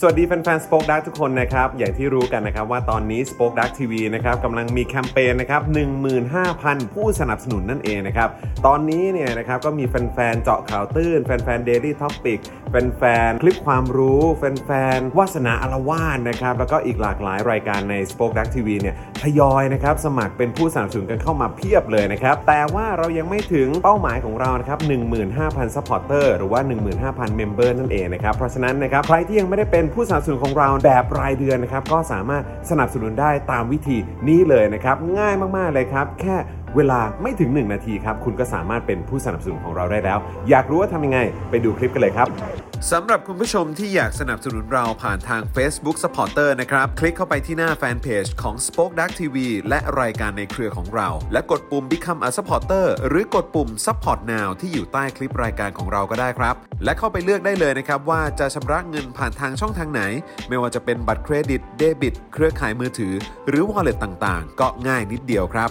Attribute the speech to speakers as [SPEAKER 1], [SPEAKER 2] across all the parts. [SPEAKER 1] สวัสดีแฟนๆ Spoke Dark ทุกคนนะครับ อย่างที่รู้กันนะครับว่าตอนนี้ Spoke Dark TV นะครับกำลังมีแคมเปญนะครับ15,000 ผู้สนับสนุนนั่นเองนะครับ ตอนนี้เนี่ยนะครับก็มีแฟนๆ เจาะข่าวตื้น แฟนๆ Daily Topic แฟนๆ คลิปความรู้ แฟนๆ วาสนาอารวาสนะครับ แล้วก็อีกหลากหลายรายการใน Spoke Dark TV เนี่ยทยอยนะครับสมัครเป็นผู้สนับสนุนกันเข้ามาเพียบเลยนะครับ แต่ว่าเรายังไม่ถึงเป้าหมายของเรานะครับ15,000 supporter หรือว่า 15,000 member นั่นเองนะครับ เพราะฉะนั้นนะครับใครที่ยังไม่ได้เป็นผู้สนับสนุนของเราแบบรายเดือนนะครับ ก็สามารถสนับสนุนได้ตามวิธีนี้เลยนะครับ ง่ายมากๆเลยครับ แค่เวลาไม่ถึง 1 นาทีครับ คุณก็สามารถเป็นผู้สนับสนุนของเราได้แล้ว อยากรู้ว่าทำยังไง ไปดูคลิปกันเลยครับ สำหรับคุณผู้ชมที่อยากสนับสนุนเราผ่านทาง Facebook Supporter นะครับ คลิกเข้าไปที่หน้าแฟนเพจของ Spoke Dark TV และรายการในเครือของเรา และกดปุ่ม Become a Supporter หรือกดปุ่ม Support Now ที่อยู่ใต้คลิปรายการของเราก็ได้ครับ และเข้าไปเลือกได้เลยนะครับว่าจะชำระเงินผ่านทางช่องทางไหน ไม่ว่าจะเป็นบัตรเครดิตเดบิต เครือข่ายมือถือ หรือ Wallet ต่างๆ ก็ง่ายนิดเดียวครับ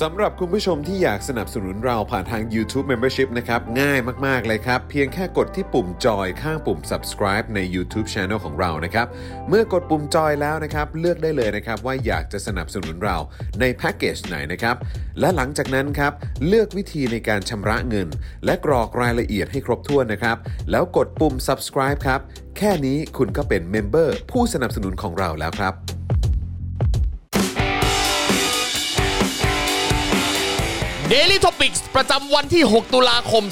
[SPEAKER 1] สำหรับคุณผู้ชมที่อยากสนับสนุนเราผ่านทาง YouTube Membership นะครับ ง่ายมาก ๆ เลยครับ เพียงแค่กดที่ปุ่มจอยข้างปุ่ม subscribe ใน YouTube Channel ของเรานะครับ เมื่อกดปุ่มจอยแล้วนะครับ เลือกได้เลยนะครับ ว่าอยากจะสนับสนุนเราในแพ็กเกจไหนนะครับ และหลังจากนั้นครับ เลือกวิธีในการชำระเงิน และกรอกรายละเอียดให้ครบถ้วนนะครับ แล้วกดปุ่ม subscribe ครับ แค่นี้คุณก็เป็นเมมเบอร์ผู้สนับสนุนของเราแล้วครับ
[SPEAKER 2] Daily Topics ประจำวันที่ 6 ตุลาคม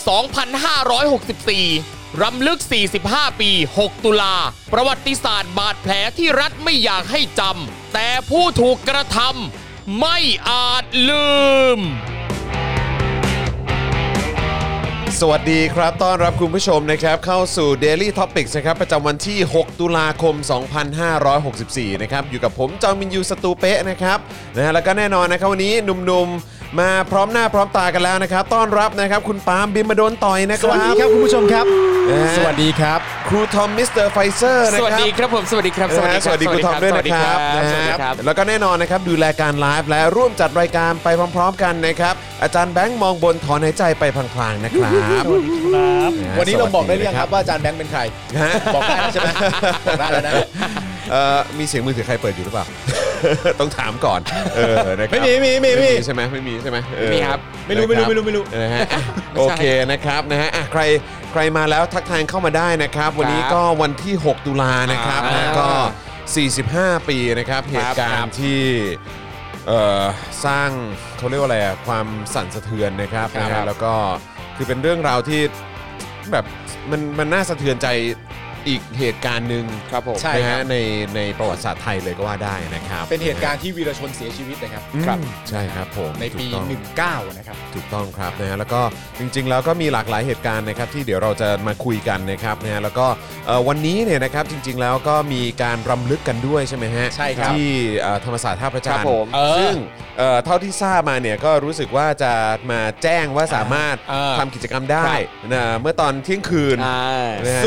[SPEAKER 2] 2564 รำลึก 45 ปี 6 ตุลา ประวัติศาสตร์บาดแผลที่รัฐไม่อยากให้จำ แต่ผู้ถูกกระทำไม่อาจลืม
[SPEAKER 1] สวัสดีครับ ต้อนรับคุณผู้ชมนะครับ เข้าสู่ Daily Topics นะครับ ประจำวันที่ 6 ตุลาคม 2564 นะครับ อยู่กับผมจอมินยูสตูเป๊ะนะครับนะฮะแล้วก็แน่นอนนะครับวันนี้หนุ่มๆ มาพร้อมหน้าพร้อมตากันแล้วนะครับ ต้อนรับนะครับ คุณปาล์มบิมมาโดนต่อยนะค
[SPEAKER 3] ส
[SPEAKER 1] รับ
[SPEAKER 3] วัสดีครับคุณผู้ชมครับ
[SPEAKER 1] เอ่อ
[SPEAKER 3] สวัสดีครับ
[SPEAKER 1] ครูทอมมิสเตอร์ไฟเซอร์นะ
[SPEAKER 2] สวัส
[SPEAKER 1] ครับ
[SPEAKER 2] ดีครับผม สวัสดีครับ
[SPEAKER 1] นะฮะสวัสดีคุณทอมด้วยนะครับนะ
[SPEAKER 2] สวัสดี
[SPEAKER 1] ฮะ
[SPEAKER 2] ครับ
[SPEAKER 1] แล้วก็แน่นอนนะครับดูแลการไลฟ์และร่วมจัดรายการไปพร้อม ๆ กันนะครับ อาจารย์แบงค์มองบนถอนหายใจไปพลางๆนะครับะฮะ
[SPEAKER 3] วันนี้เราบอกได้หรือ
[SPEAKER 1] สวัส
[SPEAKER 3] ยังครับว่าอาจารย์แบงค์เป็นใคร
[SPEAKER 1] ฮะ
[SPEAKER 3] บอกได้แล้วใช่ไหมบอกได้แล้วนะ
[SPEAKER 1] เอ่อมีเสียงมือถือใครเปิดอยู่หรือ เปล่า ต้องถามก่อนเออนะครับ
[SPEAKER 3] ไม่มีไม่มีไม่มี
[SPEAKER 1] ใช่ไหมไม่มีใช่ไหมเออ
[SPEAKER 2] ไม่มีครับ
[SPEAKER 3] ไม่รู้ไม่รู้
[SPEAKER 1] นะคบ
[SPEAKER 3] ไม่รู้ไม่รู้
[SPEAKER 1] นะฮะอ่ะโอเคนะครับนะฮะอ่ะใครใครมาแล้วทักทายเข้ามาได้นะครับ วันนี้ก็วันที่ 6 ตุลานะครับ
[SPEAKER 2] อ่า
[SPEAKER 1] นะก็ 45 ปีนะครับเหตุการ
[SPEAKER 2] ครับ
[SPEAKER 1] ณ์ที่เอ่อสร้างเขาเรียกว่าอะไรอะความสั่นสะเทือนนะครับ
[SPEAKER 2] ครับ
[SPEAKER 1] นะฮะแล้วก็คือเป็นเรื่องราวที่แบบมันมันน่าสะเทือนใจอีกเหตุการณ์หนึ่ง
[SPEAKER 2] ครับผม
[SPEAKER 3] ใช่
[SPEAKER 1] นะ
[SPEAKER 3] ครั
[SPEAKER 1] ฮะ
[SPEAKER 3] บ
[SPEAKER 1] ในในประวัติศาสตร์ไทยเลยก็ว่าได้นะครับ
[SPEAKER 3] เป็นเหตุการณ์ที่วีรชนเสียชีวิตนะครับ
[SPEAKER 1] อืมใช่ครับผม
[SPEAKER 3] ในปี
[SPEAKER 1] ถูกต้อง
[SPEAKER 3] 19 นะครับ
[SPEAKER 1] ถูกต้องครับนะฮะแล้วก็จริงๆ แล้วก็มีหลากหลายเหตุการณ์นะครับที่เดี๋ยวเราจะมาคุยกันนะครับนะฮะแล้วก็เอ่อวันนี้เนี่ยนะครับจริงๆ แล้วก็มีการรำลึกกันด้วยใช่ไหมฮะ
[SPEAKER 3] ใช่ครับ
[SPEAKER 1] ที่เอ่อธรรมศาสตร์ท่าพระจันท
[SPEAKER 2] ครับผม
[SPEAKER 1] ร์
[SPEAKER 3] เออ
[SPEAKER 1] ซึ่งเอ่อเท่าที่ทราบมาเนี่ยก็รู้สึกว่าจะมาแจ้งว่าสามารถ
[SPEAKER 3] เออ
[SPEAKER 1] ทำกิจกรรมได้นะเมื่อตอนเที่ยงคืนนะฮะ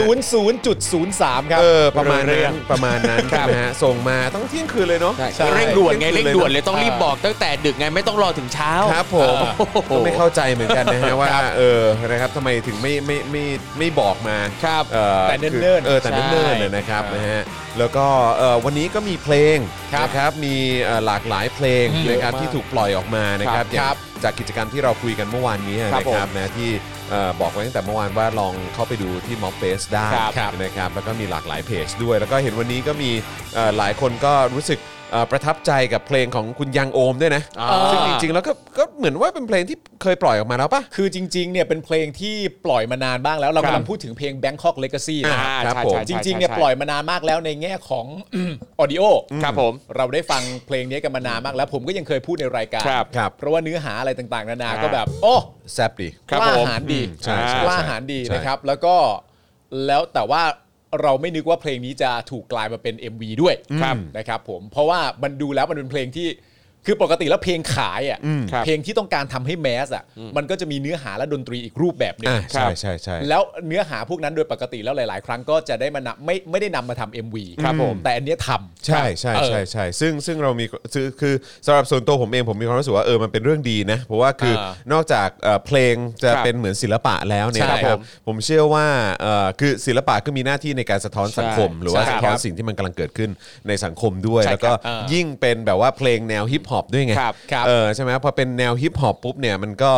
[SPEAKER 3] 00.03 ครับ
[SPEAKER 1] เออประมาณ
[SPEAKER 3] เรื่
[SPEAKER 1] นั้
[SPEAKER 3] อน ง
[SPEAKER 1] ประมาณนั้น
[SPEAKER 2] ครับ
[SPEAKER 1] นะฮะส่งมาต้องเที่ยงคืนเลยเนาะ
[SPEAKER 3] ใช่
[SPEAKER 2] เร่งด่วนไง
[SPEAKER 1] เร่
[SPEAKER 2] เร่
[SPEAKER 1] ง
[SPEAKER 2] ง
[SPEAKER 1] ด่
[SPEAKER 2] ด่
[SPEAKER 1] ว
[SPEAKER 2] วน น
[SPEAKER 1] เล
[SPEAKER 2] เลย ยต้องรีบบอกตั้งแต่ดึกไงไม่ต้องรอถึงเช้า
[SPEAKER 1] ครับผม
[SPEAKER 2] โอ้โห
[SPEAKER 1] ก็ไม่เข้าใจเหมือนกันนะฮะว่าเออนะครับทำไมถึงไม่ไม่ไม่ไม่บอกมา
[SPEAKER 2] ครับ
[SPEAKER 1] เอ่อ
[SPEAKER 3] แต่เนิ่นๆ
[SPEAKER 1] คือเออแต่
[SPEAKER 2] ใช่
[SPEAKER 1] เนิ่นๆนะนะครับนะฮะแล้วก็เอ่อวันนี้ก็มีเพลงนะครับมีเอ่อหลากหลายเพลงนะครับ
[SPEAKER 3] เยอะมาก
[SPEAKER 1] ที่ถูกปล่อยออกมานะครับ
[SPEAKER 3] ครับ
[SPEAKER 1] อย่าง
[SPEAKER 3] ครับ
[SPEAKER 1] จากกิจกรรมที่เราคุยกันเมื่อวานนี้นะครับ
[SPEAKER 3] ผม
[SPEAKER 1] ครับนะที่เอ่อบอกไว้ตั้งแต่เมื่อวานว่าลองเข้าไปดูที่ม็อบเฟสได้
[SPEAKER 3] ครับครับ
[SPEAKER 1] นะครับแล้วก็มีหลากหลายเพจด้วย แล้วก็เห็นวันนี้ก็มีเอ่อหลายคนก็รู้สึกเอ่อประทับใจกับเพลงของคุณยังโอมด้วยนะ
[SPEAKER 2] อ่า
[SPEAKER 1] ซึ่งจริง จริงๆแล้วก็ก็เหมือนว่าเป็นเพลงที่เคยปล่อยออกมาแล้วปะ
[SPEAKER 3] คือจริงๆ เนี่ยเป็นเพลงที่ปล่อยมานานบ้างแล้ว เรา
[SPEAKER 2] ครับ
[SPEAKER 3] กำลังพูดถึงเพลง Bangkok Legacy นะ
[SPEAKER 1] อ่า
[SPEAKER 3] ครับ
[SPEAKER 1] ครับ
[SPEAKER 2] ใช่
[SPEAKER 1] ผม
[SPEAKER 2] ใช่ใช่
[SPEAKER 3] จริงๆ เนี่ย
[SPEAKER 2] ใช่
[SPEAKER 3] ปล่อยมานานมากแล้วในแง่ของ ออดิโอ
[SPEAKER 2] ครับผม
[SPEAKER 3] เราได้ฟังเพลงนี้กันมานานมากแล้ว ผมก็ยังเคยพูดในรายการ
[SPEAKER 2] ครับ
[SPEAKER 1] ครับ
[SPEAKER 3] เพราะว่าเนื้อหาอะไรต่างๆ นานา
[SPEAKER 2] อ่า
[SPEAKER 3] ก็แบบ โอ้
[SPEAKER 1] แซบดี
[SPEAKER 3] ก
[SPEAKER 2] ครับ
[SPEAKER 3] ล้า
[SPEAKER 2] ผม
[SPEAKER 3] หาญดี
[SPEAKER 1] อืมใช่ใช่
[SPEAKER 3] กล้าหาญดี
[SPEAKER 1] ใช่
[SPEAKER 3] นะครับ แล้วก็แล้วแต่ว่าเราไม่นึกว่าเพลงนี้จะถูกกลายมาเป็น MV ด้วย
[SPEAKER 2] ครับ
[SPEAKER 3] นะครับผมเพราะว่ามันดูแล้วมันเป็นเพลงที่ คือปกติแล้วเพลงขายอ่ะ
[SPEAKER 1] ครับ
[SPEAKER 3] เพลงที่ต้องการทำให้แมสอ่ะมันก็จะมีเนื้อหาและดนตรีอีกรูปแบบหนึ่ง
[SPEAKER 1] อ่า
[SPEAKER 3] ค
[SPEAKER 1] ใช่
[SPEAKER 3] รับ
[SPEAKER 1] ใช่ใช่
[SPEAKER 3] แล้วเนื้อหาพวกนั้นโดยปกติแล้วหลาย ๆ ครั้งก็จะได้มานำไม่ไม่ได้นำมาทำ MV
[SPEAKER 1] ครับผม
[SPEAKER 3] แต่อันเนี้ยทำ
[SPEAKER 1] ใช่ใช่
[SPEAKER 3] เออ
[SPEAKER 1] ใช่ใช่ซึ่งซึ่งเรามีคือคือสำหรับส่วนตัวผมเองผมมีความรู้สึกว่าเออมันเป็นเรื่องดีนะ เพราะว่าคือ
[SPEAKER 3] อ่าน
[SPEAKER 1] อกจากเอ่อเพลงจะ ครับเป็นเหมือนศิลปะแล้วเนี่ย
[SPEAKER 3] ใช่
[SPEAKER 1] นะค
[SPEAKER 3] ครั
[SPEAKER 1] รับบ ผมเชื่อว่าเอ่อคือศิลปะก็มีหน้าที่ในการสะท้อนสังคม ใช่ หรือว่า
[SPEAKER 3] ใช่
[SPEAKER 1] สะท้อน
[SPEAKER 3] ครับ
[SPEAKER 1] สิ่งที่มันกำลังเกิดขึ้นในสังคมด้วย
[SPEAKER 3] ใช่
[SPEAKER 1] แล้วก็
[SPEAKER 3] ครับอ่ายิ่
[SPEAKER 1] ยิ่งเป็นแบบว่าเพลงแนวฮิปฮอปด้วยไง
[SPEAKER 3] ครับครับ
[SPEAKER 1] เออใช่ไหมพอเป็นแนวฮิปฮอปปุ๊บเนี่ยมันก็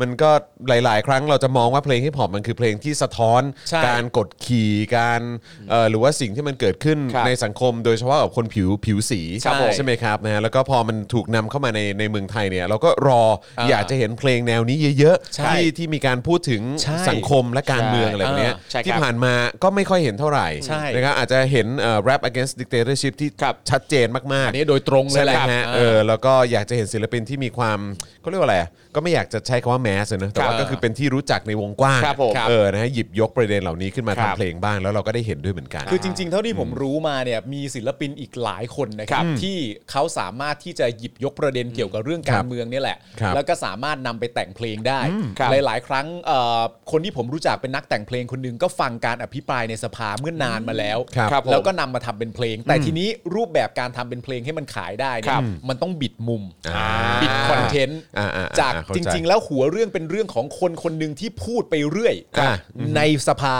[SPEAKER 1] มันก็หลาย ๆ ครั้งเราจะมองว่าเพลงฮิปฮอปมันคือเพลงที่สะท้อน
[SPEAKER 3] ใช่
[SPEAKER 1] การกดขี่การเอ่อหรือว่าสิ่งที่มันเกิดขึ้น
[SPEAKER 4] ครับ
[SPEAKER 1] ในสังคม โดยเฉพาะกับคนผิวผิวสี
[SPEAKER 3] ครับผม
[SPEAKER 1] ใช่ไหมครับนะฮะแล้วก็พอมันถูกนำเข้ามาในในเมืองไทยเนี่ยเราก็รออยากจะเห็นเพลงแนวนี้เยอะๆ
[SPEAKER 3] ใช่
[SPEAKER 1] ที่ที่มีการพูดถึง
[SPEAKER 3] ใช่
[SPEAKER 1] สังคมและการเมืองอะไรแบบเนี้ย
[SPEAKER 3] เออ
[SPEAKER 4] ใช่ครับ
[SPEAKER 1] ที่ผ่านมาก็ไม่ค่อยเห็นเท่าไหร่
[SPEAKER 3] ใช่
[SPEAKER 1] นะครับอาจจะเห็นเอ่อ rap against dictatorship ที่
[SPEAKER 4] ครับ
[SPEAKER 1] ชัดเจนมาก
[SPEAKER 3] อั
[SPEAKER 1] ๆ
[SPEAKER 3] นนี้โดยตรงเล
[SPEAKER 1] ใช่
[SPEAKER 3] ยแห
[SPEAKER 1] แล้
[SPEAKER 3] ละ
[SPEAKER 1] วฮะเออแล้วก็อยากจะเห็นศิลปินที่มีความเขาเรียกว่าอะไรอ่ะก็ไม่อยากจะใช้คำว่าแมสนะแต่ว่า
[SPEAKER 3] ครับ
[SPEAKER 1] ก็คือเป็นที่รู้จักในวงกว้าง
[SPEAKER 4] ครับผม
[SPEAKER 1] เออนะฮะหยิบยกประเด็นเหล่านี้ขึ้นมา
[SPEAKER 4] ครับ
[SPEAKER 1] ทำเพลงบ้างแล้วเราก็ได้เห็นด้วยเหมือนกัน
[SPEAKER 3] คือจริง ๆ เท่าที่ผมรู้มาเนี่ยมีศิลปินอีกหลายคนนะครับ ที่เขาสามารถที่จะหยิบยกประเด็นเกี่ยวกับเรื่องการ
[SPEAKER 1] คั
[SPEAKER 3] ร
[SPEAKER 1] บ
[SPEAKER 3] เมืองเนี่ยแหละ
[SPEAKER 1] ครับ
[SPEAKER 3] แล้วก็สามารถนำไปแต่งเพลงได้
[SPEAKER 4] ครับ
[SPEAKER 3] หลาย ๆ ครั้งเอ่อคนที่ผมรู้จักเป็นนักแต่งเพลงคนหนึ่งก็ฟังการอภิปรายในสภาเมื่อนานมาแล้ว
[SPEAKER 1] ครับครับผม
[SPEAKER 3] แล้วก็นำมาทำเป็นเพลง แต่ทีนี้รูปแบบการทำเป็นเพลงให้มันขายได้เนี่
[SPEAKER 4] ครั
[SPEAKER 3] ย
[SPEAKER 4] บ
[SPEAKER 3] มันต้องบิดมุม
[SPEAKER 1] อ่า
[SPEAKER 3] บิดคอนเทนต์
[SPEAKER 1] อ่าอ่าอ่า
[SPEAKER 3] จาก
[SPEAKER 1] เข้าใจ
[SPEAKER 3] จริง ๆ แล้วหัวเรื่องเป็นเรื่องของคนคนหนึ่งที่พูดไปเรื่อย
[SPEAKER 1] ครับ
[SPEAKER 3] ในสภา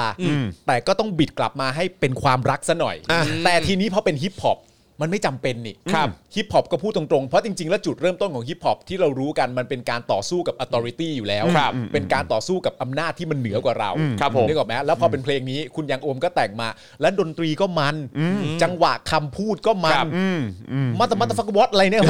[SPEAKER 3] แต่ก็ต้องบิดกลับมาให้เป็นความรักซะหน่อย
[SPEAKER 1] อ่ะ
[SPEAKER 3] แต่ทีนี้พอเป็นฮิปฮอปมันไม่จำเป็นนี่
[SPEAKER 1] ครับ
[SPEAKER 3] ฮิปฮอปก็พูดตรงๆ เพราะจริง ๆ แล้วจุดเริ่มต้นของฮิปฮอปที่เรารู้กันมันเป็นการต่อสู้กับ authority อยู่แล้ว เป็นการต่อสู้กับอำนาจที่มันเหนือกว่าเรา
[SPEAKER 4] ครับผม
[SPEAKER 3] นึกออกไหมแล้วพอเป็นเพลงนี้คุณยังโอมก็แต่งมา และดนตรีก็มัน จังหวะคำพูดก็มั
[SPEAKER 4] คน รับ
[SPEAKER 3] มาตมาตฟักวอตอะไรเนี่ย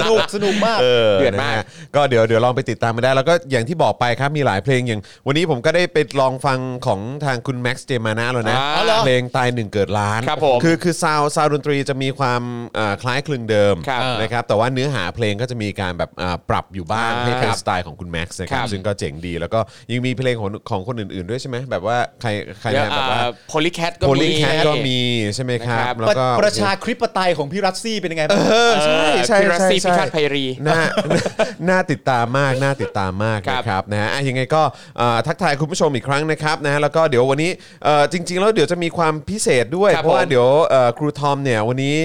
[SPEAKER 3] สนุกสนุกมาก
[SPEAKER 1] เดือดมากก็เดี๋ยวเดี๋ยวลองไปติดตามมาได้แล้วก็อย่างที่บอกไปครับมีหลายเพลงอย่าง วันนี้ผมก็ได้ไปลองฟังของทางคุณแม็กซ์เจมานาแล้วนะ
[SPEAKER 4] อ๋อเหรอ
[SPEAKER 1] เพลงตายหนึ่งเกิดล้าน
[SPEAKER 4] ครับผม
[SPEAKER 1] คือคือซาวซาวดนตรีจะมีความเอ่อคล้ายคลึงเดิม
[SPEAKER 4] ครับ
[SPEAKER 1] นะครับแต่ว่าเนื้อหาเพลงก็จะมีการแบบอ่าปรับอยู่บ้าง
[SPEAKER 4] อ่า
[SPEAKER 1] ให้เป็นสไตล์ของคุณแม็กซ์นะค
[SPEAKER 4] ค
[SPEAKER 1] รั
[SPEAKER 4] รับ บ
[SPEAKER 1] ซึ่งก็เจ๋งดีแล้วก็ยังมีเพลงของของคนอื่น ๆด้วยใช่ไหมแบบว่าใครใคร
[SPEAKER 4] เดี๋ยว
[SPEAKER 1] นะแบบว่า
[SPEAKER 4] โพลิแคทก็
[SPEAKER 1] โพ
[SPEAKER 4] มี
[SPEAKER 1] ลิแคทก็มีใช่ไหมครั
[SPEAKER 4] นะครับ บ
[SPEAKER 1] แล้วก็
[SPEAKER 3] ประชาคริปไตยของพี่รัสซี่เป็นยังไงบ้าง
[SPEAKER 1] เออใช่ใช่
[SPEAKER 4] เอ่อพิรัสซี่
[SPEAKER 1] ใช่
[SPEAKER 4] พิฆาตไพรี
[SPEAKER 1] น่า น่าติดตามมากน่าติดตามมาก
[SPEAKER 4] ครับ
[SPEAKER 1] นะครับนะฮะอ่ะยังไงก็เอ่อทักทายคุณผู้ชมอีกครั้งนะครับนะฮะแล้วก็เดี๋ยววันนี้เอ่อจริง ๆ แล้วเดี๋ยวจะมีความพิเศษด้วย
[SPEAKER 2] ครับ
[SPEAKER 1] เพราะว่า
[SPEAKER 2] ผม
[SPEAKER 1] เดี๋ยวเอ่อครูทอมเนี่ยวันนี้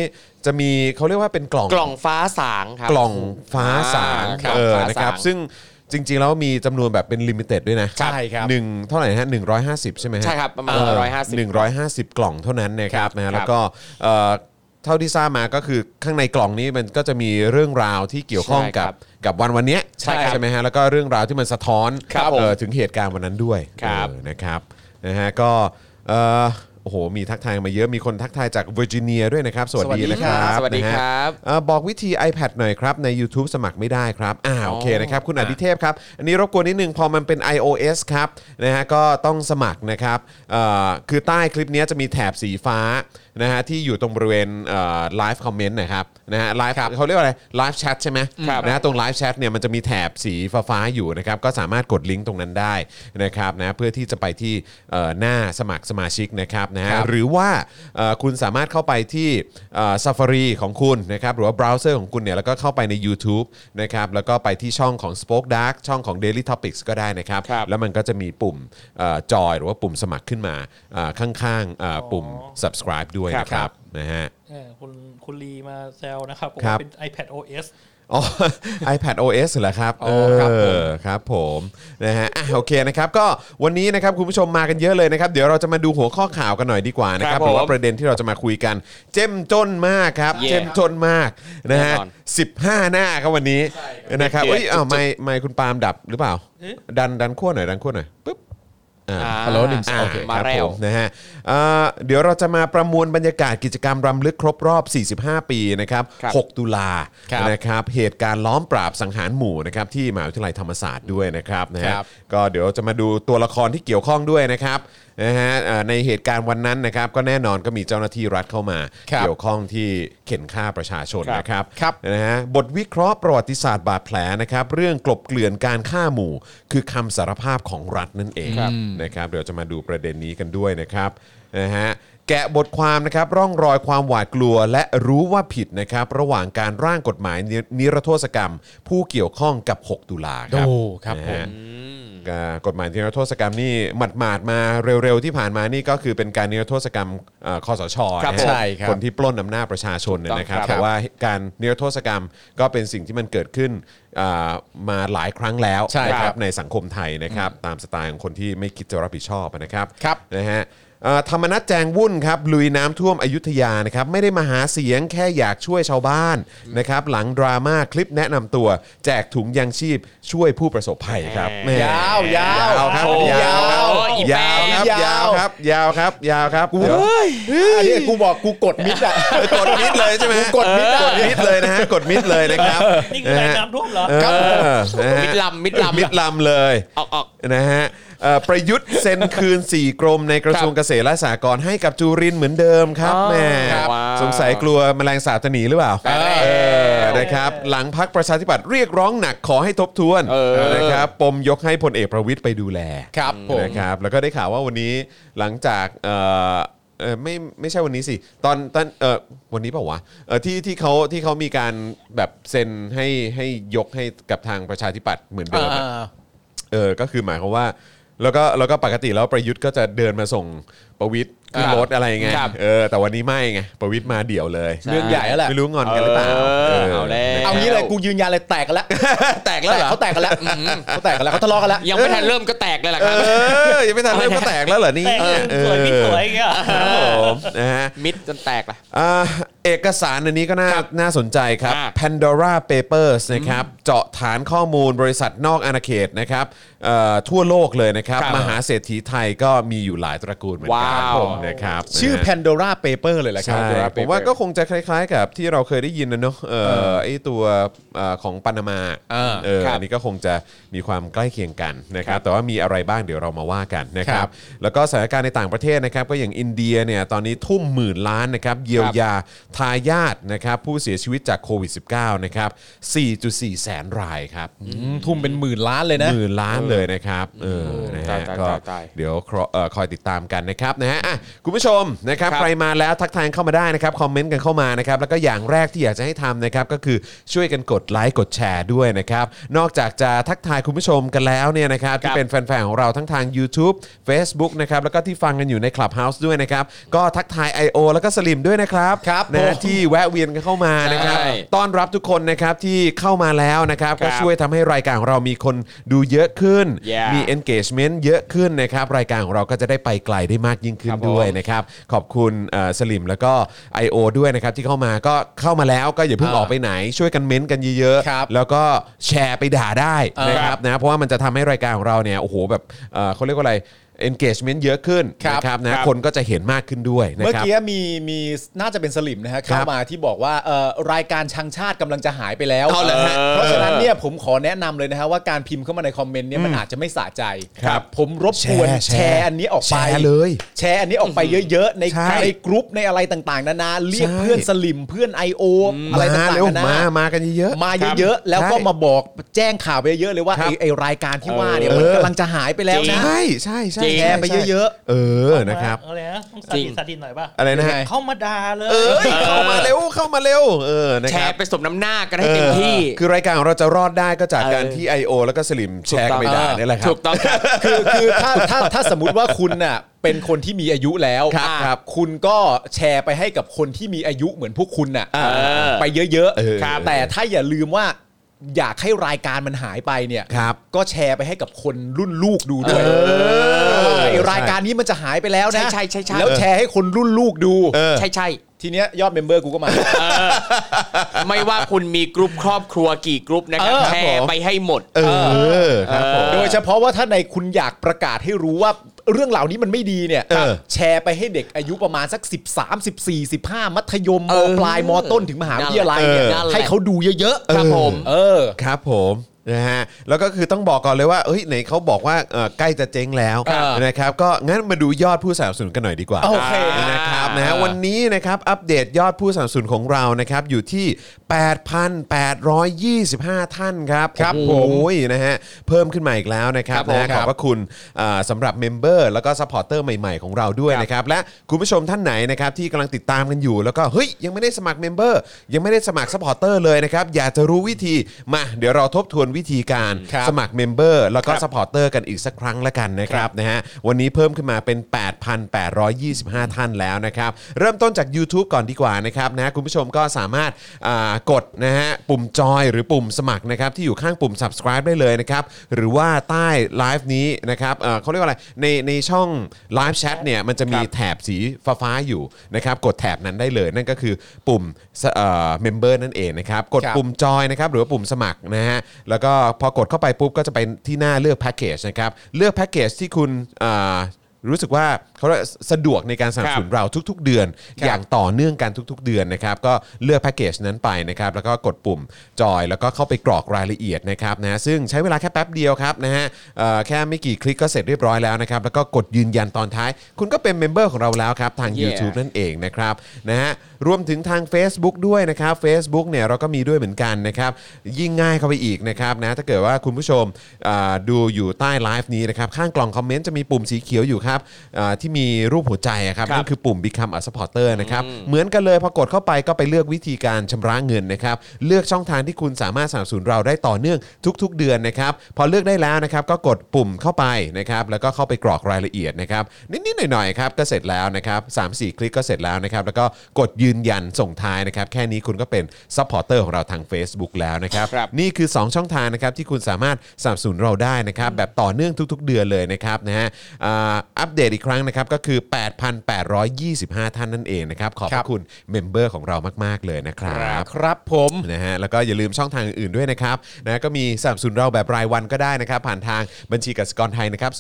[SPEAKER 1] จะมีเขาเรียกว่าเป็นกล่อง
[SPEAKER 2] กล่องฟ้าสางครับ
[SPEAKER 1] กล่องฟ้าสาง
[SPEAKER 2] อ่าครับ
[SPEAKER 1] เออ
[SPEAKER 2] ฟ้าสาง
[SPEAKER 1] นะครับซึ่งจริง ๆ แล้วมีจำนวนแบบเป็นลิมิเต็ดด้วยนะ
[SPEAKER 3] ใช่ครับ
[SPEAKER 1] หนึ่งเท่าไหร่ฮะหนึ่งร้อยห้าสิบใช่ไหมฮะ
[SPEAKER 2] ใช่ครับประมาณ
[SPEAKER 1] เ
[SPEAKER 2] 150
[SPEAKER 1] หนึ่งร้อยห้าสิบกล่องเท่านั้นนะครับนะฮะ
[SPEAKER 2] ครับ
[SPEAKER 1] แล้วก็เอ่อเท่าที่ทราบมาก็คือข้างในกล่องนี้มันก็จะมีเรื่องราวที่เกี่ยวข้อง
[SPEAKER 2] ใช่ครั
[SPEAKER 1] กับบ กับวันวันเนี้ย
[SPEAKER 2] ใช่ครับ
[SPEAKER 1] ไหมฮะแล้วก็เรื่องราวที่มันสะท้อน
[SPEAKER 2] ครับผม
[SPEAKER 1] เอ่อถึงเหตุการณ์วันนั้นด้วย
[SPEAKER 2] ครับ
[SPEAKER 1] เออนะครับนะฮะก็เอ่อโอ้โหมีทักทายมาเยอะมีคนทักทายจากเวอร์จิเนียด้วยนะครับสวัสดี
[SPEAKER 3] สวัสดี
[SPEAKER 1] นะค
[SPEAKER 3] ครั
[SPEAKER 1] รับ บ
[SPEAKER 2] สวัสดีครับ
[SPEAKER 1] เอ่อบอกวิธี iPad หน่อยครับ ใน YouTube สมัครไม่ได้ครับ อ่าโอเคนะครับ คุณอดิเทพครับ อันนี้รบกวนนิดนึง พอมันเป็น iOS ครับนะฮะก็ต้องสมัครนะครับเอ่อคือใต้คลิปเนี้ยจะมีแถบสีฟ้านะฮะที่อยู่ตรงบริเวณไลฟ์คอมเมนต์นะครับนะฮะไลฟ์เขาเรียกว่าอะไรไลฟ์แชทใช่ไหม
[SPEAKER 4] ครับ
[SPEAKER 1] นะฮะตรงไลฟ์แชทเนี่ยมันจะมีแถบสีฟ้าๆอยู่นะครับ ก็สามารถกดลิงก์ตรงนั้นได้นะครับนะเพื่อที่จะไปที่เอ่อหน้าสมัครสมาชิกนะครับนะฮะ
[SPEAKER 4] ครับ
[SPEAKER 1] หรือว่าเอ่อคุณสามารถเข้าไปที่ ซัฟฟารีของคุณนะครับหรือว่าเบราว์เซอร์ของคุณเนี่ยแล้วก็เข้าไปใน YouTube นะครับแล้วก็ไปที่ช่องของ Spoke Dark ช่องของ Daily Topics ก็ได้นะครับ
[SPEAKER 4] ครับ
[SPEAKER 1] แล้วมันก็จะมีปุ่มจอยหรือว่าปุ่มสมัครขึ้นมาเอ่อข้างๆเอ่อปุ่ม subscribe ด้วยนะค
[SPEAKER 4] ครั
[SPEAKER 1] รับบ นะฮะ
[SPEAKER 5] เออคุณคุณลีมาแซวนะครับผม
[SPEAKER 1] ครับ
[SPEAKER 5] เป็น iPad OS
[SPEAKER 1] อ๋อ iPad OS เหรอครับ
[SPEAKER 4] อ๋อครับผม
[SPEAKER 1] เออครับผมนะฮะอ่ะโอเคนะครับก็วันนี้นะครับคุณผู้ชมมากันเยอะเลยนะครับ เดี๋ยวเราจะมาดูหัวข้อข่าวกันหน่อยดีกว่านะครั
[SPEAKER 4] ครั
[SPEAKER 1] บ
[SPEAKER 4] บผม
[SPEAKER 1] หรือว่าประเด็นที่เราจะมาคุยกัน เจ้มจนมากครับ
[SPEAKER 2] เย่
[SPEAKER 1] เจ้มจนมากนะฮะ
[SPEAKER 2] แน่นอน
[SPEAKER 1] 15 หน้าครับวันนี้นะครับ
[SPEAKER 2] เจ็ด
[SPEAKER 1] เอ้ยอ้าว
[SPEAKER 2] จุด
[SPEAKER 1] ไม่ไม่คุณปาล์มดับหรือเปล่า ดันดันขั้วหน่อยดันขั้วหน่อยปึ๊บอ่า
[SPEAKER 2] อ่า
[SPEAKER 3] ฮัลโหลหนึ่ง
[SPEAKER 1] อ่า
[SPEAKER 2] โอเค
[SPEAKER 1] ค
[SPEAKER 2] มา
[SPEAKER 1] รับ
[SPEAKER 2] แล้
[SPEAKER 1] ผ
[SPEAKER 2] ว
[SPEAKER 1] มนะฮะเอ่อเดี๋ยวเราจะมาประมวลบรรยากาศกิจกรรมรำลึกครบรอบ 45 ปีนะครับ
[SPEAKER 2] ครับ
[SPEAKER 1] 6 ตุลา
[SPEAKER 3] ครับ
[SPEAKER 1] นะครับ เหตุการณ์ล้อมปราบสังหารหมู่นะครับที่มหาวิทยาลัยธรรมศาสตร์ด้วยนะครับนะฮะ
[SPEAKER 3] ครับ
[SPEAKER 1] ก็เดี๋ยวจะมาดูตัวละครที่เกี่ยวข้องด้วยนะครับนะฮะเอ่อในเหตุการณ์วันนั้นนะครับ ก็แน่นอนก็มีเจ้าหน้าที่รัฐเข้ามา เกี่ยวข้องที่เข็นฆ่าประชาชน
[SPEAKER 4] ครับ
[SPEAKER 1] นะครับ นะฮะบทวิเคราะห์ประวัติศาสตร์บาดแผลนะครับ เรื่องกลบเกลื่อนการฆ่าหมู่ คือคำสารภาพของรัฐนั่นเองนะครับ เดี๋ยวจะมาดูประเด็นนี้กันด้วยนะครับนะฮะ แกะบทความนะครับร่องรอยความหวาดกลัวและรู้ว่าผิดนะครับระหว่างการร่างกฎหมายนินิรโทษกรรม ผู้เกี่ยวข้องกับ 6 ตุลาครับ
[SPEAKER 3] โอ้ครับผ
[SPEAKER 1] นะ
[SPEAKER 3] ม
[SPEAKER 1] ฮะอ่ากฎหมายนิรโทษกรรมนี่หมัดหมาดๆมาเร็วๆที่ผ่านมานี่ก็คือเป็นการนิรโทษกรรมเอ่อคอสช
[SPEAKER 3] ครับ
[SPEAKER 1] นะฮะ
[SPEAKER 3] ใช่ครับ
[SPEAKER 1] คนที่ปล้นอำนาจประชาชนเนี่ยนะครับ
[SPEAKER 3] ถูกต้องครับ
[SPEAKER 1] แต่ว่าการนิรโทษกรรมก็เป็นสิ่งที่มันเกิดขึ้นอ่ามาหลายครั้งแล้ว
[SPEAKER 3] ใช่
[SPEAKER 1] นะครับ ในสังคมไทยนะครับตามสไตล์ของคนที่ไม่คิดจะรับผิดชอบนะครับ
[SPEAKER 3] ครับ
[SPEAKER 1] นะฮะเอ่อธรรมนัตแจงวุ่นครับลุยน้ำท่วมอยุธยานะครับไม่ได้มาหาเสียงแค่อยากช่วยชาวบ้านนะครับหลังดราม่าคลิปแนะนำตัว แจกถุงยางชีพช่วยผู้ประสบภัยครับ
[SPEAKER 2] แหม่
[SPEAKER 3] ยาวยาวย
[SPEAKER 1] าวครับ
[SPEAKER 3] โอ้
[SPEAKER 1] ยาวค
[SPEAKER 3] ยา
[SPEAKER 1] รั
[SPEAKER 3] ว
[SPEAKER 1] บ
[SPEAKER 2] อีแป้
[SPEAKER 1] ยาว
[SPEAKER 2] ง
[SPEAKER 1] ครับยาวครับยาวครับยาวครับ
[SPEAKER 3] กู
[SPEAKER 1] เดี๋ยว
[SPEAKER 3] อันนี้กูบอกกูกดมิดอ่ะ
[SPEAKER 1] กดมิดเลยใช่ไหม
[SPEAKER 3] กดมิดอะ
[SPEAKER 1] กดมิดเลยนะฮะกดมิดเลยนะครับ
[SPEAKER 5] นี่คืออะไรน้ำท่วมเหรอ
[SPEAKER 1] เออนะฮะ
[SPEAKER 2] มิดลำมิดลำ
[SPEAKER 1] มิดลำเลย
[SPEAKER 2] ออกออก
[SPEAKER 1] นะฮะเอ่อประยุทธ์เซ็นคืน 4 กรมในกระทรวงเกษตรและสหกรณ์ให้กับจุรินทร์เหมือนเดิมครับแหม
[SPEAKER 2] ครับ
[SPEAKER 1] สงสัยกลัวแมลงสาบจะหนีหรือเปล่า
[SPEAKER 2] เออ
[SPEAKER 1] เออนะครับหลังพักประชาธิปัตย์เรียกร้องหนักขอให้ทบทวน
[SPEAKER 3] เออ
[SPEAKER 1] นะครับปมยกให้พลเอกประวิทย์ไปดูแล
[SPEAKER 3] ครับผม
[SPEAKER 1] นะครับแล้วก็ได้ข่าวว่าวันนี้หลังจากเอ่อเอ่อไม่ไม่ใช่วันนี้สิ ตอนตอนเออวันนี้เปล่าวะเออที่ที่เขาที่เขามีการแบบเซ็นให้ให้ยกให้กับทางประชาธิปัตย์เหมือนเดิมอะเออก็คือหมายความว่า แล้วก็แล้วก็ปกติแล้วประยุทธ์ก็จะเดินมาส่งประวิทย์ขึ้น
[SPEAKER 3] ครับ
[SPEAKER 1] รถอะไรไง
[SPEAKER 3] ครับ
[SPEAKER 1] เออแต่วันนี้ไม่ไงประวิทย์มาเดี่ยวเลย
[SPEAKER 2] ใช่
[SPEAKER 3] เรื่องใหญ่แล้วแหละ
[SPEAKER 1] ไม่รู้งอนกันหรือเปล่า
[SPEAKER 2] เออเอาแล้ว
[SPEAKER 1] นะครั
[SPEAKER 3] เอา
[SPEAKER 1] บ
[SPEAKER 3] งี้เลยกูยืนยันเลยแตกกันแล้ว แตกแล้วเขาแตกกันแล้วเขาแตกกันแล้วเขาทะเลาะกันแล้ว
[SPEAKER 2] ยังไม่ทันเริ่มก็แตกเลยล่ะครับ
[SPEAKER 1] เออยังไม่ทันเริ่มก็แตกแล้วเหรอนี่
[SPEAKER 5] แตกสวยพี่สวยอย่างเงี้ย
[SPEAKER 1] ครับผมนะฮะ
[SPEAKER 2] มิดจนแตกล่ะ
[SPEAKER 1] อ่าเอกสารอันนี้ก็น่าน่าสนใจครับ
[SPEAKER 2] อ่า
[SPEAKER 1] Pandora Papers นะครับเจาะฐานข้อมูลบริษัทนอกอาณาเขตนะครับเอ่อทั่วโลกเลยนะครับ
[SPEAKER 3] ครับ
[SPEAKER 1] มหาเศรษฐีไทยก็มีอยู่หลายตระกูลเหมือนกั
[SPEAKER 2] ว้าว
[SPEAKER 1] ผมนะครับ
[SPEAKER 3] ชื่อ
[SPEAKER 1] นะฮะ
[SPEAKER 3] Pandora Paper เลยแหละครั
[SPEAKER 1] ใช่
[SPEAKER 3] บ Pandora
[SPEAKER 1] ผม
[SPEAKER 3] Paper
[SPEAKER 1] ว่าก็คงจะคล้าย ๆ กับที่เราเคยได้ยินนะเนอะเออไอตัวเอ่อของปานามา
[SPEAKER 3] เออ
[SPEAKER 1] เออ
[SPEAKER 3] ครับ
[SPEAKER 1] อันนี้ก็คงจะมีความใกล้เคียงกันนะครับ แต่ว่ามีอะไรบ้างเดี๋ยวเรามาว่ากันนะครั
[SPEAKER 3] ครับ บ
[SPEAKER 1] แล้วก็สถานการณ์ในต่างประเทศนะครับ ก็อย่างอินเดียเนี่ยตอนนี้ทุ่มหมื่นล้านนะครับเยียวยาทายาทนะครับผู้เสียชีวิตจากโควิด -19 นะครับ 4.4 แสนรายครับ
[SPEAKER 3] อืมทุ่มเป็นหมื่นล้านเลยนะ
[SPEAKER 1] หมื่นล้านเลยนะครับเออนะฮะ
[SPEAKER 2] ตายตาย
[SPEAKER 1] ก็
[SPEAKER 2] ตายตาย
[SPEAKER 1] เดี๋ยวครอเอ่อคอยติดตามกันนะครับนะฮะอ่ะคุณผู้ชมนะครับ
[SPEAKER 2] ครับ
[SPEAKER 1] ใครมาแล้วทักทายเข้ามาได้นะครับคอมเมนต์กันเข้ามานะครับแล้วก็อย่างแรกที่อยากจะให้ทำนะครับก็คือช่วยกันกดไลค์กดแชร์ด้วยนะครับนอกจากจะทักทายคุณผู้ชมกันแล้วเนี่ยนะครับที่เป็นแฟนๆของเราทั้งทาง YouTube Facebook นะครับแล้วก็ที่ฟังกันอยู่ใน Clubhouse ด้วยนะครับก็ทักทาย IO แล้วก็สลิมด้วยนะครับ
[SPEAKER 3] ครับ
[SPEAKER 1] นะฮะ
[SPEAKER 3] ผม
[SPEAKER 1] ที่แวะเวียนกันเข้ามานะครับ
[SPEAKER 2] ใช่
[SPEAKER 1] ต้อนรับทุกคนนะครับที่เข้ามาแล้วนะครับ
[SPEAKER 2] ครั
[SPEAKER 1] ก็
[SPEAKER 2] บ
[SPEAKER 1] ช่วยทำให้รายการของเรามีคนดูเยอะขึ้น
[SPEAKER 2] Yeah
[SPEAKER 1] มี engagement เยอะขึ้นนะครับ รายการของเราก็จะได้ไปไกลได้มากยิ่งขึ้น
[SPEAKER 2] ครับผม
[SPEAKER 1] ด้วยนะครับ ขอบคุณเอ่อสลิมแล้วก็ IO ด้วยนะครับ ที่เข้ามาก็เข้ามาแล้วก็อย่าเพิ่ง
[SPEAKER 3] อ่า
[SPEAKER 1] ออกไปไหน ช่วยกันเม้นต์กันเยอะ
[SPEAKER 3] ครับ
[SPEAKER 1] ๆ แล้วก็แชร์ไปด่าได้นะค
[SPEAKER 3] ครั
[SPEAKER 1] รับบ นะเพราะว่ามันจะทำให้รายการของเราเนี่ยโอ้โหแบบเอ่อเขาเรียกว่าอะไร engagement เยอะขึ้น
[SPEAKER 3] ครับ
[SPEAKER 1] นะครับนะครับ คนก็จะเห็นมากขึ้นด้วยนะ
[SPEAKER 3] เมื่อ
[SPEAKER 1] ครับ
[SPEAKER 3] กี้มีมีน่าจะเป็นสลิมนะฮะ
[SPEAKER 1] ครั
[SPEAKER 3] เข้า
[SPEAKER 1] บ
[SPEAKER 3] มาที่บอกว่าเอ่อรายการชังชาติกำลังจะหายไปแล้ว
[SPEAKER 1] เอาเหรอฮะ
[SPEAKER 3] เออเพราะฉะนั้นเนี่ยผมขอแนะนำเลยนะฮะว่าการพิมพ์เข้ามาในคอมเมนต์เนี่ยมันอาจจะไม่สะใจ
[SPEAKER 1] ครับ
[SPEAKER 3] ผมรบกวน
[SPEAKER 1] แชร์
[SPEAKER 3] แชร์อันนี้ออกไป
[SPEAKER 1] แชร์เลย
[SPEAKER 3] แชร์อันนี้ออกไปเยอะๆใน
[SPEAKER 1] ใช่
[SPEAKER 3] ในกรุ๊ปในอะไรต่างๆนานาเรียก
[SPEAKER 1] ใช่
[SPEAKER 3] เพื่อนสลิมเพื่อน I.O. อะไรต่าง
[SPEAKER 1] เร็ว
[SPEAKER 3] ๆนานา
[SPEAKER 1] มามากันเยอะๆ
[SPEAKER 3] มาเยอะๆ แล้วก็
[SPEAKER 1] ใช่
[SPEAKER 3] มาบอกแจ้งข่าวไปเยอะๆเลยว่า
[SPEAKER 1] ครับ
[SPEAKER 3] ไอ้ไอ้รายการที่ว่าเนี่ย
[SPEAKER 1] เออ
[SPEAKER 3] มันกำลังจะหายไปแล้วนะ
[SPEAKER 1] ใช่ใช่ใช่
[SPEAKER 2] จริง
[SPEAKER 1] ใช่
[SPEAKER 3] แชร์ไปเยอะ
[SPEAKER 1] เออนะครับ
[SPEAKER 5] อะไรนะต้องส
[SPEAKER 2] จริ
[SPEAKER 5] ติ
[SPEAKER 2] ง
[SPEAKER 5] สติหน่อยป่ะ
[SPEAKER 1] อะไรนะฮะ
[SPEAKER 3] ยังไง
[SPEAKER 5] เข้ามาด่าเลย
[SPEAKER 1] เอ้ยเข้ามาเร็วเข้ามาเร็วเออนะ
[SPEAKER 2] แช
[SPEAKER 1] ครับ
[SPEAKER 2] ร์ไปสมน้ำหน้ากันให้เต็มที่
[SPEAKER 1] เออคือรายการของเราจะรอดได้ก็จากการ
[SPEAKER 2] เออ
[SPEAKER 1] ที่ I.O. แล้วก็สลิมแชร์กันไปด่าเนี่ยแหละครั
[SPEAKER 2] ถู
[SPEAKER 1] บ
[SPEAKER 2] กต้องครับ
[SPEAKER 3] คือคือถ้าถ้าถ้าสมมติว่าคุณน่ะเป็นคนที่มีอายุแล้ว
[SPEAKER 2] ครับ
[SPEAKER 3] ครับคุณก็แชร์ไปให้กับคนที่มีอายุเหมือนพวกคุณน่ะ
[SPEAKER 2] อ
[SPEAKER 3] ไปเยอะ
[SPEAKER 1] เออครับ
[SPEAKER 3] แต่ถ้าอย่าลืมว่า อยากให้รายการมันหายไปเนี่ย
[SPEAKER 1] ครับ
[SPEAKER 3] ก็แชร์ไปให้กับคนรุ่นลูกดูด้วย
[SPEAKER 1] อ
[SPEAKER 3] ไอ้รายการนี้มันจะหายไปแล้วนะ
[SPEAKER 2] ใช่ใช่ใช่
[SPEAKER 3] แล้วแชร์ให้คนรุ่นลูกดู
[SPEAKER 2] ใช่ใช่
[SPEAKER 3] ทีเนี้ยยอดเมมเบอร์กูก็มา
[SPEAKER 2] ๆไม่ว่าคุณมีกรุ๊ปครอบครัวกี่กรุ๊ปนะครับ
[SPEAKER 3] เออครับ
[SPEAKER 2] แชร์ไปให้หมด
[SPEAKER 1] เออครับผม
[SPEAKER 3] โดยเฉพาะว่าถ้าในคุณอยากประกาศให้รู้ว่าเรื่องเหล่านี้มันไม่ดีเนี่ย
[SPEAKER 1] เออ
[SPEAKER 3] แชร์ไปให้เด็กอายุประมาณสัก 13 14 15 มัธยมม
[SPEAKER 2] เออ
[SPEAKER 3] ปลายมต้นถึงมหาวิทยาลัยเนี่ย
[SPEAKER 2] นั่นแหละ
[SPEAKER 3] ให้เขาดูเยอะๆ
[SPEAKER 2] ครับผม
[SPEAKER 3] เออ
[SPEAKER 1] ครับผม นะฮะแล้วก็คือต้องบอกก่อนเลยว่าเอ้ยไหนเขาบอกว่าเอ่อใกล้จะเจ๊งแล้ว
[SPEAKER 3] ครับ
[SPEAKER 1] นะครับก็งั้นมาดูยอดผู้สนับสนุนกันหน่อยดีกว่า
[SPEAKER 3] โอเค
[SPEAKER 1] นะครับนะฮะวันนี้นะครับอัปเดตยอดผู้สนับสนุนของเรานะครับอยู่ที่ 8,825 ท่านครับ
[SPEAKER 3] ครับ
[SPEAKER 1] โอ้โหนะฮะเพิ่มขึ้นมาอีกแล้วนะครับ
[SPEAKER 3] ครับผม
[SPEAKER 1] นะฮะ
[SPEAKER 3] ค
[SPEAKER 1] ข
[SPEAKER 3] รั
[SPEAKER 1] อบบพระคุณอ่าสำหรับเมมเบอร์แล้วก็ซัพพอร์เตอร์ใหม่ๆของเราด้วยนะครับและคุณผู้ชมท่านไหนนะครับที่กำลังติดตามกันอยู่แล้วก็เฮ้ยยังไม่ได้สมัครเมมเบอร์ยังไม่ได้สมัครซัพพอร์เตอร์เลยนะครับอยากจะรู้วิธีมาเดี๋ยวเราทบทวนวิธีการ
[SPEAKER 3] ครับ
[SPEAKER 1] สมัครเมมเบอร์แล้วก็
[SPEAKER 3] ครับ
[SPEAKER 1] ซัพพอร์เตอร์กันอีกสักครั้งละกันนะครับ นะฮะวันนี้เพิ่มขึ้นมาเป็น 8,825 ท่านแล้วนะครับ เริ่มต้นจาก YouTube ก่อนดีกว่านะครับนะฮะคุณผู้ชมก็สามารถอ่ากดนะฮะปุ่มจอยหรือปุ่มสมัครนะครับที่อยู่ข้างปุ่ม subscribe ได้เลยนะครับ หรือว่าใต้ไลฟ์นี้นะครับเอ่อเขาเรียกว่าอะไรในในช่องไลฟ์แชทเนี่ยมันจะมีแถบสีฟ้าๆอยู่นะครับกดแถบนั้นได้เลยนั่นก็คือปุ่มเมมเบอร์นั่นเองนะครับกด
[SPEAKER 3] ครับ
[SPEAKER 1] ปุ่ม ปุ่มจอยนะครับหรือว่าปุ่มสมัครนะฮะแล้วก็พอกดเข้าไปปุ๊บก็จะไปที่หน้าเลือกแพ็กเกจนะครับเลือกแพ็กเกจที่คุณอ่ารู้สึกว่าเขาเรียกสะดวกในการสนับสนุนเราทุก ๆ เดือน อย่างต่อเนื่องกันทุก ๆ เดือนนะครับก็เลือกแพ็กเกจนั้นไปนะครับแล้วก็กดปุ่มจอยแล้วก็เข้าไปกรอกรายละเอียดนะครับนะฮะซึ่งใช้เวลาแค่แป๊บเดียวครับนะฮะเอ่อแค่ไม่กี่คลิกก็เสร็จเรียบร้อยแล้วนะครับแล้วก็กดยืนยันตอนท้าย คุณก็เป็นเมมเบอร์ของเราแล้วครับทาง
[SPEAKER 3] Yeah
[SPEAKER 1] YouTube นั่นเองนะครับนะฮะรวมถึงทาง Facebook ด้วยนะครับ Facebook เนี่ยเราก็มีด้วยเหมือนกันนะครับยิ่งง่ายเข้าไปอีกนะครับนะถ้าเกิดว่าคุณผู้ชมอ่าดูอยู่ใต้ไลฟ์นี้นะครับข้างกล่องคอมเมนต์จะมีปุ่มสีเขียวอยู่ครับอ่าที่มีรูปหัวใจอะครับ
[SPEAKER 3] ครับ
[SPEAKER 1] นั่นคือปุ่ม Become a supporter นะครับเหมือนกันเลยพอกดเข้าไปก็ไปเลือกวิธีการชำระเงินนะครับเลือกช่องทางที่คุณสามารถสนับสนุนเราได้ต่อเนื่องทุก ๆ เดือนนะครับพอเลือกได้แล้วนะครับก็กดปุ่มเข้าไปนะครับแล้วก็เข้าไปกรอกรายละเอียดนะครับนิดๆหน่อยๆครับก็เสร็จแล้วนะครับสามสี่คลิกก็เสร็จแล้วนะครับแล้วก็กดยืนยันส่งท้ายนะครับแค่นี้คุณก็เป็นซัพพอร์เตอร์ของเราทาง Facebook แล้วนะครับ
[SPEAKER 3] ครับ
[SPEAKER 1] นี่คือ 2 ช่องทางนะครับที่คุณสามารถสนับสนุนเราได้นะครับแบบต่อเนื่องทุก ๆ เดือนเลยนะครับนะฮะอ่าอัปเดตอีกครั้งนะครับก็คือ 8,825 ท่านนั่นเองนะครับขอบพระคุณเมมเบอร์ของเรามากๆเลยนะครั
[SPEAKER 3] ครับ บครับผม
[SPEAKER 1] นะฮะแล้วก็อย่าลืมช่องทางอื่นๆด้วยนะครับนะก็มีสนับสนุนเราแบบรายวันก็ได้นะครับ ผ่านทางบัญชีกสิกรไทยนะครับ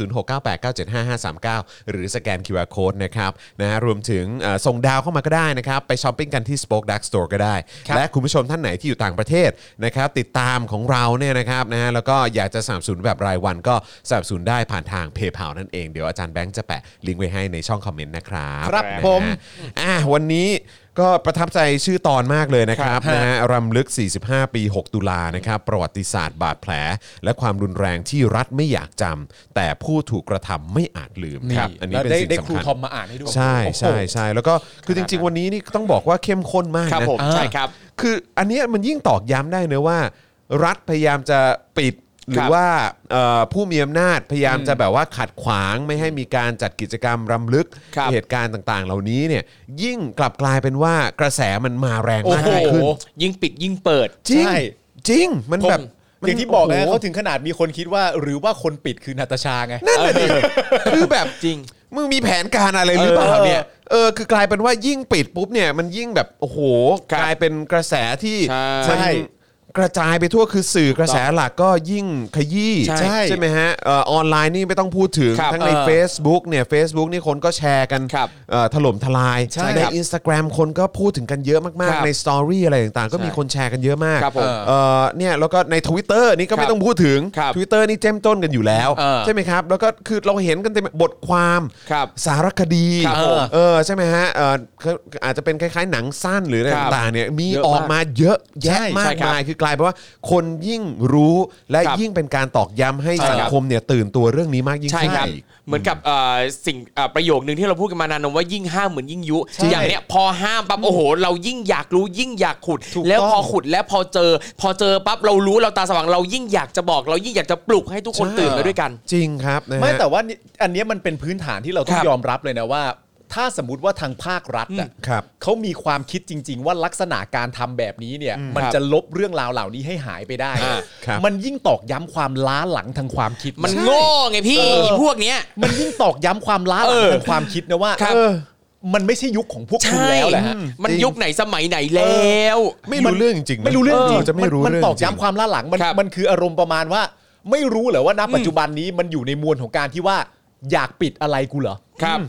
[SPEAKER 1] 0698975539 หรือสแกน QR Code นะครับนะฮะรวมถึงเอ่อส่งดาวเข้ามาก็ได้นะครับ ไปช้อปปิ้งกันที่ Spoke Dark Store ก็ได้ และคุณผู้ชมท่านไหนที่อยู่ต่างประเทศนะครับติดตามของเราเนี่ยนะครับนะฮะแล้วก็อยากจะสนับสนุนแบบรายวันก็สนับสนุนได้ผ่านทางเพย์เพนั่นเอง เดี๋ยวอาจารย์แบงค์จะแปะลิงก์ไว้ให้ในช่องคอมเมนต์นะครับ
[SPEAKER 3] ครับ
[SPEAKER 1] นะฮะ
[SPEAKER 3] ผม
[SPEAKER 1] อ่ะวันนี้ก็ประทับใจชื่อตอนมากเลยนะครับ ครับ
[SPEAKER 3] ฮะ
[SPEAKER 1] นะฮะรำลึก 45 ปี 6 ตุลานะครับ ประวัติศาสตร์บาดแผล และความรุนแรงที่รัฐไม่อยากจำแต่ผู้ถูกกระทำไม่อาจลืมครับ
[SPEAKER 3] ะ
[SPEAKER 1] อันนี้
[SPEAKER 3] แล้ว
[SPEAKER 1] เป็น
[SPEAKER 3] ได้
[SPEAKER 1] สิ่ง
[SPEAKER 3] ได้
[SPEAKER 1] สำ
[SPEAKER 3] ครู
[SPEAKER 1] คัญ
[SPEAKER 3] ทอมมาอ่านให้ด้วย
[SPEAKER 1] ใช่
[SPEAKER 3] โอ้โห
[SPEAKER 1] ใช่ใช่แล้วก็คือจริง ๆ วันนี้นี่ต้องบอกว่าเข้มข้นมาก
[SPEAKER 2] ครับ
[SPEAKER 1] นะ
[SPEAKER 2] ผม
[SPEAKER 3] อ่า
[SPEAKER 2] ใช่ครับ
[SPEAKER 1] คืออันเนี้ยมันยิ่งตอกย้ำได้เนะว่า รัฐพยายามจะปิดหรื
[SPEAKER 2] ค
[SPEAKER 1] อ
[SPEAKER 2] รับ
[SPEAKER 1] ว่าเอ่อผู้มีอำนาจพยายามจะแบบว่าขัดขวางไม่ให้มีการจัดกิจกรรมรำลึก
[SPEAKER 3] ครับ
[SPEAKER 1] เหตุการณ์ต่าง ๆ เหล่านี้เนี่ยยิ่งกลับกลายเป็นว่ากระแสมันมาแรง
[SPEAKER 3] โอ้
[SPEAKER 1] มาก
[SPEAKER 3] โห
[SPEAKER 1] ยิ่งขึ้น
[SPEAKER 2] ยิ่งปิดยิ่งเปิด
[SPEAKER 1] จริง
[SPEAKER 3] ใช่
[SPEAKER 1] จริงมัน
[SPEAKER 3] ผม
[SPEAKER 1] แบบมัน
[SPEAKER 3] อย่างที่บอกนะ
[SPEAKER 1] โโห
[SPEAKER 3] เขาถึงขนาดมีคนคิดว่า หรือว่าคนปิดคือนาตาชาไง
[SPEAKER 1] นั่นแหละดิคือแบบ
[SPEAKER 2] จริง
[SPEAKER 1] มึงมีแผนการอะไรหรือเปล่า
[SPEAKER 3] เออ
[SPEAKER 1] เนี่ยเออคือกลายเป็นว่ายิ่งปิดปุ๊บเนี่ยมันยิ่งแบบโอ้โหกลายเป็นกระแสที่
[SPEAKER 3] ใช่
[SPEAKER 1] มันกระจายไปทั่วคือสื่อกระแสหลักก็ยิ่งขยี้
[SPEAKER 3] ใช่
[SPEAKER 1] ใช่ไหมฮะเอ่อออนไลน์นี่ไม่ต้องพูดถึง
[SPEAKER 2] ครับ
[SPEAKER 1] ทั้งใน
[SPEAKER 3] เออ
[SPEAKER 1] Facebook เนี่ย Facebook นี่คนก็แชร์กัน
[SPEAKER 2] ครับ
[SPEAKER 1] เอ่อถล่มทลาย
[SPEAKER 3] ใช่
[SPEAKER 1] ใน
[SPEAKER 3] ครับ
[SPEAKER 1] Instagram คนก็พูดถึงกันเยอะมาก
[SPEAKER 2] ครั
[SPEAKER 1] ๆ
[SPEAKER 2] บ
[SPEAKER 1] ในสตอรี่อะไรต่างๆ ก็มี
[SPEAKER 2] ใช่
[SPEAKER 1] คนแชร์กันเยอะมาก
[SPEAKER 2] ครับผม
[SPEAKER 1] เอ่อเนี่ยแล้วก็ใน Twitter นี่ก็
[SPEAKER 2] ครั
[SPEAKER 1] ไม่
[SPEAKER 2] บ
[SPEAKER 1] ต้องพูดถึง
[SPEAKER 2] ครับ
[SPEAKER 1] Twitter นี่เจ้มต้นกันอยู่แล้ว
[SPEAKER 3] เออ
[SPEAKER 1] ใช่ไหมครับ แล้วก็คือเราเห็นกันเต็มบทความ
[SPEAKER 2] ครับ
[SPEAKER 1] สารคดี
[SPEAKER 2] ครับผม
[SPEAKER 1] เออใช่ไหมฮะเออเขาอาจจะเป็นคล้ายๆหนังสั้นหรืออะไร
[SPEAKER 2] ครับ
[SPEAKER 1] ต่างๆเนี่ยมี
[SPEAKER 2] เยอะมาก
[SPEAKER 1] ออกมาเยอะแยะ
[SPEAKER 3] ใช่
[SPEAKER 1] มา
[SPEAKER 2] ใช่
[SPEAKER 1] ก
[SPEAKER 2] ครับ
[SPEAKER 1] มายคือกลายเป็นว่าคนยิ่งรู้และ
[SPEAKER 2] ครับ
[SPEAKER 1] ยิ่งเป็นการตอกย้ำให้
[SPEAKER 2] ใช่
[SPEAKER 1] สัง
[SPEAKER 2] ครับ
[SPEAKER 1] คมเนี่ยตื่นตัวเรื่องนี้มากยิ่ง
[SPEAKER 2] ใช่
[SPEAKER 1] ขึ้น
[SPEAKER 2] ครับ
[SPEAKER 1] อีก
[SPEAKER 2] เหมือนกับเอ่อสิ่งเอ่อประโยคนึงที่เราพูดกันมานานนะว่ายิ่งห้ามเหมือนยิ่งยุ
[SPEAKER 1] ใช่
[SPEAKER 2] อย่างเนี้ยพอห้ามปั๊บโอ้โห เรายิ่งอยากรู้ยิ่งอยากขุด
[SPEAKER 1] ถูกต้อง
[SPEAKER 2] แล้วพอขุดแล้วพอเจอ พอเจอปั๊บเรารู้เราตาสว่างเรายิ่งอยากจะบอก เรายิ่งอยากจะปลุกให้ทุกคน
[SPEAKER 1] ใช่
[SPEAKER 2] ตื่นมาด้วยกัน
[SPEAKER 1] จริงครับนะฮะ
[SPEAKER 3] ไม่แต่ว่านี่อันเนี้ยมันเป็นพื้นฐานที่เราต้
[SPEAKER 2] ค
[SPEAKER 3] อง
[SPEAKER 2] รับ
[SPEAKER 3] ยอมรับเลยนะว่า ถ้าสมมติว่าทางภาครัฐอ่ะ
[SPEAKER 1] อืมครับ
[SPEAKER 3] เขามีความคิดจริง ๆ ว่าลักษณะการทำแบบนี้เนี่ย มัน
[SPEAKER 2] ครับ
[SPEAKER 3] จะลบเรื่องราวเหล่านี้ให้หายไปได้
[SPEAKER 2] อ่า
[SPEAKER 1] ครับ
[SPEAKER 3] มันยิ่งตอกย้ำความล้าหลังทางความคิด
[SPEAKER 2] มัน
[SPEAKER 3] ใช่
[SPEAKER 2] โง่ไงพี่
[SPEAKER 3] เออ
[SPEAKER 2] ไอ้พวกเนี้ย
[SPEAKER 3] มันยิ่งตอกย้ำความล้าหลัง
[SPEAKER 2] เออ
[SPEAKER 3] ทางความคิดนะว่า
[SPEAKER 2] ครับ
[SPEAKER 3] เออมันไม่ใช่ยุคของพวกคุณ
[SPEAKER 2] ใช่
[SPEAKER 3] แล้วแหละฮะ
[SPEAKER 2] มัน
[SPEAKER 1] จริง
[SPEAKER 2] ยุคไหนสมัยไหนแล้ว
[SPEAKER 1] ไม่รู้เรื่องจริงๆนะ
[SPEAKER 3] ไม่รู้เรื่องจริง
[SPEAKER 1] จะไม่รู้
[SPEAKER 3] น
[SPEAKER 1] เรื่อง
[SPEAKER 3] ตอก
[SPEAKER 1] จริง
[SPEAKER 3] ย้ำความล่าหลังมัน
[SPEAKER 2] ครับ
[SPEAKER 3] มันคืออารมณ์ประมาณว่า ไม่รู้เหรอว่าณปัจจุบันนี้มันอยู่ในมวลของการที่ว่าอยากปิดอะไรกูเหรอ
[SPEAKER 2] ครับ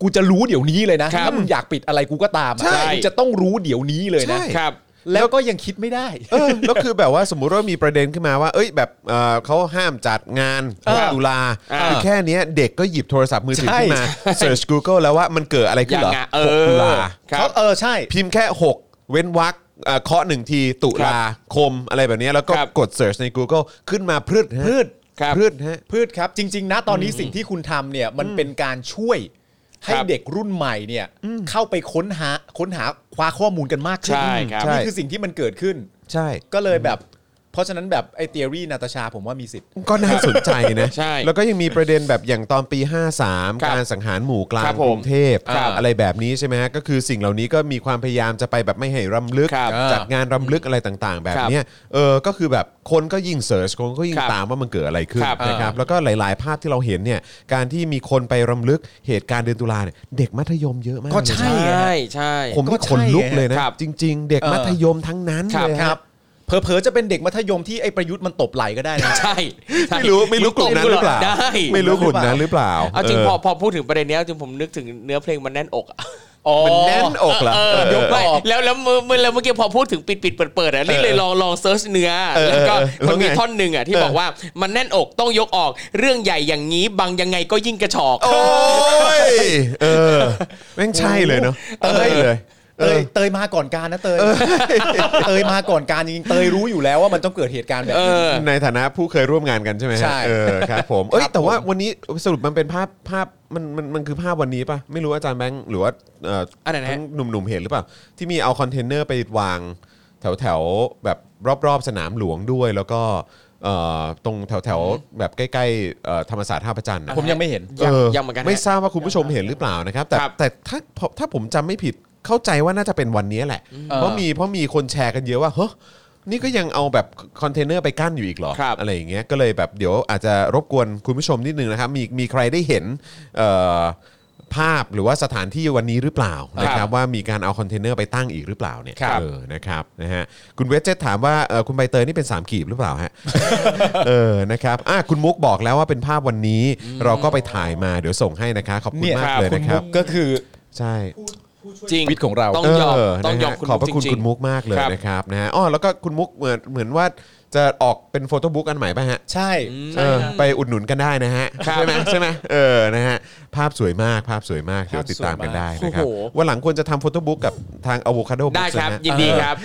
[SPEAKER 3] กูจะรู้เดี๋ยวนี้เลยนะครับ ถ้ามึงอยากปิดอะไรกูก็ตามอะ
[SPEAKER 2] ใช่
[SPEAKER 3] กูจะต้องรู้เดี๋ยวนี้เลยนะ
[SPEAKER 1] ใช่
[SPEAKER 2] ครับ
[SPEAKER 3] แล้วก็ยังคิดไม่ได้
[SPEAKER 1] เออแล้วคือแบบว่าสมมุติว่ามีประเด็นขึ้นมาว่า เอ้ยแบบเอ่อเขาห้ามจัดงาน
[SPEAKER 3] ครับ
[SPEAKER 1] ตุลา
[SPEAKER 2] อ่า
[SPEAKER 1] คือแค่เนี้ยเด็กก็หยิบโทรศัพท์มือถือ
[SPEAKER 3] ใช่
[SPEAKER 1] ขึ้นมาเ e ิร์ช Google แล้วว่ามันเกิดอะไรขึ้นเหรอ
[SPEAKER 2] ยังไงเออ
[SPEAKER 1] หกตุลา
[SPEAKER 2] ครับ
[SPEAKER 3] เขาเออใช่
[SPEAKER 1] พิมพ์แค่ 6 เว้นวรรคเอ่อเคาะหนึ่งทีตุลาคมอะไรแบบเนี้ยแล้วก็
[SPEAKER 2] ครับ
[SPEAKER 1] กด Search ใน Google ขึ้นมาพรึดฮะ
[SPEAKER 3] พืช
[SPEAKER 2] ครับ
[SPEAKER 1] พรึดฮะ
[SPEAKER 3] พืชครับ จริง ๆ นะตอนนี้สิ่งที่คุณทำเนี่ยมันเป็นการช่วยให้
[SPEAKER 2] ครับ
[SPEAKER 3] เด็กรุ่นใหม่เนี่ยเข้าไปค้นหาค้นหาคว้าข้อมูลกันมากขึ้น
[SPEAKER 2] ใช่ครับ
[SPEAKER 3] นี่คือสิ่งที่มันเกิดขึ้น
[SPEAKER 1] ใช่
[SPEAKER 3] ก็เลยแบบ เพราะฉะนั้นแบบไอเทอรี่นาตาชาผมว่ามีสิทธิ์
[SPEAKER 1] ก็น่าสนใจนะ
[SPEAKER 2] ใช่
[SPEAKER 1] แล้วก็ยังมีประเด็นแบบอย่างตอนปี 53
[SPEAKER 2] ครับ
[SPEAKER 1] การสังหารหมู่กลาง
[SPEAKER 2] ครับ
[SPEAKER 1] ก
[SPEAKER 2] ผม
[SPEAKER 1] รุงเทพ
[SPEAKER 2] ครับ
[SPEAKER 1] อะไรแบบนี้ใช่ไหมฮะก็คือสิ่งเหล่านี้ก็มีความพยายามจะไปแบบไม่ให้รำลึก
[SPEAKER 2] ครับ
[SPEAKER 1] จัดงานรำลึกอะไรต่างๆ แบบเนี้ยเออก็คือแบบคนก็ยิ่งเสิร์ชคนก็ยิ่ง
[SPEAKER 2] ครับ
[SPEAKER 1] ตามว่ามันเกิดอะไรขึ้น
[SPEAKER 2] ครับ
[SPEAKER 1] นะครับแล้วก็หลายๆ ภาพที่เราเห็นเนี่ยการที่มีคนไปรำลึกเหตุการณ์เดือนตุลาเนี่ยเด็กมัธยมเยอะมาก
[SPEAKER 3] ก็ใช่
[SPEAKER 1] เลยนะ
[SPEAKER 2] ใช่ใช่
[SPEAKER 1] ผมนี่ขนลุกเลยนะครับ จริง ๆ เด็ก
[SPEAKER 3] เออ
[SPEAKER 1] มัธยมทั้งนั้น
[SPEAKER 2] ครับ
[SPEAKER 1] เลยฮะ
[SPEAKER 3] เผลอๆจะเป็นเด็กมัธยมที่ไอประยุทธ์มันตบไหลก็ได้นะ
[SPEAKER 2] ใช่ใช่
[SPEAKER 1] ไม่รู้ไม่รู้กลุ่มนั้นหรือเปล่า
[SPEAKER 2] ได้
[SPEAKER 1] ไม่รู้กลุ่มนั้นหรือเปล่า
[SPEAKER 2] เอาจริง
[SPEAKER 1] เ
[SPEAKER 2] พอพอพูดถึงประเด็นเนี้ยจริงผมนึกถึงเนื้อเพลงมันแน่นอกอะ
[SPEAKER 3] อ๋อ
[SPEAKER 1] มันแน่นอกเหรอ
[SPEAKER 2] เออ
[SPEAKER 3] เดี๋ยว
[SPEAKER 2] ไม่
[SPEAKER 3] ออก
[SPEAKER 2] แล้วแล้วเมื่อเมื่อแล้วเมื่อกี้พอพูดถึงปิดปิดเปิดเปิดอ่ะนี่เลยลองลองเซิร์ชเนื้อ
[SPEAKER 1] เออ
[SPEAKER 2] แล้วก็
[SPEAKER 1] เออแล้ว
[SPEAKER 2] มันมี
[SPEAKER 1] ไง
[SPEAKER 2] ท่อนหนึ่งอ่ะที่
[SPEAKER 1] เออ
[SPEAKER 2] บอกว่ามันแน่นอกต้องยกออกเรื่องใหญ่อย่างนี้บังยังไงก็ยิ่งกระชอก
[SPEAKER 1] โอ้ย เออ แม่งใช่เลยเนาะ
[SPEAKER 3] เออ
[SPEAKER 1] ใช่เลย
[SPEAKER 3] เตยเตยมาก่อนการนะเตยเตยมาก่อนการจริงๆเตยรู้อยู่แล้วว่ามันต้องเกิดเหตุการณ์แบบนี้
[SPEAKER 2] เออ
[SPEAKER 1] ในฐานะผู้เคยร่วมงานกันใช่ไหมฮะ
[SPEAKER 3] ใช่
[SPEAKER 1] เออครับผม เอ้ย
[SPEAKER 3] ครับ
[SPEAKER 1] แต่ว่า
[SPEAKER 3] ผม
[SPEAKER 1] วันนี้สรุปมันเป็นภาพภาพมันมันมันคือภาพวันนี้ป่ะ ไม่รู้อาจารย์แบงค์หรือว่าเอ่ออน
[SPEAKER 2] ไหนนะ
[SPEAKER 1] ทั้งหนุ่มๆเห็นหรือเปล่า ที่มีเอาคอนเทนเนอร์ไปวางแถวแถวๆแบบรอบๆสนามหลวงด้วย แล้วก็เอ่อตรงแถวแถวๆแบบใกล้ๆเอ่อธรรมศาสตร์ท่าพระจันทร์นะ
[SPEAKER 3] ผมยังไม่เห็น
[SPEAKER 2] ยัง
[SPEAKER 1] เ
[SPEAKER 2] ยังเหมือนกันฮะ
[SPEAKER 1] ไม่ทราบว่าคุณผู้ชมเห็นหรือเปล่านะครับ แต่
[SPEAKER 2] ครับ
[SPEAKER 1] แต่ถ้าถ้าผมจำไม่ผิดเข้าใจว่าน่าจะเป็นวันนี้แหละ เพราะมีเพราะมีคนแชร์กันเยอะว่าเฮ้ยนี่ก็ยังเอาแบบคอนเทนเนอร์ไปกั้นอยู่อีกเหรอ
[SPEAKER 2] ครับ
[SPEAKER 1] อะไรอย่างเงี้ยก็เลยแบบเดี๋ยวอาจจะรบกวนคุณผู้ชมนิดนึงนะครับ มีมีใครได้เห็นเอ่อภาพหรือว่าสถานที่วันนี้หรือเปล่านะค
[SPEAKER 2] ครั
[SPEAKER 1] รับบ ว่ามีการเอาคอนเทนเนอร์ไปตั้งอีกหรือเปล่าเนี่ย
[SPEAKER 3] ครับ
[SPEAKER 1] เออนะครับนะฮะคุณเวจเจตถามว่าเอ่อคุณใบเตยนี่เป็นสามขีดหรือเปล่าฮะ เออ นะครับอ่ะคุณมุกบอกแล้วว่าเป็นภาพวันนี้ เราก็ไปถ่ายมาเดี๋ยวส่งให้นะคะ ขอบคุณ
[SPEAKER 3] เนี่ย
[SPEAKER 1] มากเลย
[SPEAKER 3] คุณ
[SPEAKER 1] นะครั
[SPEAKER 3] มุ
[SPEAKER 1] บ
[SPEAKER 3] กก็คือ
[SPEAKER 1] ใช่
[SPEAKER 2] จริง
[SPEAKER 3] ชีวิตของเรา
[SPEAKER 2] ต้องยอม
[SPEAKER 1] เ
[SPEAKER 2] ต้องยอม
[SPEAKER 1] นะฮะ
[SPEAKER 2] คุณ
[SPEAKER 1] ขอบพระคุณ
[SPEAKER 2] จริงๆ
[SPEAKER 1] คุณมุกมากเลย
[SPEAKER 2] ครับ
[SPEAKER 1] นะครับนะฮะอ๋อแล้วก็คุณมุกเหมือนเหมือนว่าจะออกเป็นโฟโต้บุ๊กอันใหม่ป่ะฮะ
[SPEAKER 3] ใช่
[SPEAKER 1] เออไปอุดหนุนกันได้นะฮะ
[SPEAKER 2] ครับ
[SPEAKER 1] ใช่ไหมใช่ไหมเออนะฮะภาพสวยมากภาพสวยมากเดี๋ยวติดตามกันได้นะครับ
[SPEAKER 2] โอ้โห
[SPEAKER 1] วันหลังควรจะทำโฟโต้บุ๊กกับทางอะโวคาโด
[SPEAKER 2] ได้ครับ ยินดีครับ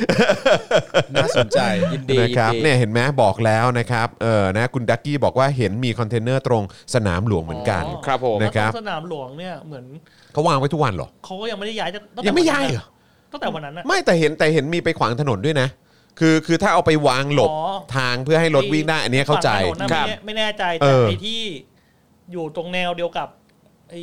[SPEAKER 3] น่าสนใจ
[SPEAKER 2] ยินดี
[SPEAKER 1] นะครับ
[SPEAKER 2] ยิดี
[SPEAKER 1] เนี่ยเห็นไหมบอกแล้วนะครับเออนะคุณดักกี้บอกว่าเห็นมีคอนเทนเนอร์ตรงสนามหลวงเหมือนกัน
[SPEAKER 5] อ๋อ
[SPEAKER 2] ครับผม
[SPEAKER 1] นะครับ
[SPEAKER 5] แล้วตงสนามหลวงเนี่ยเหมือน
[SPEAKER 1] เขาวางไว้ทุกวันเหรอ
[SPEAKER 5] เขาก็ยังไม่ได้ย้ายจากตั้แต่
[SPEAKER 1] ยังไม่ย้ายเหรอ
[SPEAKER 5] ตั้งแต่วันนั้นอะ
[SPEAKER 1] ไม่แต่เห็นแต่เห็นมีไปขวางถนนด้วยนะ คือคือถ้าเอาไปวางหลบ
[SPEAKER 5] อ๋อ
[SPEAKER 1] ทางเพื่อให้รถวิ่งได้อันเนี้ยเข้าใจ
[SPEAKER 5] ฝั่งถนนน่ะ
[SPEAKER 2] ครับ
[SPEAKER 5] ไม่แน่ไม่แน่ใจ
[SPEAKER 1] เอ
[SPEAKER 5] แต่
[SPEAKER 1] อ
[SPEAKER 5] ไอ้ที่อยู่ตรงแนวเดียวกับไอ้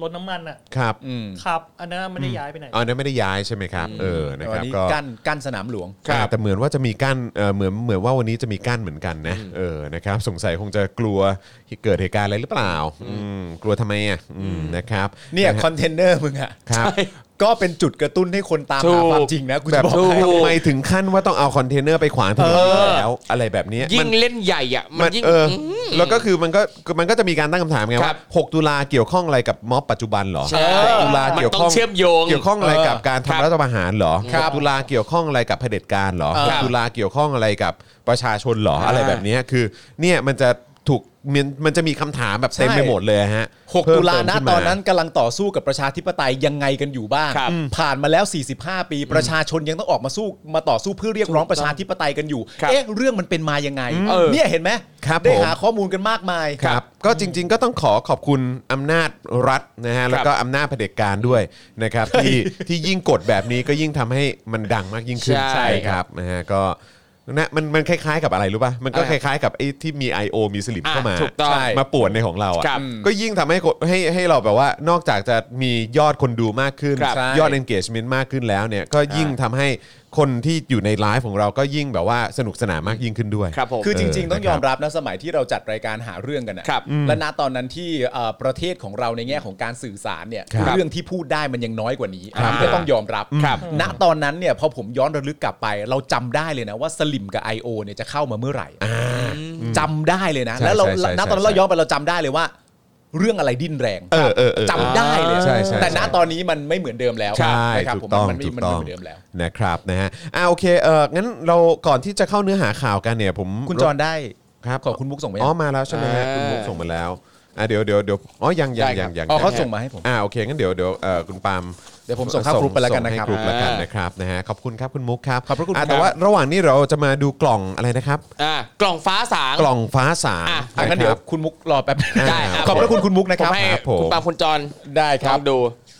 [SPEAKER 5] รถน้ำมันอะ
[SPEAKER 1] ครับ
[SPEAKER 3] อืม
[SPEAKER 5] ครับ อันนั้นไม่ได้ย้ายไปไหน
[SPEAKER 1] อันนั้นไม่ได้ย้ายใช่ไหมครับ เออนะครับ
[SPEAKER 3] อันนี้
[SPEAKER 1] ก็
[SPEAKER 3] กั้นกั้นสนามหลวง
[SPEAKER 1] อ่าแต่เหมือนว่าจะมีกั้นเออเหมือนเหมือนว่าวันนี้จะมีกั้นเหมือนกันนะเออนะครับสงสัยคงจะกลัวเกิดเหตุการณ์อะไรหรือเปล่าอืมกลัวทำไมอ่ะอืมนะครับ
[SPEAKER 3] เนี่ย
[SPEAKER 1] ะ
[SPEAKER 3] ค
[SPEAKER 1] ฮะ
[SPEAKER 3] อนเทนเนอร์มึงอะ
[SPEAKER 1] ครับ
[SPEAKER 3] ก็เป็นจุดกระตุ้นให้คนตาม
[SPEAKER 2] ถูก
[SPEAKER 3] หาความจริงนะกู
[SPEAKER 1] แบ
[SPEAKER 3] จะ
[SPEAKER 1] บ
[SPEAKER 3] บอกให้
[SPEAKER 1] ทำไมถึงขั้นว่าต้องเอาคอนเทนเนอร์ไปขวางถนน
[SPEAKER 3] เออ
[SPEAKER 1] แล้วอะไรแบบเนี้ย
[SPEAKER 2] ยิ่
[SPEAKER 1] มัน
[SPEAKER 2] งเล่นใหญ่อ่ะ มั
[SPEAKER 1] มัน น
[SPEAKER 2] ยิ่ง
[SPEAKER 1] เออแล้วก็คือมันก็มันก็จะมีการตั้งคำถามไง
[SPEAKER 2] ครั
[SPEAKER 1] ว่า
[SPEAKER 2] บ
[SPEAKER 1] 6ตุลาเกี่ยวข้องอะไรกับม็อบปัจจุบันเหรอ
[SPEAKER 2] ใช่
[SPEAKER 1] 6ตุลา
[SPEAKER 2] มัน
[SPEAKER 1] เกี่ยว
[SPEAKER 2] ต้
[SPEAKER 1] ข้อ
[SPEAKER 2] อ
[SPEAKER 1] ง ง
[SPEAKER 2] เชื่อมโยง
[SPEAKER 1] เกี่ยวข้องอะไรกับการ
[SPEAKER 2] ครับ
[SPEAKER 1] ทำรัฐประหารเหรอ
[SPEAKER 2] ครับ
[SPEAKER 1] 6ตุลาเกี่ยวข้องอะไรกับเผด็จการเหรอ
[SPEAKER 3] เออ
[SPEAKER 1] 6ตุลาเกี่ยวข้องอะไรกับประชาชนเหรออะไรแบบเนี้ยคือเนี่ยมันจะถูกมันมันจะมีคำถามแบบเต็ม
[SPEAKER 3] ใช่
[SPEAKER 1] ไปหมดเลยฮะ
[SPEAKER 3] 6ตุลานะ
[SPEAKER 1] เพิ่มเมขึ้ม
[SPEAKER 3] ตอนนั้นกำลังต่อสู้กับประชาธิปไตยยังไงกันอยู่บ้าง
[SPEAKER 2] ครับ
[SPEAKER 3] ผ่านมาแล้ว 45 ปี ประชาชนยังต้องออกมาสู้มาต่อสู้เพื่อเรียกร้องประชาธิปไตยกันอยู่
[SPEAKER 2] ครับ
[SPEAKER 3] เอ๊ะเรื่องมันเป็นมายังไง
[SPEAKER 2] เออ
[SPEAKER 3] เนี่ยเห็นไหม
[SPEAKER 1] ครับ
[SPEAKER 3] ได้
[SPEAKER 1] ผม
[SPEAKER 3] หาข้อมูลกันมากมาย
[SPEAKER 1] ครับก็จริง ๆ ก็ต้องขอขอบคุณอำนาจรัฐนะฮะแล้วก็อำนาจเผด็จการด้วยนะครับที่ที่ยิ่งกดแบบนี้ก็ยิ่งทำให้มันดังมากยิ่งขึ้น
[SPEAKER 2] ใช่
[SPEAKER 1] ครับนะฮะก็นะมันมันคล้ายๆกับอะไรรู้ป่ะ มันก็
[SPEAKER 2] อะ
[SPEAKER 1] ค
[SPEAKER 2] ไร
[SPEAKER 1] ล้ายๆกับไอ้ที่มี I.O. มีสลิป
[SPEAKER 2] อ่ะ
[SPEAKER 1] เข้ามา
[SPEAKER 2] ถูกต้อง
[SPEAKER 1] ใช่มาป่วนในของเรา
[SPEAKER 2] ครั
[SPEAKER 1] อ่ะ
[SPEAKER 2] บ
[SPEAKER 1] ก็ยิ่งทำให้คนให้ให้เราแบบว่านอกจากจะมียอดคนดูมากขึ้น
[SPEAKER 2] ครับ
[SPEAKER 3] ใช่
[SPEAKER 1] ยอด engagement มากขึ้นแล้วเนี่ยก็ยิ่งทำให้คนที่อยู่ในไลฟ์ของเราก็ยิ่งแบบว่าสนุกสนานมากยิ่งขึ้นด้วย
[SPEAKER 2] ครับผม
[SPEAKER 3] คือจริง
[SPEAKER 1] เออ
[SPEAKER 3] ๆ ต้อง
[SPEAKER 1] นะครับ
[SPEAKER 3] ยอมรับนะสมัยที่เราจัดรายการหาเรื่องกันนะครับและณตอนนั้นที่เอ่อประเทศของเราในแง่ของการสื่อสารเนี่ย
[SPEAKER 1] ครับ
[SPEAKER 3] เรื่องที่พูดได้มันยังน้อยกว่านี้
[SPEAKER 2] ครับ
[SPEAKER 3] ก็ต้องยอมรับ
[SPEAKER 2] ครับ
[SPEAKER 3] ณตอนนั้นเนี่ยพอผมย้อนระลึกกลับไป เราจำได้เลยนะว่าสลิมกับ I.O. เนี่ยจะเข้ามาเมื่อไหร่จำได้เลยนะ
[SPEAKER 1] ใช่
[SPEAKER 3] แล้วเรา
[SPEAKER 1] ใช่ใช่
[SPEAKER 3] ณตอนนั้นเรา
[SPEAKER 1] ใช่
[SPEAKER 3] ย้อนไปเราจำได้เลยว่า เรื่องอะไรดิ้นแรง
[SPEAKER 1] เออเออเออ
[SPEAKER 3] จำได้เลย
[SPEAKER 1] ใช่ใช่
[SPEAKER 3] แต่ณ
[SPEAKER 1] ใช่
[SPEAKER 3] ตอนนี้มันไม่เหมือนเดิมแล้ว
[SPEAKER 1] ใช่
[SPEAKER 3] นะครับ
[SPEAKER 1] ถู
[SPEAKER 3] ผม
[SPEAKER 1] กต้อง
[SPEAKER 3] มันไม่
[SPEAKER 1] ถูก
[SPEAKER 3] มัน
[SPEAKER 1] ต้
[SPEAKER 3] ไม่
[SPEAKER 1] อง
[SPEAKER 3] เหมือนเดิมแล้ว
[SPEAKER 1] นะครับนะฮะอ่าโอเคเอองั้นเราก่อนที่จะเข้าเนื้อหาข่าวกันเนี่ย ผม
[SPEAKER 3] คุณจรได้
[SPEAKER 1] ครับ
[SPEAKER 3] ขอบคุณมุกส่งไปยัง
[SPEAKER 1] อ๋อมาแล้วใช่ไหมฮะ
[SPEAKER 3] อ่า
[SPEAKER 1] คุณมุกส่งมาแล้วอ่าเดี๋ยวเดี๋ยวเดี๋ยวอ๋อยังยัง
[SPEAKER 3] ได้ค
[SPEAKER 1] ยั
[SPEAKER 3] รั
[SPEAKER 1] ง
[SPEAKER 3] บ
[SPEAKER 1] ยัง
[SPEAKER 3] อ๋อเขา
[SPEAKER 1] ยัง
[SPEAKER 3] ส่งมาให้ผม
[SPEAKER 1] อ่าโอเคงั้นเดี๋ยวเดี๋ยวเอ่อคุณปาล์ม
[SPEAKER 3] เดี๋ยวผมส่งเข้ากรุ๊ปไปแล้วกันนะครับ
[SPEAKER 1] ส่งให้กรุ๊ปแล้วกัน
[SPEAKER 2] อ่าน
[SPEAKER 1] นะครับนะฮะขอบคุณครับคุณมุกครับ
[SPEAKER 3] ขอบพระคุณ
[SPEAKER 1] า
[SPEAKER 3] ครับ
[SPEAKER 1] แต่ว่าระหว่างนี้เราจะมาดูกล่องอะไรนะครับ
[SPEAKER 2] อ่ะกล่องฟ้าสาง
[SPEAKER 1] กล่องฟ้าสาง
[SPEAKER 2] อ่ะ
[SPEAKER 3] อ่ะงั้นเดี๋ย
[SPEAKER 1] ะค
[SPEAKER 3] ว
[SPEAKER 1] รับ
[SPEAKER 3] คุณมุกรอแป๊บ
[SPEAKER 2] ได้อ่ะ
[SPEAKER 3] ขอบพระคุณคุณมุกนะ
[SPEAKER 2] ผ
[SPEAKER 3] ครั
[SPEAKER 2] ม
[SPEAKER 3] บ
[SPEAKER 2] ให้
[SPEAKER 1] ครับผม
[SPEAKER 2] คุณปาคุณจร
[SPEAKER 3] ได้ค
[SPEAKER 2] ล
[SPEAKER 3] รั
[SPEAKER 2] อบ งดู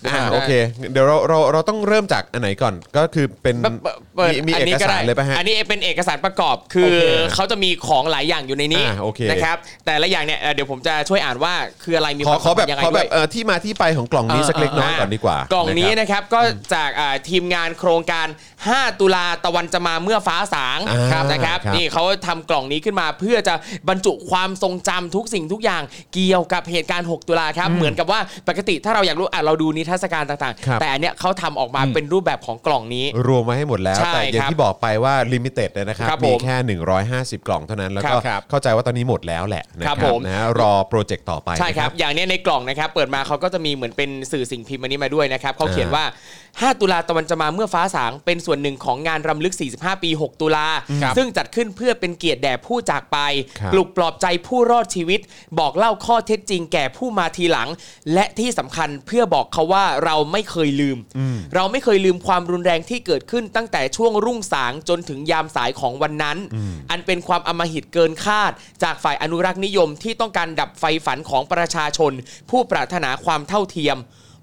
[SPEAKER 1] อ่าโอเค เดี๋ยวเราเราเราต้องเริ่มจากอันไหนก่อนก็คือเป็น
[SPEAKER 2] เปิดเปิด
[SPEAKER 1] มีมีเอกสารเลยป่ะฮะ
[SPEAKER 2] อันนี้เป็นเอกสารประกอบคือ
[SPEAKER 1] โอเค
[SPEAKER 2] เขาจะมีของหลายอย่างอยู่ในนี้
[SPEAKER 1] อ่ะโอเค
[SPEAKER 2] นะครับ แต่ละอย่างเนี่ยเอ่อเดี๋ยวผมจะช่วยอ่านว่าคืออะไรมี
[SPEAKER 1] ข
[SPEAKER 2] ค
[SPEAKER 1] อ
[SPEAKER 2] วาม
[SPEAKER 1] ขอแบบ
[SPEAKER 2] สำคัญยังไง
[SPEAKER 1] ขอแบ
[SPEAKER 2] ด้ว
[SPEAKER 1] บ
[SPEAKER 2] ย
[SPEAKER 1] เอ่อที่มาที่ไปของกล่องนี้สักเล็กน้อยก่อนดีกว่าก
[SPEAKER 2] ล่องนี้
[SPEAKER 1] นะ
[SPEAKER 2] นะครับก็จากอ่าทีมงานโครงการ 5 ตุลาตะวันจะมาเมื่อฟ้าสาง
[SPEAKER 1] อ่า
[SPEAKER 2] ครับนะครับ
[SPEAKER 1] ครับ
[SPEAKER 2] นี่เขาทำกล่องนี้ขึ้นมาเพื่อจะบรรจุความทรงจำทุกสิ่งทุกอย่างเกี่ยวกับเหตุการณ์ 6 ตุลาครับ เหมือนกับว่าปกติถ้าเราอยากรู้อ่ะเราดูนิทรรศการต่าง
[SPEAKER 1] ครับ
[SPEAKER 2] ๆ แต่อันเนี้ยเขาทำออกมาเป็นรูปแบบของกล่องนี้
[SPEAKER 1] รวมไว้ให้หมดแล้ว
[SPEAKER 2] ใช่
[SPEAKER 1] แต่อย่างที่บอกไปว่าลิมิเต็ดนะครับ
[SPEAKER 2] ครับผม
[SPEAKER 1] มีแค่ 150 กล่องเท่านั้นแล้วก็
[SPEAKER 2] ครับ
[SPEAKER 1] เข้าใจว่าตอนนี้หมดแล้วแหละนะค
[SPEAKER 2] ครั
[SPEAKER 1] รับบ
[SPEAKER 2] ผม
[SPEAKER 1] นะฮะรอโปรเจกต์ต่อไป
[SPEAKER 2] ใช่ครับ
[SPEAKER 1] นะ
[SPEAKER 2] อย่างเนี้ยในกล่องนะครับ เปิดมาเขาก็จะมีเหมือนเป็นสื่อสิ่งพิมพ์อันนี้มาด้วยนะครับเขาเขียนว่า 5 ตุลาตะวันจะมาเมื่อฟ้าสาง เป็นส่วนหนึ่งของงานรำลึก 45 ปี 6 ตุลา
[SPEAKER 3] ครับ
[SPEAKER 2] ซึ่งจัดขึ้นเพื่อเป็นเกียรติแด่ผู้จากไป
[SPEAKER 1] ครับ
[SPEAKER 2] ปลุกปลอบใจผู้รอดชีวิต บอกเล่าข้อเท็จจริงแก่ผู้มาทีหลัง และที่สำคัญเพื่อบอกเขาว่าเราไม่เคยลืม เราไม่เคยลืมความรุนแรงที่เกิดขึ้นตั้งแต่ช่วงรุ่งสางจนถึงยามสายของวันนั้น อันเป็นความอำมหิตเกินคาด จากฝ่ายอนุรักษ์นิยมที่ต้องการดับไฟฝันของประชาชน ผู้ปรารถนาความเท่าเทียม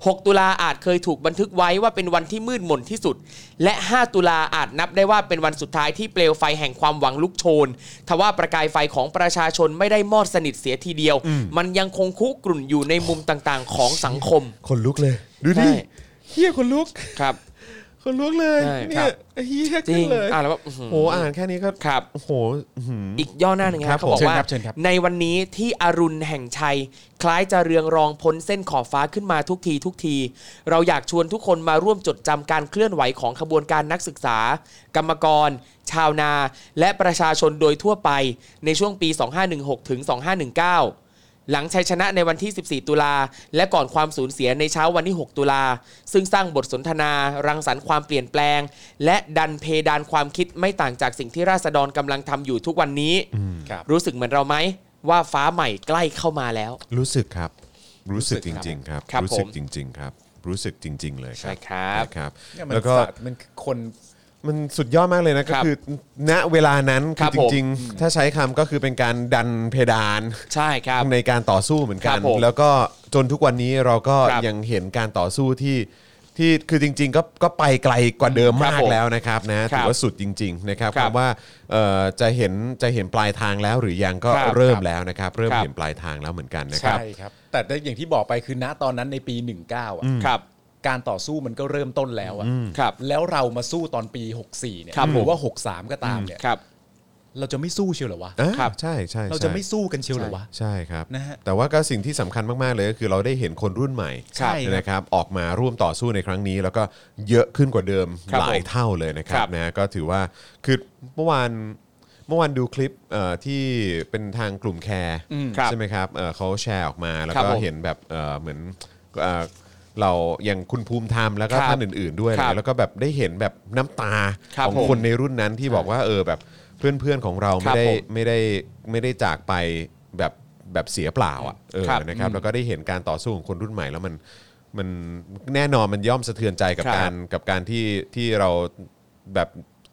[SPEAKER 2] 6 ตุลาอาจเคยถูกบันทึกไว้ว่าเป็นวันที่มืดมนที่สุด และ 5 ตุลาอาจนับได้ว่าเป็นวันสุดท้ายที่เปลวไฟแห่งความหวังลุกโชน ทว่าประกายไฟของประชาชนไม่ได้มอดสนิทเสียทีเดียว มันยังคงคุกรุ่นอยู่ในมุมต่างๆ ของสังคม
[SPEAKER 1] คนลุกเลย ดู
[SPEAKER 2] ใช่
[SPEAKER 1] ดิเฮียคนลุก
[SPEAKER 2] ครับ
[SPEAKER 1] คนลุกเลย
[SPEAKER 2] ใช่
[SPEAKER 1] เนี่
[SPEAKER 2] ครั
[SPEAKER 1] ย
[SPEAKER 2] บ
[SPEAKER 1] เฮีย
[SPEAKER 2] จ
[SPEAKER 1] ขึ้
[SPEAKER 2] ริ
[SPEAKER 1] น
[SPEAKER 2] ง
[SPEAKER 1] เลย
[SPEAKER 2] อ่ะแล้วแบบอื้อหือ
[SPEAKER 1] โหอ่านแค่นี้ก็
[SPEAKER 2] ครับ
[SPEAKER 1] โอ้โหอื้อหือ
[SPEAKER 2] อีกย่อหน้าหนึ่ง
[SPEAKER 1] ครั
[SPEAKER 2] ฮะ
[SPEAKER 1] บ
[SPEAKER 2] เขาบอก
[SPEAKER 1] ผม
[SPEAKER 2] ว่า
[SPEAKER 3] เชิญครับเชิญครับ
[SPEAKER 2] ในวันนี้ที่อรุณแห่งชัย คล้ายจะเรืองรองพ้นเส้นขอบฟ้าขึ้นมาทุกทีทุกที เราอยากชวนทุกคนมาร่วมจดจำการเคลื่อนไหวของขบวนการนักศึกษา กรรมกร ชาวนา และประชาชนโดยทั่วไปในช่วงปี 2516ถึง2519 หลังชัยชนะในวันที่ 14 ตุลา และก่อนความสูญเสียในเช้าวันที่ 6 ตุลา ซึ่งสร้างบทสนทนา รังสรรค์ความเปลี่ยนแปลง และดันเพดานความคิดไม่ต่างจากสิ่งที่ราษฎรกำลังทำอยู่ทุกวันนี้
[SPEAKER 3] ครับ
[SPEAKER 2] รู้สึกเหมือนเราไหม ว่าฟ้าใหม่ใกล้เข้ามาแล้ว
[SPEAKER 1] รู้สึกครับ รู้สึกจริง ๆ ครับ
[SPEAKER 2] ครับ
[SPEAKER 1] รู้สึก
[SPEAKER 2] ผม
[SPEAKER 1] จริง ๆ ครับ รู้สึกจริง ๆ เลยครับ
[SPEAKER 2] ใช่ครับ
[SPEAKER 1] นะครับ
[SPEAKER 3] เนี่ยมัน
[SPEAKER 1] แล้วก็
[SPEAKER 3] สัตว์มันคือคน
[SPEAKER 1] มันสุดยอดมากเลยนะก็
[SPEAKER 2] ครับ
[SPEAKER 1] คือณเวลานั้น
[SPEAKER 2] ค
[SPEAKER 1] คื
[SPEAKER 2] รั
[SPEAKER 1] อบ จ
[SPEAKER 2] ผม
[SPEAKER 1] ริงๆ ถ้าใช้คำก็คือเป็นการดันเพดาน
[SPEAKER 2] ใช่ครับ
[SPEAKER 1] ในการต่อสู้เหมือนกั
[SPEAKER 2] คน รับผม
[SPEAKER 1] แล้วก็จนทุกวันนี้เราก็
[SPEAKER 2] ครับ
[SPEAKER 1] ยังเห็นการต่อสู้ที่ที่คือจริง ๆ ก็ก็ไปไกลกว่าเดิม
[SPEAKER 2] ครับ
[SPEAKER 1] มาก
[SPEAKER 2] ผม
[SPEAKER 1] แล้วนะครับนะ
[SPEAKER 2] ครั
[SPEAKER 1] ถื
[SPEAKER 2] บ
[SPEAKER 1] อว่าสุดจริง ๆ นะครับ
[SPEAKER 2] ครับ
[SPEAKER 1] คำว่าเอ่อจะเห็นจะเห็นปลายทางแล้วหรือยังก็
[SPEAKER 2] ครับ
[SPEAKER 1] เริ่ม
[SPEAKER 2] ครับ
[SPEAKER 1] แล้วนะครับ เริ่ม
[SPEAKER 2] ครับ
[SPEAKER 1] เห็นปลายทางแล้วเหมือนกันนะค
[SPEAKER 3] ใช่
[SPEAKER 1] รับ
[SPEAKER 3] ครับแต่ได้อย่างที่บอกไปคือณตอนนั้นในปี 19อ่ะ
[SPEAKER 2] ครับ
[SPEAKER 3] การต่อสู้มันก็เริ่มต้นแล้วอ่ะ
[SPEAKER 2] ครับ
[SPEAKER 3] แล้วเรามาสู้ตอนปี 64เนี่ย
[SPEAKER 2] ครับ
[SPEAKER 3] หรือ
[SPEAKER 2] ผม
[SPEAKER 3] ว่า 63 ก็ตามเนี่ย
[SPEAKER 2] ครับ
[SPEAKER 3] เราจะไม่สู้เชียวเหรอวะ
[SPEAKER 1] อ่า
[SPEAKER 2] ครับ
[SPEAKER 1] ใช่ใช่ใช่
[SPEAKER 3] เราจะไม่สู้กันเชียวเหรอวะ
[SPEAKER 1] ใช่ครับ
[SPEAKER 3] นะฮะ
[SPEAKER 1] แต่ว่าก็สิ่งที่สำคัญมาก ๆ เลยก็คือเราได้เห็นคนรุ่นใหม่
[SPEAKER 3] ใช่ครับ
[SPEAKER 1] นะครับออกมาร่วมต่อสู้ในครั้งนี้ แล้วก็เยอะขึ้นกว่าเดิม
[SPEAKER 2] ครับ
[SPEAKER 1] หลาย
[SPEAKER 2] ผม
[SPEAKER 1] เท่าเลยนะครั
[SPEAKER 2] ครับ บ
[SPEAKER 1] นะก็ถือว่าคือเมื่อวานเมื่อวานดูคลิปเอ่อที่เป็นทางกลุ่มแคร์
[SPEAKER 2] ครับ
[SPEAKER 1] ใช่ไหมครับเอ่อเขาแชร์ออกมาแล้ว
[SPEAKER 2] ครับ
[SPEAKER 1] ก็
[SPEAKER 2] ผม
[SPEAKER 1] เห็นแบบเอ่อเหมือนเอ่อเราอย่างคุณภูมิธรรมแล้วก็
[SPEAKER 2] ครับ
[SPEAKER 1] ท่านอื่น ๆด้วย
[SPEAKER 2] ครับ
[SPEAKER 1] แล้วก็แบบได้เห็นแบบน้ำตา
[SPEAKER 2] ครั
[SPEAKER 1] ข
[SPEAKER 2] บ
[SPEAKER 1] อง
[SPEAKER 2] ผม
[SPEAKER 1] คนในรุ่นนั้นที่บอกว่าเออแบบเพื่อนๆของเรา
[SPEAKER 2] ค
[SPEAKER 1] ไม่
[SPEAKER 2] รับ
[SPEAKER 1] ได้
[SPEAKER 2] ผม
[SPEAKER 1] ไม่ได้ไม่ได้จากไปแบบแบบเสียเปล่าอ่ะเออ
[SPEAKER 2] ครับ
[SPEAKER 1] นะครับแล้วก็ได้เห็นการต่อสู้ของคนรุ่นใหม่แล้วมันมันแน่นอนมันย่อมสะเทือนใจกับ
[SPEAKER 2] ครับ
[SPEAKER 1] การกับการที่ที่เราแบบ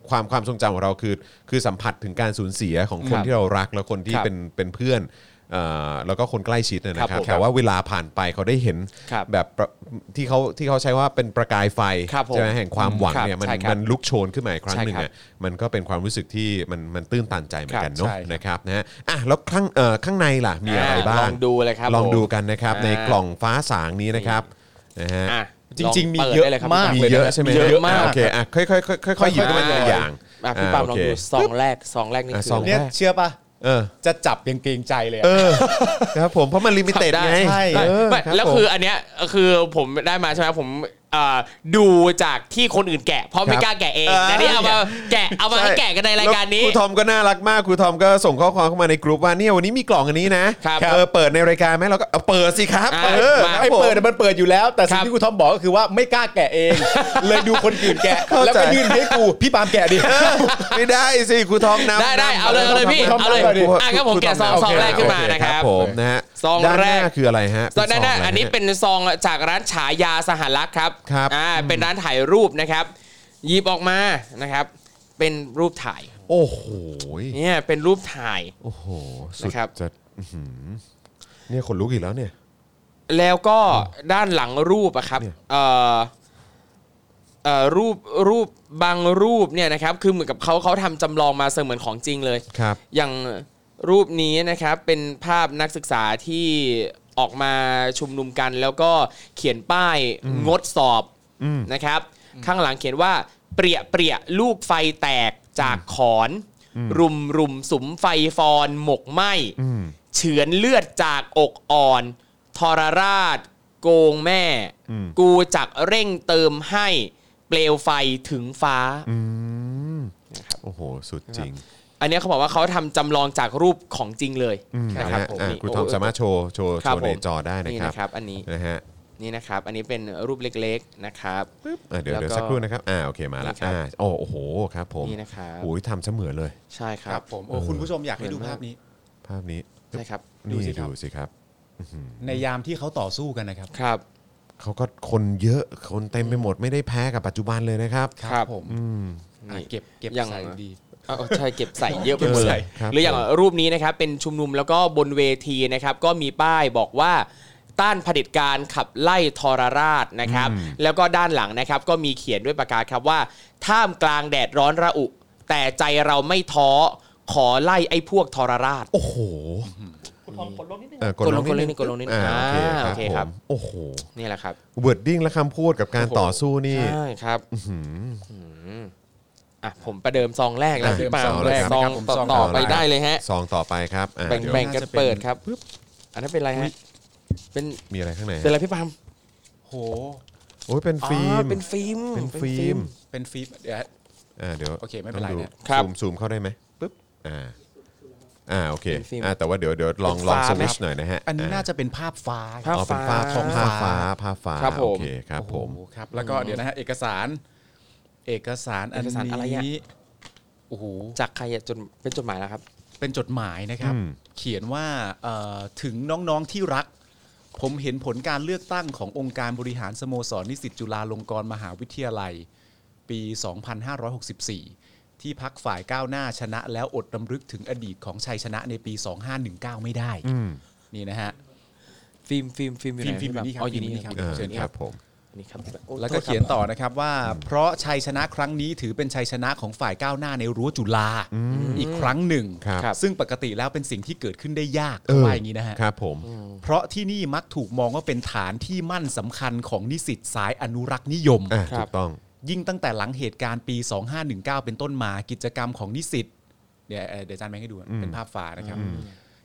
[SPEAKER 1] ความความทรงจำของเราคือ คือสัมผัสถึงการสูญเสียของคน
[SPEAKER 2] ครับ
[SPEAKER 1] ที่เรารัก และคนที่
[SPEAKER 2] ครับ
[SPEAKER 1] เป็นเป็นเพื่อนเอ่อแล้วก็คนใกล้ชิดนะนะครับ
[SPEAKER 2] ครับผม
[SPEAKER 1] แต่ว่าเวลาผ่านไปเขาได้เห็น
[SPEAKER 2] ครับ
[SPEAKER 1] แบบประที่เขาที่เขาใช้ว่าเป็นประกายไฟ
[SPEAKER 2] ครับผม
[SPEAKER 1] ใช่ไหมแห่งความหวัง
[SPEAKER 2] ครับ
[SPEAKER 1] เนี่ยมัน
[SPEAKER 2] ใช่ครับ
[SPEAKER 1] มันลุกโชนขึ้นมาอีกครั้ง
[SPEAKER 2] ใช่
[SPEAKER 1] หนึ่ง
[SPEAKER 2] ครับ
[SPEAKER 1] อ่ะมันก็เป็นความรู้สึกที่มันมันตื้นตันใจเหมือนกัน
[SPEAKER 2] ครับ
[SPEAKER 1] เนาะ
[SPEAKER 2] ใช่ครับ
[SPEAKER 1] นะครับนะฮะอ่ะแล้วข้างเอ่อข้างในล่ะมีอะไรบ้าง
[SPEAKER 2] ลองดูเลยครับ
[SPEAKER 1] ลอง
[SPEAKER 2] ผม
[SPEAKER 1] ดูกันนะครับ
[SPEAKER 2] อ่า
[SPEAKER 1] ในกล่องฟ้าสางนี้นะครับนะฮะ
[SPEAKER 2] อ่ะ
[SPEAKER 3] จริง
[SPEAKER 2] ล
[SPEAKER 3] ๆ
[SPEAKER 2] ปิด
[SPEAKER 3] มีเยอะ
[SPEAKER 2] ได้ลครับ
[SPEAKER 3] มาก
[SPEAKER 1] มี
[SPEAKER 2] พี่
[SPEAKER 1] เย
[SPEAKER 2] ป
[SPEAKER 1] อะใช่ไหม
[SPEAKER 2] เยอะมาก
[SPEAKER 1] โอเคอ่ะค่อยๆค่อยๆค่อยๆหยิบขึ้นมาตัวอย่าง
[SPEAKER 2] อ่ะพี่ปาล์มล
[SPEAKER 1] โ
[SPEAKER 2] องดูซองแรกซองแรกนี่
[SPEAKER 1] อ่ะ
[SPEAKER 2] คื
[SPEAKER 1] ซอง
[SPEAKER 2] อ
[SPEAKER 3] เนี่ยเชื่อปะ
[SPEAKER 1] เออ
[SPEAKER 3] จะจับยังเกรงใจเลยอะ
[SPEAKER 1] เออครับผมเพราะมันลิมิเต็ด
[SPEAKER 2] ได้
[SPEAKER 1] ไง
[SPEAKER 3] ใช่
[SPEAKER 1] เออ
[SPEAKER 2] ไม่
[SPEAKER 1] รับ
[SPEAKER 2] แล้วคื
[SPEAKER 1] ผ
[SPEAKER 2] อ
[SPEAKER 1] ม
[SPEAKER 2] อันเนี้ยคือผมได้มาใช่ไหมผมเ อ่าดูจากที่คนอื่นแกะ เพราะ
[SPEAKER 1] ค
[SPEAKER 2] ไม่
[SPEAKER 1] รับ
[SPEAKER 2] กล้าแกะเอง
[SPEAKER 1] เออ
[SPEAKER 2] แต่นี่เอามาแกะเอามาให้แกะกันในรายการนี้
[SPEAKER 1] แล้วครูทอมก็น่ารักมากครูทอมก็ส่งข้อความเข้ามาในกลุ่มว่าเนี่ยวันนี้มีกล่องอันนี้นะครับ เออเปิดในรายการไหมเราก็เอาเปิดสิครับ
[SPEAKER 2] อ่า
[SPEAKER 1] เออ
[SPEAKER 2] มา
[SPEAKER 1] ครับ
[SPEAKER 3] ไอ้
[SPEAKER 1] ผม
[SPEAKER 3] เปิดน่ะมันเปิดอยู่แล้ว แต่
[SPEAKER 2] ค
[SPEAKER 3] สิ่
[SPEAKER 2] รั
[SPEAKER 3] ง
[SPEAKER 2] บ
[SPEAKER 3] ที่กูทอมบอกก็คือว่าไม่กล้าแกะเอง เลยดูคนอื่นแกะ
[SPEAKER 1] เข้าใจ
[SPEAKER 3] แล้วก็ยื่นให้กู พี่ปาล์มแกะดิ
[SPEAKER 1] ไม่ได้สิครูทอมนำ
[SPEAKER 2] ได้ได้
[SPEAKER 1] นำ
[SPEAKER 2] เอาเลยเอาเลยพี่
[SPEAKER 1] ครูทม
[SPEAKER 2] เอาเลย
[SPEAKER 1] นำก่นดิ
[SPEAKER 2] อ่ะงั้นผมแกะซอง
[SPEAKER 1] ครูทมนำโเค
[SPEAKER 2] ซองแรกขึ้นมา
[SPEAKER 1] โอเ
[SPEAKER 2] นะครับ
[SPEAKER 1] ผมนะฮะ
[SPEAKER 2] ซอง
[SPEAKER 1] ด้านหน้า
[SPEAKER 2] แรก
[SPEAKER 1] คืออะไรฮะ
[SPEAKER 2] ตอนนั้น
[SPEAKER 1] ซ
[SPEAKER 2] น่ะ
[SPEAKER 1] งะไรฮะ
[SPEAKER 2] อันนี้เป็นซองจากร้านฉายาสหรัฐครับ
[SPEAKER 1] ครับ
[SPEAKER 2] อ่าเป็นร้านถ่ายรูปนะครับหยิบออกมานะครับ เป็นรูปถ่าย
[SPEAKER 1] โอ้โห
[SPEAKER 2] เนี่ยเป็นรูปถ่าย
[SPEAKER 1] โอ้โหสุด
[SPEAKER 2] นะครับ
[SPEAKER 1] จะอื้อหือเนี่ยขนลุกอีกแล้วเนี่ย
[SPEAKER 2] แล้วก็ด้านหลังรูปอะครับ
[SPEAKER 1] เนี่ย
[SPEAKER 2] เอ่อเอ่อรูปรูปบางรูปเนี่ยนะครับ คือเหมือนกับเขาเขาทำจำลองมาเสมือนของจริงเลย
[SPEAKER 1] ครับ
[SPEAKER 2] อย่างรูปนี้นะครับเป็นภาพนักศึกษาที่ออกมาชุมนุมกัน แล้วก็เขียนป้ายงดสอบนะครับ ข้างหลังเขียนว่าเปรียเปรียลูกไฟแตกจากขอน รุมรุมสุมไฟฟอนหมกไหมเฉือนเลือดจากอกอ่อน ทรราช โกงแม่ กูจักเร่งเติมให้ เปลวไฟถึงฟ้า
[SPEAKER 1] อืมโอ้โห สุดจริง
[SPEAKER 2] อันเนี้ยเขาบอกว่าเขาทำจำลองจากรูปของจริงเลยนะ
[SPEAKER 1] นะครับ ฮะ
[SPEAKER 2] ผม
[SPEAKER 1] อ่ะ
[SPEAKER 2] นี่
[SPEAKER 1] ครูทอม
[SPEAKER 2] โ
[SPEAKER 1] สามารถโชว์โชว์โช
[SPEAKER 2] ครับ
[SPEAKER 1] ว์ใน
[SPEAKER 2] ผม
[SPEAKER 1] จอได้นะ
[SPEAKER 2] นี่
[SPEAKER 1] ครับ
[SPEAKER 2] นะครับอันนี้
[SPEAKER 1] นะฮะ
[SPEAKER 2] นี่นะครับ อันนี้เป็นรูปเล็กๆนะครับ
[SPEAKER 1] อ่ะเดี๋ยว
[SPEAKER 2] แล้วก็
[SPEAKER 1] เดี๋ยวสักครู่นะครับอ่าโอเคมาละ
[SPEAKER 2] นี่ครับ
[SPEAKER 1] อ่าโอ้โอ้โหครับผม
[SPEAKER 2] นี่นะครับ
[SPEAKER 1] โอ้ยทำเสมือนเลย
[SPEAKER 2] ใช่ค
[SPEAKER 3] ค
[SPEAKER 2] รั
[SPEAKER 3] รั
[SPEAKER 2] บบ
[SPEAKER 3] ผมโอ้คุณผู้ชมอยากให้ดูภาพนี้
[SPEAKER 1] ภาพนี้
[SPEAKER 2] ใช่ครับ
[SPEAKER 1] นี่
[SPEAKER 3] ดูสิครับ
[SPEAKER 1] ดูสิครับ
[SPEAKER 3] ในยามที่เขาต่อสู้กันนะครับ
[SPEAKER 2] ครับ
[SPEAKER 1] เขาก็คนเยอะคนเต็มไปหมดไม่ได้แพ้กับปัจจุบันเลยนะครับ
[SPEAKER 2] ครับ
[SPEAKER 3] ผม
[SPEAKER 1] อืม
[SPEAKER 3] อ่ะ
[SPEAKER 2] นี่
[SPEAKER 3] เก็บเก็บ
[SPEAKER 2] ยัง
[SPEAKER 3] ใส่ดี
[SPEAKER 2] เอ้าใช่เก็บใส่เยอะไปหมดเลย
[SPEAKER 1] เก็บใส่ครับ
[SPEAKER 2] หรืออย่างรูปนี้นะครับ เป็นชุมนุมแล้วก็บนเวทีนะครับ ก็มีป้ายบอกว่าต้านเผด็จการขับไล่ทรราชนะครับ แล้วก็ด้านหลังนะครับ ก็มีเขียนด้วยปากกาครับว่า ท่ามกลางแดดร้อนระอุ แต่ใจเราไม่ท้อขอไล่ไอ้พวกทรราช
[SPEAKER 1] โอ้โห
[SPEAKER 5] คุณทอมกดลงนิดนึง
[SPEAKER 1] เออกด
[SPEAKER 2] กด
[SPEAKER 1] ล
[SPEAKER 2] ล
[SPEAKER 1] ง
[SPEAKER 2] ง
[SPEAKER 1] นิดนึง
[SPEAKER 2] กดลงนิดนึง
[SPEAKER 1] อ่าโอเค
[SPEAKER 2] อ่า
[SPEAKER 1] ครับผ
[SPEAKER 2] โอเคครับ
[SPEAKER 1] มโอ้โห
[SPEAKER 2] นี่แหละครับ
[SPEAKER 1] เวิร์ดดิ้งและคำพูดกับการต่อสู้นี่
[SPEAKER 2] ใช่ครับ
[SPEAKER 1] อื้อหือ
[SPEAKER 2] อ่ะผมประเดิมซองแรกแล้ว
[SPEAKER 1] อ่ะ
[SPEAKER 2] พี่ปาล์ม
[SPEAKER 1] ซองแรก
[SPEAKER 2] ซอง
[SPEAKER 3] ครับผม
[SPEAKER 2] ต่อ
[SPEAKER 3] ซอง
[SPEAKER 2] ต่อ
[SPEAKER 3] แรก
[SPEAKER 2] ไปได้เลยฮะ
[SPEAKER 1] ซองต่อไปครับอ่า
[SPEAKER 2] แบ่ง
[SPEAKER 1] เดี๋ยว
[SPEAKER 2] แบ่งกัน
[SPEAKER 3] น่าจะเป็น
[SPEAKER 2] เปิดครับปึ๊บอันนั้นเป็นอะไรฮะเป็น
[SPEAKER 1] มีอะไรข้างใน
[SPEAKER 2] เป็นอะไรพี่ปาล์ม
[SPEAKER 3] โห
[SPEAKER 1] โอ้ยเป็น
[SPEAKER 2] อ๋อ
[SPEAKER 1] ฟิล์ม
[SPEAKER 2] เป็นฟิล์ม
[SPEAKER 1] เป็นฟิล์ม
[SPEAKER 3] เป็นฟีบเดี๋ยว
[SPEAKER 1] อ่าเดี๋ยว
[SPEAKER 3] โอเคไม่เป็นไร
[SPEAKER 1] ต้องดู
[SPEAKER 3] เนี่ย
[SPEAKER 2] ครับ
[SPEAKER 1] ซูมซูมเข้าได้ไหมปึ๊บอ่าอ่าโอเค
[SPEAKER 2] เป็นฟิล์ม
[SPEAKER 1] อ่าแต่ว่าเดี๋ยวเดี๋ยวลองลองส
[SPEAKER 2] ฟ้าไหม
[SPEAKER 1] วิชหน่อยนะฮะ
[SPEAKER 3] อันนี้น่าจะเป็นภาพฟ้า
[SPEAKER 2] ภาพ
[SPEAKER 1] อ๋อเป็นผ้า
[SPEAKER 2] ฟ
[SPEAKER 1] ผ้า
[SPEAKER 2] ้า
[SPEAKER 1] ฟ้าผ้าฟ้า
[SPEAKER 2] ครับผม
[SPEAKER 1] โอเคครับผม
[SPEAKER 3] โอ้โหครับแล้วก็เดี๋ยวนะฮะเอกสาร เอกสารอัน
[SPEAKER 2] เอกสารอะไรอะ
[SPEAKER 3] นี้โอ้โห
[SPEAKER 2] จากใครอะจนเป็นจดหมายแล้วครับ
[SPEAKER 3] เป็นจดหมายนะครับ
[SPEAKER 1] อืม
[SPEAKER 3] เขียนว่าเอ่อถึงน้อง ๆ ที่รัก ผมเห็นผลการเลือกตั้งขององค์การบริหารสโมสรนิสิตจุฬาลงกรณ์มหาวิทยาลัย ปี 2564 ที่พักฝ่ายก้าวหน้าชนะแล้วอดรำลึกถึงอดีตของชัยชนะในปี 2519 ไม่ได้ นี่นะฮะ
[SPEAKER 2] ฟิล์มฟิล์มฟิล์มอยู่ไหน
[SPEAKER 3] ฟิล์มฟิล์ม
[SPEAKER 2] พี่ปา
[SPEAKER 3] อยู่นี่ครับ
[SPEAKER 2] อ๋ออยู่นี่
[SPEAKER 3] ฟิล์มอยู่นี่
[SPEAKER 2] ค
[SPEAKER 3] ครั
[SPEAKER 1] อ่าค
[SPEAKER 2] รับบ
[SPEAKER 3] เชิญครั
[SPEAKER 1] รับ บผม
[SPEAKER 2] นี่ครับโอ้
[SPEAKER 3] แล้วก็
[SPEAKER 2] โทษครับ
[SPEAKER 3] เขียนต่อนะครับว่า เพราะชัยชนะครั้งนี้ถือเป็นชัยชนะของฝ่ายก้าวหน้าในรั้วจุฬาอีกครั้งหนึ่ง
[SPEAKER 1] ครับ
[SPEAKER 3] ซึ่งปกติแล้วเป็นสิ่งที่เกิดขึ้นได้ยากเขาว่าอย่างนี้นะฮะ
[SPEAKER 1] ครับผม
[SPEAKER 3] เพราะที่นี่มักถูกมองว่าเป็นฐานที่มั่นสำคัญของนิสิตสายอนุรักษ์นิยม
[SPEAKER 1] อ่าถูกต้อง
[SPEAKER 3] ยิ่งตั้งแต่หลังเหตุการณ์ปี 2519 เป็นต้นมากิจกรรมของนิสิตเดี๋ยวเอ่อเดี๋ยวอาจารย์แบงค์ให้ดูเป็นภาพฟ้านะครับ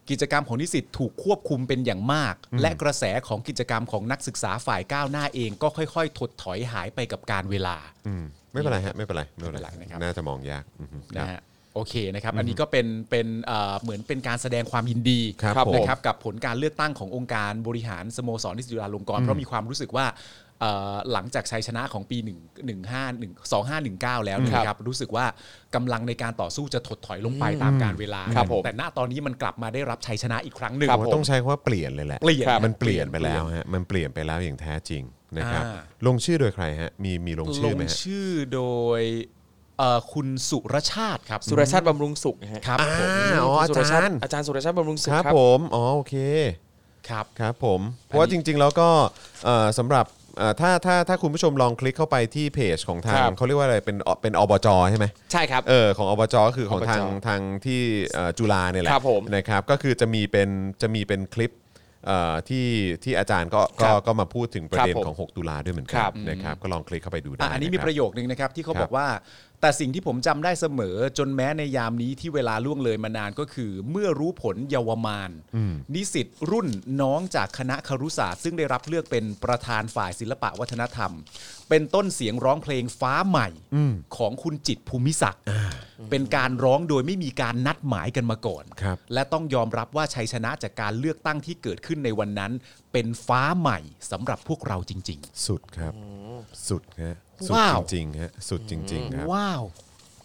[SPEAKER 3] กิจกรรมของนิสิตถูกควบคุมเป็นอย่างมาก และกระแสของกิจกรรมของนักศึกษาฝ่ายก้าวหน้าเองก็ค่อย ๆ ถดถอยหายไปกับการเวลา
[SPEAKER 1] อืมไม่เป็นไรฮะไม่เป็นไรไม่เป็น
[SPEAKER 3] ไม่
[SPEAKER 1] ไร
[SPEAKER 3] เป็นไรนะครับ
[SPEAKER 1] น่าจะมองยากอือฮึครับ
[SPEAKER 3] นะฮะโอเคนะครับอันนี้ก็เป็นเป็นเอ่อเหมือนเป็นการแสดงความยินดี
[SPEAKER 1] ครับผม
[SPEAKER 3] นะครับกับผลการเลือกตั้งขององค์การบริหารสโมสรนิสิตจุฬาลงกรณ์เพราะมีความรู้สึกว่าเอ่อหลังจากชัยชนะของปี 1 1 5 1 2 5 1 9 แล้วเนยนะครับรู้สึกว่ากำลังในการต่อสู้จะถดถอยลงไปตามการเวลา
[SPEAKER 2] ครับผม
[SPEAKER 3] แต่ณตอนนี้มันกลับมาได้รับชัยชนะอีกครั้งหนึ่ง
[SPEAKER 2] ครับผม
[SPEAKER 1] ต้องใช้คำว่าเปลี่ยนเลยแหละ
[SPEAKER 3] เปลี่ยน
[SPEAKER 1] มันเปลี่ยนไปแล้วฮะมันเปลี่ยนไปแล้วอย่างแท้จริงนะครับ
[SPEAKER 3] อ่า
[SPEAKER 1] ลงชื่อโดยใครฮะมีมีลง
[SPEAKER 3] ล
[SPEAKER 1] ชื่อง ไหมฮะ
[SPEAKER 3] ชื่อโดยเอ่อคุณสุรชาติครับ
[SPEAKER 2] สุรชาติบำรุงสุขนะฮะ
[SPEAKER 3] ครับ
[SPEAKER 1] อ่า
[SPEAKER 3] ผม
[SPEAKER 1] อ๋ออา
[SPEAKER 2] สุช
[SPEAKER 1] จา
[SPEAKER 2] ติ
[SPEAKER 1] รย์
[SPEAKER 2] อาจารย์สุรชาติบำรุงสุข
[SPEAKER 1] ครับ
[SPEAKER 2] ครับ
[SPEAKER 1] ผมอ๋อโอเค
[SPEAKER 3] ครับ
[SPEAKER 1] ครับผมเพราะว่าจริง ๆ แล้วก็เอ่อสำหรับเอ่อถ้าถ้าถ้าคุณผู้ชมลองคลิกเข้าไปที่เพจของทาง
[SPEAKER 2] ครับ
[SPEAKER 1] เขาเรียกว่าอะไรเป็นอเป็นอบจใช่ไหม
[SPEAKER 2] ใช่ครับ
[SPEAKER 1] เออของอบจก็คือของ
[SPEAKER 2] อบจ
[SPEAKER 1] ทางทางที่เอ่อจุฬาเนี่ยแหละ
[SPEAKER 2] ครับผม
[SPEAKER 1] นะครับก็คือจะมีเป็นจะมีเป็นคลิปเอ่อที่ที่อาจารย์ก็ก็
[SPEAKER 2] ครับ
[SPEAKER 1] ก็มาพูดถึงประเด็น
[SPEAKER 2] ครับผม
[SPEAKER 1] ของ 6 ตุลาด้วยเหมือนกั
[SPEAKER 2] ครับ
[SPEAKER 1] นะครับก็ลองคลิกเข้าไปดูได้
[SPEAKER 3] อ่ะอันนี้มี
[SPEAKER 1] คบ
[SPEAKER 3] ประโยคนึงนะครับที่เขา
[SPEAKER 1] ครับ
[SPEAKER 3] บอกว่า แต่สิ่งที่ผมจำได้เสมอจนแม้ในยามนี้ที่เวลาล่วงเลยมานานก็คือ เมื่อรู้ผลเยาวมาน นิสิตรุ่นน้องจากคณะครุศาสตร์ซึ่งได้รับเลือกเป็นประธานฝ่ายศิลปะวัฒนธรรม เป็นต้นเสียงร้องเพลงฟ้าใหม่ของคุณจิตรภูมิศักดิ์เป็นการร้องโดยไม่มีการนัดหมายกันมาก่อน
[SPEAKER 1] ครับ
[SPEAKER 3] และต้องยอมรับว่าชัยชนะจากการเลือกตั้งที่เกิดขึ้นในวันนั้น เป็นฟ้าใหม่สำหรับพวกเราจริง
[SPEAKER 1] สุดครับ สุดฮะสุด
[SPEAKER 3] ว้าว
[SPEAKER 1] จริงๆฮะสุดจริง ๆ ครับ
[SPEAKER 3] ๆ ว้าว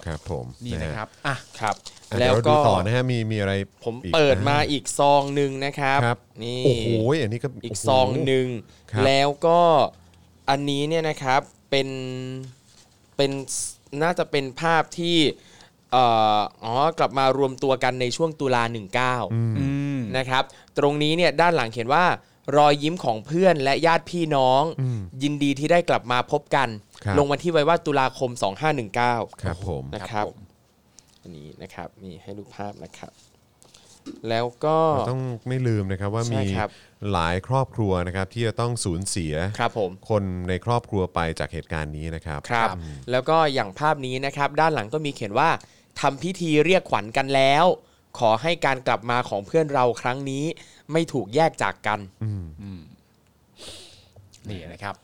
[SPEAKER 1] ครับผม
[SPEAKER 3] นี่นะ
[SPEAKER 1] ฮ
[SPEAKER 3] ครับอ่ะ
[SPEAKER 2] ครับ
[SPEAKER 1] อ่ะ
[SPEAKER 2] แล้ว
[SPEAKER 1] เดี๋ยเรา
[SPEAKER 2] ก็
[SPEAKER 1] ดูต่อนะฮะมีมีอะไร
[SPEAKER 2] ผม
[SPEAKER 1] อีก
[SPEAKER 2] เปิด
[SPEAKER 1] นะฮะ
[SPEAKER 2] มาอีกซองหนึ่งนะครับ
[SPEAKER 1] ครับ
[SPEAKER 2] นี่
[SPEAKER 1] โอ้โหอันนี้ก็
[SPEAKER 2] อีก
[SPEAKER 1] โโห
[SPEAKER 2] ซองหนึ่ง
[SPEAKER 1] ครับ
[SPEAKER 2] แล้วก็อันนี้เนี่ยนะครับเป็นเป็นน่าจะเป็นภาพที่เอ่ออ๋อกลับมารวมตัวกันในช่วงตุลา 19 นะครับ ตรงนี้เนี่ยด้านหลังเขียนว่ารอยยิ้มของเพื่อนและญาติพี่น้อง ยินดีที่ได้กลับมาพบกัน
[SPEAKER 1] ครับ
[SPEAKER 2] ลงวันที่ไว้ว่าตุลาคม 2519
[SPEAKER 1] ครับผม
[SPEAKER 2] นะครับ อันนี้นะครับนี่ให้ดูภาพนะครับ แล้วก็
[SPEAKER 1] เราต้องไม่ลืมนะครับว่า
[SPEAKER 2] ใช่
[SPEAKER 1] มี
[SPEAKER 2] ครับ
[SPEAKER 1] หลายครอบครัวนะครับที่จะต้องสูญเสีย
[SPEAKER 2] ครับผม
[SPEAKER 1] คนในครอบครัวไปจากเหตุการณ์นี้นะครับ
[SPEAKER 2] ครับแล้วก็อย่างภาพนี้นะครับด้านหลังก็มีเขียนว่าทำพิธีเรียกขวัญกันแล้ว ขอให้การกลับมาของเพื่อนเราครั้งนี้ ไม่ถูกแยกจากกัน
[SPEAKER 3] นี่นะครับ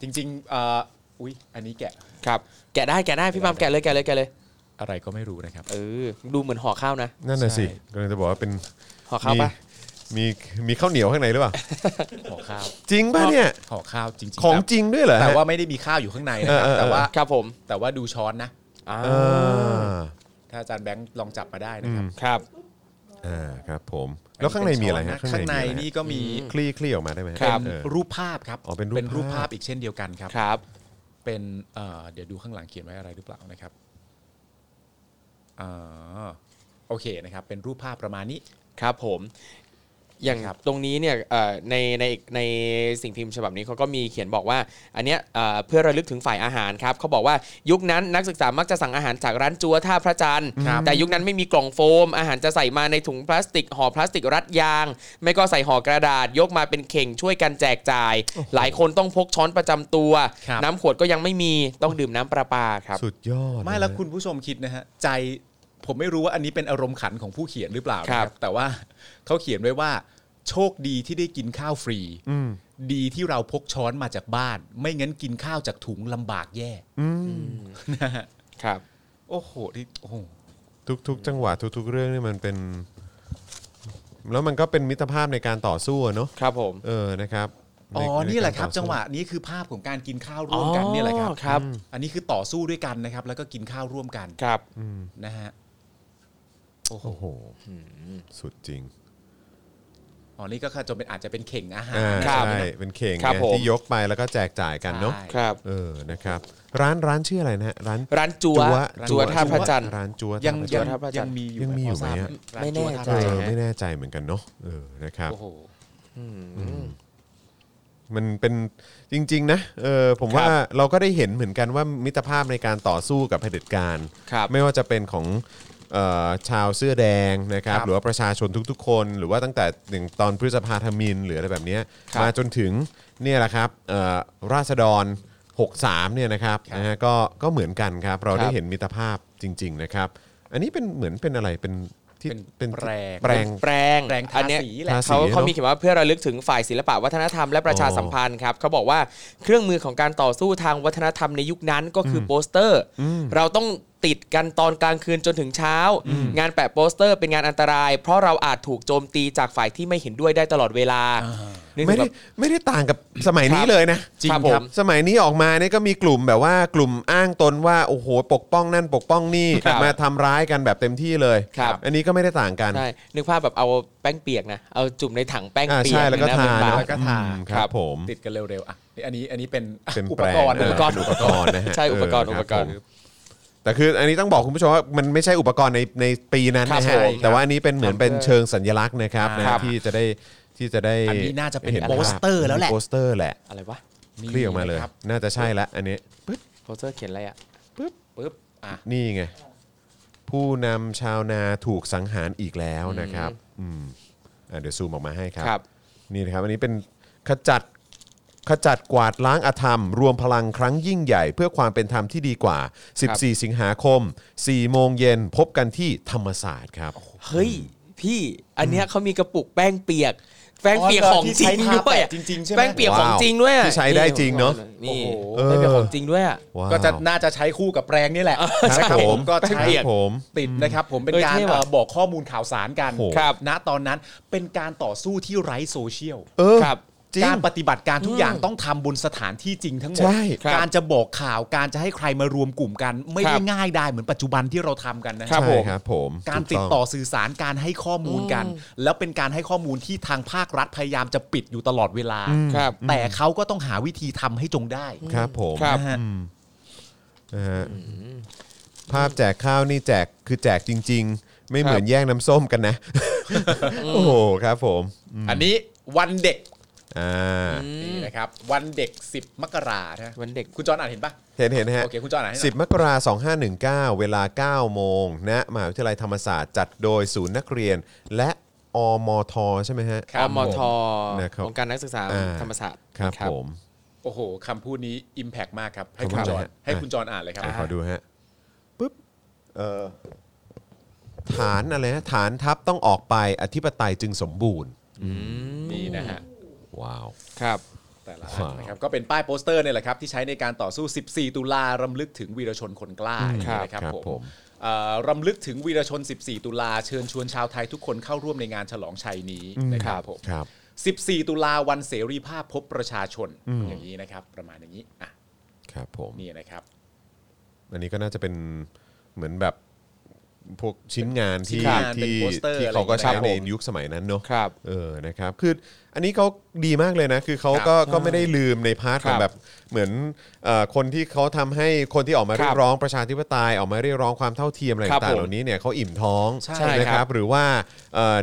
[SPEAKER 3] จริงๆเอ่ออุ๊ย อันนี้แกะ
[SPEAKER 2] ครับ แกะได้แกะได้พี่ปามแกะเลยแกะเลยแกะเลย
[SPEAKER 3] อะไรก็ไม่รู้นะครับ
[SPEAKER 2] เออดูเหมือนห่อข้าวนะ
[SPEAKER 1] นั่นน่ะสิ
[SPEAKER 3] ใช่
[SPEAKER 1] กำลังจะบอกว่าเป็น
[SPEAKER 2] ห่อข้าวปะ
[SPEAKER 1] มีมีมีข้าวเหนียวข้างในหรือเปล่า
[SPEAKER 3] ห่อข้าว
[SPEAKER 1] จริงป่ะเนี่ย
[SPEAKER 3] ห่อข้าวจริงๆ
[SPEAKER 1] ของ
[SPEAKER 3] แต่
[SPEAKER 1] จริงด้วยเหรอฮะ
[SPEAKER 3] แต่ว่าไม่ได้มีข้าวอยู่ข้างในนะครับ
[SPEAKER 1] เออเออ
[SPEAKER 3] แต่ว่า
[SPEAKER 2] ครับผม
[SPEAKER 3] แต่ว่าดูช้อนนะ
[SPEAKER 2] อ่า
[SPEAKER 1] อ่า
[SPEAKER 3] ถ้าอาจารย์แบงค์ลองจับมาได้นะครับ
[SPEAKER 2] ครับ
[SPEAKER 1] อ่าครับผม แล้วข้างในมีอะไรฮะ
[SPEAKER 3] เป็ช้นข้างในนี่ก็มี
[SPEAKER 1] คลี่คลี่ออกมาได้ไหมฮะ
[SPEAKER 3] เป็น
[SPEAKER 1] เออ
[SPEAKER 3] รูปภาพครับ
[SPEAKER 1] อ๋อเป็นรูปภาพ
[SPEAKER 3] รูปภาพอีกเช่นเดียวกันครับ
[SPEAKER 2] ครับ
[SPEAKER 3] เป็นเอ่อเดี๋ยวดูข้างหลังเขียนไว้อะไรหรือเปล่านะครับอ่าโอเคนะครับ เป็นรูปภาพประมาณนี้
[SPEAKER 2] ครับผมอย่าง
[SPEAKER 3] ครับ
[SPEAKER 2] ตรงนี้เนี่ยเอ่อในในในสิ่งพิมพ์ฉบับนี้เขาก็มีเขียนบอกว่า อันเนี้ยเอ่อเพื่อระลึกถึงฝ่ายอาหารครับเขาบอกว่ายุคนั้นนักศึกษามักจะสั่งอาหารจากร้านจัวท่าพระจันทร์
[SPEAKER 3] ครับ
[SPEAKER 2] แต่ยุคนั้นไม่มีกล่องโฟม อาหารจะใส่มาในถุงพลาสติกห่อพลาสติกรัดยาง ไม่ก็ใส่ห่อกระดาษ ยกมาเป็นเข่งช่วยกันแจกจ่าย หลายคนต้องพกช้อนประจำตัว
[SPEAKER 3] ครับ
[SPEAKER 2] น้ำขวดก็ยังไม่มีต้องดื่มน้ำประปาครับ
[SPEAKER 1] สุดยอด
[SPEAKER 3] ไม่แล้วคุณผู้ชมคิดนะฮะใจผมไม่รู้ว่าอันนี้เป็นอารมณ์ขันของผู้เขียนหรือเปล่านะครับ แต่ว่า เขาเขียนไว้ว่า โชคดีที่ได้กินข้าวฟรี ดีที่เราพกช้อนมาจากบ้าน ไม่งั้นกินข้าวจากถุงลำบากแย่นะฮะ
[SPEAKER 2] ครับ
[SPEAKER 3] โอ้โหที่โอ้โห
[SPEAKER 1] ทุกทุกๆ จังหวะทุก ๆ เรื่องนี่มันเป็น แล้วมันก็เป็นมิตรภาพในการต่อสู้อะเนาะ
[SPEAKER 2] ครับผม
[SPEAKER 1] เออนะครับ
[SPEAKER 3] อ๋อ
[SPEAKER 1] ใใกา
[SPEAKER 3] นี่แหละครับ
[SPEAKER 1] ต่อสู้
[SPEAKER 3] จังหวะนี้คือภาพของการกินข้าวร่วมกันเนี่ยแหละครับ
[SPEAKER 2] อ๋อครับ
[SPEAKER 3] อันนี้คือต่อสู้ด้วยกันนะครับ แล้วก็กินข้าวร่วมกัน
[SPEAKER 2] ครับ
[SPEAKER 3] นะฮะโอ้โห
[SPEAKER 1] โอ้โหสุดจริง
[SPEAKER 3] อ๋อนี่ก็คือจะเป็นอาจจะเป็นเข่งอาหาร
[SPEAKER 1] อ่า
[SPEAKER 2] ครับ
[SPEAKER 1] ใช่เป็นเข่ง
[SPEAKER 2] ครับ
[SPEAKER 1] ไง
[SPEAKER 2] ผม
[SPEAKER 1] ที่ยกไปแล้วก็แจกจ่ายกันเนาะ
[SPEAKER 3] ใช่
[SPEAKER 2] ครับ
[SPEAKER 1] เออ นะครับ ร้านร้านชื่ออะไรนะฮะร้าน
[SPEAKER 2] ร้านจัว
[SPEAKER 3] จั๊
[SPEAKER 2] จั
[SPEAKER 3] ว
[SPEAKER 2] วท่าพระจันทร์
[SPEAKER 1] ร้านจัว
[SPEAKER 3] ยัง
[SPEAKER 1] ท่าพระ
[SPEAKER 3] ยั
[SPEAKER 1] จั
[SPEAKER 3] ง
[SPEAKER 1] นทร์
[SPEAKER 2] พระจันทร์
[SPEAKER 3] ยังมี
[SPEAKER 1] ยังมีอยู่ไหมฮะ
[SPEAKER 3] ร้าน
[SPEAKER 2] ไม่แน่
[SPEAKER 3] จั่วท่า
[SPEAKER 1] เอ
[SPEAKER 2] ใจ
[SPEAKER 3] พระจันท
[SPEAKER 1] อ
[SPEAKER 3] ร์
[SPEAKER 1] ไม่แน่ใจเหมือนกันเนาะ เออ นะครับ
[SPEAKER 3] โอ้โห
[SPEAKER 1] มันเป็นจริง ๆ นะ เออ ผมว่าเราก็ได้เห็นเหมือนกันว่ามิตรภาพในการต่อสู้กับเผด็จการ
[SPEAKER 2] ครับ
[SPEAKER 1] ไม่ว่าจะเป็นของเอ่อชาวเสื้อแดงนะครับ
[SPEAKER 3] ครับ
[SPEAKER 1] หรือว่าประชาชนทุกๆ คน หรือว่าตั้งแต่อย่างตอนพฤษภาธมินหรืออะไรแบบเนี้ย
[SPEAKER 2] ครับ
[SPEAKER 1] มาจนถึงเนี่ยแหละครับเอ่อราษฎร 63เนี่ยนะครับ
[SPEAKER 3] ครับ
[SPEAKER 1] นะฮะก็ก็เหมือนกันครับ เราได้เห็นมิตรภาพจริง ๆ นะครับ อันนี้เป็นเหมือนเป็นอะไรเป็นที่
[SPEAKER 3] เป็นแปลง
[SPEAKER 1] แปลง
[SPEAKER 2] แปลง
[SPEAKER 3] แปลงทา
[SPEAKER 2] อันเนี้ย
[SPEAKER 3] สีแหละ
[SPEAKER 1] ทา
[SPEAKER 2] เขา
[SPEAKER 1] สีเนอะ
[SPEAKER 2] เขามีเขียนว่าเพื่อระลึกถึงฝ่ายศิลปะวัฒนธรรมและประชา
[SPEAKER 1] อ๋อ
[SPEAKER 2] สัมพันธ์ครับเขาบอกว่าเครื่องมือของการต่อสู้ทางวัฒนธรรมในยุคนั้นก็คืออโปสเตอร์ เราต้องติดกันตอนกลางคืนจนถึงเช้า งานแปะโปสเตอร์เป็นงานอันตราย เพราะเราอาจถูกโจมตีจากฝ่ายที่ไม่เห็นด้วยได้ตลอดเวลานึกถึ
[SPEAKER 1] ไม่
[SPEAKER 2] งแบ
[SPEAKER 1] ได้
[SPEAKER 2] บ
[SPEAKER 1] ไม่ได้ต่างกับสมัยนี้
[SPEAKER 2] ครับ
[SPEAKER 1] เลยนะ
[SPEAKER 2] จริงครับครับ
[SPEAKER 1] สมัยนี้ออกมาเนี่ยก็มีกลุ่มแบบว่ากลุ่มอ้างตนว่าโอ้โหปกป้องนั่นปกป้องนี่
[SPEAKER 2] ครับ
[SPEAKER 1] มาทำร้ายกันแบบเต็มที่เลย
[SPEAKER 2] ครับ
[SPEAKER 1] อันนี้ก็ไม่ได้ต่างกัน
[SPEAKER 2] ใช่นึกภาพแบบเอาแป้งเปียกนะเอาจุ่มในถังแป้ง
[SPEAKER 1] อ่า
[SPEAKER 2] เปีย
[SPEAKER 1] ใช่
[SPEAKER 2] ก
[SPEAKER 1] แล้วก็
[SPEAKER 2] นะ
[SPEAKER 1] ทา
[SPEAKER 2] เป็นบา
[SPEAKER 1] นะ
[SPEAKER 2] ท
[SPEAKER 3] แล้วก็ทา
[SPEAKER 1] ครับ ผม
[SPEAKER 3] ติดกันเร็วๆอ่ะนี่อันนี้อันนี้เป็น
[SPEAKER 1] เป็น
[SPEAKER 3] อุ
[SPEAKER 1] แป
[SPEAKER 3] ป
[SPEAKER 1] ลง
[SPEAKER 3] กรณ์
[SPEAKER 1] เ
[SPEAKER 3] อุปกรณ์
[SPEAKER 1] เป็นอุปกรณ์นะฮะ
[SPEAKER 2] ใช่อุปกรณ์
[SPEAKER 1] เ
[SPEAKER 2] อุปกรณ์
[SPEAKER 1] คบผมแต่คืออันนี้ต้องบอกคุณผู้ชมว่ามันไม่ใช่อุปกรณ์ในในปีนั้น
[SPEAKER 2] ครับ
[SPEAKER 1] นะ
[SPEAKER 2] ผ
[SPEAKER 1] ฮะ
[SPEAKER 2] ม
[SPEAKER 1] แต่ว่าอันนี้เป็นเหมือนเป็น
[SPEAKER 2] ครับ
[SPEAKER 1] เชิงสัญลักษณ์นะครับ
[SPEAKER 3] ครั
[SPEAKER 1] นะ
[SPEAKER 3] บ
[SPEAKER 1] ที่จะได้ที่จะได้
[SPEAKER 3] อันนี้น่าจะเป็น
[SPEAKER 1] ห็ภาพ
[SPEAKER 3] โปสเตอร์แล้วแหละ
[SPEAKER 1] โปสเตอร์แหละ
[SPEAKER 2] อะไรวะ
[SPEAKER 1] คลี่ออกมาเลย
[SPEAKER 3] ครับ
[SPEAKER 1] น่าจะใช่ละอันนี้
[SPEAKER 2] โปสเตอร์เขียนอะไรอ่ะ
[SPEAKER 3] ปึ๊บอ่ะ
[SPEAKER 1] นี่ไง ผู้นำชาวนาถูกสังหารอีกแล้วนะครับอืมอ่ะเดี๋ยวซูมออกมาให้ครับ
[SPEAKER 2] ครับ
[SPEAKER 1] นี่นะครับ อันนี้เป็นขจัด ขจัดกวาดล้างอธรรม รวมพลังครั้งยิ่งใหญ่ เพื่อความเป็นธรรมที่ดีกว่า 14 สิงหาคม 4 โมงเย็นพบกันที่ธรรมศาสตร์ครับ
[SPEAKER 2] เฮ้ย พี่อันเนี้ยเขามีกระปุกแป้งเปียก แป้งเปียกของจริงด้วยอะ
[SPEAKER 3] ที่ใช้ทาแปะจริงๆใช่ไหม
[SPEAKER 2] แป้งเปียกของจริงด้วยอะ
[SPEAKER 1] ที่ใช้ได้จริงเนอะ
[SPEAKER 2] นี่
[SPEAKER 1] โอ้โห
[SPEAKER 2] แป้งเปียกของจริงด้วยอะ
[SPEAKER 1] ว้าว
[SPEAKER 3] ก็จะน่าจะใช้คู่กับแปรงนี่แหละ
[SPEAKER 1] ครับผม
[SPEAKER 3] ก็
[SPEAKER 1] ค
[SPEAKER 3] ใช้
[SPEAKER 1] รับผม
[SPEAKER 3] ติดนะครับ ผมเป็น
[SPEAKER 2] เออ
[SPEAKER 3] การ
[SPEAKER 2] เท่ว่ะ
[SPEAKER 3] เอ่อบอกข้อมูลข่าวสารกัน
[SPEAKER 1] โอ้โห
[SPEAKER 3] ครับณตอนนั้นเป็นการต่อสู้ที่ไร้โซเชียล
[SPEAKER 1] เออ
[SPEAKER 2] ครับ
[SPEAKER 1] จริง
[SPEAKER 3] การปฏิบัติการทุกอย่างต้องทำบนสถานที่จริงทั้งหมด
[SPEAKER 1] ใช่ครับ
[SPEAKER 3] การจะบอกข่าวการจะให้ใครมารวมกลุ่มกัน ไม่
[SPEAKER 2] ครั
[SPEAKER 3] ได้
[SPEAKER 2] บ
[SPEAKER 3] ง่ายได้เหมือนปัจจุบันที่เราทำกันนะ
[SPEAKER 1] ใช่
[SPEAKER 3] บ
[SPEAKER 1] ครับผม
[SPEAKER 3] การติดต่อสื่อสารการให้ข้อมูลกัน แล้วเป็นการให้ข้อมูลที่ทางภาครัฐพยายามจะปิดอยู่ตลอดเวลา
[SPEAKER 2] ครับ
[SPEAKER 3] แต่เขาก็ต้องหาวิธีทำให้จงได้
[SPEAKER 1] ถูกต้องครับผม
[SPEAKER 2] ครับ
[SPEAKER 3] นะฮะ
[SPEAKER 1] นะฮะภาพแจกข้าวนี่แจกคือแจกจริง ๆ ไม่เหมือนแย่งน้ำส้มกันนะ โอ้โหครับผม
[SPEAKER 3] อันนี้วันเด็ก
[SPEAKER 1] อ่า
[SPEAKER 3] นี่นะครับ วันเด็ก 10 มกรานะ
[SPEAKER 2] วันเด็ก
[SPEAKER 3] คุณจอนอ่านเห็นปะ
[SPEAKER 1] เห็นเห็นๆฮะ
[SPEAKER 3] โอเคคุณจอนอ่านให้หน่อย
[SPEAKER 1] 10 มกราคม2519 เวลา 9 โมงณมหาวิทยาลัยธรรมศาสตร์จัดโดยศูนย์นักเรียน และอมท ใช่ไหมฮะ
[SPEAKER 3] ครั
[SPEAKER 2] อบ มท
[SPEAKER 1] นะครับ
[SPEAKER 2] องค์การนักศึกษา
[SPEAKER 1] อ่า
[SPEAKER 2] ธรรมศาสตร์
[SPEAKER 1] ครับผม
[SPEAKER 3] โอ้โหคำพูดนี้ Impact มากครับ ให้
[SPEAKER 1] ขบ
[SPEAKER 3] คุณจอ
[SPEAKER 1] นะ
[SPEAKER 3] น
[SPEAKER 1] ฮะ
[SPEAKER 3] ให้คุณจอนอ่านเลยครับ
[SPEAKER 1] เดี๋ยวขอดูฮะปุ๊บเอ่อฐานอะไรนะฐานทัพต้องออกไปอธิปไตยจึงสมบูรณ์
[SPEAKER 3] นี่นะฮะ
[SPEAKER 1] ว้าว
[SPEAKER 2] ครับ
[SPEAKER 3] แต่ละอันนะครับก็เป็นป้ายโปสเตอร์เนี่ยแหละครับที่ใช้ในการต่อสู้ 14 ตุลารำลึกถึงวีรชนคนกล้า
[SPEAKER 2] ครับ
[SPEAKER 3] นะครับ
[SPEAKER 1] ครับ
[SPEAKER 3] ผม
[SPEAKER 1] ผม
[SPEAKER 3] เอ่อรำลึกถึงวีรชน 14 ตุลาเชิญชวนชาวไทยทุกคนเข้าร่วมในงานฉลองชัยนี้นะครับผม
[SPEAKER 1] ครับ
[SPEAKER 3] 14 ตุลาวันเสรีภาพพบประชาชนอย่างนี้นะครับ ประมาณอย่างนี้อ่ะ
[SPEAKER 1] ครับผม
[SPEAKER 3] นี่นะครับ
[SPEAKER 1] อันนี้ก็น่าจะเป็นเหมือนแบบพวกชิ้นงานที่
[SPEAKER 3] ชิ้นงานเป็น
[SPEAKER 1] ที่
[SPEAKER 3] โปสเตอร์
[SPEAKER 1] ที่เขาก็
[SPEAKER 3] อะ
[SPEAKER 1] ใช้
[SPEAKER 3] ไรอย่างเงี้ยครับ
[SPEAKER 1] ใน
[SPEAKER 3] ผม
[SPEAKER 1] ยุคสมัยนั้นเนอะ
[SPEAKER 2] ครับ
[SPEAKER 1] เออนะครับคืออันนี้เขาดีมากเลยนะคือเขา
[SPEAKER 3] ครับ
[SPEAKER 1] ก็ก็ไม่ได้ลืมในพาร์ทของ
[SPEAKER 2] ครับ
[SPEAKER 1] แบบเหมือนเอ่อคนที่เขาทำให้คนที่ออกมา
[SPEAKER 2] ครับ
[SPEAKER 1] เรียกร้องประชาธิปไตยออกมาเรียกร้องความเท่าเทียมอะไร
[SPEAKER 2] ครับ
[SPEAKER 1] ต่างๆ
[SPEAKER 2] ผม
[SPEAKER 1] เหล่านี้เนี่ยเขาอิ่มท้อง
[SPEAKER 3] ใช่
[SPEAKER 1] นะค
[SPEAKER 2] ครั
[SPEAKER 1] รับบ หรือว่าเอ่อ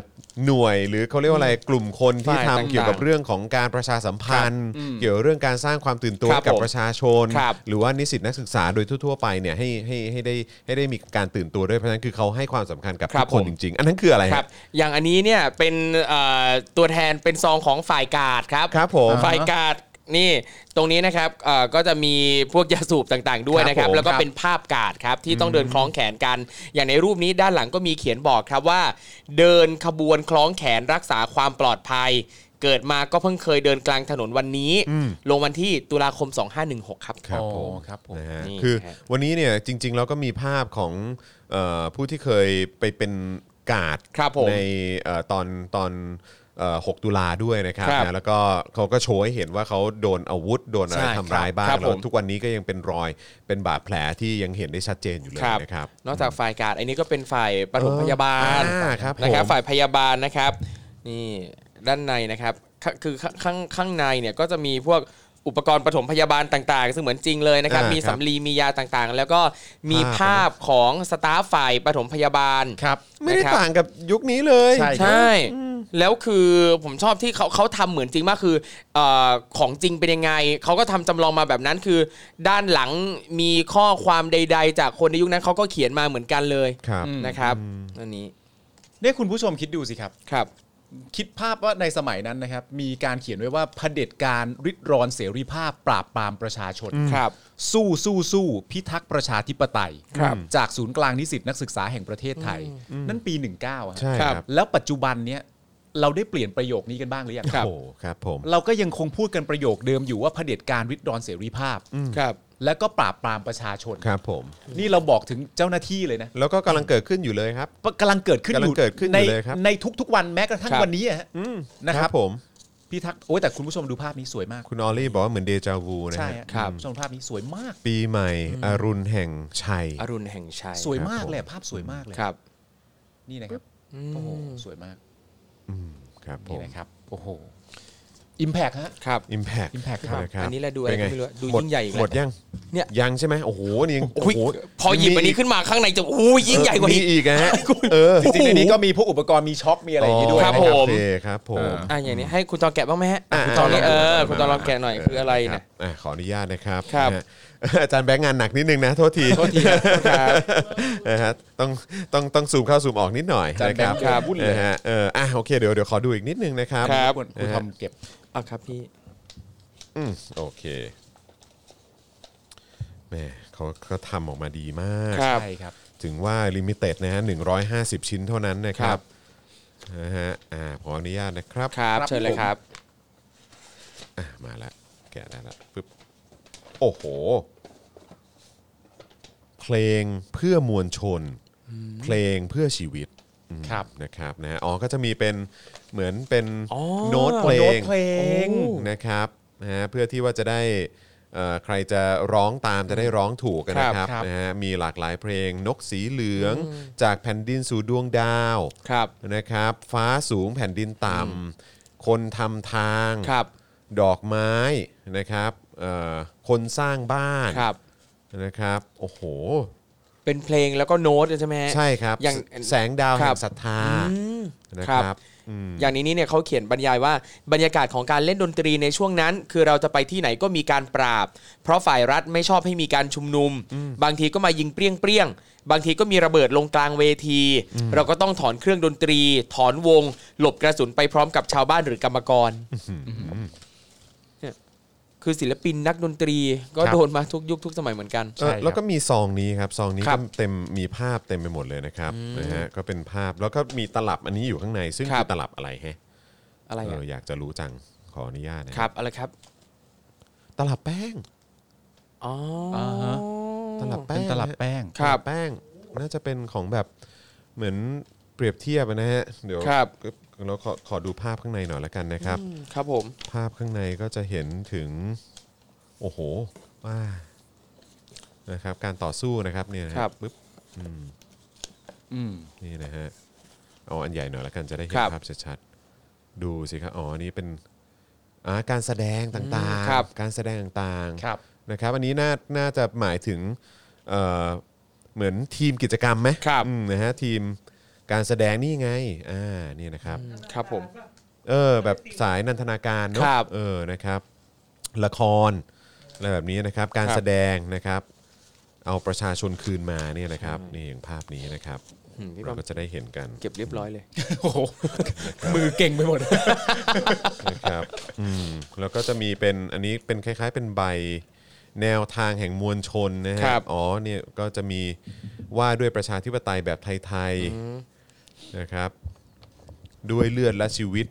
[SPEAKER 1] หน่วยหรือเขาเรียกว่าอะไรกลุ่มคนที่
[SPEAKER 2] ฝ่าย
[SPEAKER 1] ทำ
[SPEAKER 2] ต่างๆ
[SPEAKER 1] เกี่ยวกับเรื่องของการประชาสัมพันธ์ เกี่ยวกับเรื่องการสร้างความตื่นตัว
[SPEAKER 2] ครั
[SPEAKER 1] ให้
[SPEAKER 2] บ
[SPEAKER 1] กับ
[SPEAKER 2] ผม
[SPEAKER 1] ประชาชน
[SPEAKER 2] ครับ
[SPEAKER 1] หรือว่านิสิตนักศึกษาโดยทั่วๆไปเนี่ยให้ให้ให้ได้ให้ได้มีการตื่นตัวด้วยเพราะฉะนั้นคือเขาให้ความสำคัญกับ
[SPEAKER 2] ครั
[SPEAKER 1] ทุ
[SPEAKER 2] บ
[SPEAKER 1] กคน
[SPEAKER 2] ผม
[SPEAKER 1] จริง ๆ อันนั้นคืออะไร
[SPEAKER 2] ครับ อย่างอันนี้เนี่ยเป็นเอ่อตัวแทนเป็นซองของฝ่ายกาดครับ
[SPEAKER 1] ครับผม
[SPEAKER 2] ฝ่ายกาดนี่ตรงนี้นะครับเอ่อก็จะมีพวกยาสูบต่างๆด้วย
[SPEAKER 1] ครับ
[SPEAKER 2] นะครับ
[SPEAKER 1] ผม
[SPEAKER 2] แล้วก็
[SPEAKER 1] ครับ
[SPEAKER 2] เป็นภาพกาดครับที่ต้องเดินคล้องแขนกัน อย่างในรูปนี้ด้านหลังก็มีเขียนบอกครับว่า เดินขบวนคล้องแขนรักษาความปลอดภัย เกิดมาก็เพิ่งเคยเดินกลางถนนวันนี้ ลงวันที่ตุลาคม 2516 ครับ
[SPEAKER 1] ครับ
[SPEAKER 3] อ๋อ
[SPEAKER 1] ผม
[SPEAKER 3] ครับผม
[SPEAKER 1] นะฮะ
[SPEAKER 2] นี่
[SPEAKER 1] คือ
[SPEAKER 2] ครับ
[SPEAKER 1] วันนี้เนี่ยจริง ๆ แล้วก็มีภาพของเออผู้ที่เคยไปเป็นกาด
[SPEAKER 2] ครับผม
[SPEAKER 1] ในเอ่อตอนตอนเอ่อ6ตุลาด้วยนะครับ
[SPEAKER 2] ครับ
[SPEAKER 1] นะแล้วก็เขาก็โชว์ให้เห็นว่าเขาโดนอาวุธโดนอะไร
[SPEAKER 2] ใช่ครับ
[SPEAKER 1] ทำร้ายบ้าง
[SPEAKER 2] ครับ
[SPEAKER 1] แล้ว
[SPEAKER 2] ผม
[SPEAKER 1] ทุกวันนี้ก็ยังเป็นรอยเป็นบาดแผลที่ยังเห็นได้ชัดเจนอยู่เลย
[SPEAKER 2] ครับ
[SPEAKER 1] นะครับ
[SPEAKER 2] นอกจากฝ่ายกาดอันนี้ก็เป็นฝ่ายปฐม
[SPEAKER 1] เออ
[SPEAKER 2] พยาบาล
[SPEAKER 1] อ่าครับ
[SPEAKER 2] นะครับ
[SPEAKER 1] ผม
[SPEAKER 2] ฝ่ายพยาบาลนะครับ นี่ด้านในนะครับข้าคือข้าข้างข้างในเนี่ยก็จะมีพวกอุปกรณ์ปฐมพยาบาลต่างๆ ซึ่งเหมือนจริงเลยนะครับ
[SPEAKER 1] อ่ามี
[SPEAKER 2] มี
[SPEAKER 1] ครับ
[SPEAKER 2] สำลีมียาต่างๆ แล้วก็มี
[SPEAKER 1] ภาพ
[SPEAKER 2] ภาพของสตาฟฝ่ายปฐมพยาบาล
[SPEAKER 3] ครับ
[SPEAKER 1] ไม่ได้
[SPEAKER 2] นะครับ
[SPEAKER 1] ต่างกับยุคนี้เลย
[SPEAKER 3] ใช่
[SPEAKER 2] ใช่ แล้วคือผมชอบที่เขาเขาทำเหมือนจริงมากคือเออของจริงเป็นยังไง เขาก็ทำจำลองมาแบบนั้นคือ ด้านหลังมีข้อความใด ๆ จากคนในยุคนั้นเขาก็เขียนมาเหมือนกันเลย
[SPEAKER 1] ครับ
[SPEAKER 2] นะครับอันนี้
[SPEAKER 3] เนี่ยคุณผู้ชมคิดดูสิครับ
[SPEAKER 2] ครับ
[SPEAKER 3] คิดภาพว่าในสมัยนั้นนะครับ มีการเขียนไว้ว่าเผด็จการริดรอนเสรีภาพปราบปรามประชาชน
[SPEAKER 2] ครับ
[SPEAKER 3] สู้สู้สู้พิทักษ์ประชาธิปไตย
[SPEAKER 2] ครับ
[SPEAKER 3] จากศูนย์กลางนิสิตนักศึกษาแห่งประเทศไทย นั่นปี 19อะ
[SPEAKER 1] ใช่
[SPEAKER 2] ค
[SPEAKER 1] ค
[SPEAKER 2] รั
[SPEAKER 1] รับ บ
[SPEAKER 3] แล้วปัจจุบันเนี้ยเราได้เปลี่ยนประโยคนี้กันบ้างหรือยัง
[SPEAKER 2] ครับ
[SPEAKER 1] โอ้ครับผม
[SPEAKER 3] เราก็ยังคงพูดกันประโยคเดิมอยู่ว่าเผด็จการริดรอนเสรีภาพ
[SPEAKER 2] ครับ
[SPEAKER 3] และก็ปราบปรามประชาชน
[SPEAKER 1] ครับผม
[SPEAKER 3] นี่เราบอกถึงเจ้าหน้าที่เลยนะ
[SPEAKER 1] แล้วก็กำลังเกิดขึ้นอยู่เลยครับ
[SPEAKER 3] กำลังเกิดขึ้นอก
[SPEAKER 1] ำลั
[SPEAKER 3] ยู่
[SPEAKER 1] งเกิดขึ้นอยู่
[SPEAKER 3] ใน
[SPEAKER 1] เลยครับ
[SPEAKER 3] ในทุกๆวันแม้กระทั่ง
[SPEAKER 2] ครับ
[SPEAKER 3] วันนี้อะฮะนะครับ
[SPEAKER 1] ผม
[SPEAKER 3] พี่ทักษ์โอ้ยแต่คุณผู้ชมดูภาพนี้สวยมาก
[SPEAKER 1] คุณออลลี่บอกว่าเหมือนเดจาวูนะ
[SPEAKER 3] ใช่
[SPEAKER 1] ฮะ
[SPEAKER 3] ฮะ
[SPEAKER 2] ครับ
[SPEAKER 3] คุณผู้ชมภาพนี้สวยมาก
[SPEAKER 1] ปีใหม่อรุณแห่งชัย
[SPEAKER 2] อรุณแห่งชัย
[SPEAKER 3] สวยมาก
[SPEAKER 1] ผม
[SPEAKER 3] เลยอะภาพสวยมากเลย
[SPEAKER 2] ครับ
[SPEAKER 3] นี่นะครับโอ้โหสวยมาก
[SPEAKER 1] ครับผ
[SPEAKER 3] นี่
[SPEAKER 1] ม
[SPEAKER 3] นะครับโอ้โหอิมแพกฮะ
[SPEAKER 2] ครับ
[SPEAKER 1] Impact
[SPEAKER 3] Impact ครับ
[SPEAKER 1] นะครับ
[SPEAKER 2] อันนี้แหละดู
[SPEAKER 1] เป็นไง
[SPEAKER 2] อะไรก็ไม่รู้ดู
[SPEAKER 1] หม
[SPEAKER 2] ยิ่งใหญ่อีกแล้ว
[SPEAKER 1] หมดยัง
[SPEAKER 2] เนี่ย
[SPEAKER 1] ยังใช่ไหมโอ้โหนี่ยัง
[SPEAKER 2] โอ้ยพอหยิบอันนี้ขึ้นมาข้างในจะอู้ยยิ่งใหญ่กว่า
[SPEAKER 1] มี
[SPEAKER 2] อีก
[SPEAKER 1] อีกนะ ฮะเออ
[SPEAKER 3] จริงๆในนี้ก็มีพวกอุปกรณ์มีช็อคมีอะไรอย่างนี้ด้วย
[SPEAKER 2] ครับ
[SPEAKER 3] นะ
[SPEAKER 2] ผ
[SPEAKER 1] โอ
[SPEAKER 2] ม
[SPEAKER 1] เคครับผม
[SPEAKER 2] อ่ะอย่างนี้ให้คุณจอแกะบ้างไหมฮะ
[SPEAKER 1] อ่ะ
[SPEAKER 2] คุณจอ
[SPEAKER 1] ล
[SPEAKER 2] นี่
[SPEAKER 1] ง
[SPEAKER 2] เออ
[SPEAKER 1] มา
[SPEAKER 2] คุณจอลองแกะหน่อยคืออะไรเนี่
[SPEAKER 1] บ
[SPEAKER 2] ย
[SPEAKER 1] อ่ะขออนุญาตนะครับ
[SPEAKER 2] ครับ
[SPEAKER 1] นะฮะ อาจารย์แบงค์งานหนักนิดนึงนะโทษทีโทษที นะฮะต้องต้องต้องซูมเข้าซูมออกนิดหน่อย
[SPEAKER 3] อาจาร
[SPEAKER 1] นะ
[SPEAKER 3] ย์
[SPEAKER 1] ครับ
[SPEAKER 3] แบงค์ครับวุ่นเลย
[SPEAKER 1] นะฮะเอออ่ะโอเคเดี๋ยวเดี๋ยวขอดูอีกนิดนึงนะครับ
[SPEAKER 2] ครับ
[SPEAKER 3] คุณทำเก็บ
[SPEAKER 2] อ่ะครับพี่
[SPEAKER 1] อืมโอเคแหม่เขาก็ทำออกมาดีมาก
[SPEAKER 2] ครับ
[SPEAKER 3] ใช่ครับ
[SPEAKER 1] ถึงว่าลิมิเต็ดนะฮะ150 ชิ้นเท่านั้นนะครั
[SPEAKER 2] ครับ บ
[SPEAKER 1] นะฮะอ่าขออนุญาตนะครับ
[SPEAKER 2] ครับเชิญเลยครับ
[SPEAKER 1] อ่ะมาแล้วแกะได้แล้วปึ๊บโอ้โห เพลงเพื่อมวลชน เพลงเพื่อชีวิตอืม
[SPEAKER 3] ครับ
[SPEAKER 1] นะครับนะอ๋อก็จะมีเป็นเหมือนเป็น
[SPEAKER 2] อ๋อ
[SPEAKER 1] โน้ตเพล
[SPEAKER 3] โน้ต
[SPEAKER 1] ง
[SPEAKER 3] เพลง
[SPEAKER 1] นะครับนะฮะเพื่อที่ว่าจะได้เอ่อใครจะร้องตามจะได้ร้องถูกกันนะค
[SPEAKER 2] ครั
[SPEAKER 1] รับบ
[SPEAKER 2] ครับ
[SPEAKER 1] นะฮะมีหลากหลายเพลงนกสีเหลือง จากแผ่นดินสู่ดวงดาว
[SPEAKER 2] ครับ
[SPEAKER 1] นะครับ ฟ้าสูงแผ่นดินต่ำคนทำทาง
[SPEAKER 2] ครับ
[SPEAKER 1] ดอกไม้นะครับเอ่อคนสร้างบ้าน
[SPEAKER 2] ครับ
[SPEAKER 1] นะครับโอ้โห
[SPEAKER 2] เป็นเพลงแล้วก็โน้ตใช่ไหมฮะ
[SPEAKER 1] ใช่ครับ
[SPEAKER 2] อย่าง
[SPEAKER 1] แสงดาว
[SPEAKER 2] ค
[SPEAKER 1] แห่
[SPEAKER 2] รั
[SPEAKER 1] ง
[SPEAKER 2] บ
[SPEAKER 1] ศรัทธา
[SPEAKER 2] อืม
[SPEAKER 1] นะ
[SPEAKER 2] ครับ
[SPEAKER 1] ครับอืม
[SPEAKER 2] อย่างนี้นี่เนี่ยเขาเขียนบรรยายว่าบรรยากาศของการเล่นดนตรีในช่วงนั้น คือเราจะไปที่ไหนก็มีการปราบ เพราะฝ่ายรัฐไม่ชอบให้มีการชุมนุม บางทีก็มายิงเปรี้ยงๆบางทีก็มีระเบิดลงกลางเวที เราก็ต้องถอนเครื่องดนตรี ถอนวง หลบกระสุนไปพร้อมกับชาวบ้านหรือกรรมกรเนี่ยคือศิลปินนักดนตรีก็
[SPEAKER 1] ครับ
[SPEAKER 2] โดนมาทุกยุคทุกสมัยเหมือนกัน
[SPEAKER 1] เออ
[SPEAKER 3] ใช่ครับ
[SPEAKER 1] แล้วก็มีซองนี้ครับซองนี้
[SPEAKER 2] ครั
[SPEAKER 1] ก็
[SPEAKER 2] บ
[SPEAKER 1] เต็มมีภาพเต็มไปหมดเลยนะครับนะฮะก็เป็นภาพแล้วก็มีตลับอันนี้อยู่ข้างใน ซึ่ง
[SPEAKER 2] ครั
[SPEAKER 1] คื
[SPEAKER 2] บ
[SPEAKER 1] อตลับอะไรฮะ
[SPEAKER 2] อะไร
[SPEAKER 1] เอ
[SPEAKER 2] อะ
[SPEAKER 1] ออยากจะรู้จังขออนุญาตนะฮะ
[SPEAKER 2] ครับอะไรครับ
[SPEAKER 1] ตลับแป้ง
[SPEAKER 2] อ๋ออ
[SPEAKER 3] อ่าฮะ
[SPEAKER 1] ตลับแป้
[SPEAKER 3] เป็น
[SPEAKER 1] ง
[SPEAKER 3] ตลับแป้ง
[SPEAKER 2] ครับ
[SPEAKER 1] ตลัแป้งน่าจะเป็นของแบบเหมือนเปรียบเทียบนะฮะเดี๋ยว
[SPEAKER 2] ครับ
[SPEAKER 1] เราขอขอดูภาพข้างในหน่อยละกันนะครับ
[SPEAKER 2] ครับผม
[SPEAKER 1] ภาพข้างในก็จะเห็นถึง โอ้โหว่านะครับ การต่อสู้นะครับเนี่ยนะฮะ
[SPEAKER 2] ครับ
[SPEAKER 1] ปึ๊บ
[SPEAKER 3] อืม
[SPEAKER 1] นี่นะฮะ เอาอันใหญ่หน่อยแล้วกันจะได้เห็
[SPEAKER 2] คน รับ
[SPEAKER 1] ภาพชัดๆ ดูสิครับ อ๋ออันนี่เป็นอ่าการแสดงต่าง
[SPEAKER 2] อืมครับ
[SPEAKER 1] การแสดงต่าง
[SPEAKER 3] ครับ
[SPEAKER 1] ๆนะครับ อันนี้น่าน่าจะหมายถึงเอ่อเหมือนทีมกิจกรรมไหม
[SPEAKER 2] ครับ
[SPEAKER 1] อืมนะฮะทีมการแสดงนี่ไง อ่า นี่นะครับ
[SPEAKER 2] ครับผม
[SPEAKER 1] เออแบบสายนันทนาการเนอะ
[SPEAKER 2] ครับ
[SPEAKER 1] เออนะครับ ละครอะไรแบบนี้นะครับ การ
[SPEAKER 2] ครับ
[SPEAKER 1] แสดงนะครับ เอาประชาชนคืนมาเนี่ยนะครับ นี่อย่างภาพนี้นะครับ
[SPEAKER 2] อืมพี่บอม
[SPEAKER 1] เราก็จะได้เห็นกัน
[SPEAKER 2] เก็บเรียบร้อยเลย
[SPEAKER 3] โอ้โหมือเก่งไปหมด
[SPEAKER 1] นะครับอืมแล้วก็จะมีเป็นอันนี้เป็นคล้าย ๆ เป็นใบแนวทางแห่งมวลชนนะ
[SPEAKER 2] ค
[SPEAKER 1] ฮะ
[SPEAKER 2] รับ
[SPEAKER 1] อ๋อเนี่ยก็จะมีว่าด้วยประชาธิปไตยแบบไทยๆนะครับ ด้วยเลือดและชีวิต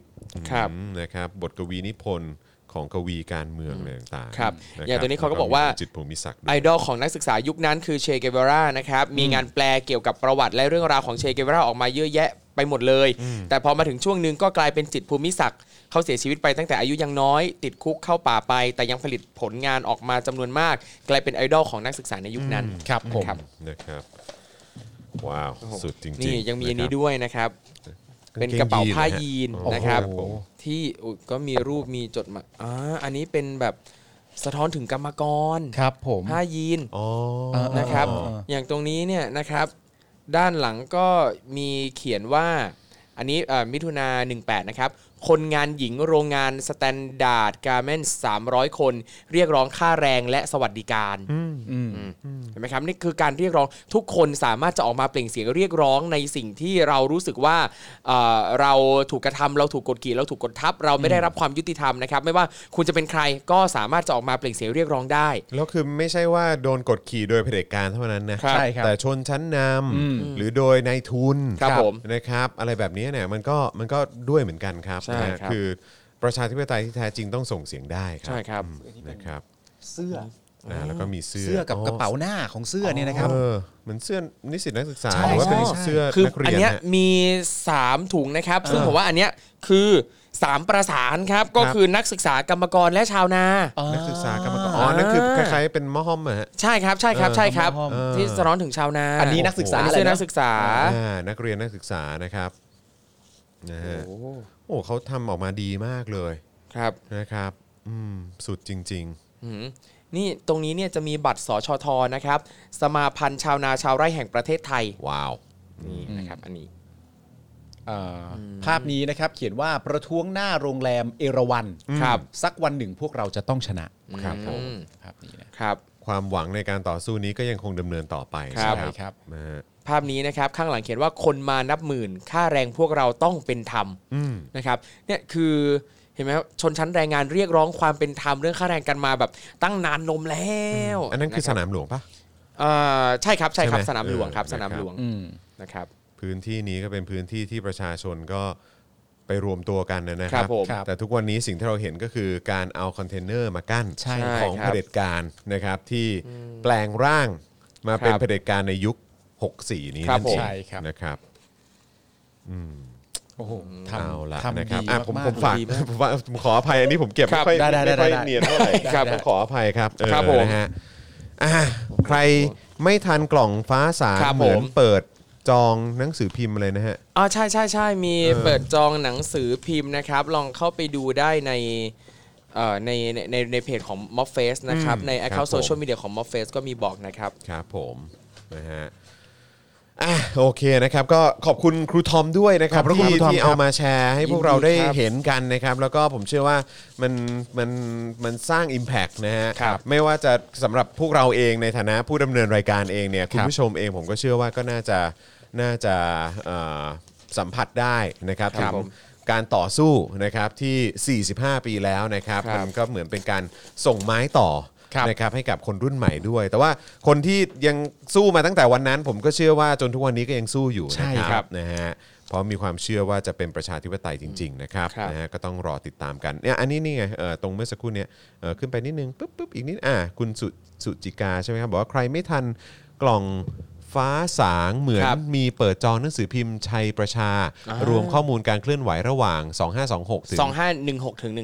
[SPEAKER 2] ครับ
[SPEAKER 1] อืมนะครับ บทกวีนิพนธ์ของกวีการเมืองอะไรต่างๆ
[SPEAKER 2] ครับ
[SPEAKER 1] ะ
[SPEAKER 2] อย่างตัวนี้เขาก็
[SPEAKER 1] แล้ว
[SPEAKER 2] บอกว่า
[SPEAKER 1] จิตรภูมิศักดิ์ด้
[SPEAKER 2] ไอ
[SPEAKER 1] วย
[SPEAKER 2] ดอลของนักศึกษายุคนั้นคือเชเกเวรานะครับ มีงานแปลเกี่ยวกับประวัติและเรื่องราวของเชเกเวราออกมาเยอะแยะไปหมดเลย แต่พอมาถึงช่วงหนึงก็กลายเป็นจิตรภูมิศักดิ์เขาเสียชีวิตไปตั้งแต่อายุยังน้อย ติดคุกเข้าป่าไป แต่ยังผลิตผลงานออกมาจำนวนมาก กลายเป็นไอดอลของนักศึกษาในยุคนั้น
[SPEAKER 3] ครับผม
[SPEAKER 2] นะครับ
[SPEAKER 1] นะครับ ว้าว
[SPEAKER 2] โอ้โห
[SPEAKER 1] สุดจริงๆ
[SPEAKER 2] นี่ยังมีอันนี้
[SPEAKER 1] ะครับ
[SPEAKER 2] ด้วยนะครับ เป็นกระเป๋าผ้ายีนนะครับ ที่อุ๊ยก็มีรูปมีจดหมายอ่าอันนี้เป็นแบบสะท้อนถึงกรรมกร
[SPEAKER 3] ครับผม
[SPEAKER 2] ผ้ายีน
[SPEAKER 1] อ๋อ
[SPEAKER 2] นะครับ
[SPEAKER 1] อ๋อ
[SPEAKER 2] อย่างตรงนี้เนี่ยนะครับ ด้านหลังก็มีเขียนว่า อันนี้เอ่อมิถุนา 18 นะครับ คนงานหญิงโรงงานสแตนดาร์ดการ์เมนต์300 คน เรียกร้องค่าแรงและสวัสดิการ
[SPEAKER 3] อืม
[SPEAKER 2] เห็นไหมครับนี่คือการเรียกร้องทุกคนสามารถจะออกมาเปล่งเสียงเรียกร้องในสิ่งที่เรารู้สึกว่าเอ่อเราถูกกระทำเราถูกกดขี่เราถูกกดทับ เราไม่ได้รับความยุติธรรมนะครับ ไม่ว่าคุณจะเป็นใครก็สามารถจะออกมาเปล่งเสียงเรียกร้องได้
[SPEAKER 1] แล้วคือไม่ใช่ว่าโดนกดขี่โดยเผด็จการเท่านั้นนะครับ
[SPEAKER 3] ใช่ครับ
[SPEAKER 1] แต่ชนชั้นน
[SPEAKER 3] อืม
[SPEAKER 1] ำหรือโดยนายทุน
[SPEAKER 2] ครับผม
[SPEAKER 1] นะครับ อะไรแบบนี้เนี่ยมันก็มันก็ด้วยเหมือนกันครับนะ
[SPEAKER 2] ใช่
[SPEAKER 1] ฮะ
[SPEAKER 2] ครับ
[SPEAKER 1] คือประชาธิปไตยที่แท้จริงต้องส่งเสียงได้ครั
[SPEAKER 2] ใช่ครับ
[SPEAKER 1] อืมนะครับ
[SPEAKER 3] เสื้อ
[SPEAKER 1] อ่าแล้วก็มีเสื้อ
[SPEAKER 3] เสื้อกับกระเป๋า
[SPEAKER 1] อ๋อ
[SPEAKER 3] หน้าของเสื้อเนี่ยนะครับ
[SPEAKER 1] เออเหมือนเสื้อนิสิตนักศึกษา
[SPEAKER 3] ใช่
[SPEAKER 1] หรือว่า
[SPEAKER 3] ใช่
[SPEAKER 1] เป็นเสื้อ
[SPEAKER 2] คือ
[SPEAKER 1] นักเรี
[SPEAKER 2] อัน
[SPEAKER 1] ยน
[SPEAKER 2] เนี้ย
[SPEAKER 1] ฮะ
[SPEAKER 2] มี 3 ถุงนะครับ ซึ่ง
[SPEAKER 1] เออ
[SPEAKER 2] ผมว่าอันเนี้ยคือ 3 ประสานครับ ก็
[SPEAKER 1] ครับ
[SPEAKER 2] คือนักศึกษากรรมกรและชาวนา
[SPEAKER 1] นักศึกษากรรมกรอ๋อนั่นคือคล้ายๆเป็นมอฮอมอะฮะ
[SPEAKER 2] ใช่ครับใช่ครับ
[SPEAKER 1] เออ
[SPEAKER 2] ใช่ครับ
[SPEAKER 3] ข้อม
[SPEAKER 1] ๆ
[SPEAKER 2] ที่สะท้อนถึงชาวนา
[SPEAKER 3] อันนี้นักศึกษา
[SPEAKER 2] อันนี้
[SPEAKER 3] อะไร
[SPEAKER 2] เสื้อนั
[SPEAKER 3] นะ
[SPEAKER 2] กศึกษา
[SPEAKER 1] อ่านักเรียนนักศึกษานะครับนะฮะ
[SPEAKER 2] โอ้
[SPEAKER 1] โอ้เขาทำออกมาดีมากเลย
[SPEAKER 2] ครับ
[SPEAKER 1] นะครับ อืมสุดจริง ๆ
[SPEAKER 2] หืมนี่ตรงนี้เนี่ยจะมีบัตรสชทนะครับ สมาพันธ์ชาวนาชาวไร่แห่งประเทศไทย
[SPEAKER 1] ว้าว
[SPEAKER 2] นี่นะครับอันนี้
[SPEAKER 3] เอ่ออภาพนี้นะครับเขียนว่าประท้วงหน้าโรงแรมเอราวัน
[SPEAKER 2] ครับ
[SPEAKER 3] สักวันหนึ่งพวกเราจะต้องชนะครับ
[SPEAKER 1] ผม
[SPEAKER 3] ภาพนี้นะ
[SPEAKER 2] ครับ
[SPEAKER 1] ความหวังในการต่อสู้นี้ก็ยังคงดำเนินต่อไป
[SPEAKER 2] ครับ
[SPEAKER 1] ใช่
[SPEAKER 3] ครับ
[SPEAKER 1] นะฮะ
[SPEAKER 2] ภาพนี้นะครับ ข้างหลังเขียนว่าคนมานับหมื่น ค่าแรงพวกเราต้องเป็นธรรม
[SPEAKER 1] อืม
[SPEAKER 2] นะครับเนี่ยคือ เห็นไหมครับชนชั้นแรงงานเรียกร้องความเป็นธรรมเรื่องค่าแรงกันมาแบบตั้งนานนมแล้ว
[SPEAKER 1] อันนั้นคือสนามหลวงปะ
[SPEAKER 2] เอ่อใช่ครับใช่ครับ
[SPEAKER 1] ใช่ไหม
[SPEAKER 2] สนามหลวงครับ
[SPEAKER 1] เออ
[SPEAKER 2] สนาม
[SPEAKER 1] นะครับ
[SPEAKER 2] หลวง
[SPEAKER 3] อืม
[SPEAKER 2] นะครับ
[SPEAKER 1] พื้นที่นี้ก็เป็นพื้นที่ที่ประชาชนก็ไปรวมตัวกันนะค
[SPEAKER 2] ครั
[SPEAKER 1] รับบ
[SPEAKER 2] ผม
[SPEAKER 3] ครับ
[SPEAKER 1] แต่ทุกวันนี้สิ่งที่เราเห็นก็คือการเอาคอนเทนเนอร์มากั้น
[SPEAKER 3] ใช่
[SPEAKER 1] ของ
[SPEAKER 2] ครั
[SPEAKER 1] เผ
[SPEAKER 2] บ
[SPEAKER 1] ด็จการนะครับที่แปลงร่างมาเป็น
[SPEAKER 2] ครับ
[SPEAKER 1] เผด็จการในยุค 64 นี้
[SPEAKER 2] ครับ
[SPEAKER 1] นั่นเอง
[SPEAKER 2] ผม
[SPEAKER 3] ใช่ครับ
[SPEAKER 1] นะครับ
[SPEAKER 3] โอ้โห
[SPEAKER 1] เอา
[SPEAKER 3] ทำ
[SPEAKER 1] ละ
[SPEAKER 3] ทำ
[SPEAKER 1] นะครับ
[SPEAKER 3] ดี
[SPEAKER 1] อ่ะผม
[SPEAKER 3] มา
[SPEAKER 1] ผ
[SPEAKER 3] ก
[SPEAKER 1] ม
[SPEAKER 3] ๆ
[SPEAKER 1] ฝากผมว่าผมขออภัยอันนี้ผมเก็บ
[SPEAKER 2] ครั
[SPEAKER 1] ไม่
[SPEAKER 2] บ
[SPEAKER 1] ค่อย
[SPEAKER 3] ได้ได้
[SPEAKER 1] ไม่ค่อย
[SPEAKER 3] ได้ได้
[SPEAKER 1] เนียนเท่าไหร่
[SPEAKER 2] ครับ
[SPEAKER 1] ผมขออภัยครับเออ
[SPEAKER 2] ครับผม
[SPEAKER 1] นะฮะอ่ะใครไม่ทันกล่องฟ้าสาร
[SPEAKER 2] ครับ
[SPEAKER 1] เหมือน
[SPEAKER 2] ผม
[SPEAKER 1] เปิดจองหนังสือพิมพ์เลยนะฮะ
[SPEAKER 2] อ๋อใช่ใช่ใช่มี
[SPEAKER 1] เออ
[SPEAKER 2] เปิดจองหนังสือพิมพ์นะครับ ลองเข้าไปดูได้ในเอ่อในในในในเพจของ m o b f a c e นะครับ ใน
[SPEAKER 1] ครับผ
[SPEAKER 2] Account
[SPEAKER 1] ม
[SPEAKER 2] โซเชียลมีเดียของ m o b f a c e ก็มีบอกนะครับ
[SPEAKER 1] ครับผมนะฮะอ่ะโอเคนะครับก็ขอบคุณครูทอมด้วยนะครับ
[SPEAKER 3] ขอบคุณ
[SPEAKER 1] ที่
[SPEAKER 3] ครูทอม
[SPEAKER 1] ที่
[SPEAKER 3] ครับ
[SPEAKER 1] เอามาแชร์ให้พวกเราได้
[SPEAKER 3] ยินดีครับ
[SPEAKER 1] เห็นกันนะครับ แล้วก็ผมเชื่อว่ามันมันมันสร้าง Impact นะฮะ
[SPEAKER 3] ครับ
[SPEAKER 1] ไม่ว่าจะสำหรับพวกเราเองในฐานะผู้ดำเนินรายการเองเนี่ย
[SPEAKER 3] ครับ
[SPEAKER 1] คุณผู้ชมเองผมก็เชื่อว่าก็น่าจะน่าจะเอ่อสัมผัสได้นะครับ
[SPEAKER 2] ค
[SPEAKER 1] ถึ
[SPEAKER 2] รั
[SPEAKER 1] ง
[SPEAKER 2] บผม
[SPEAKER 1] การต่อสู้นะครับที่ 45 ปีแล้วนะครับ
[SPEAKER 2] ครับ
[SPEAKER 1] มันก็เหมือนเป็นการส่งไม้ต่อ
[SPEAKER 3] ครับ
[SPEAKER 1] นะครับให้กับคนรุ่นใหม่ด้วย แต่ว่าคนที่ยังสู้มาตั้งแต่วันนั้น ผมก็เชื่อว่าจนทุกวันนี้ก็ยังสู้อยู่
[SPEAKER 3] ใช่
[SPEAKER 1] นะค
[SPEAKER 3] ครั
[SPEAKER 1] รับบ นะฮะเพราะมีความเชื่อว่าจะเป็นประชาธิปไตยจริง ๆ นะครับ
[SPEAKER 2] ครับ
[SPEAKER 1] นะฮะก็ต้องรอติดตามกันเนี่ยอันนี้นี่ไงเอ่อตรงเมื่อสักครู่เนี่ยเอ่อขึ้นไปนิดนึงปุ๊บปุ๊บอีกนิดอ่ะคุณสุสุจิกาใช่ไหมครับบอกว่าใครไม่ทันกล่องฟ้าสางเหมือน
[SPEAKER 2] ครับ
[SPEAKER 1] มีเปิดจองหนังสือพิมพ์ชัยประชา
[SPEAKER 2] อ่าร
[SPEAKER 1] รวมข้อมูลการเคลื่อนไหวระหว่าง 2526ถึง
[SPEAKER 2] 2516ถึง19
[SPEAKER 3] ห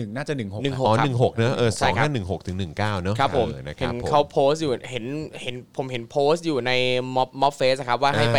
[SPEAKER 3] นึ่งน่าจะหนึ่งหก
[SPEAKER 2] 16
[SPEAKER 1] อ๋อ
[SPEAKER 2] ครับ
[SPEAKER 1] หนึ่งหกเนอะเออส
[SPEAKER 2] ใช่
[SPEAKER 1] อง
[SPEAKER 2] ครั
[SPEAKER 1] ห้า
[SPEAKER 2] บ
[SPEAKER 1] หนึ่งหกถึงหนึ่งเก้าเนอะ
[SPEAKER 2] ครับผม
[SPEAKER 1] ออนะค
[SPEAKER 2] เห็
[SPEAKER 1] รับ
[SPEAKER 2] น
[SPEAKER 1] ผม
[SPEAKER 2] เขาโพสต์อยู่เห็นเห็นผมเห็นโพสต์อยู่ในม็อบม็อบเฟสครับ ว่าให้
[SPEAKER 1] อ่า
[SPEAKER 2] ไป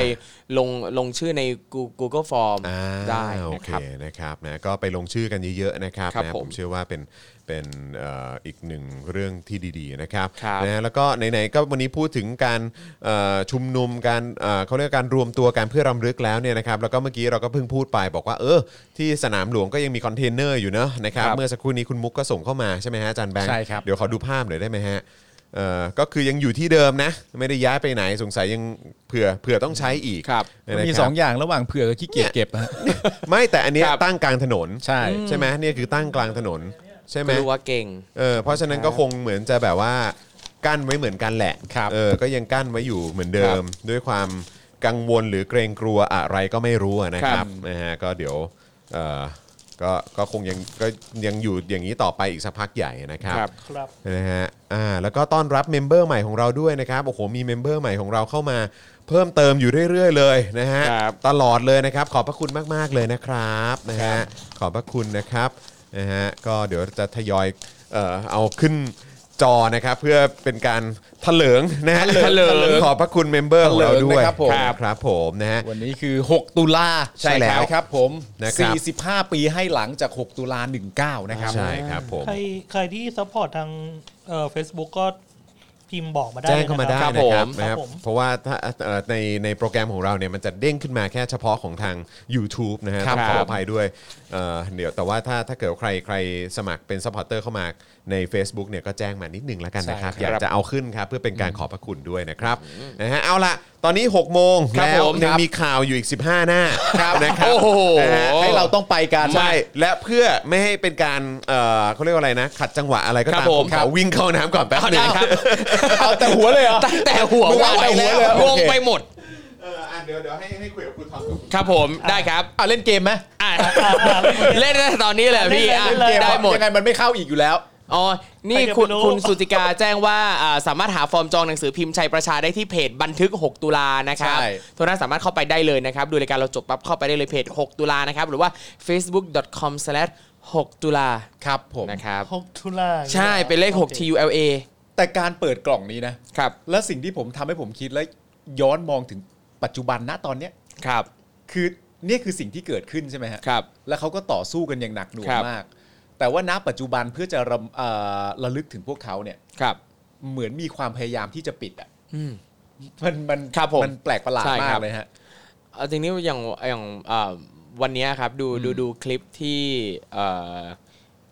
[SPEAKER 2] ลงลงชื่อใน Gu- Google Form
[SPEAKER 1] อ่า
[SPEAKER 2] ได้
[SPEAKER 1] โอ
[SPEAKER 2] นะ
[SPEAKER 1] เค
[SPEAKER 2] ครับ
[SPEAKER 1] นะครับนะก็ไปลงชื่อกันเยอะๆนะครับ
[SPEAKER 2] ครับ
[SPEAKER 1] นะ
[SPEAKER 2] ผ
[SPEAKER 1] ผม มเชื่อว่าเป็นเป็นเอ่ออีกหนึ่งเรื่องที่ดีๆนะครับ
[SPEAKER 2] ครับ
[SPEAKER 1] นะแล้วก็ไหนๆก็วันนี้พูดถึงการเอ่อชุมนุมการเอ่อเขาเรียกว่าการรวมตัวกันเพื่อรำลึกแล้วเนี่ยนะครับแล้วก็เมื่อกี้เราก็เพิ่งพูดไปบอกว่าเออที่สนามหลวงก็ยังมีคอนเทนเนอร์อยู่เนอะนะครับ
[SPEAKER 3] ครับ
[SPEAKER 1] เมื่อสักครู่นี้คุณมุกก็ส่งเข้ามาใช่ไหมฮะอาจารย์แบงค์
[SPEAKER 3] ใช่ครับ
[SPEAKER 1] เดี๋ยวขอดูภาพหน่อยได้ไหมฮะเอ่อก็คือยังอยู่ที่เดิมนะ ไม่ได้ย้ายไปไหนสงสัยยังเผื่อเผื่อต้องใช้อีก
[SPEAKER 2] ครับ
[SPEAKER 1] นะค
[SPEAKER 3] มี
[SPEAKER 1] รับ
[SPEAKER 3] สองอย่างระหว่างเผื่อกับขี้เกียจเก็บฮะ
[SPEAKER 1] ไม่แต่อันเนี้ย
[SPEAKER 2] ครับ
[SPEAKER 1] ตั้งกลางถนน
[SPEAKER 3] ใช่
[SPEAKER 1] ใช่ไหมเนี่ยคือตั้งกลางถนน ใช่ไหม
[SPEAKER 2] ก็รู้ว่าเก่ง
[SPEAKER 1] เออเพราะฉะนั้นก็คงเหมือนจะแบบว่ากั้นไว้เหมือนกันแหละ
[SPEAKER 3] ครับ
[SPEAKER 1] เออก็ยังกั้นไว้อยู่เหมือนเดิม ด้วยความกังวลหรือเกรงกลัวอะไรก็ไม่รู้อะนะค
[SPEAKER 2] ค
[SPEAKER 1] รั
[SPEAKER 2] รั
[SPEAKER 1] บบ นะฮะก็เดี๋ยวเออก็ก็คงยังก็ยังอยู่อย่างนี้ต่อไปอีกสักพักใหญ่นะครับ
[SPEAKER 5] ครับ
[SPEAKER 1] นะฮะ อ่า แล้วก็ต้อนรับเมมเบอร์ใหม่ของเราด้วยนะครับ โอ้โห มีเมมเบอร์ใหม่ของเราเข้ามาเพิ่มเติมอยู่เรื่อย ๆ เลยนะฮะ
[SPEAKER 2] ครับ
[SPEAKER 1] ตลอดเลยนะครับ ขอบพระคุณมาก ๆ เลยนะครับ นะฮะ ขอบพระคุณนะครับ นะฮะ ก็เดี๋ยวจะทยอย เอ่อ เอาขึ้นจอนะครับ เพื่อเป็นการเถลิงนะฮะ
[SPEAKER 2] เถลิง
[SPEAKER 1] ขอบพระคุณเมมเบอร์ของเราด้วย
[SPEAKER 3] เถลิงนะครับผม
[SPEAKER 1] ครับผมนะฮะ
[SPEAKER 3] วันนี้คือ 6 ตุลา
[SPEAKER 1] ใช่แล้ว
[SPEAKER 3] ครับผม
[SPEAKER 1] นะครับ
[SPEAKER 3] สี่สิบห้าปีให้หลังจาก 6 ตุลา19 นะครับ
[SPEAKER 1] ใช่ครับผม
[SPEAKER 5] ใครใครที่ซัพพอร์ตทางเอ่อ Facebook ก็พิมพ์บอกมาได้
[SPEAKER 1] แจ้งเข้ามาได้
[SPEAKER 5] ลยนะค
[SPEAKER 1] นะค
[SPEAKER 2] ครั
[SPEAKER 5] รับ
[SPEAKER 1] รับบนะ
[SPEAKER 2] ผม
[SPEAKER 1] ครับ
[SPEAKER 5] ครับผม
[SPEAKER 1] เพราะว่าถ้าเอ่อในในโปรแกรมของเราเนี่ยมันจะเด้งขึ้นมาแค่เฉพาะของทาง YouTube นะฮะ
[SPEAKER 2] ครับ
[SPEAKER 1] ต้องขออภัยด้วยเอ่อเดี๋ยวแต่ว่าถ้าถ้าเกิดใครใครสมัครเป็นซัพพอร์เตอร์เข้ามาใน Facebook เนี่ยก็แจ้งมานิดนึงแล้วกันนะครับ
[SPEAKER 3] ใช่ครับ
[SPEAKER 1] อยากจะเอาขึ้นครับ เพื่อเป็นการขอบพระคุณด้วยนะครับนะฮะเอาละตอนนี้ 6 โมง
[SPEAKER 2] ครับ
[SPEAKER 1] แล้ว
[SPEAKER 2] ผม
[SPEAKER 1] ยัง
[SPEAKER 2] ครับ
[SPEAKER 1] มีข่าวอยู่อีก 15 หน้านะครับ
[SPEAKER 2] โอ้โห
[SPEAKER 1] นะฮะให้
[SPEAKER 3] ให้
[SPEAKER 1] เรา
[SPEAKER 3] เราต้องไปกัน
[SPEAKER 1] ใช่และเพื่อไม่ให้เป็นการเอ่อเขาเรียกว่าอะไรนะ ขัดจังหวะอะไรก็
[SPEAKER 2] ครั
[SPEAKER 1] ตาม
[SPEAKER 2] บผม
[SPEAKER 1] ผมขอวิ่งเข้าน้ำก่อนแป๊บนึง
[SPEAKER 2] ได้ครับ
[SPEAKER 3] เอาแต่หัวเลยเหรอ
[SPEAKER 2] ตั้งแต่หัว
[SPEAKER 3] ไม่ไหว
[SPEAKER 2] ว่าไป
[SPEAKER 3] แล้
[SPEAKER 2] แล้ว วงงไปหมด
[SPEAKER 1] เอออ่ะเดี๋ยวเดี๋ยวให้ให้คุยกับคุณทอมกับคุณ
[SPEAKER 2] ครับผมได้ครับ
[SPEAKER 3] เอาเล่นเกมไหม
[SPEAKER 2] อ่ะ
[SPEAKER 5] อ่ะอ่ะเล่น
[SPEAKER 2] เล่น
[SPEAKER 5] เกม
[SPEAKER 2] ได้ตอนนี้แหละพี่อ่ะ
[SPEAKER 5] เล่นเลยเล่นเลย
[SPEAKER 2] ได้หมด
[SPEAKER 3] ยังไงมันไม่เข้าอีกอยู่แล้ว
[SPEAKER 2] อ๋อ นี่
[SPEAKER 5] ใครจะ
[SPEAKER 2] คุณ
[SPEAKER 5] ไปรู้
[SPEAKER 2] คุณสุติกาแจ้งว่าอ่าสามารถหาฟอร์มจองหนังสือพิมพ์ชัยประชาได้ที่เพจบันทึก 6 ตุลานะครับ
[SPEAKER 3] ใช่
[SPEAKER 2] ทุกท่านสามารถเข้าไปได้เลยนะครับ ดูรายการเราจบปั๊บเข้าไปได้เลยเพจ 6 ตุลานะครับ หรือว่า facebook.com/ 6ตุลา
[SPEAKER 3] ครับผม
[SPEAKER 2] นะครับ
[SPEAKER 5] หกทุลา
[SPEAKER 2] ใช่เป็นเลข 6 TULA
[SPEAKER 3] แต่การเปิดกล่องนี้นะ
[SPEAKER 2] ครับ
[SPEAKER 3] และสิ่งที่ผมทำให้ผมคิดและย้อนมองถึงปัจจุบันณตอนเนี้ย
[SPEAKER 2] ครับ
[SPEAKER 3] คือเนี่ยคือสิ่งที่เกิดขึ้นใช่ไหมฮะ
[SPEAKER 2] ครับ
[SPEAKER 3] แล้วเขาก็ต่อสู้กันอย่างหนักหน่ว
[SPEAKER 2] ค
[SPEAKER 3] ง
[SPEAKER 2] รับ
[SPEAKER 3] มาก แต่ว่าณปัจจุบันเพื่อจะรำเอ่อระลึกถึงพวกเขาเนี่ย
[SPEAKER 2] ครับ
[SPEAKER 3] เหมือนมีความพยายามที่จะปิดอ่ะ
[SPEAKER 2] อืม
[SPEAKER 3] มันมัน
[SPEAKER 2] ครับผม
[SPEAKER 3] นแปลกประหลาด
[SPEAKER 2] ใช่
[SPEAKER 3] มา
[SPEAKER 2] ครั
[SPEAKER 3] ก
[SPEAKER 2] บ
[SPEAKER 3] เลยฮะ
[SPEAKER 2] เอาจริงนี่อย่างอย่างเอ่อวันเนี้ยครับดูดูดูคลิปที่เอ่อ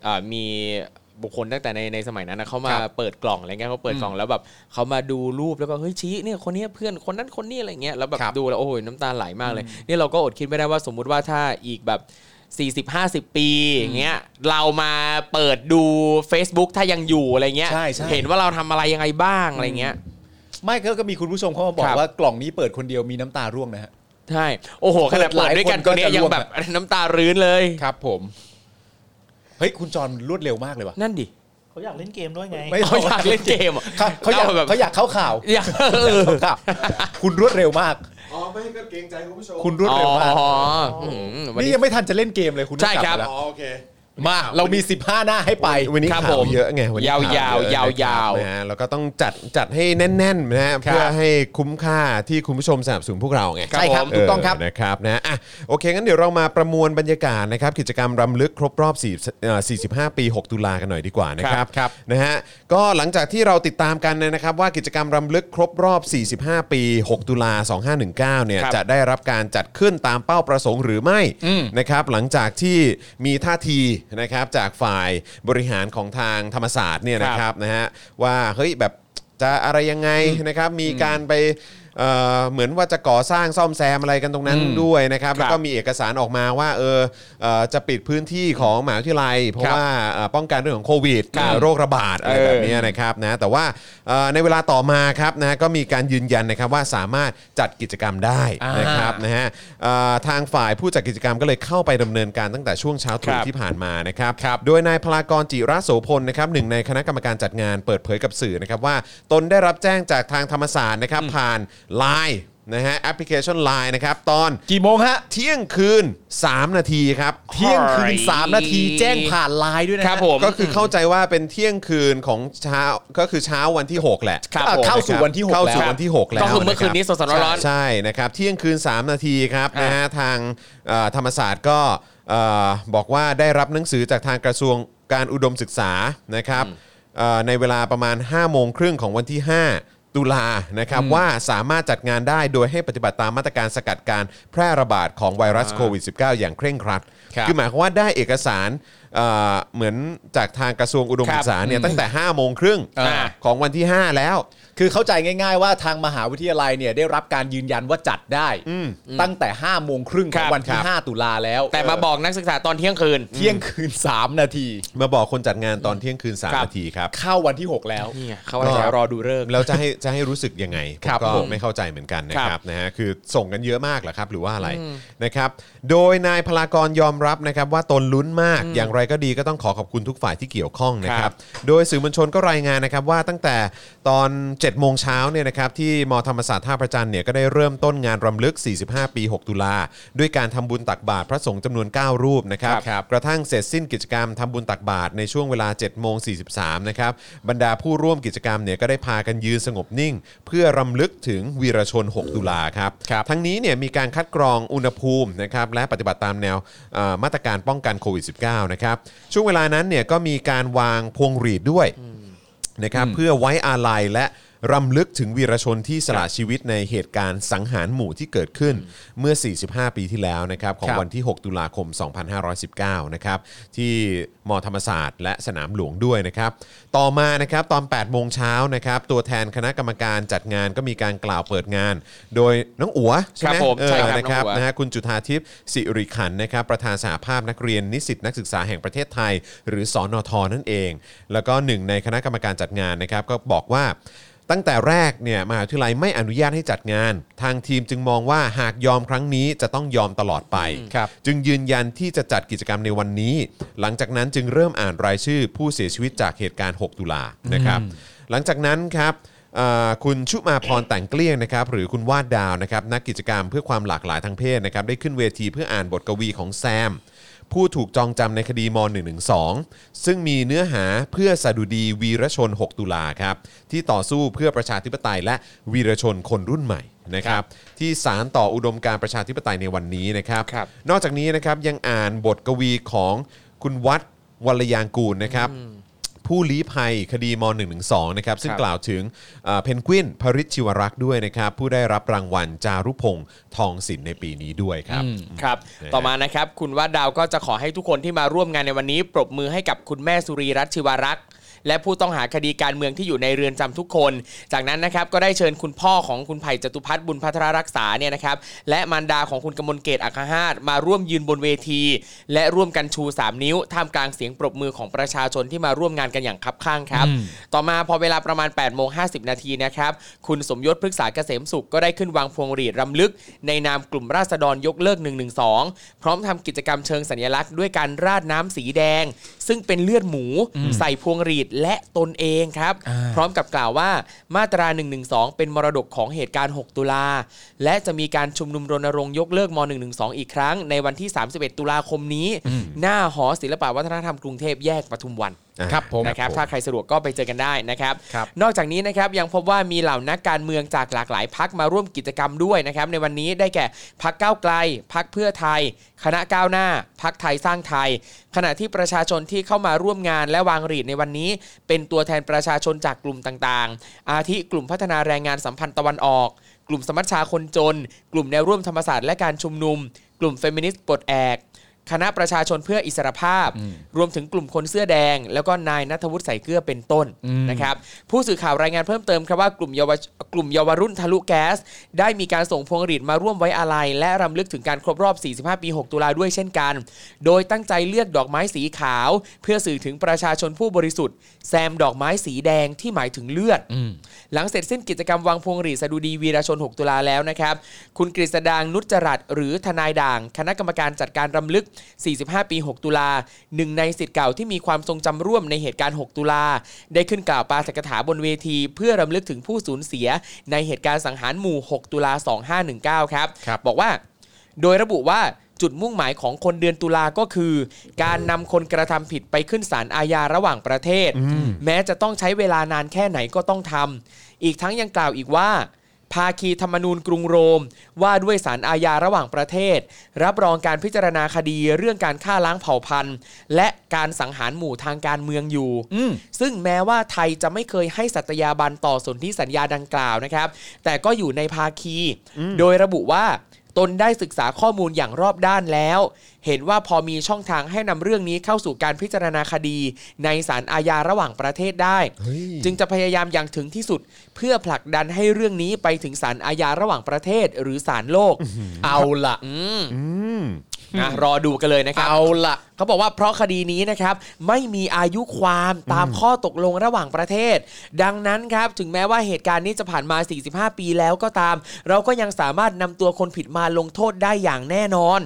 [SPEAKER 2] เอ่อมีบุคคลตั้งแต่ในในสมัยนั้นนะเขามา
[SPEAKER 3] ครับ
[SPEAKER 2] เปิดกล่องอะไรเงี้ยเขาเปิดกล่องแล้วแบบเขามาดูรูปแล้วแบบเฮ้ยชี้เนี่ยคนเนี้ยเพื่อนคนนั้นคนนี้อะไรเงี้ยแล้วแบบ
[SPEAKER 3] ครับ
[SPEAKER 2] ดูแล้วโอ้ยน้ำตาไหลมากเลย นี่เราก็อดคิดไม่ได้ว่าสมมุติว่าถ้าอีกแบบ 40-50 ปีอย่างเงี้ยเรามาเปิดดู Facebook ถ้ายังอยู่อะไรเงี้ย
[SPEAKER 3] ใช่ใช่
[SPEAKER 2] เห็นว่าเราทำอะไรยังไงบ้างอะไรเงี้ย
[SPEAKER 3] ไม่ก็ก็มีคุณผู้ชมเขามาบอก
[SPEAKER 2] ครับ
[SPEAKER 3] ว่ากล่องนี้เปิดคนเดียวมีน้ำตาร่วงนะฮะ
[SPEAKER 2] ใช่โอ้โหขนาดเปิด
[SPEAKER 3] เปิดหลาย
[SPEAKER 2] ด้วยกัน
[SPEAKER 3] คน
[SPEAKER 2] ตั
[SPEAKER 3] ก็
[SPEAKER 2] วเนี้ย
[SPEAKER 3] จะ
[SPEAKER 2] ยั
[SPEAKER 3] ร่
[SPEAKER 2] ง
[SPEAKER 3] วม
[SPEAKER 2] แบบ
[SPEAKER 3] อะ
[SPEAKER 2] น้ำตารื้นเลย
[SPEAKER 3] ครับผมเฮ้ยคุณจอนรวดเร็วมากเลยว่ะ
[SPEAKER 2] นั่นดิ
[SPEAKER 5] เขาอยากเล่นเกมด้วยไง
[SPEAKER 3] ไม่
[SPEAKER 2] เขาอยากเล่นเกมอะ
[SPEAKER 3] เขาเขาอยาก
[SPEAKER 2] เแบบ
[SPEAKER 3] เขาอยากเข้าข่าว
[SPEAKER 2] อยากเออ
[SPEAKER 3] เข้าข่าวคุณรวดเร็วมาก
[SPEAKER 1] อ๋อไม่ก็เกรงใจคุณผู้ชม
[SPEAKER 3] คุณรวดเร็วมาก
[SPEAKER 2] อ๋ออืมวัน
[SPEAKER 3] นี่
[SPEAKER 2] นี้
[SPEAKER 3] ยังไม่ทันจะเล่นเกมเลยคุณ
[SPEAKER 2] ใช่ครับ
[SPEAKER 3] กลัมาแล้ว
[SPEAKER 1] อ๋อโอเค
[SPEAKER 3] มาเรามี 15 หน้าให้ไป
[SPEAKER 1] วันนี้
[SPEAKER 2] ครับ
[SPEAKER 1] ข่าว
[SPEAKER 2] ผม
[SPEAKER 1] เยอะไงวันนี้
[SPEAKER 2] ยาวๆ
[SPEAKER 1] ข่เอะ
[SPEAKER 2] ยาว
[SPEAKER 1] นะ
[SPEAKER 2] ๆ
[SPEAKER 1] ครับนะฮะแล้วก็ต้องจัดจัดให้แน่นๆนะฮะ
[SPEAKER 3] ครับ
[SPEAKER 1] เพื่อให้คุ้มค่าที่คุณผู้ชมสนับสนุนพวกเราไง
[SPEAKER 2] ใช่ครับ
[SPEAKER 1] เ
[SPEAKER 3] ถูกต้องครับ
[SPEAKER 1] นะครับนะอ่ะโอเคงั้นเดี๋ยวเรามาประมวลบรรยากาศนะครับกิจกรรมรำลึกครบรอบ40เอ่อ45 ปี 6 ตุลากันหน่อยดีกว่านะค
[SPEAKER 3] ครั
[SPEAKER 1] รับบ
[SPEAKER 3] ครับ
[SPEAKER 1] นะฮะก็หลังจากที่เราติดตามกันนะครับว่ากิจกรรมรำลึกครบรอบ 45 ปี 6 ตุลา 2519เนี่ย
[SPEAKER 2] ครับ
[SPEAKER 1] จะได้รับการจัดขึ้นตามเป้าประสงค์หรือไม่
[SPEAKER 3] อืม
[SPEAKER 1] นะครับหลังจากที่มีท่าทีนะครับจากฝ่ายบริหารของทางธรรมศาสตร์เนี่ยนะครับนะฮะว่าเฮ้ยแบบจะอะไรยังไงนะครับมีการไปเอ่อเหมือนว่าจะก่อสร้างซ่อมแซมอะไรกันตรงนั้นด้วยนะครับแล้วก็มีเอกสารออกมาว่าเออเอ่อจะปิดพื้นที่ของหมหาวิทยาลัย เพราะว่าเอ่อป้องกันเรื่องของโควิด
[SPEAKER 2] ครับ
[SPEAKER 1] โรคระบาดอะไรแบบเนี้ย เนี่ยนะครับนะแต่ว่าเอ่อในเวลาต่อมาครับนะก็มีการยืนยันนะครับว่าสามารถจัดกิจกรรมได้
[SPEAKER 3] อ่าน
[SPEAKER 1] นะครับนะฮะเอ่อทางฝ่ายผู้จัดกิจกรรมก็เลยเข้าไปดำเนินการตั้งแต่ช่วงเช้าตรู่
[SPEAKER 2] ครับ
[SPEAKER 1] ที่ผ่านมานะครับโดยนายพลากรจิระโสพลนะครับหนึ่งในคณะกรรมการจัดงานเปิดเผยกับสื่อนะครับว่าตนได้รับแจ้งจากทางธรรมศาสตร์นะครับผ่านไลน์นะฮะแอปพลิเคชัน Line นะครับตอน
[SPEAKER 3] กี่โมงฮะ
[SPEAKER 1] เที่ยงคืน 3 นาทีครับ
[SPEAKER 3] เที่ยงคืน 3 นาทีแจ้งผ่านไลน์ด้วยนะ
[SPEAKER 2] ค
[SPEAKER 3] ฮะ
[SPEAKER 2] รับผม
[SPEAKER 1] ก็คือเข้าใจว่าเป็นเที่ยงคืนของเช้าก็คือเช้าวันที่ 6 แหละ
[SPEAKER 2] ครับ
[SPEAKER 3] อ่ะ
[SPEAKER 2] ผม
[SPEAKER 3] เข้าสู่วันที่ 6
[SPEAKER 1] เข้า
[SPEAKER 3] แล้ว
[SPEAKER 1] สู่วันที่ 6 แล้ว
[SPEAKER 2] ก็คือเมื่อคืนนี้
[SPEAKER 1] ะ
[SPEAKER 2] ส
[SPEAKER 1] รับ
[SPEAKER 2] ดๆร้อน
[SPEAKER 1] ใช่นะครับเที่ยงคืน 3 นาทีครับ
[SPEAKER 2] อ่ะ
[SPEAKER 1] นะฮะทางเอ่อธรรมศาสตร์ก็เอ่อบอกว่าได้รับหนังสือจากทางกระทรวงการอุดมศึกษานะครับเอ่อในเวลาประมาณ 5 โมงครึ่งของวันที่ 5 ตุลานะครับว่าสามารถจัดงานได้โดยให้ปฏิบัติตามมาตรการสกัดการแพร่ระบาดของไวรัสโควิด -19 อย่างเคร่งครัด
[SPEAKER 3] ครับ
[SPEAKER 1] อหมายความว่าได้เอกสารเอ่อเหมือนจากทางกระทรวงอุดม
[SPEAKER 2] ครับ
[SPEAKER 1] ศึกษาเนี่ยตั้งแต่ 5 โมงครึ่ง
[SPEAKER 3] อ่า
[SPEAKER 1] ของวันที่ 5 แล้ว
[SPEAKER 3] คือเข้าใจง่ายๆว่าทางมหาวิทยาลัยเนี่ยได้รับการยืนยันว่าจัดได้ ตั้งแต่5โมงครึ่งข
[SPEAKER 2] ครั
[SPEAKER 3] อง
[SPEAKER 2] บ
[SPEAKER 3] วันที่ 5 ตุลาแล้ว
[SPEAKER 2] ๆ แต่มาบอกนักศึกษาตอนเที่ยงคืน
[SPEAKER 3] เที่ยงคืน 3 นาที
[SPEAKER 1] มาบอกคนจัดงานตอนเที่ยงคืน
[SPEAKER 2] ครั
[SPEAKER 1] 3
[SPEAKER 2] บ
[SPEAKER 1] นาทีครับ
[SPEAKER 3] เข้าวันที่ 6 แล้ว
[SPEAKER 2] นี่ไงเขาจะรอดูเลิกษ์
[SPEAKER 1] แล้วจะให้จะให้รู้สึกยังไงผม
[SPEAKER 3] ครับ
[SPEAKER 1] ก็
[SPEAKER 3] ผม
[SPEAKER 1] ไม่เข้าใจเหมือนกันนะค
[SPEAKER 2] ครั
[SPEAKER 1] รับบ นะฮะคือส่งกันเยอะมากเหรอครับ หรือว่าอะไรนะครับ โดยนายพลากรยอมรับนะครับว่าตนลุ้นมากอย่างไรก็ดีก็ต้องขอขอบคุณทุกฝ่ายที่เกี่ยวข้องนะค
[SPEAKER 2] ค
[SPEAKER 1] รั
[SPEAKER 2] รับ บ
[SPEAKER 1] โดยสื่อมวลชนก็รายงานนะครับว่าตั้งแต่ตอน 7 โมงเช้าเนี่ยนะครับที่มธรรมศาสตร์ท่าประจันเนี่ยก็ได้เริ่มต้นงานรำลึก 45 ปี 6 ตุลา ด้วยการทำบุญตักบาตรพระสงฆ์จำนวน 9 รูปนะครับ
[SPEAKER 3] ครับ
[SPEAKER 1] กระทั่งเสร็จสิ้นกิจกรรมทำบุญตักบาตรในช่วงเวลา 7 โมง 43 นะครับ บรรดาผู้ร่วมกิจกรรมเนี่ยก็ได้พากันยืนสงบนิ่ง เพื่อรำลึกถึงวีรชน 6 ตุลาครับ ทั้งนี้เนี่ยมีการคัดกรองอุณหภูมินะครับและปฏิบัติตามแนวเอ่อมาตรการป้องกันโควิด -19 นะครับช่วงเวลานั้นเนี่ยก็มีการวางพวงหรีดด้วย นะครับเพื่อไว้อาลัยและรำลึกถึงวีรชนที่สละชีวิตในเหตุการณ์สังหารหมู่ที่เกิดขึ้นเมื่อ 45 ปีที่แล้วนะครับของ
[SPEAKER 3] ครับ
[SPEAKER 1] วันที่ 6 ตุลาคม 2519 นะครับที่มธรรมศาสตร์และสนามหลวงด้วยนะครับ ต่อมานะครับตอน 8 โมงเช้านะครับตัวแทนคณะกรรมการจัดงานก็มีการกล่าวเปิดงาน โดยน้องอัวใช่ไหม
[SPEAKER 2] ครับผม
[SPEAKER 1] เออ
[SPEAKER 2] ใช่ครับ
[SPEAKER 1] นะครับนะฮะ
[SPEAKER 2] น้องอั๋ว
[SPEAKER 1] นะฮะคุณจุธาทิพย์สิริขันธ์นะครับประธานสหภาพนักเรียนนิสิตนักศึกษาแห่งประเทศไทย หรือสอนอทอนั่นเอง แล้วก็หนึ่งในคณะกรรมการจัดงานนะครับก็บอกว่าตั้งแต่แรกเนี่ยมหาวิทยาลัยไม่อนุญาตให้จัดงาน ทางทีมจึงมองว่าหากยอมครั้งนี้จะต้องยอมตลอดไป
[SPEAKER 3] ครับ
[SPEAKER 1] จึงยืนยันที่จะจัดกิจกรรมในวันนี้ หลังจากนั้นจึงเริ่มอ่านรายชื่อผู้เสียชีวิตจากเหตุการณ์ 6 ตุลานะครับ หลังจากนั้นครับเอ่อคุณชุมาพรแต่งเกลี้ยงนะครับหรือคุณวาดดาวนะครับนักกิจกรรมเพื่อความหลากหลายทางเพศนะครับได้ขึ้นเวทีเพื่ออ่านบทกวีของแซม ผู้ถูกจองจำในคดีม .112 ซึ่งมีเนื้อหาเพื่อสดุดีวีรชน 6 ตุลาครับที่ต่อสู้เพื่อประชาธิปไตยและวีรชนคนรุ่นใหม่นะครับที่สารต่ออุดมการณ์ประชาธิปไตยในวันนี้นะครับ
[SPEAKER 2] ครับ
[SPEAKER 1] นอกจากนี้นะครับยังอ่านบทกวีของคุณวัดวัลยางกูลนะครับ ผู้ลี้ภัยคดีม .112 นะครับซึ่ง
[SPEAKER 2] ครับ
[SPEAKER 1] กล่าวถึงเอ่อเพนกวินพริชชิวรักษ์ด้วยนะครับ ผู้ได้รับรางวัลจารุพงศ์ทองศิลป์ในปีนี้ด้วยครับ
[SPEAKER 2] ครับ
[SPEAKER 1] นะฮะ
[SPEAKER 2] ต่อมานะครับคุณว่าดดาวก็จะขอให้ทุกคนที่มาร่วมงานในวันนี้ ปรบมือให้กับคุณแม่สุรีรัตน์ชิวารักษ์ และผู้ต้องหาคดีการเมืองที่อยู่ในเรือนจำทุกคน จากนั้นนะครับก็ได้เชิญคุณพ่อของคุณไผ่จตุพัฒน์บุญพัทรรักษาเนี่ยนะครับและมารดาของคุณกมลเกตอัครหาตมาร่วมยืนบนเวที และร่วมกันชู 3 นิ้วท่ามกลางเสียงปรบมือของประชาชนที่มาร่วมงานกันอย่างคับข้างครับ ต่อมาพอเวลาประมาณ8ปดโมงห้นาทีนะครับคุณสมยศพฤกษาเกษมสุขก็ได้ขึ้นวางพวงหรีดรำลึก ในนามกลุ่มราษฎรยกเลิก 112 พร้อมทำกิจกรรมเชิงสัญลักษณ์ด้วยการราดน้ำสีแดง ซึ่งเป็นเลือดหมู ใส่พวงหรีดและตนเองครับ พร้อมกับกล่าวว่ามาตรา 112 เป็นมรดกของเหตุการณ์ 6 ตุลา และจะมีการชุมนุมรณรงค์ยกเลิกม 112 อีกครั้ง ในวันที่ 31 ตุลาคมนี้ หน้าหอศิลปวัฒนธรรมกรุงเทพแยกปทุมวัน
[SPEAKER 1] อ่า
[SPEAKER 3] ครับผม
[SPEAKER 2] นะครับถ้าใครสะดวกก็ไปเจอกันได้นะครับ
[SPEAKER 3] ครับ
[SPEAKER 2] นอกจากนี้นะครับยังพบว่ามีเหล่านักการเมืองจากหลากหลายพักมาร่วมกิจกรรมด้วยนะครับในวันนี้ได้แก่พักก้าวไกล พักเพื่อไทย คณะก้าวหน้า พักไทยสร้างไทย ขณะที่ประชาชนที่เข้ามาร่วมงานและวางหรีดในวันนี้ เป็นตัวแทนประชาชนจากกลุ่มต่างๆ อาทิกลุ่มพัฒนาแรงงานสัมพันธ์ตะวันออก กลุ่มสมัชชาคนจน กลุ่มแนวร่วมธรรมศาสตร์และการชุมนุม กลุ่มเฟมินิสต์ปลดแอก คณะประชาชนเพื่ออิสรภาพ รวมถึงกลุ่มคนเสื้อแดง แล้วก็นายนัทวุฒิใส่เกลือเป็นต้นนะครับผู้สื่อข่าวรายงานเพิ่มเติมครับว่ากลุ่มเยาวชกลุ่มเยาวรุ่นทะลุแก๊ส ได้มีการส่งพวงหรีดมาร่วมไว้อาลัย และรำลึกถึงการครบรอบ 45 ปี 6 ตุลาด้วยเช่นกัน โดยตั้งใจเลือกดอกไม้สีขาว เพื่อสื่อถึงประชาชนผู้บริสุทธิ์แซมดอกไม้สีแดงที่หมายถึงเลือด หลังเสร็จสิ้นกิจกรรมวางพวงหรีดสดุดีวีรชน 6 ตุลาแล้วนะครับ คุณกฤษดางนุจจรัตน์หรือทนายด่าง คณะกรรมการจัดการรำลึก 45 ปี 6 ตุลาหนึ่งในสิทธิ์เก่าที่มีความทรงจำร่วมในเหตุการณ์ 6 ตุลา ได้ขึ้นกล่าวปาศกถาบนเวที เพื่อรำลึกถึงผู้สูญเสีย ในเหตุการณ์สังหารหมู่ 6 ตุลา 2519 ครับ
[SPEAKER 3] ครับ
[SPEAKER 2] บอกว่า โดยระบุว่าจุดมุ่งหมายของคนเดือนตุลาก็คือ การนำคนกระทำผิดไปขึ้นศาลอาญาระหว่างประเทศ แม้จะต้องใช้เวลานานแค่ไหนก็ต้องทำอีกทั้งยังกล่าวอีกว่า ภาคีธรรมนูญกรุงโรม ว่าด้วยศาลอาญาระหว่างประเทศ รับรองการพิจารณาคดีเรื่องการฆ่าล้างเผ่าพันธุ์ และการสังหารหมู่ทางการเมืองอยู่ ซึ่งแม้ว่าไทยจะไม่เคยให้สัตยาบันต่อสนธิสัญญาดังกล่าวนะครับ แต่ก็อยู่ในภาคี โดยระบุว่า ตนได้ศึกษาข้อมูลอย่างรอบด้านแล้ว เห็นว่าพอมีช่องทางให้นำเรื่องนี้เข้าสู่การพิจารณาคดี ในศาลอาญาระหว่างประเทศได้
[SPEAKER 1] เฮ้ย
[SPEAKER 2] จึงจะพยายามอย่างถึงที่สุด เพื่อผลักดันให้เรื่องนี้ไปถึงศาลอาญาระหว่างประเทศหรือศาลโลก
[SPEAKER 3] เอาละ
[SPEAKER 2] อืม
[SPEAKER 1] อืม
[SPEAKER 2] นะรอดูกันเลยนะครับ
[SPEAKER 3] เอาละ
[SPEAKER 2] เขาบอกว่าเพราะคดีนี้นะครับไม่มีอายุความตามข้อตกลงระหว่างประเทศ ดังนั้นครับถึงแม้ว่าเหตุการณ์นี้จะผ่านมา 45 ปีแล้วก็ตาม เราก็ยังสามารถนำตัวคนผิดมาลงโทษได้อย่างแน่นอน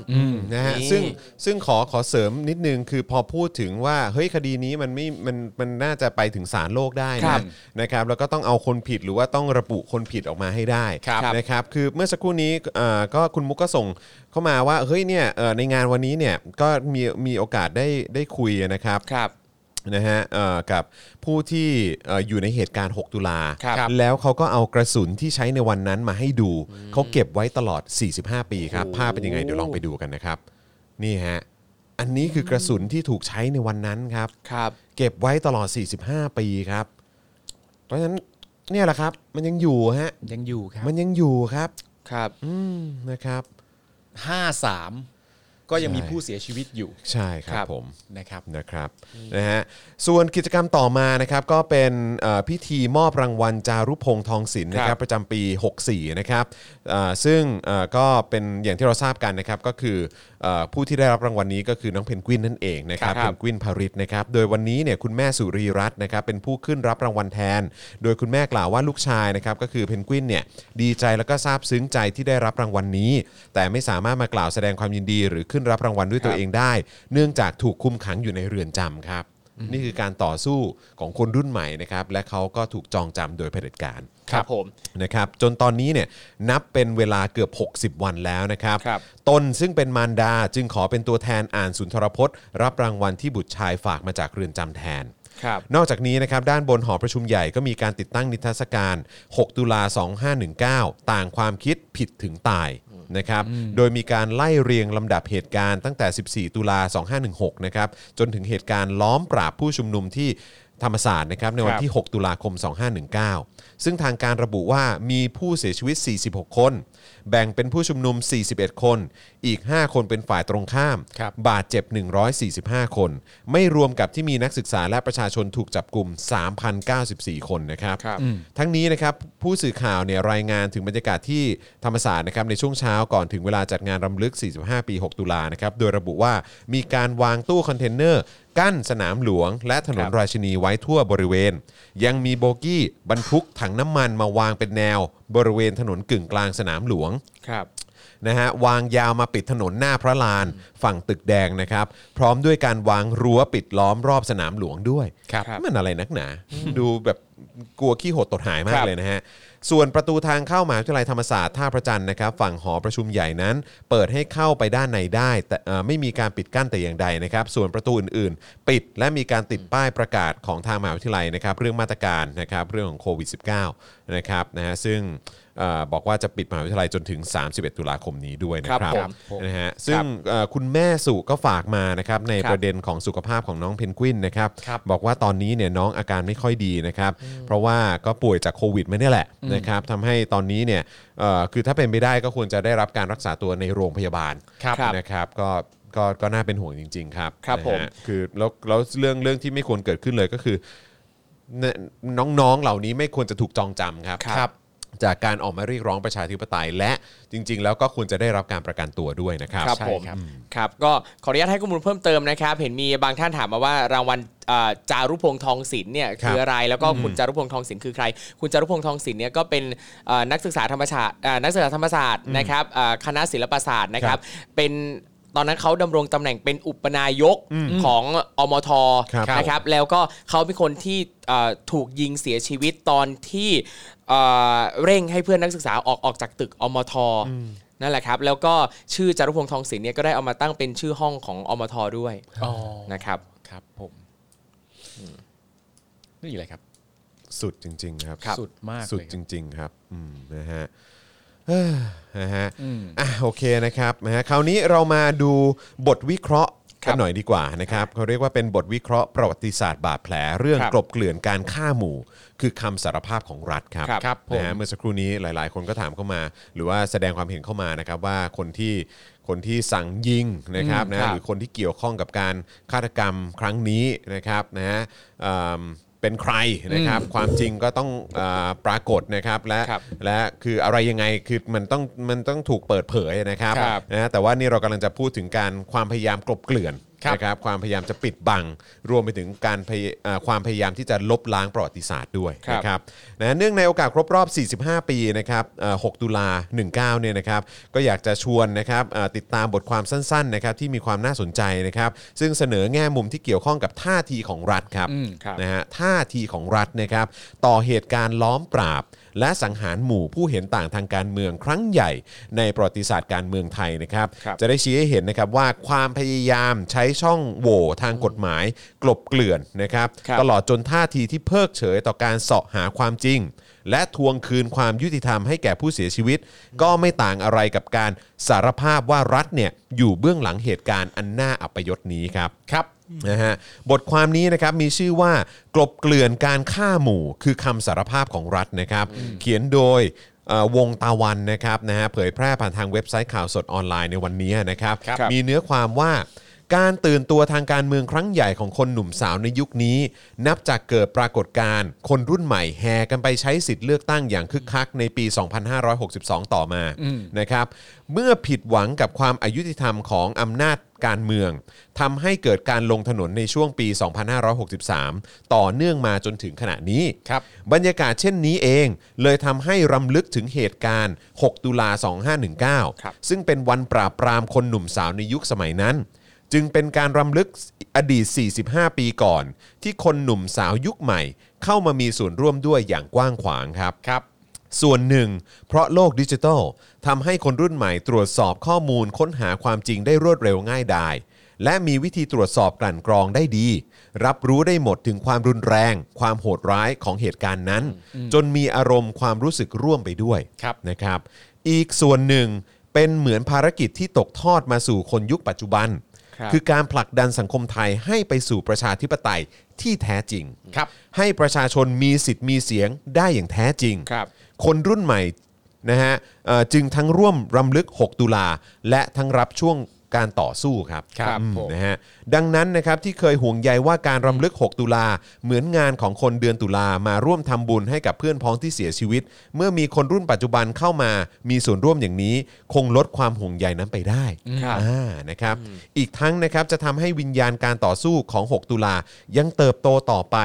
[SPEAKER 1] นะฮะ
[SPEAKER 2] นี่
[SPEAKER 1] ซึ่งซึ่งขอขอเสริมนิดนึงคือพอพูดถึงว่าเฮ้ยคดีนี้มันไม่มันมันน่าจะไปถึงศาลโลกได้
[SPEAKER 2] ครั
[SPEAKER 1] นะ
[SPEAKER 2] บ
[SPEAKER 1] นะครับแล้วก็ต้องเอาคนผิดหรือว่าต้องระบุคนผิดออกมาให้ได้
[SPEAKER 2] ครับ
[SPEAKER 1] นะครับคือเมื่อสักครู่นี้เอ่อก็คุณมุกก็ส่งเข้ามาว่าเฮ้ยเนี่ยเอ่อในงานวันนี้เนี่ยก็มีมีโอกาสได้ได้คุยนะครับ
[SPEAKER 2] ครับ
[SPEAKER 1] นะฮะเอ่อกับผู้ที่เอ่ออยู่ในเหตุการณ์ 6 ตุลา
[SPEAKER 2] ครับ
[SPEAKER 1] แล้วเขาก็เอากระสุนที่ใช้ในวันนั้นมาให้ดู เขาเก็บไว้ตลอด 45 ปีครับ ภาพเป็นยังไง เดี๋ยวลองไปดูกันนะครับ นี่ฮะ อันนี้คือกระสุนที่ถูกใช้ในวันนั้นครับ
[SPEAKER 2] ครับ
[SPEAKER 1] เก็บไว้ตลอด 45 ปีครับ เพราะฉะนั้นเนี่ยแหละครับ มันยังอยู่ฮะ
[SPEAKER 3] ยังอยู่ครับ
[SPEAKER 1] มันยังอยู่ครับ
[SPEAKER 2] ครับ
[SPEAKER 1] อืมนะครับ
[SPEAKER 3] ห้าสามก็ยังมี
[SPEAKER 1] ใช่
[SPEAKER 3] ผู้เสียชีวิตอยู่
[SPEAKER 1] ใช่ครับ
[SPEAKER 2] ครับ
[SPEAKER 1] ผม
[SPEAKER 3] นะครับ
[SPEAKER 1] นะครับนะฮะส่วนกิจกรรมต่อมานะครับก็เป็นเอ่อพิธีมอบรางวัลจารุพงษ์ทองศิลป์นะค
[SPEAKER 2] ค
[SPEAKER 1] รั
[SPEAKER 2] รั
[SPEAKER 1] บบ ประจำปี 64 นะครับเอ่อซึ่งเอ่อก็เป็นอย่างที่เราทราบกันนะครับก็คือเอ่อผู้ที่ได้รับรางวัลนี้ก็คือน้องเพนกวินนั่นเองนะครับ
[SPEAKER 2] ครับ
[SPEAKER 1] เพนกวินพาริสนะครับโดยวันนี้เนี่ยคุณแม่สุรีรัตน์นะครับเป็นผู้ขึ้นรับรางวัลแทน โดยคุณแม่กล่าวว่าลูกชายนะครับก็คือเพนกวินเนี่ยดีใจแล้วก็ซาบซึ้งใจที่ได้รับรางวัลนี้ แต่ไม่สามารถมากล่าวแสดงความยินดี หรือขึ้นรับรางวัลด้วยตัวเองได้ เนื่องจากถูกคุมขังอยู่ในเรือนจำครับ นี่คือการต่อสู้ของคนรุ่นใหม่นะครับและเขาก็ถูกจองจำโดยเผด็จการ
[SPEAKER 2] ครับผม
[SPEAKER 1] นะครับจนตอนนี้เนี่ยนับเป็นเวลาเกือบ 60 วันแล้วนะครับ
[SPEAKER 2] ครับ
[SPEAKER 1] ตนซึ่งเป็นมารดาจึงขอเป็นตัวแทนอ่านสุนทรพจน์ รับรางวัลที่บุตรชายฝากมาจากเรือนจำแทน
[SPEAKER 2] ครับ
[SPEAKER 1] นอกจากนี้นะครับด้านบนหอประชุมใหญ่ก็มีการติดตั้งนิทรรศการ 6 ตุลา 2519 ต่างความคิดผิดถึงตายนะครับโดยมีการไล่เรียงลำดับเหตุการณ์ตั้งแต่ 14 ตุลา 2516 นะครับจนถึงเหตุการณ์ล้อมปราบผู้ชุมนุมที่ ธรรมศาสตร์นะครับในวัน
[SPEAKER 4] ครับ
[SPEAKER 1] ที่ 6 ตุลาคม 2519 ซึ่งทางการระบุว่ามีผู้เสียชีวิต 46 คน แบ่งเป็นผู้ชุมนุม 41 คน อีก 5 คนเป็นฝ่ายตรงข้าม
[SPEAKER 3] ครับ
[SPEAKER 1] บาดเจ็บ 145 คน ไม่รวมกับที่มีนักศึกษาและประชาชนถูกจับกลุ่ม 3,094 คนนะครับ
[SPEAKER 4] ครับ
[SPEAKER 1] ทั้งนี้นะครับผู้สื่อข่าวเนี่ยรายงานถึงบรรยากาศที่ธรรมศาสตร์นะครับในช่วงเช้าก่อนถึงเวลาจัดงานรำลึก 45 ปี 6 ตุลานะครับโดยระบุว่ามีการวางตู้คอนเทนเนอร์ กั้นสนามหลวง และถนน
[SPEAKER 3] ครับ
[SPEAKER 1] ราชินีไว้ทั่วบริเวณ ยังมีโบกี้บรรทุกถังน้ำมันมาวางเป็นแนว บริเวณถนนกึ่งกลางสนามหลวง
[SPEAKER 2] ครับ
[SPEAKER 1] นะฮะวางยาวมาปิดถนนหน้าพระลาน ฝั่งตึกแดงนะครับ พร้อมด้วยการวางรั้วปิดล้อมรอบสนามหลวงด้วย
[SPEAKER 2] ครับ
[SPEAKER 1] มันอะไรนักหนา ดูแบบกลัวขี้หดตดหายมา
[SPEAKER 2] ค
[SPEAKER 1] ก
[SPEAKER 2] รับ
[SPEAKER 1] เลยนะฮะ ส่วนประตูทางเข้ามหาวิทยาลัยธรรมศาสตร์ท่าพระจันทร์นะครับ ฝั่งหอประชุมใหญ่นั้น เปิดให้เข้าไปด้านในได้ แต่เอ่อไม่มีการปิดกั้นแต่อย่างใดนะครับ ส่วนประตูอื่นๆ ปิดและมีการติดป้ายประกาศของทางมหาวิทยาลัยนะครับ เรื่องมาตรการนะครับเรื่องของโควิด -19 นะครับนะฮะซึ่งเอ่อบอกว่าจะปิดมหาวิทยาลัยจนถึง 31 ตุลาคมนี้ด้วยนะครับ
[SPEAKER 2] ครับผม
[SPEAKER 1] นะฮะซึ่งเอ่อคุณแม่สุก็ฝากมานะครับใน
[SPEAKER 2] ครับ
[SPEAKER 1] ประเด็นของสุขภาพของน้องเพนกวินนะครับบอกว่าตอนนี้เนี่ยน้องอาการไม่ค่อยดีนะครับ เพราะว่าก็ป่วยจากโควิดมาเนี่ยแหละนะครับทำให้ตอนนี้เนี่ยเอ่อคือถ้าเป็นไปได้ก็ควรจะได้รับการรักษาตัวในโรงพยาบาล
[SPEAKER 2] ครับ
[SPEAKER 1] นะครับก็ก็ก็น่าเป็นห่วงจริง ๆ ครับ
[SPEAKER 2] ครับ
[SPEAKER 1] นะฮะ
[SPEAKER 2] ผม
[SPEAKER 1] คือแล้วแล้วเรื่องเรื่องที่ไม่ควรเกิดขึ้นเลยก็คือ เนี่ยน้องๆ เหล่านี้ไม่ควรจะถูกจองจำครับ
[SPEAKER 2] ครับ
[SPEAKER 1] จากการออกมาเรียกร้องประชาธิปไตย และจริง ๆ แล้วก็ควรจะได้รับการประกันตัวด้วยนะครับ
[SPEAKER 2] ครับผมครับก็ขออนุญาตให้ข้อมูลเพิ่มเติมนะครับ เห็นมีบางท่านถามมาว่ารางวัลเอ่อจารุพงษ์ทองศิลป์เนี่ย
[SPEAKER 1] ครับ
[SPEAKER 2] คืออะไรแล้วก็คุณจารุพงษ์ทองศิลป์คือใคร คุณจารุพงษ์ทองศิลป์เนี่ยก็เป็นเอ่อนักศึกษาธรรมศาสตร์เอ่อนักศึกษาธรรมศาสตร์นะครับเอ่อคณะศิลปศาสตร์นะครับ เป็นตอนนั้นเขาดำรงตำแหน่งเป็นอุปนายกของอมท
[SPEAKER 1] ครับ
[SPEAKER 2] นะครับ แล้วก็เขาเป็นคนที่เอ่อถูกยิงเสียชีวิตตอนที่เอ่อเร่งให้เพื่อนนักศึกษาออกออกจากตึกอมทนั่นแหละครับ แล้วก็ชื่อจารุพงษ์ทองศิลป์เนี่ยก็ได้เอามาตั้งเป็นชื่อห้องของอมทด้วย
[SPEAKER 3] อ๋อ
[SPEAKER 2] นะครับ
[SPEAKER 3] ครับผมนี่อะไรครับ
[SPEAKER 1] สุดจริง ๆ ครับ
[SPEAKER 3] สุดมากเลย
[SPEAKER 1] สุดจริง ๆ ครับอืมนะฮะเอ้อนะฮะอ่ะโอเคนะครับนะฮะคราวนี้เรามาดูบทวิเคราะห์กันหน่อยดีกว่านะครับเขาเรียกว่าเป็นบทวิเคราะห์ประวัติศาสตร์บาดแผล เรื่องกลบเกลื่อนการฆ่าหมู่ คือคำสารภาพของรัฐครับ
[SPEAKER 3] ครับ
[SPEAKER 1] นะฮะเมื่อสักครู่นี้หลาย ๆ คนก็ถามเข้ามา หรือว่าแสดงความเห็นเข้ามานะครับว่าคนที่คนที่สั่งยิงนะครับนะหรือคนที่เกี่ยวข้องกับการฆาตกรรมครั้งนี้นะครับนะฮะเอิ่มเป็นใครนะครับความจริงก็ต้องอาปรากฏนะครับและและคืออะไรยังไงคือมันต้องมันต้องถูกเปิดเผยนะครับ
[SPEAKER 2] ครับ
[SPEAKER 1] นะฮะแต่ว่านี่เรากำลังจะพูดถึงการความพยายามกลบเกลื่อน
[SPEAKER 3] ครับ
[SPEAKER 1] นะครับความพยายามจะปิดบัง รวมไปถึงการพยเอ่อความพยายามที่จะลบล้างประวัติศาสตร์ด้วย
[SPEAKER 2] ครับ
[SPEAKER 1] นะครับนะเนื่องในโอกาสครบรอบ 45 ปีนะครับเอ่อ6ตุลา 19 เนี่ยนะครับ ก็อยากจะชวนนะครับเอ่อติดตามบทความสั้นๆ นะครับที่มีความน่าสนใจนะครับ ซึ่งเสนอแง่มุมที่เกี่ยวข้องกับท่าทีของรัฐครับ
[SPEAKER 2] ครับ
[SPEAKER 1] นะฮะ ท่าทีของรัฐนะครับ ต่อเหตุการณ์ล้อมปราบ และสังหารหมู่ผู้เห็นต่างทางการเมืองครั้งใหญ่ในประวัติศาสตร์การเมืองไทยนะครับ
[SPEAKER 2] ครับ
[SPEAKER 1] จะได้ชี้ให้เห็นนะครับว่าความพยายามใช้ช่องโหว่ทางกฎหมาย กลบเกลื่อนนะครับ
[SPEAKER 2] ครับ
[SPEAKER 1] ตลอดจนท่าทีที่เพิกเฉยต่อการเสาะหาความจริง และทวงคืนความยุติธรรมให้แก่ผู้เสียชีวิต ก็ไม่ต่างอะไรกับการสารภาพว่ารัฐเนี่ยอยู่เบื้องหลังเหตุการณ์อันน่าอัปยศนี้ครับ
[SPEAKER 3] ครับ
[SPEAKER 1] นะฮะบทความนี้นะครับมีชื่อว่ากลบเกลื่อนการฆ่าหมู่ คือคำสารภาพของรัฐนะครับ เขียนโดยเอ่อวงตาวันนะครับนะฮะเผยแพร่ผ่านทางเว็บไซต์ข่าวสดออนไลน์ในวันนี้นะครับ
[SPEAKER 3] ครับ
[SPEAKER 1] มีเนื้อความว่า การตื่นตัวทางการเมืองครั้งใหญ่ของคนหนุ่มสาวในยุคนี้ นับจากเกิดปรากฏการณ์คนรุ่นใหม่แห่กันไปใช้สิทธิ์เลือกตั้งอย่างคึกคักในปี 2562 ต่อมานะครับเมื่อผิดหวังกับความอายุติธรรมของอำนาจ การเมืองทำให้เกิดการลงถนนในช่วงปี 2563 ต่อเนื่องมาจนถึงขณะนี้
[SPEAKER 3] ครับ
[SPEAKER 1] บรรยากาศเช่นนี้เอง เลยทำให้รำลึกถึงเหตุการณ์ 6 ตุลา
[SPEAKER 2] ครับ
[SPEAKER 1] 2519 ซึ่งเป็นวันปราบปรามคนหนุ่มสาวในยุคสมัยนั้น จึงเป็นการรำลึกอดีต 45 ปีก่อน ที่คนหนุ่มสาวยุคใหม่ เข้ามามีส่วนร่วมด้วยอย่างกว้างขวางครับ
[SPEAKER 3] ครับ
[SPEAKER 1] ส่วนหนึ่ง เพราะโลกดิจิทัลทำให้คนรุ่นใหม่ตรวจสอบข้อมูลค้นหาความจริงได้รวดเร็วง่ายดาย และมีวิธีตรวจสอบกลั่นกรองได้ดี รับรู้ได้หมดถึงความรุนแรง ความโหดร้ายของเหตุการณ์นั้น จนมีอารมณ์ความรู้สึกร่วมไปด้วย
[SPEAKER 3] ครับ
[SPEAKER 1] นะครับ อีกส่วนหนึ่งเป็นเหมือนภารกิจที่ตกทอดมาสู่คนยุคปัจจุบัน
[SPEAKER 2] ครับ
[SPEAKER 1] อการผลักดันสังคมไทยให้ไปสู่ประชาธิปไตยที่แท้จริง
[SPEAKER 2] ครับ
[SPEAKER 1] ให้ประชาชนมีสิทธิ์มีเสียงได้อย่างแท้จริง
[SPEAKER 2] ครับ
[SPEAKER 1] คนรุ่นใหม่นะฮะเอ่อจึงทั้งร่วมรำลึก 6 ตุลา และทั้งรับช่วงการต่อสู้ครับ
[SPEAKER 2] ครับ
[SPEAKER 1] อืม
[SPEAKER 2] ผม
[SPEAKER 1] นะฮะดังนั้นนะครับที่เคยห่วงใยว่าการรำลึก 6 ตุลา เหมือนงานของคนเดือนตุลามาร่วมทำบุญให้กับเพื่อนพ้องที่เสียชีวิต เมื่อมีคนรุ่นปัจจุบันเข้ามามีส่วนร่วมอย่างนี้ คงลดความห่วงใยนั้นไปได้
[SPEAKER 2] ครับ
[SPEAKER 1] อ่านะครับอีกทั้งนะครับจะทำให้วิญญาณการต่อสู้ของ 6 ตุลายังเติบโตต่อไป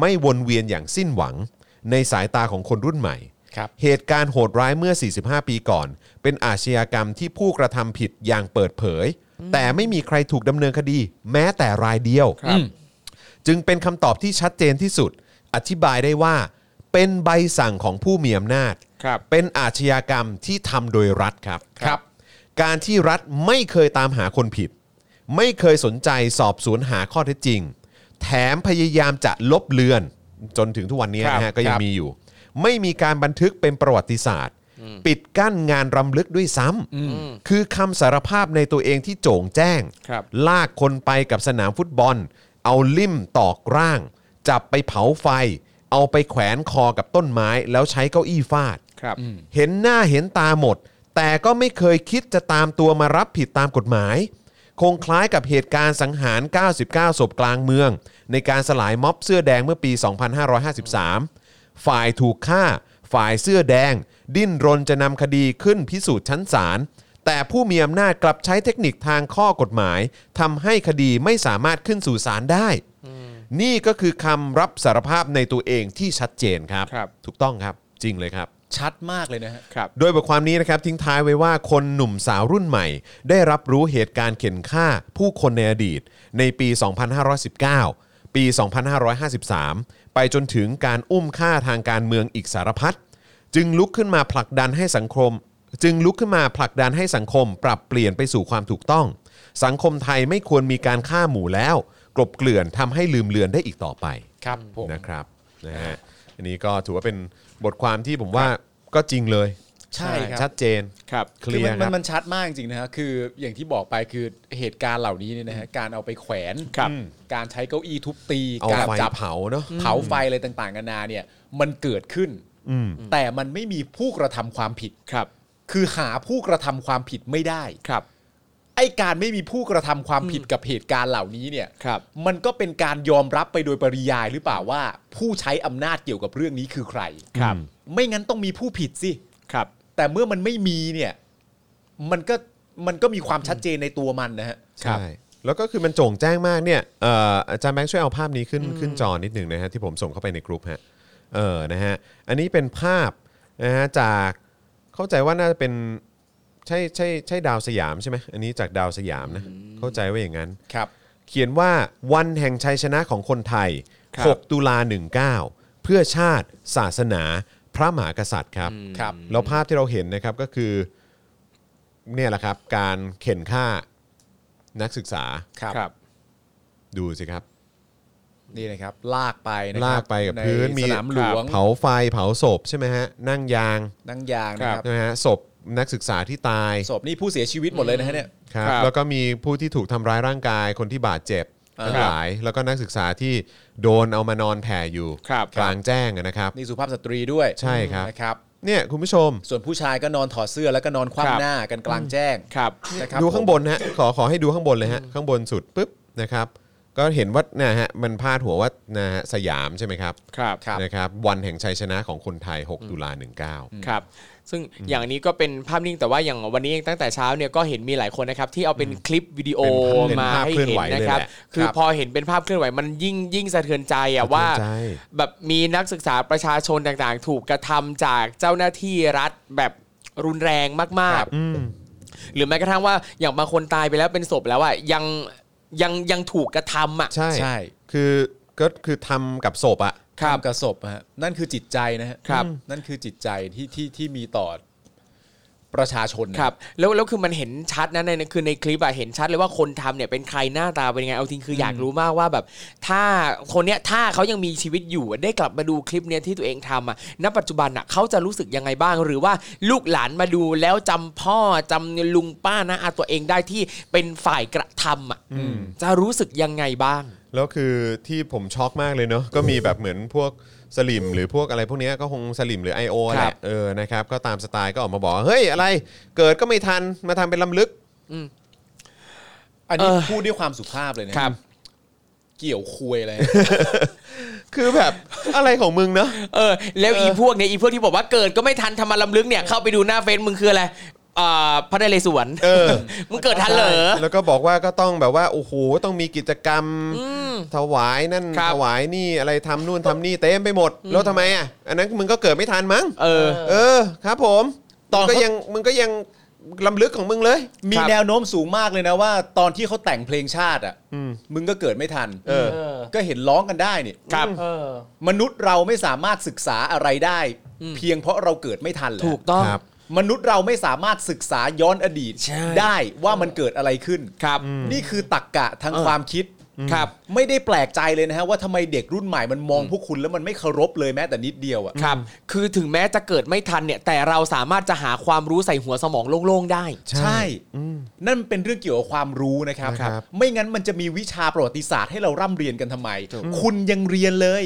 [SPEAKER 1] ไม่วนเวียนอย่างสิ้นหวัง ในสายตาของคนรุ่นใหม่
[SPEAKER 3] ครับ
[SPEAKER 1] เหตุการณ์โหดร้ายเมื่อ 45 ปีก่อน เป็นอาชญากรรมที่ผู้กระทำผิดอย่างเปิดเผย แต่ไม่มีใครถูกดำเนินคดี แม้แต่รายเดียว จึงเป็นคำตอบที่ชัดเจนที่สุด อธิบายได้ว่า เป็นใบสั่งของผู้มีอำนาจ
[SPEAKER 2] ครับ
[SPEAKER 1] เป็นอาชญากรรมที่ทำโดยรัฐครับ
[SPEAKER 2] ครับ
[SPEAKER 1] การที่รัฐไม่เคยตามหาคนผิด ไม่เคยสนใจสอบสวนหาข้อเท็จจริง แถมพยายามจะลบเลือน จนถึงทุกวันนี้นะ
[SPEAKER 2] ครั
[SPEAKER 1] ฮะ
[SPEAKER 2] บ
[SPEAKER 1] ก็ยั
[SPEAKER 2] ค
[SPEAKER 1] ง
[SPEAKER 2] รับ
[SPEAKER 1] มีอยู่ ไม่มีการบันทึกเป็นประวัติศาสตร์ ปิดกั้นงานรำลึกด้วยซ้ำคือคำสารภาพในตัวเองที่โจ่งแจ้ง
[SPEAKER 2] ครับ
[SPEAKER 1] ลากคนไปกับสนามฟุตบอล เอาลิ่มตอกร่าง จับไปเผาไฟ เอาไปแขวนคอกับต้นไม้ แล้วใช้เก้าอี้ฟาด
[SPEAKER 2] ครับ
[SPEAKER 1] เห็นหน้าเห็นตาหมด แต่ก็ไม่เคยคิดจะตามตัวมารับผิดตามกฎหมาย คงคล้ายกับเหตุการณ์สังหาร 99 ศพกลางเมือง ในการสลายม็อบเสื้อแดงเมื่อปี 2553 ฝ่ายถูกฆ่า ฝ่ายเสื้อแดง ดิ้นรนจะนำคดีขึ้นพิสูจน์ชั้นศาล แต่ผู้มีอำนาจกลับใช้เทคนิคทางข้อกฎหมายทำให้คดีไม่สามารถขึ้นสู่ศาลได้ นี่ก็คือคำรับสารภาพในตัวเองที่ชัดเจนครับ
[SPEAKER 2] ครับ
[SPEAKER 1] ถูกต้องครับ จริงเลยครับ
[SPEAKER 3] ชัดมากเลยนะฮะ
[SPEAKER 2] ครับ
[SPEAKER 1] โดยบทความนี้นะครับทิ้งท้ายไว้ว่าคนหนุ่มสาวรุ่นใหม่ ได้รับรู้เหตุการณ์เข็นฆ่าผู้คนในอดีต ในปี 2519 ปี 2553 ไปจนถึงการอุ้มฆ่าทางการเมืองอีกสารพัดจึงลุกขึ้นมาผลักดันให้สังคม จึงลุกขึ้นมาผลักดันให้สังคมปรับเปลี่ยนไปสู่ความถูกต้อง สังคมไทยไม่ควรมีการฆ่าหมู่แล้ว กลบเกลื่อนทำให้ลืมเลือนได้อีกต่อไป
[SPEAKER 3] ครับผม
[SPEAKER 1] นะครับนะฮะอันนี้ก็ถือว่าเป็นบทความที่ผมว่าก็จริงเลย
[SPEAKER 3] ใช่ครับ
[SPEAKER 1] ชัดเจน
[SPEAKER 2] ครับ
[SPEAKER 1] เค
[SPEAKER 3] คื
[SPEAKER 1] ลี
[SPEAKER 3] อย มั
[SPEAKER 1] ร์ค
[SPEAKER 3] นมั
[SPEAKER 1] รับ
[SPEAKER 3] นมันชัดมากจริงๆนะฮะคืออย่างที่บอกไปคือเหตุการณ์เหล่านี้เนี่ยนะฮะการเอาไปแขวน
[SPEAKER 2] ครับ
[SPEAKER 3] อืมการใช้เก้าอี้ทุบตี
[SPEAKER 1] เอา
[SPEAKER 3] การ
[SPEAKER 1] ไฟ
[SPEAKER 3] จับ
[SPEAKER 1] เผาเนาะ
[SPEAKER 3] เผาไฟอะไรต่างๆกันานาเนี่ยมันเกิดขึ้นแต่มันไม่มีผู้กระทำความผิด
[SPEAKER 2] ครับ
[SPEAKER 3] คือหาผู้กระทำความผิดไม่ได้
[SPEAKER 2] ครับ
[SPEAKER 3] ไอ้การไม่มีผู้กระทำความผิดกับเหตุการณ์เหล่านี้เนี่ย
[SPEAKER 2] ครับ
[SPEAKER 3] มันก็เป็นการยอมรับไปโดยปริยายหรือเปล่าว่า ผู้ใช้อำนาจเกี่ยวกับเรื่องนี้คือใคร
[SPEAKER 2] ครับ
[SPEAKER 3] ไม่งั้นต้องมีผู้ผิดสิ
[SPEAKER 2] ครับ
[SPEAKER 3] แต่เมื่อมันไม่มีเนี่ย มันก็มันก็มีความชัดเจนในตัวมันนะฮะ
[SPEAKER 2] ครับ
[SPEAKER 1] ใช่ แล้วก็คือมันโจ่งแจ้งมากเนี่ยเอ่ออาจารย์แบงค์ช่วยเอาภาพนี้ขึ้นขึ้นจอนิดหนึ่งนะฮะที่ผมส่งเข้าไปในกลุ่มฮะเออนะฮะอันนี้เป็นภาพนะฮะจากเข้าใจว่าน่าจะเป็นใช่ใช่ใช่ดาวสยามใช่ไหมอันนี้จากดาวสยามนะเข้าใจว่าอย่างนั้น
[SPEAKER 3] ครับ
[SPEAKER 1] เขียนว่าวันแห่งชัยชนะของคนไทย
[SPEAKER 2] ครับ
[SPEAKER 1] 6 ตุลา 19 เพื่อชาติ ศาสนา พระมหากษัตริย์ครับ
[SPEAKER 3] ครับ
[SPEAKER 1] แล้วภาพที่เราเห็นนะครับก็คือเนี่ยแหละครับ การเข็นฆ่านักศึกษา
[SPEAKER 3] ครับ
[SPEAKER 2] ครับ
[SPEAKER 1] ดูสิครับ
[SPEAKER 3] นี่นะครับ ลากไปนะครั
[SPEAKER 1] ลากไปกับพื้นมี
[SPEAKER 3] ใสนามหลวง
[SPEAKER 1] เผาไฟเผาศพใช่ไหมฮะ นั่งยาง
[SPEAKER 3] นั่งยางนะครับ
[SPEAKER 1] นะฮะศพนักศึกษาที่ตาย
[SPEAKER 3] ศพนี่ผู้เสียชีวิตหมดเลยนะฮะเนี่ย
[SPEAKER 1] ครับ
[SPEAKER 2] ครับ
[SPEAKER 1] แล้วก็มีผู้ที่ถูกทำร้ายร่างกายคนที่บาดเจ็บทั้งหลาย แล้วก็นักศึกษาที่โดนเอามานอนแผ่อยู่
[SPEAKER 2] ครับ
[SPEAKER 1] กลางแจ้งอะนะครับ
[SPEAKER 3] นี่สุภาพสตรีด้วย
[SPEAKER 1] ใช่ครับ
[SPEAKER 3] นะครับ
[SPEAKER 1] เนี่ยคุณผู้ชม
[SPEAKER 3] ส่วนผู้ชายก็นอนถอดเสื้อแล้วก็นอนค
[SPEAKER 2] ครับ
[SPEAKER 3] ว่ำหน้ากันกลางแจ้ง
[SPEAKER 2] ครับ
[SPEAKER 3] นะครับ
[SPEAKER 1] ดูข้างบนนะฮะขอขอให้ดูข้างบนเลยฮะข้างบนสุดปุ๊บนะครับ ก็เห็นว่านะฮะมันพาดหัวว่านะฮะสยามใช่ไหมครับ
[SPEAKER 2] ครับ ครับ
[SPEAKER 1] นะครับ วันแห่งชัยชนะของคนไทย 6 ตุลา 19
[SPEAKER 2] ครับ ซึ่งอย่างนี้ก็เป็นภาพนิ่งแต่ว่าอย่างวันนี้เองตั้งแต่เช้าเนี่ยก็เห็นมีหลายคนนะครับที่เอาเป็นคลิปวิดีโอ
[SPEAKER 1] เป็น
[SPEAKER 2] มา
[SPEAKER 1] ภาพ
[SPEAKER 2] ให้
[SPEAKER 1] เคลื่อน
[SPEAKER 2] เห็น
[SPEAKER 1] ไหวเลย
[SPEAKER 2] นะครับ
[SPEAKER 1] แหละ
[SPEAKER 2] คือ
[SPEAKER 1] ครับ
[SPEAKER 2] พอเห็นเป็นภาพเคลื่อนไหวมันยิ่งยิ่งสะเทือนใจอะว่า
[SPEAKER 1] สะเทือนใจ
[SPEAKER 2] แบบมีนักศึกษาประชาชนต่างๆ ถูกกระทำจากเจ้าหน้าที่รัฐแบบรุนแรงมากๆ หรือแม้กระทั่งว่าอย่างบางคนตายไปแล้วเป็นศพแล้วอะยังยังยังถูกกระทำอ่ะ
[SPEAKER 1] ใช่
[SPEAKER 3] ใช่
[SPEAKER 1] คือก็คือทำกับศพอะ
[SPEAKER 2] ครับ
[SPEAKER 3] ทำกระศพฮะนั่นคือจิตใจนะฮะ
[SPEAKER 2] ครับ
[SPEAKER 3] นั่นคือจิตใจที่ที่ที่มีต่อ ประชาชน
[SPEAKER 2] ครับแล้วแล้วคือมันเห็นชัดนะในในคือในคลิปอะเห็นชัดเลยว่าคนทำเนี่ยเป็นใครหน้าตาเป็นยังไงเอาจริงคืออยากรู้มากว่าแบบ ถ้าคนเนี้ยถ้าเขายังมีชีวิตอยู่อะได้กลับมาดูคลิปเนี้ยที่ตัวเองทำอะณปัจจุบันอะเขาจะรู้สึกยังไงบ้าง หรือว่าลูกหลานมาดูแล้วจำพ่อจำลุงป้านะอาตัวเองได้ที่เป็นฝ่ายกระทำอะจะรู้สึกยังไงบ้าง
[SPEAKER 1] แล้วคือที่ผมช็อกมากเลยเนาะก็มีแบบเหมือนพวกสลิมหรือพวกอะไรพวกเนี้ยก็คงสลิมหรือ I.O. แห
[SPEAKER 2] ครั
[SPEAKER 1] ละ
[SPEAKER 2] บ
[SPEAKER 1] เออนะครับก็ตามสไตล์ก็ออกมาบอกว่าเฮ้ยอะไร เกิดก็ไม่ทันมาทำเป็นลำลึก
[SPEAKER 3] อันนี้
[SPEAKER 2] เออ
[SPEAKER 3] พูดด้วยความสุภาพเลยนะเกี่ยวคุยอะไร
[SPEAKER 1] คือแบบ อะไรของมึงเนาะ
[SPEAKER 2] เออแล้วอีพวกเนี่ยอีพวกที่บอกว่าเกิดก็ไม่ทันทำมาลำลึกเนี่ยเข้าไปดูหน้าเฟซมึงคืออะไรอ่าพระนเรศวร
[SPEAKER 1] เออ
[SPEAKER 2] มึงเกิดทันเหรอ
[SPEAKER 1] แล้วก็บอกว่าก็ต้องแบบว่าโอ้โหต้องมีกิจกรรมถวายนั่น
[SPEAKER 2] ครับ
[SPEAKER 1] ถวายนี่อะไรทำนู่นทำนี่เต็มไปหมด แล้วทำไมอ่ะอันนั้นมึงก็เกิดไม่ทันมั้ง
[SPEAKER 2] เออ
[SPEAKER 1] เออครับผม
[SPEAKER 3] ตอน
[SPEAKER 1] มึงก็
[SPEAKER 3] เขายั
[SPEAKER 1] ยังมึงก็ยังลำลึกของมึงเลย
[SPEAKER 3] มี
[SPEAKER 2] ครับ
[SPEAKER 3] แนวโน้มสูงมากเลยนะว่า ตอนที่เขาแต่งเพลงชาติอ่ะมึงก็เกิดไม่ทัน
[SPEAKER 1] เออ
[SPEAKER 5] เออ
[SPEAKER 3] ก็เห็นร้องกันได้เนี่ย
[SPEAKER 2] ครับ
[SPEAKER 5] เออ
[SPEAKER 3] มนุษย์เราไม่สามารถศึกษาอะไรได้ เพียงเพราะเราเกิดไม่ทันเหรอ
[SPEAKER 2] ถูกต้อง
[SPEAKER 1] ครับ
[SPEAKER 3] มนุษย์เราไม่สามารถศึกษาย้อนอดีต
[SPEAKER 2] ใช่
[SPEAKER 3] ได้ว่ามันเกิดอะไรขึ้น
[SPEAKER 2] ครับ
[SPEAKER 3] นี่คือตักกะทาง
[SPEAKER 2] เออ
[SPEAKER 3] ความคิด
[SPEAKER 2] ครับ
[SPEAKER 3] ไม่ได้แปลกใจเลยนะฮะว่าทำไมเด็กรุ่นใหม่มันมองพวกคุณแล้วมันไม่เคารพเลยแม้แต่นิดเดียวอ่ะ
[SPEAKER 2] ครับ คือถึงแม้จะเกิดไม่ทันเนี่ย แต่เราสามารถจะหาความรู้ใส่หัวสมองโล่ง ๆ ได้
[SPEAKER 1] ใช่
[SPEAKER 3] ใช่ นั่นเป็นเรื่องเกี่ยวกับความรู้นะครับ
[SPEAKER 1] นะครับ
[SPEAKER 3] ไม่งั้นมันจะมีวิชาประวัติศาสตร์ให้เราร่ำเรียนกันทำไม คุณยังเรียนเลย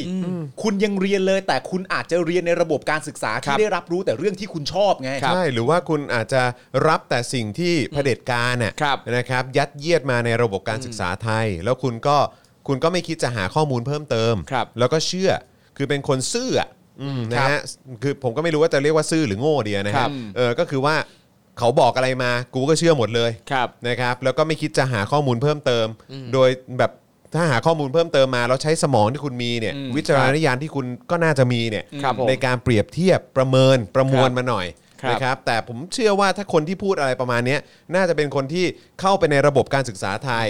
[SPEAKER 3] คุณยังเรียนเลย แต่คุณอาจจะเรียนในระบบการศึกษา
[SPEAKER 2] ครั
[SPEAKER 3] ที่
[SPEAKER 2] บ
[SPEAKER 3] ได้รับรู้แต่เรื่องที่คุณชอบไง
[SPEAKER 1] ใช่หรือว่าคุณอาจจะรับแต่สิ่งที่เผด็จการน่ะ
[SPEAKER 2] ครับ
[SPEAKER 1] นะครับยัดเยียดมาในระบบการศึกษาไทย แล้วคุณก็คุณก็ไม่คิดจะหาข้อมูลเพิ่มเติม
[SPEAKER 2] ครับ
[SPEAKER 1] แล้วก็เชื่อคือเป็นคนซื่ออ่ะอืมนะฮะคือผมก็ไม่รู้ว่าจะเรียกว่าซื่อหรือโง่เดียนะ
[SPEAKER 2] ครั
[SPEAKER 1] ฮะ
[SPEAKER 2] บ
[SPEAKER 1] เออก็คือว่าเขาบอกอะไรมากูก็เชื่อหมดเลย
[SPEAKER 2] ครับ
[SPEAKER 1] นะครับแล้วก็ไม่คิดจะหาข้อมูลเพิ่มเติม โดยแบบถ้าหาข้อมูลเพิ่มเติมมาแล้วใช้สมองที่คุณมีเนี่ย
[SPEAKER 3] อืม
[SPEAKER 1] วิจารณญาณที่คุณก็น่าจะมีเนี่ย
[SPEAKER 2] ครับผม
[SPEAKER 1] ในการเปรียบเทียบประเมินประมวล
[SPEAKER 2] ครับ
[SPEAKER 1] มาหน่อย
[SPEAKER 2] ครับ
[SPEAKER 1] นะครับแต่ผมเชื่อว่าถ้าคนที่พูดอะไรประมาณเนี้ยน่าจะเป็นคนที่เข้าไปในระบบการศึกษาไทย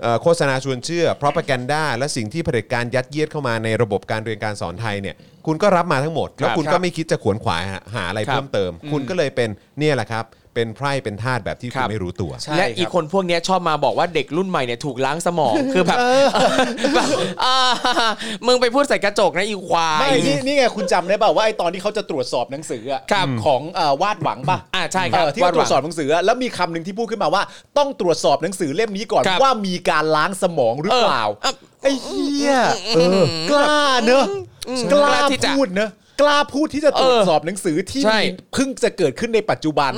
[SPEAKER 1] เอ่อโฆษณาชวนเชื่อ เพราะประกันด้าและสิ่งที่เผด็จการยัดเยียดเข้ามาในระบบการเรียนการสอนไทยเนี่ยคุณก็รับมาทั้งหมด แล้วคุณ
[SPEAKER 2] ครับ
[SPEAKER 1] ก็ไม่คิดจะขวนขวายหาหาอะไร
[SPEAKER 2] ครับ
[SPEAKER 1] เพิ่มเติม คุณก็เลยเป็นเนี่ยแหละครับ เป็นไพร่เป็นทาสแบบที่
[SPEAKER 2] ค
[SPEAKER 1] คุ
[SPEAKER 2] รั
[SPEAKER 1] ณ
[SPEAKER 2] บ
[SPEAKER 1] ไม่รู้ตัว
[SPEAKER 3] ใช่
[SPEAKER 2] และ
[SPEAKER 3] ครับ
[SPEAKER 2] อีกคนพวกเนี้ยชอบมาบอกว่าเด็กรุ่นใหม่เนี่ยถูกล้างส มอง คือแบบ แบบอ่ามึงไปพูดใส่กระจกนะอีควาย
[SPEAKER 3] ไม่นี่นี่ไงคุณจำได้เปล่าว่าไอ้ตอนที่เขาจะตรวจสอบหนังสืออะ
[SPEAKER 2] ครับ
[SPEAKER 3] ของเอ่อวาดหวังป่ะ
[SPEAKER 2] อ่าใช่ครับ
[SPEAKER 3] เออที่เขาตรวจสอบ
[SPEAKER 2] าดห
[SPEAKER 3] หนังสืออะแล้วมีคำหนึ่งที่พูดขึ้นมาว่า ต้องตรวจสอบหนังสือเล่มนี้ก่อน
[SPEAKER 2] ครับ
[SPEAKER 3] ว่ามีการล้างสมองหรือเปล่า
[SPEAKER 2] เออ
[SPEAKER 3] ไอ้เหี้ยกล้าเนอะ
[SPEAKER 2] อืม
[SPEAKER 3] กล้าก
[SPEAKER 2] ล้าที่จะ
[SPEAKER 3] พูดเนอะกล้าพูดที่จะตรวจสอบหนังสือที่
[SPEAKER 2] ใช่
[SPEAKER 3] มีเพิ่งจะเกิดขึ้นในปัจจุบัน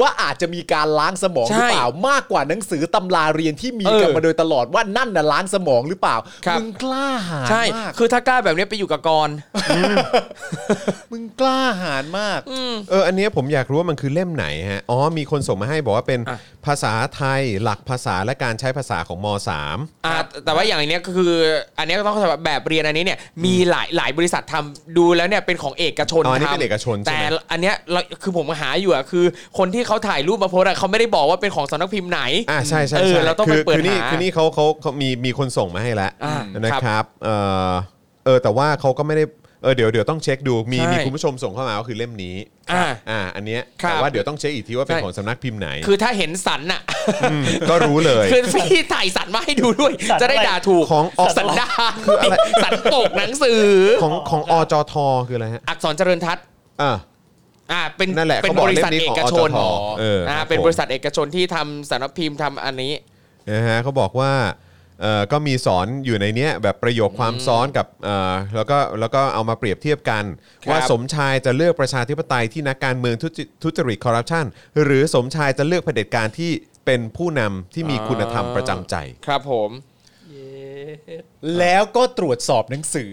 [SPEAKER 3] ว่าอาจจะมีการล้างสมองหรือเปล่า มากกว่าหนังสือตำราเรียนที่มี
[SPEAKER 2] เออ
[SPEAKER 3] กันมาโดยตลอดว่านั่นน่ะล้างสมองหรือเปล่า
[SPEAKER 2] ครับ
[SPEAKER 3] มึงกล้าหาญ
[SPEAKER 2] ใช่
[SPEAKER 3] มาก
[SPEAKER 2] คือถ้ากล้าแบบเนี้ยไปอยู่กับกร
[SPEAKER 3] มึงกล้าหาญมาก
[SPEAKER 1] เอออันเนี้ยผมอยากรู้ว่ามันคือเล่มไหนฮะ อ๋อ มีคนส่งมาให้บอกว่าเป็น
[SPEAKER 2] อ่ะ
[SPEAKER 1] ภาษาไทยหลักภาษาและการใช้ภาษาของม .3
[SPEAKER 2] อ่าแต่ว่าอย่างอันเนี้ยก็คือ อันเนี้ยก็ต้องเข้าใจว่าแบบเรียนอันนี้เนี่ยมีหลายหลายบริษัททำดูแล้วเนี่ยเป็นของเอกชน
[SPEAKER 1] อ๋ออันนี้
[SPEAKER 2] ทำ
[SPEAKER 1] เป็นเอกชนใช่ไหม
[SPEAKER 2] แต่อันเนี้ยเราคือผมหาอยู่อะคือ คนที่เขาถ่ายรูปมาโพสต์อะเขาไม่ได้บอกว่าเป็นของสำนักพิมพ์ไหน
[SPEAKER 1] อ่าใช่ใช่
[SPEAKER 2] เออ
[SPEAKER 1] ใช่
[SPEAKER 2] เราต้องไป
[SPEAKER 1] คื
[SPEAKER 2] เปิด
[SPEAKER 1] คือนี่
[SPEAKER 2] หา
[SPEAKER 1] คือนี่เขาเขาเขามีมีคนส่งมาให้แล้ว
[SPEAKER 2] อ่า
[SPEAKER 1] นะ
[SPEAKER 2] ค
[SPEAKER 1] ครับรับเออเออแต่ว่าเขาก็ไม่ได้เออเดี๋ยวเดี๋ยวต้องเช็คดูมี
[SPEAKER 2] ใช่
[SPEAKER 1] มีคุณผู้ชมส่งเข้ามาก็คือเล่มนี้
[SPEAKER 2] อ่า
[SPEAKER 1] อ่าอันเนี้ย
[SPEAKER 2] ครับ
[SPEAKER 1] แต่ว่าเดี๋ยวต้องเช็คอีกทีว่าเป็น
[SPEAKER 2] ใช่
[SPEAKER 1] ของสำนักพิมพ์ไหน
[SPEAKER 2] คือถ้าเห็นสันอะ
[SPEAKER 1] มก็รู้เลย
[SPEAKER 2] คือพี่ถ่ายสันมาให้ดูด้วย
[SPEAKER 5] สันอะไร
[SPEAKER 2] จะได้ด่าถูก
[SPEAKER 1] ของออก
[SPEAKER 2] สันดานสันตกหนังสือ
[SPEAKER 1] ของของอจทคืออะไรฮะ
[SPEAKER 2] อักษรเจริญทัศน์
[SPEAKER 1] อ่า
[SPEAKER 2] อ่าเป็น
[SPEAKER 1] นั่นแหละ
[SPEAKER 2] เป็น
[SPEAKER 1] เขาบอก
[SPEAKER 2] บริษัท
[SPEAKER 1] เล่มนี้
[SPEAKER 2] เอ
[SPEAKER 1] ของ
[SPEAKER 2] กชน
[SPEAKER 1] อจทเออครับ
[SPEAKER 2] เป็น
[SPEAKER 1] ผม
[SPEAKER 2] บริษัทเอกชนที่ทำสำนักพิมพ์ทำอันนี้
[SPEAKER 1] นะฮะเขาบอกว่าเอ่อก็มีสอนอยู่ในเนี้ยแบบประโยคความซ้อนกับเอ่อแล้วก็แล้วก็เอามาเปรียบเทียบกัน
[SPEAKER 2] ครับ
[SPEAKER 1] ว่าสมชายจะเลือกประชาธิปไตยที่นักการเมืองทุจทุจริตคอร์รัปชันหรือสมชายจะเลือกเผด็จการที่เป็นผู้นำที่มี
[SPEAKER 2] อ่า
[SPEAKER 1] คุณธรรมประจำใจ
[SPEAKER 2] ครับผม
[SPEAKER 5] เย้
[SPEAKER 3] แล้วก็ตรวจสอบหนังสือ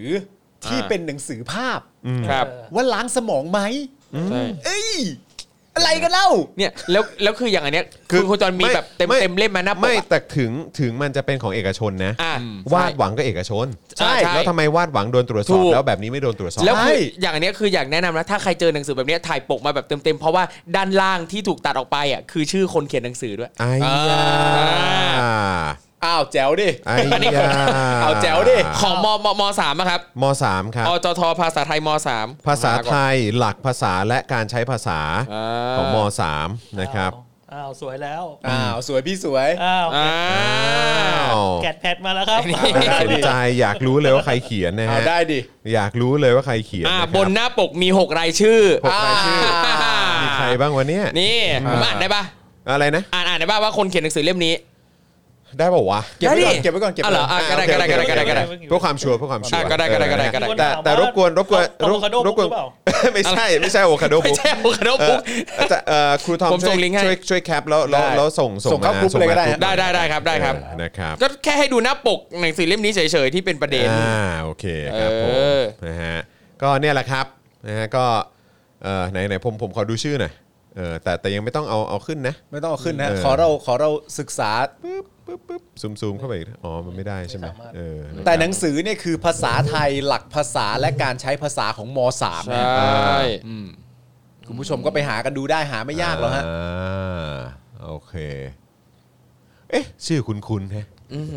[SPEAKER 3] ที่
[SPEAKER 2] อ่า
[SPEAKER 3] เป็นหนังสือภาพ
[SPEAKER 2] ครับ
[SPEAKER 3] ว่าล้างสมองไหม
[SPEAKER 2] ใช่
[SPEAKER 3] เอ้ย อะไรกันเล่า
[SPEAKER 2] เนี่ยแล้วแล้วคืออย่างอันเนี้ย
[SPEAKER 1] คื
[SPEAKER 2] คือ อคุณจอนมี
[SPEAKER 1] ไม่
[SPEAKER 2] แบบเต็ม
[SPEAKER 1] ไม่
[SPEAKER 2] เต็มเล่มมาหน้าปก
[SPEAKER 1] ไม่
[SPEAKER 2] อะ
[SPEAKER 1] แต่ถึงถึงมันจะเป็นของเอกชนนะ
[SPEAKER 2] อ่ะ
[SPEAKER 1] วาดห
[SPEAKER 2] ใช่
[SPEAKER 1] วังก็เอกชน
[SPEAKER 2] ใช่ใช่
[SPEAKER 1] แล้วทำไมวาดหวังโดนตรวจส
[SPEAKER 2] ถู
[SPEAKER 1] อบ
[SPEAKER 2] ก
[SPEAKER 1] แล้วแบบนี้ไม่โดนตรวจสอบ
[SPEAKER 2] แล้วคือ
[SPEAKER 3] ใช่
[SPEAKER 2] อย่างอันเนี้ยคืออยากแนะนำนะถ้าใครเจอหนังสือแบบเนี้ยถ่ายปกมาแบบเต็มๆเพราะว่าด้านล่างที่ถูกตัดออกไปอ่ะคือชื่อคนเขียนหนังสือด้วย
[SPEAKER 1] ไอ้ยา
[SPEAKER 2] อ่
[SPEAKER 3] อ้าวแจ๋วดิ
[SPEAKER 1] ไอ้ยา
[SPEAKER 3] เอาแจ๋วดิ
[SPEAKER 2] ของมมมสามอะครับ
[SPEAKER 1] มสามครับ
[SPEAKER 2] อจทภาษาไทยมสาม
[SPEAKER 1] ภาษา
[SPEAKER 2] ก่อน
[SPEAKER 1] ไทยหลักภาษาและการใช้ภาษา
[SPEAKER 2] อ่า
[SPEAKER 1] ของม3นะครับ
[SPEAKER 5] อ้าวสวยแล้ว
[SPEAKER 3] อ้าวสวยพี่สวย
[SPEAKER 5] อ้าว
[SPEAKER 2] อ่า
[SPEAKER 5] แกดแพดมาแล้วครับ
[SPEAKER 1] น่าสนใจอยากรู้เลยว่าใครเขียนนะ
[SPEAKER 3] เอา
[SPEAKER 1] ฮะ
[SPEAKER 3] ได้ดิ
[SPEAKER 1] อยากรู้เลยว่าใครเขียน
[SPEAKER 2] อ่า
[SPEAKER 1] นะครับ
[SPEAKER 2] นหน้าปกมี 6 รายชื่อ
[SPEAKER 1] หกรายชื่อมีใครบ้างวันนี้
[SPEAKER 2] นี่ผมอ่านได้ปะ
[SPEAKER 1] อะไรนะ
[SPEAKER 2] อ่านอ่านได้ปะว่าคนเขียนหนังสือเล่มนี้
[SPEAKER 1] ได้ป่าวะ
[SPEAKER 3] เก็บไว้ก่อน
[SPEAKER 2] ด้ดิ
[SPEAKER 3] เก็บไว้ก่อนเก็บไว้
[SPEAKER 2] อ่ะเหร
[SPEAKER 3] ก่
[SPEAKER 2] อ
[SPEAKER 3] อน
[SPEAKER 2] อ่ะก็ได้ก็ได้ก็ได้ก็ได้ก็ได้
[SPEAKER 1] เพื่อความชัวร์เพื่อความชัวร์
[SPEAKER 2] อ่ะก็ได้ก็ได้ก็ได้ก็ได้
[SPEAKER 1] แต่แต่รบกวนรบกวน
[SPEAKER 5] ตรงกับโดบุ๊
[SPEAKER 1] รบ
[SPEAKER 5] ก
[SPEAKER 1] กวน
[SPEAKER 5] หรือเปล่า
[SPEAKER 1] ไม่ใช่ไม่ใช่โอคาโด
[SPEAKER 2] ไม่
[SPEAKER 1] บุ๊ก
[SPEAKER 2] ใช่บุคโน
[SPEAKER 1] เอ่
[SPEAKER 2] บุ๊
[SPEAKER 1] อก อาจารย์เอ่อครูทอม
[SPEAKER 2] ผมส่
[SPEAKER 1] ช่ว
[SPEAKER 2] ง
[SPEAKER 1] ย
[SPEAKER 2] ลิงก์ให้
[SPEAKER 1] ช่วยช่วยแคปแล้วแล้ว
[SPEAKER 3] ได้
[SPEAKER 1] แล้วส่ง
[SPEAKER 3] ส่งเข้ากรุ๊ป
[SPEAKER 1] ม
[SPEAKER 3] เลยก็ได้
[SPEAKER 1] ส่ง
[SPEAKER 3] ฮะ
[SPEAKER 1] มา
[SPEAKER 2] ได้ได้ได้ครับได้ครับ
[SPEAKER 1] เออนะครับ
[SPEAKER 2] ก็แค่ให้ดูหน้าปกหนังสือเล่มนี้เฉยๆที่เป็นประเด็น
[SPEAKER 1] อ่าโอเคครับผม
[SPEAKER 2] เออ
[SPEAKER 1] นะฮะก็เนี่ยแหละครับนะฮะก็เอ่อไหนไหนผมผมขอดูชื่อหน่อยเออแต่แต่ยังไม่ต้องเอาเอาขึ้นนะ
[SPEAKER 3] ไม่ต้องเอาขึ้นนะ
[SPEAKER 1] เออ
[SPEAKER 3] ขอเราขอเราศึกษา
[SPEAKER 1] ซูมซูมเข้าไปอีกนะอ๋อมันไม่ได้ใช่ไหม
[SPEAKER 5] ไม่สามารถ
[SPEAKER 1] เออ
[SPEAKER 3] แต่หนังสือเนี่ยคือภาษาไทยหลักภาษาและการใช้ภาษาของม
[SPEAKER 2] ใช
[SPEAKER 3] 3นะ
[SPEAKER 2] ่
[SPEAKER 3] คุณผู้ชมก็ไปหากันดูได้หาไม่ยากหรอกฮะ
[SPEAKER 1] อ่าโอเคเอ๊ะชื่อคุณคุณฮะ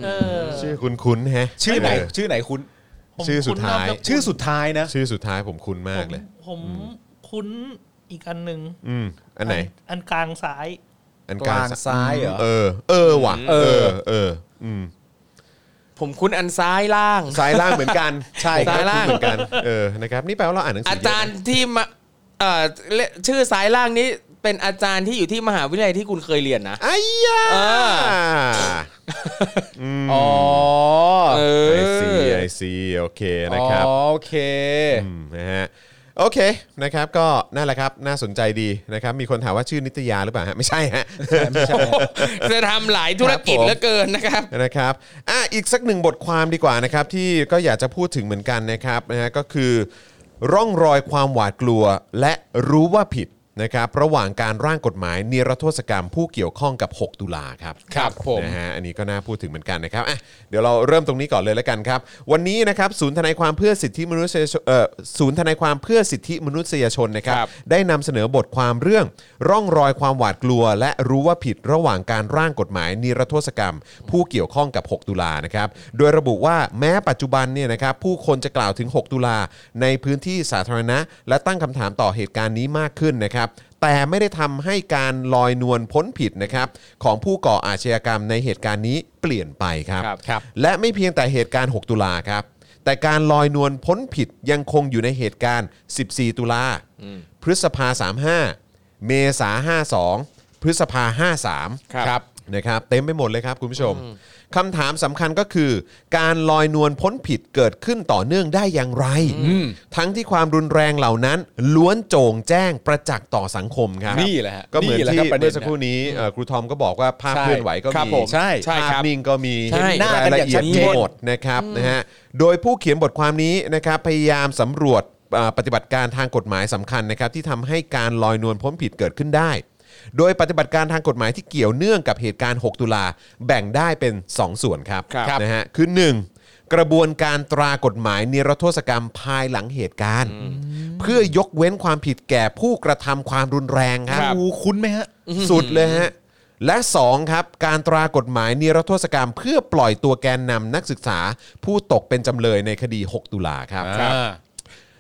[SPEAKER 5] เออ
[SPEAKER 1] ชื่อคุณคุณฮะ
[SPEAKER 3] ชื่อไหน
[SPEAKER 1] เ
[SPEAKER 3] ชื่อไหนคุณ
[SPEAKER 5] ผม
[SPEAKER 1] ชื่อสุดท้าย
[SPEAKER 5] คุ้นนมสกุล
[SPEAKER 3] ชื่อสุดท้ายนะ
[SPEAKER 1] ชื่อสุดท้ายผมคุ้นมากเลย
[SPEAKER 5] ผมคุ้นอีกอันหนึ่ง
[SPEAKER 1] อืมอันไหน
[SPEAKER 5] อันกลางซ้าย
[SPEAKER 1] อัน
[SPEAKER 3] กลางซ้ายเหรอ
[SPEAKER 1] เออ เออว่ะเออเอออืม
[SPEAKER 2] ผมคุ้นอันซ้ายล่าง
[SPEAKER 1] ซ้ายล่างเหมือนกัน ใช่ครับ
[SPEAKER 2] ซ้ายล่าง
[SPEAKER 1] เหมือนกันเออนะครับนี่แปลว่าเราอ่านหนังสือ
[SPEAKER 2] อา
[SPEAKER 1] อา
[SPEAKER 2] จารย์ที่มาเอ่อเลชื่อซ้ายล่างนี้ เป็นอาจารย์ที่อยู่ที่มหาวิทยาลัยที่คุณเคยเรียนนะ
[SPEAKER 1] ไอ้ยา
[SPEAKER 2] เออ
[SPEAKER 3] อ๋อ
[SPEAKER 2] เออ
[SPEAKER 1] ไอซีไอซีโอเคนะครับ
[SPEAKER 3] อ๋อโอเค
[SPEAKER 1] มนะฮะโอเคนะครับก็นั่นแหละครับน่าสนใจดีนะครับมีคนถามว่าชื่อนิตยาหรือเปล่าฮะไม่ใช่ฮะ
[SPEAKER 2] จะทำหลายธุรกิจ
[SPEAKER 1] ครับผม
[SPEAKER 2] เหลือเกินนะครับ
[SPEAKER 1] นะครับอ่ะอีกสักหนึ่งบทความดีกว่านะครับที่ก็อยากจะพูดถึงเหมือนกันนะครับนะฮะก็คือร่องรอยความหวาดกลัวและรู้ว่าผิดนะครับระหว่างการร่างกฎหมายนิรโทษกรรมผู้เกี่ยวข้องกับ 6 ตุลาครับ
[SPEAKER 3] ครับผม
[SPEAKER 1] นะฮะอันนี้ก็น่าพูดถึงเหมือนกันนะครับอ่ะเดี๋ยวเราเริ่มตรงนี้ก่อนเลยแล้วกันครับ วันนี้นะครับศูนย์ทนายความเพื่อสิทธิมนุษยชนเอ่อศูนย์ทนายความเพื่อสิทธิมนุษยชนนะครับ
[SPEAKER 2] ครับ
[SPEAKER 1] ได้นำเสนอบทความเรื่อง ร่องรอยความหวาดกลัว และรู้ว่าผิดระหว่างการร่างกฎหมายนิรโทษกรรม ผู้เกี่ยวข้องกับ 6 ตุลานะครับ โดยระบุว่าแม้ปัจจุบันเนี่ยนะครับผู้คนจะกล่าวถึง 6 ตุลาในพื้นที่สาธารณะ และตั้งคำถามต่อเหตุการณ์นี้มากขึ้นนะครับ แต่ไม่ได้ทำให้การลอยนวลพ้นผิดนะครับของผู้ก่ออาชญากรรมในเหตุการณ์นี้เปลี่ยนไปครับ
[SPEAKER 2] ครับครับ
[SPEAKER 1] และไม่เพียงแต่เหตุการณ์ 6 ตุลาครับ แต่การลอยนวลพ้นผิดยังคงอยู่ในเหตุการณ์ 14 ตุลา พฤษภา 35 เมษา 52 พฤษภา 53
[SPEAKER 2] ครับ
[SPEAKER 1] นะครับเต็มไปหมดเลยครับคุณผู้ชมคำถามสำคัญก็คือ การลอยนวลพ้นผิดเกิดขึ้นต่อเนื่องได้อย่างไร ทั้งที่ความรุนแรงเหล่านั้นล้วนโจงแจ้งประจักษ์ต่อสังคมครับ
[SPEAKER 3] นี่แหละฮะ
[SPEAKER 1] ก็เหมือน
[SPEAKER 3] นี่แหละ
[SPEAKER 1] ที่
[SPEAKER 3] ครับประเด็
[SPEAKER 1] เมื่
[SPEAKER 3] น
[SPEAKER 1] อสักครู่นี้เอ่อครูทอมก็บอกว่าภาพเคลื่อนไหวก็
[SPEAKER 2] ครับ
[SPEAKER 1] มี
[SPEAKER 2] ผม
[SPEAKER 3] ใช่
[SPEAKER 2] ใช่ค
[SPEAKER 1] ภา
[SPEAKER 2] รั
[SPEAKER 1] พ
[SPEAKER 2] บ
[SPEAKER 1] นิ่งก็มี
[SPEAKER 2] ใช่
[SPEAKER 1] เห็รายละเอียด
[SPEAKER 3] หน้ากันอย่างชัดเจน
[SPEAKER 1] หมดนะครับนะฮะโดยผู้เขียนบทความนี้นะครับพยายามสำรวจอ่าปฏิบัติการทางกฎหมายสำคัญนะครับที่ทำให้การลอยนวลพ้นผิดเกิดขึ้นได้ โดยปฏิบัติการทางกฎหมายที่เกี่ยวเนื่องกับเหตุการณ์ 6 ตุลาแบ่งได้เป็น 2 ส่วนครับ
[SPEAKER 2] ครับ
[SPEAKER 1] นะฮะคือ 1. กระบวนการตรากฎหมายนิรโทษกรรมภายหลังเหตุการณ์ เพื่อยกเว้นความผิดแก่ผู้กระทำความรุนแรงครับ
[SPEAKER 3] ครูคุ้นไหมฮะ
[SPEAKER 1] สุดเลยฮะ และ 2 ครับ การตรากฎหมายนิรโทษกรรม เพื่อปล่อยตัวแกนนำนักศึกษา ผู้ตกเป็นจำเลยในคดี 6 ตุลาครับ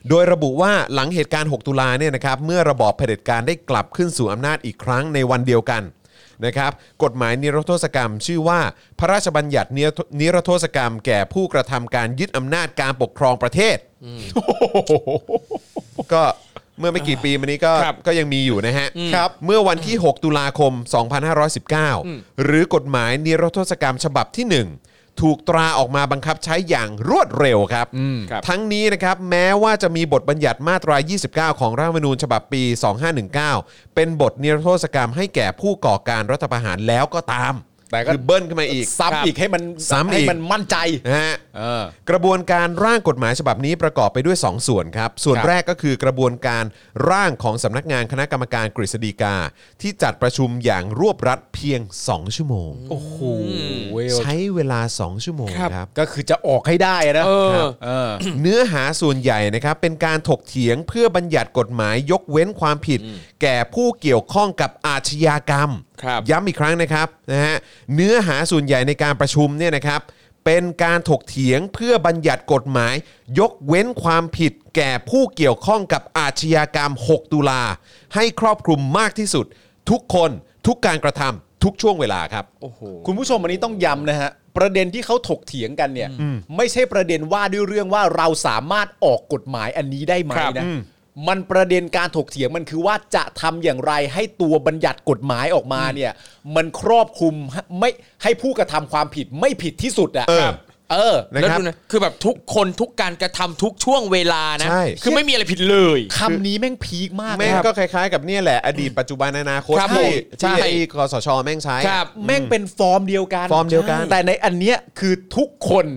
[SPEAKER 1] โดยระบุว่าหลังเหตุการณ์ 6 ตุลาเนี่ยนะครับเมื่อระบอบเผด็จการได้กลับขึ้นสู่อำนาจอีกครั้งในวันเดียวกันนะครับกฎหมายนิรโทษกรรม ชื่อว่าพระราชบัญญัตินิรโทนิรโทษกรรม แก่ผู้กระทำการยึดอำนาจการปกครองประเทศ ก็เมื่อไม่กี่ปีมานี้ก็
[SPEAKER 2] ครับ
[SPEAKER 1] ก็ยังมีอยู่นะฮะครับเมื่อวันที่ 6 ตุลาคม 2519 หรือกฎหมายนิรโทษกรรมฉบับที่ 1 ถูกตราออกมาบังคับใช้อย่างรวดเร็วครับ
[SPEAKER 2] ครับ
[SPEAKER 1] ทั้งนี้นะครับแม้ว่าจะมีบทบัญญัติมาตรา 29 ของรัฐธรรมนูญฉบับปี 2519 เป็นบทนิรโทษกรรมให้แก่ผู้ก่อการรัฐประหารแล้วก็ตาม
[SPEAKER 3] แต่ก็
[SPEAKER 1] คือเบิ้ลขึ้นมาอีก
[SPEAKER 3] ซ้ำอีกให้มัน
[SPEAKER 1] ซ้ำอีก
[SPEAKER 3] ให้มันมั่นใจ
[SPEAKER 1] นะฮะ
[SPEAKER 3] เออ
[SPEAKER 1] กระบวนการร่างกฎหมายฉบับนี้ประกอบไปด้วย 2 ส่วนครับ ส่วน
[SPEAKER 3] ครับ
[SPEAKER 1] แรกก็คือกระบวนการร่างของสำนักงานคณะกรรมการกฤษฎีกา ที่จัดประชุมอย่างรวบรัดเพียง 2 ชั่วโมง
[SPEAKER 3] โอ้โห
[SPEAKER 1] ใช้เวลา 2 ชั่วโมงครับ
[SPEAKER 3] ก็คือจะออกให้ได้นะ
[SPEAKER 2] เออ
[SPEAKER 3] ครับเออ
[SPEAKER 1] เนื้อหาส่วนใหญ่นะครับเป็นการถกเถียงเพื่อบัญญัติกฎหมายยกเว้นความผิด แก่ผู้เกี่ยวข้องกับอาชญากรรม
[SPEAKER 2] ครับ
[SPEAKER 1] ย้ำอีกครั้งนะครับนะฮะเนื้อหาส่วนใหญ่ในการประชุมเนี่ยนะครับ เป็นการถกเถียงเพื่อบัญญัติกฎหมาย ยกเว้นความผิด แก่ผู้เกี่ยวข้องกับอาชญากรรม 6 ตุลา ให้ครอบคลุมมากที่สุด ทุกคนทุกการกระทำทุกช่วงเวลาครับ
[SPEAKER 2] โอ้โห
[SPEAKER 3] คุณผู้ชมอันนี้ต้องย้ำนะฮะ ประเด็นที่เขาถกเถียงกันเนี่ย ไม่ใช่ประเด็นว่าด้วยเรื่องว่าเราสามารถออกกฎหมายอันนี้ได้ไหม
[SPEAKER 2] ครับ
[SPEAKER 3] นะมันประเด็นการถกเถียงมันคือว่าจะทำอย่างไรให้ตัวบัญญัติกฎหมายออกมาเนี่ย มันครอบคลุมไม่ให้ผู้กระทำความผิดไม่ผิดที่สุดอะ
[SPEAKER 1] เออ
[SPEAKER 3] ครับเออ
[SPEAKER 1] นะ
[SPEAKER 2] แล้ว
[SPEAKER 1] ครับ
[SPEAKER 2] ดูนะคือแบบทุกคนทุกการกระทำทุกช่วงเวลานะ
[SPEAKER 1] ใช่
[SPEAKER 2] คือไม่มีอะไรผิดเลย
[SPEAKER 3] คำนี้แม่งพีคมาก
[SPEAKER 1] แม่ง
[SPEAKER 3] นะครับ
[SPEAKER 1] ก็คล้ายๆกับเนี่ยแหละ อดีตปัจจุบันอนาคต
[SPEAKER 2] ครับ
[SPEAKER 1] ที่
[SPEAKER 2] ผมใช่
[SPEAKER 1] ที่ไอ้กสชแม่งใช้
[SPEAKER 2] ครับ
[SPEAKER 3] แม่งเป็นฟอร์มเดียวกัน
[SPEAKER 1] ฟอร์มเดียวกัน
[SPEAKER 3] แต่ในอันเนี้ยคือทุกคน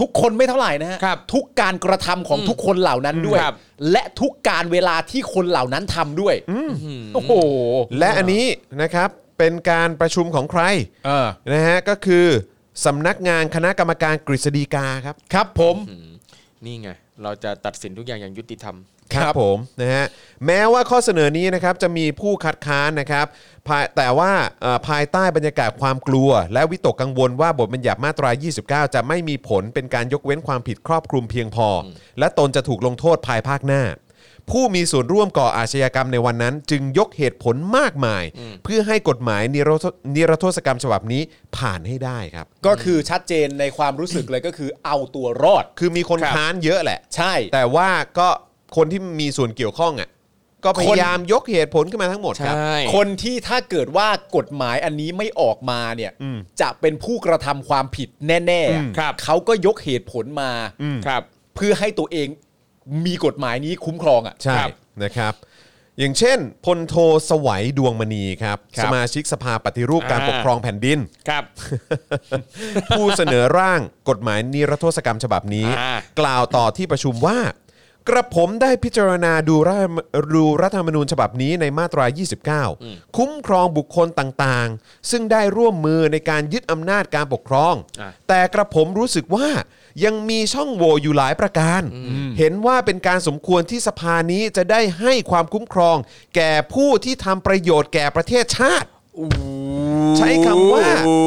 [SPEAKER 3] ทุกคนไม่เท่าไหร่นะฮะ
[SPEAKER 2] ครับ
[SPEAKER 3] ทุกการกระทำของทุกคนเหล่านั้นด้วย
[SPEAKER 2] ครับ
[SPEAKER 3] และทุกการเวลาที่คนเหล่านั้นทำด้วยโอ้โห
[SPEAKER 1] และอันนี้นะครับเป็นการประชุมของใคร
[SPEAKER 3] เออ
[SPEAKER 1] นะฮะก็คือสำนักงานคณะกรรมการกฤษฎีกาครับ
[SPEAKER 3] ครับผม
[SPEAKER 2] นี่ไง เราจะตัดสินทุกอย่างอย่างยุติธรรม
[SPEAKER 1] ครับผมนะฮะแม้ว่าข้อเสนอนี้นะครับจะมีผู้คัดค้านนะครับภายแต่ว่าเอ่อภายใต้บรรยากาศความกลัว และวิตกกังวลว่าบทบัญญัติมาตรา 29 จะไม่มีผลเป็นการยกเว้นความผิดครอบคลุมเพียงพออและตนจะถูกลงโทษภายภาคหน้า ผู้มีส่วนร่วมก่ออาชญากรรมในวันนั้น จึงยกเหตุผลมากมาย เพื่อให้กฎหมายนิรโทษนิรโทษกรรมฉบับนี้ผ่านให้ได้ครับ
[SPEAKER 3] ก็คือชัดเจนในความรู้สึกเลยก็คือเอาตัวรอด
[SPEAKER 1] คือมีคน
[SPEAKER 3] ครับ
[SPEAKER 1] ค้านเยอะแหละ
[SPEAKER 3] ใช่
[SPEAKER 1] แต่ว่าก็คนที่มีส่วนเกี่ยวข้องอ่ะก็พ
[SPEAKER 3] คน
[SPEAKER 1] ยายามยกเหตุผลขึ้นมาทั้งหมดครับ
[SPEAKER 3] คนที่ถ้าเกิดว่ากฎหมายอันนี้ไม่ออกมาเนี่ยจะเป็นผู้กระทำความผิดแน่
[SPEAKER 1] อืม
[SPEAKER 3] ๆ
[SPEAKER 2] ครับ
[SPEAKER 3] เขาก็ยกเหตุผลมา
[SPEAKER 2] ครับ
[SPEAKER 3] เพื่อให้ตัวเองมีกฎหมายนี้คุ้มครองอ่ะ
[SPEAKER 1] ใช่นะครับ อย่างเช่นพลโทสวัยดวงมณีครับ
[SPEAKER 3] ครับ
[SPEAKER 1] สมาชิกสภาปฏิรูปการ
[SPEAKER 2] อ่า
[SPEAKER 1] ปกครองแผ่นดิน
[SPEAKER 2] ครับ
[SPEAKER 1] ผู้เสนอร่างกฎหมายนิรโทษกรรมฉบับนี้
[SPEAKER 2] อ่าก
[SPEAKER 1] ล่าวต่อที่ประชุมว่า กระผมได้พิจารณาดูรัฐดูรัฐธรรมนูญฉบับนี้ในมาตรา 29 คุ้มครองบุคคลต่างๆ ซึ่งได้ร่วมมือในการยึดอำนาจการปกครอง
[SPEAKER 2] อ่ะ
[SPEAKER 1] แต่กระผมรู้สึกว่ายังมีช่องโหว่อยู่หลายประการ เห็นว่าเป็นการสมควรที่สภานี้จะได้ให้ความคุ้มครอง แก่ผู้ที่ทำประโยชน์แก่ประเทศชาติ ใช้คำว่า
[SPEAKER 2] โอ้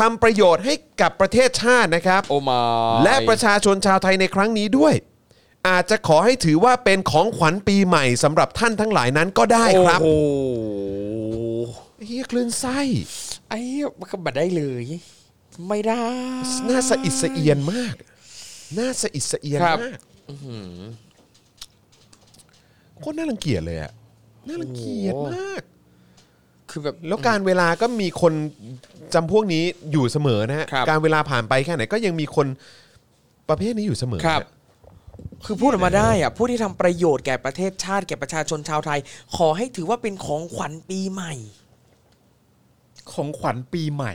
[SPEAKER 1] ทำประโยชน์ให้กับประเทศชาตินะครับ
[SPEAKER 2] โอ้มา
[SPEAKER 1] และประชาชนชาวไทยในครั้งนี้ด้วย อาจจะขอให้ถือว่าเป็นของขวัญปีใหม่สำหรับท่านทั้งหลายนั้นก็ได้ครับ
[SPEAKER 2] โอ้โห
[SPEAKER 1] เฮียคลื่นไส้
[SPEAKER 2] ไอ้เหี้ยมันก็บัดได้เลย ไม่ได้
[SPEAKER 1] น่าสะอิดสะเอียนมาก น่าสะอิดสะเอียน
[SPEAKER 2] ครับ
[SPEAKER 1] มากโคตรน่ารังเกียจเลยอะน่ารังเกียจมาก
[SPEAKER 2] คือแบบ
[SPEAKER 1] แล้วการเวลาก็มีคนจำพวกนี้อยู่เสมอนะฮะ
[SPEAKER 2] ครับ
[SPEAKER 1] การเวลาผ่านไปแค่ไหนก็ยังมีคนประเภทนี้อยู่เสมอ
[SPEAKER 2] ครับ
[SPEAKER 1] นะ
[SPEAKER 2] คือพูดออกมาได้อะผู้ที่ทำประโยชน์แก่ประเทศชาติแก่ประชาชนชาวไทย ขอให้ถือว่าเป็นของขวัญปีใหม่
[SPEAKER 3] ของขวัญปีใหม่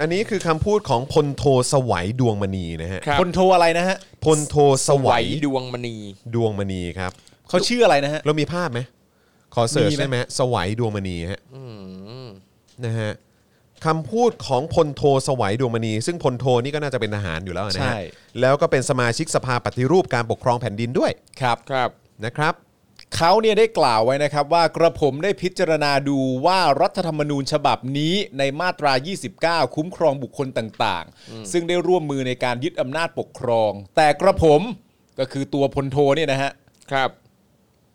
[SPEAKER 1] อันนี้คือคำพูดของพลโทสวัยดวงมณีนะฮะ
[SPEAKER 2] ครับ
[SPEAKER 3] คนโทรอะไรนะฮะ
[SPEAKER 1] พลโทสวัย
[SPEAKER 2] ดวงมณี
[SPEAKER 1] ดวงมณีครับ
[SPEAKER 3] เขาชื่ออะไรนะฮะ
[SPEAKER 1] เรามีภาพไหมขอเสิร์ช
[SPEAKER 3] มีไหม
[SPEAKER 1] ได้ไหมฮะสวัยดวงมณีฮะนะฮะคำพูดของพลโทสวัยดวงมณี ซึ่งพลโทนี่ก็น่าจะเป็นทหารอยู่แล้วนะ
[SPEAKER 3] ใช่
[SPEAKER 1] ฮะแล้วก็เป็นสมาชิกสภาปฏิรูปการปกครองแผ่นดินด้วย
[SPEAKER 3] ครับ
[SPEAKER 2] ครับ
[SPEAKER 1] นะครับ
[SPEAKER 3] เขาเนี่ยได้กล่าวไว้นะครับว่ากระผมได้พิจารณาดูว่ารัฐธรรมนูญฉบับนี้ในมาตรา 29 คุ้มครองบุคคลต่างๆ ซึ่งได้ร่วมมือในการยึดอำนาจปกครอง แต่กระผมก็คือตัวพลโทเนี่ยนะฮะ
[SPEAKER 2] ครับ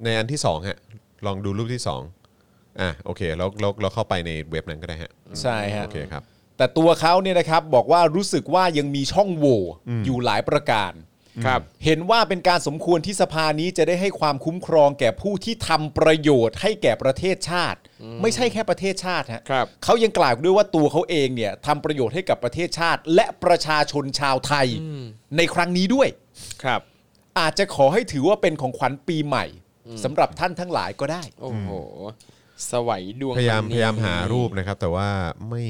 [SPEAKER 1] ในอันที่สองฮะลองดูรูปที่สองอ่ะโอเคเราเราเราเข้าไปในเว็บนั้นก็ได้ฮะ
[SPEAKER 3] ใช่ฮะ
[SPEAKER 1] โอเคครับ
[SPEAKER 3] แต่ตัวเขาเนี่ยนะครับบอกว่ารู้สึกว่ายังมีช่องโหว่อยู่หลายประการ
[SPEAKER 2] ครับ
[SPEAKER 3] เห็นว่าเป็นการสมควรที่สภานี้จะได้ให้ความคุ้มครองแก่ผู้ที่ทำประโยชน์ให้แก่ประเทศชาติ ไม่ใช่แค่ประเทศชาติฮะ
[SPEAKER 2] ครับ
[SPEAKER 3] เขายังกล่าวด้วยว่าตัวเขาเองเนี่ยทำประโยชน์ให้กับประเทศชาติ และประชาชนชาวไทย ในครั้งนี้ด้วย
[SPEAKER 2] ครับ
[SPEAKER 3] อาจจะขอให้ถือว่าเป็นของขวัญปีใหม่สำหรับท่านทั้งหลายก็ได้
[SPEAKER 2] โอ้โห สวัยดวง
[SPEAKER 1] พยายาม
[SPEAKER 2] มณี
[SPEAKER 1] พยายามหารูปนะครับ แต่ว่าไม่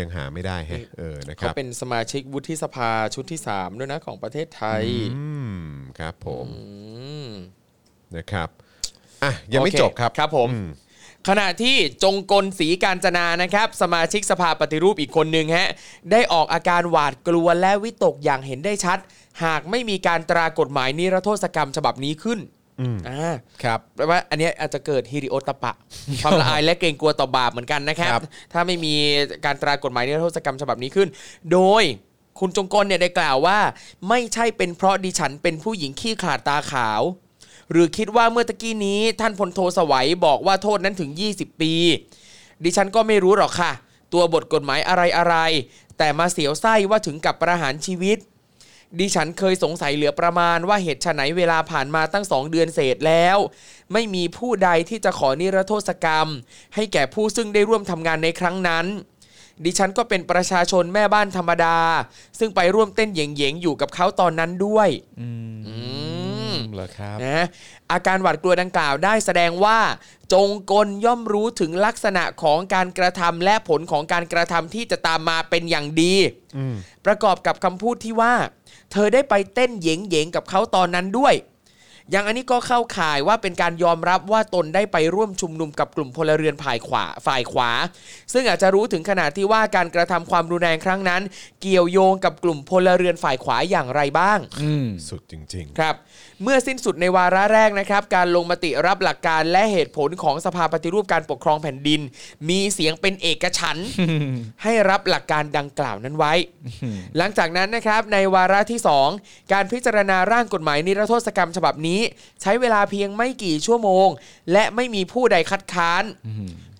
[SPEAKER 1] ยังหาไม่ได้แฮะเออนะค
[SPEAKER 2] เขา
[SPEAKER 1] รับ
[SPEAKER 2] เป็นสมาชิกวุฒิสภาชุดที่สามด้วยนะของประเทศไทย
[SPEAKER 1] อืมครับผม
[SPEAKER 2] อืม
[SPEAKER 1] นะครับอ่ะยังไม่
[SPEAKER 2] โอเค
[SPEAKER 1] จบครับ
[SPEAKER 2] ครับผม
[SPEAKER 1] อืม
[SPEAKER 2] ขณะที่จงกลศรีการจนานะครับ สมาชิกสภาปฏิรูปอีกคนหนึ่งฮะได้ออกอาการหวาดกลัวและวิตกอย่างเห็นได้ชัด หากไม่มีการตรากฎหมายนิรโทษกรรมฉบับนี้ขึ้นอ่า
[SPEAKER 1] ครับ
[SPEAKER 2] แปลว่าอันเนี้ยอาจจะเกิดฮิริโอต ปะ ความละอายและเกรงกลัวต่อบาปเหมือนกันนะครับ
[SPEAKER 1] ครับ
[SPEAKER 2] ถ้าไม่มีการตรากฎหมายนิรโทษกรรมฉบับนี้ขึ้น โดยคุณจงกลเนี่ยได้กล่าวว่า ไม่ใช่เป็นเพราะดิฉันเป็นผู้หญิงขี้ขลาดตาขาว หรือคิดว่าเมื่อตะกี้นี้ท่านพลโทสวัยบอกว่าโทษนั้นถึง 20 ปี ดิฉันก็ไม่รู้หรอกค่ะ ตัวบทกฎหมายอะไรอะไร แต่มาเสียวไส้ว่าถึงกับประหารชีวิต ดิฉันเคยสงสัยเหลือประมาณว่าเหตุไฉนเวลาผ่านมาตั้งสองเดือนเศษแล้ว ไม่มีผู้ใดที่จะขอนิรโทษกรรม ให้แก่ผู้ซึ่งได้ร่วมทำงานในครั้งนั้น ดิฉันก็เป็นประชาชนแม่บ้านธรรมดา ซึ่งไปร่วมเต้นเหย่งๆอยู่กับเขาตอนนั้นด้วยอืม
[SPEAKER 3] เหรอครับ
[SPEAKER 2] นะอาการหวาดกลัวดังกล่าวได้แสดงว่า จงกลย่อมรู้ถึงลักษณะของการกระทำและผลของการกระทำที่จะตามมาเป็นอย่างดี ประกอบกับคำพูดที่ว่า เธอได้ไปเต้นเหยงเหยงๆกับเขาตอนนั้นด้วย อย่างอันนี้ก็เข้าข่ายว่าเป็นการยอมรับว่าตนได้ไปร่วมชุมนุมกับกลุ่มพลเรือนฝ่ายขวาฝ่ายขวา ซึ่งอาจจะรู้ถึงขนาดที่ว่าการกระทำความรุนแรงครั้งนั้น เกี่ยวโยงกับกลุ่มพลเรือนฝ่ายขวาอย่างไรบ้าง
[SPEAKER 3] อืม
[SPEAKER 1] สุดจริง
[SPEAKER 2] ครับเมื่อสิ้นสุดในวาระแรกนะครับ การลงมติรับหลักการและเหตุผลของสภาปฏิรูปการปกครองแผ่นดิน มีเสียงเป็นเอกฉั นท์ ให้รับหลักการดังกล่าวนั้นไว้ หลังจากนั้นนะครับในวาระที่ 2 การพิจารณาร่างกฎหมายนิรโทษกรรมฉบับนี้ ใช้เวลาเพียงไม่กี่ชั่วโมง และไม่มีผู้ใดคัดค้าน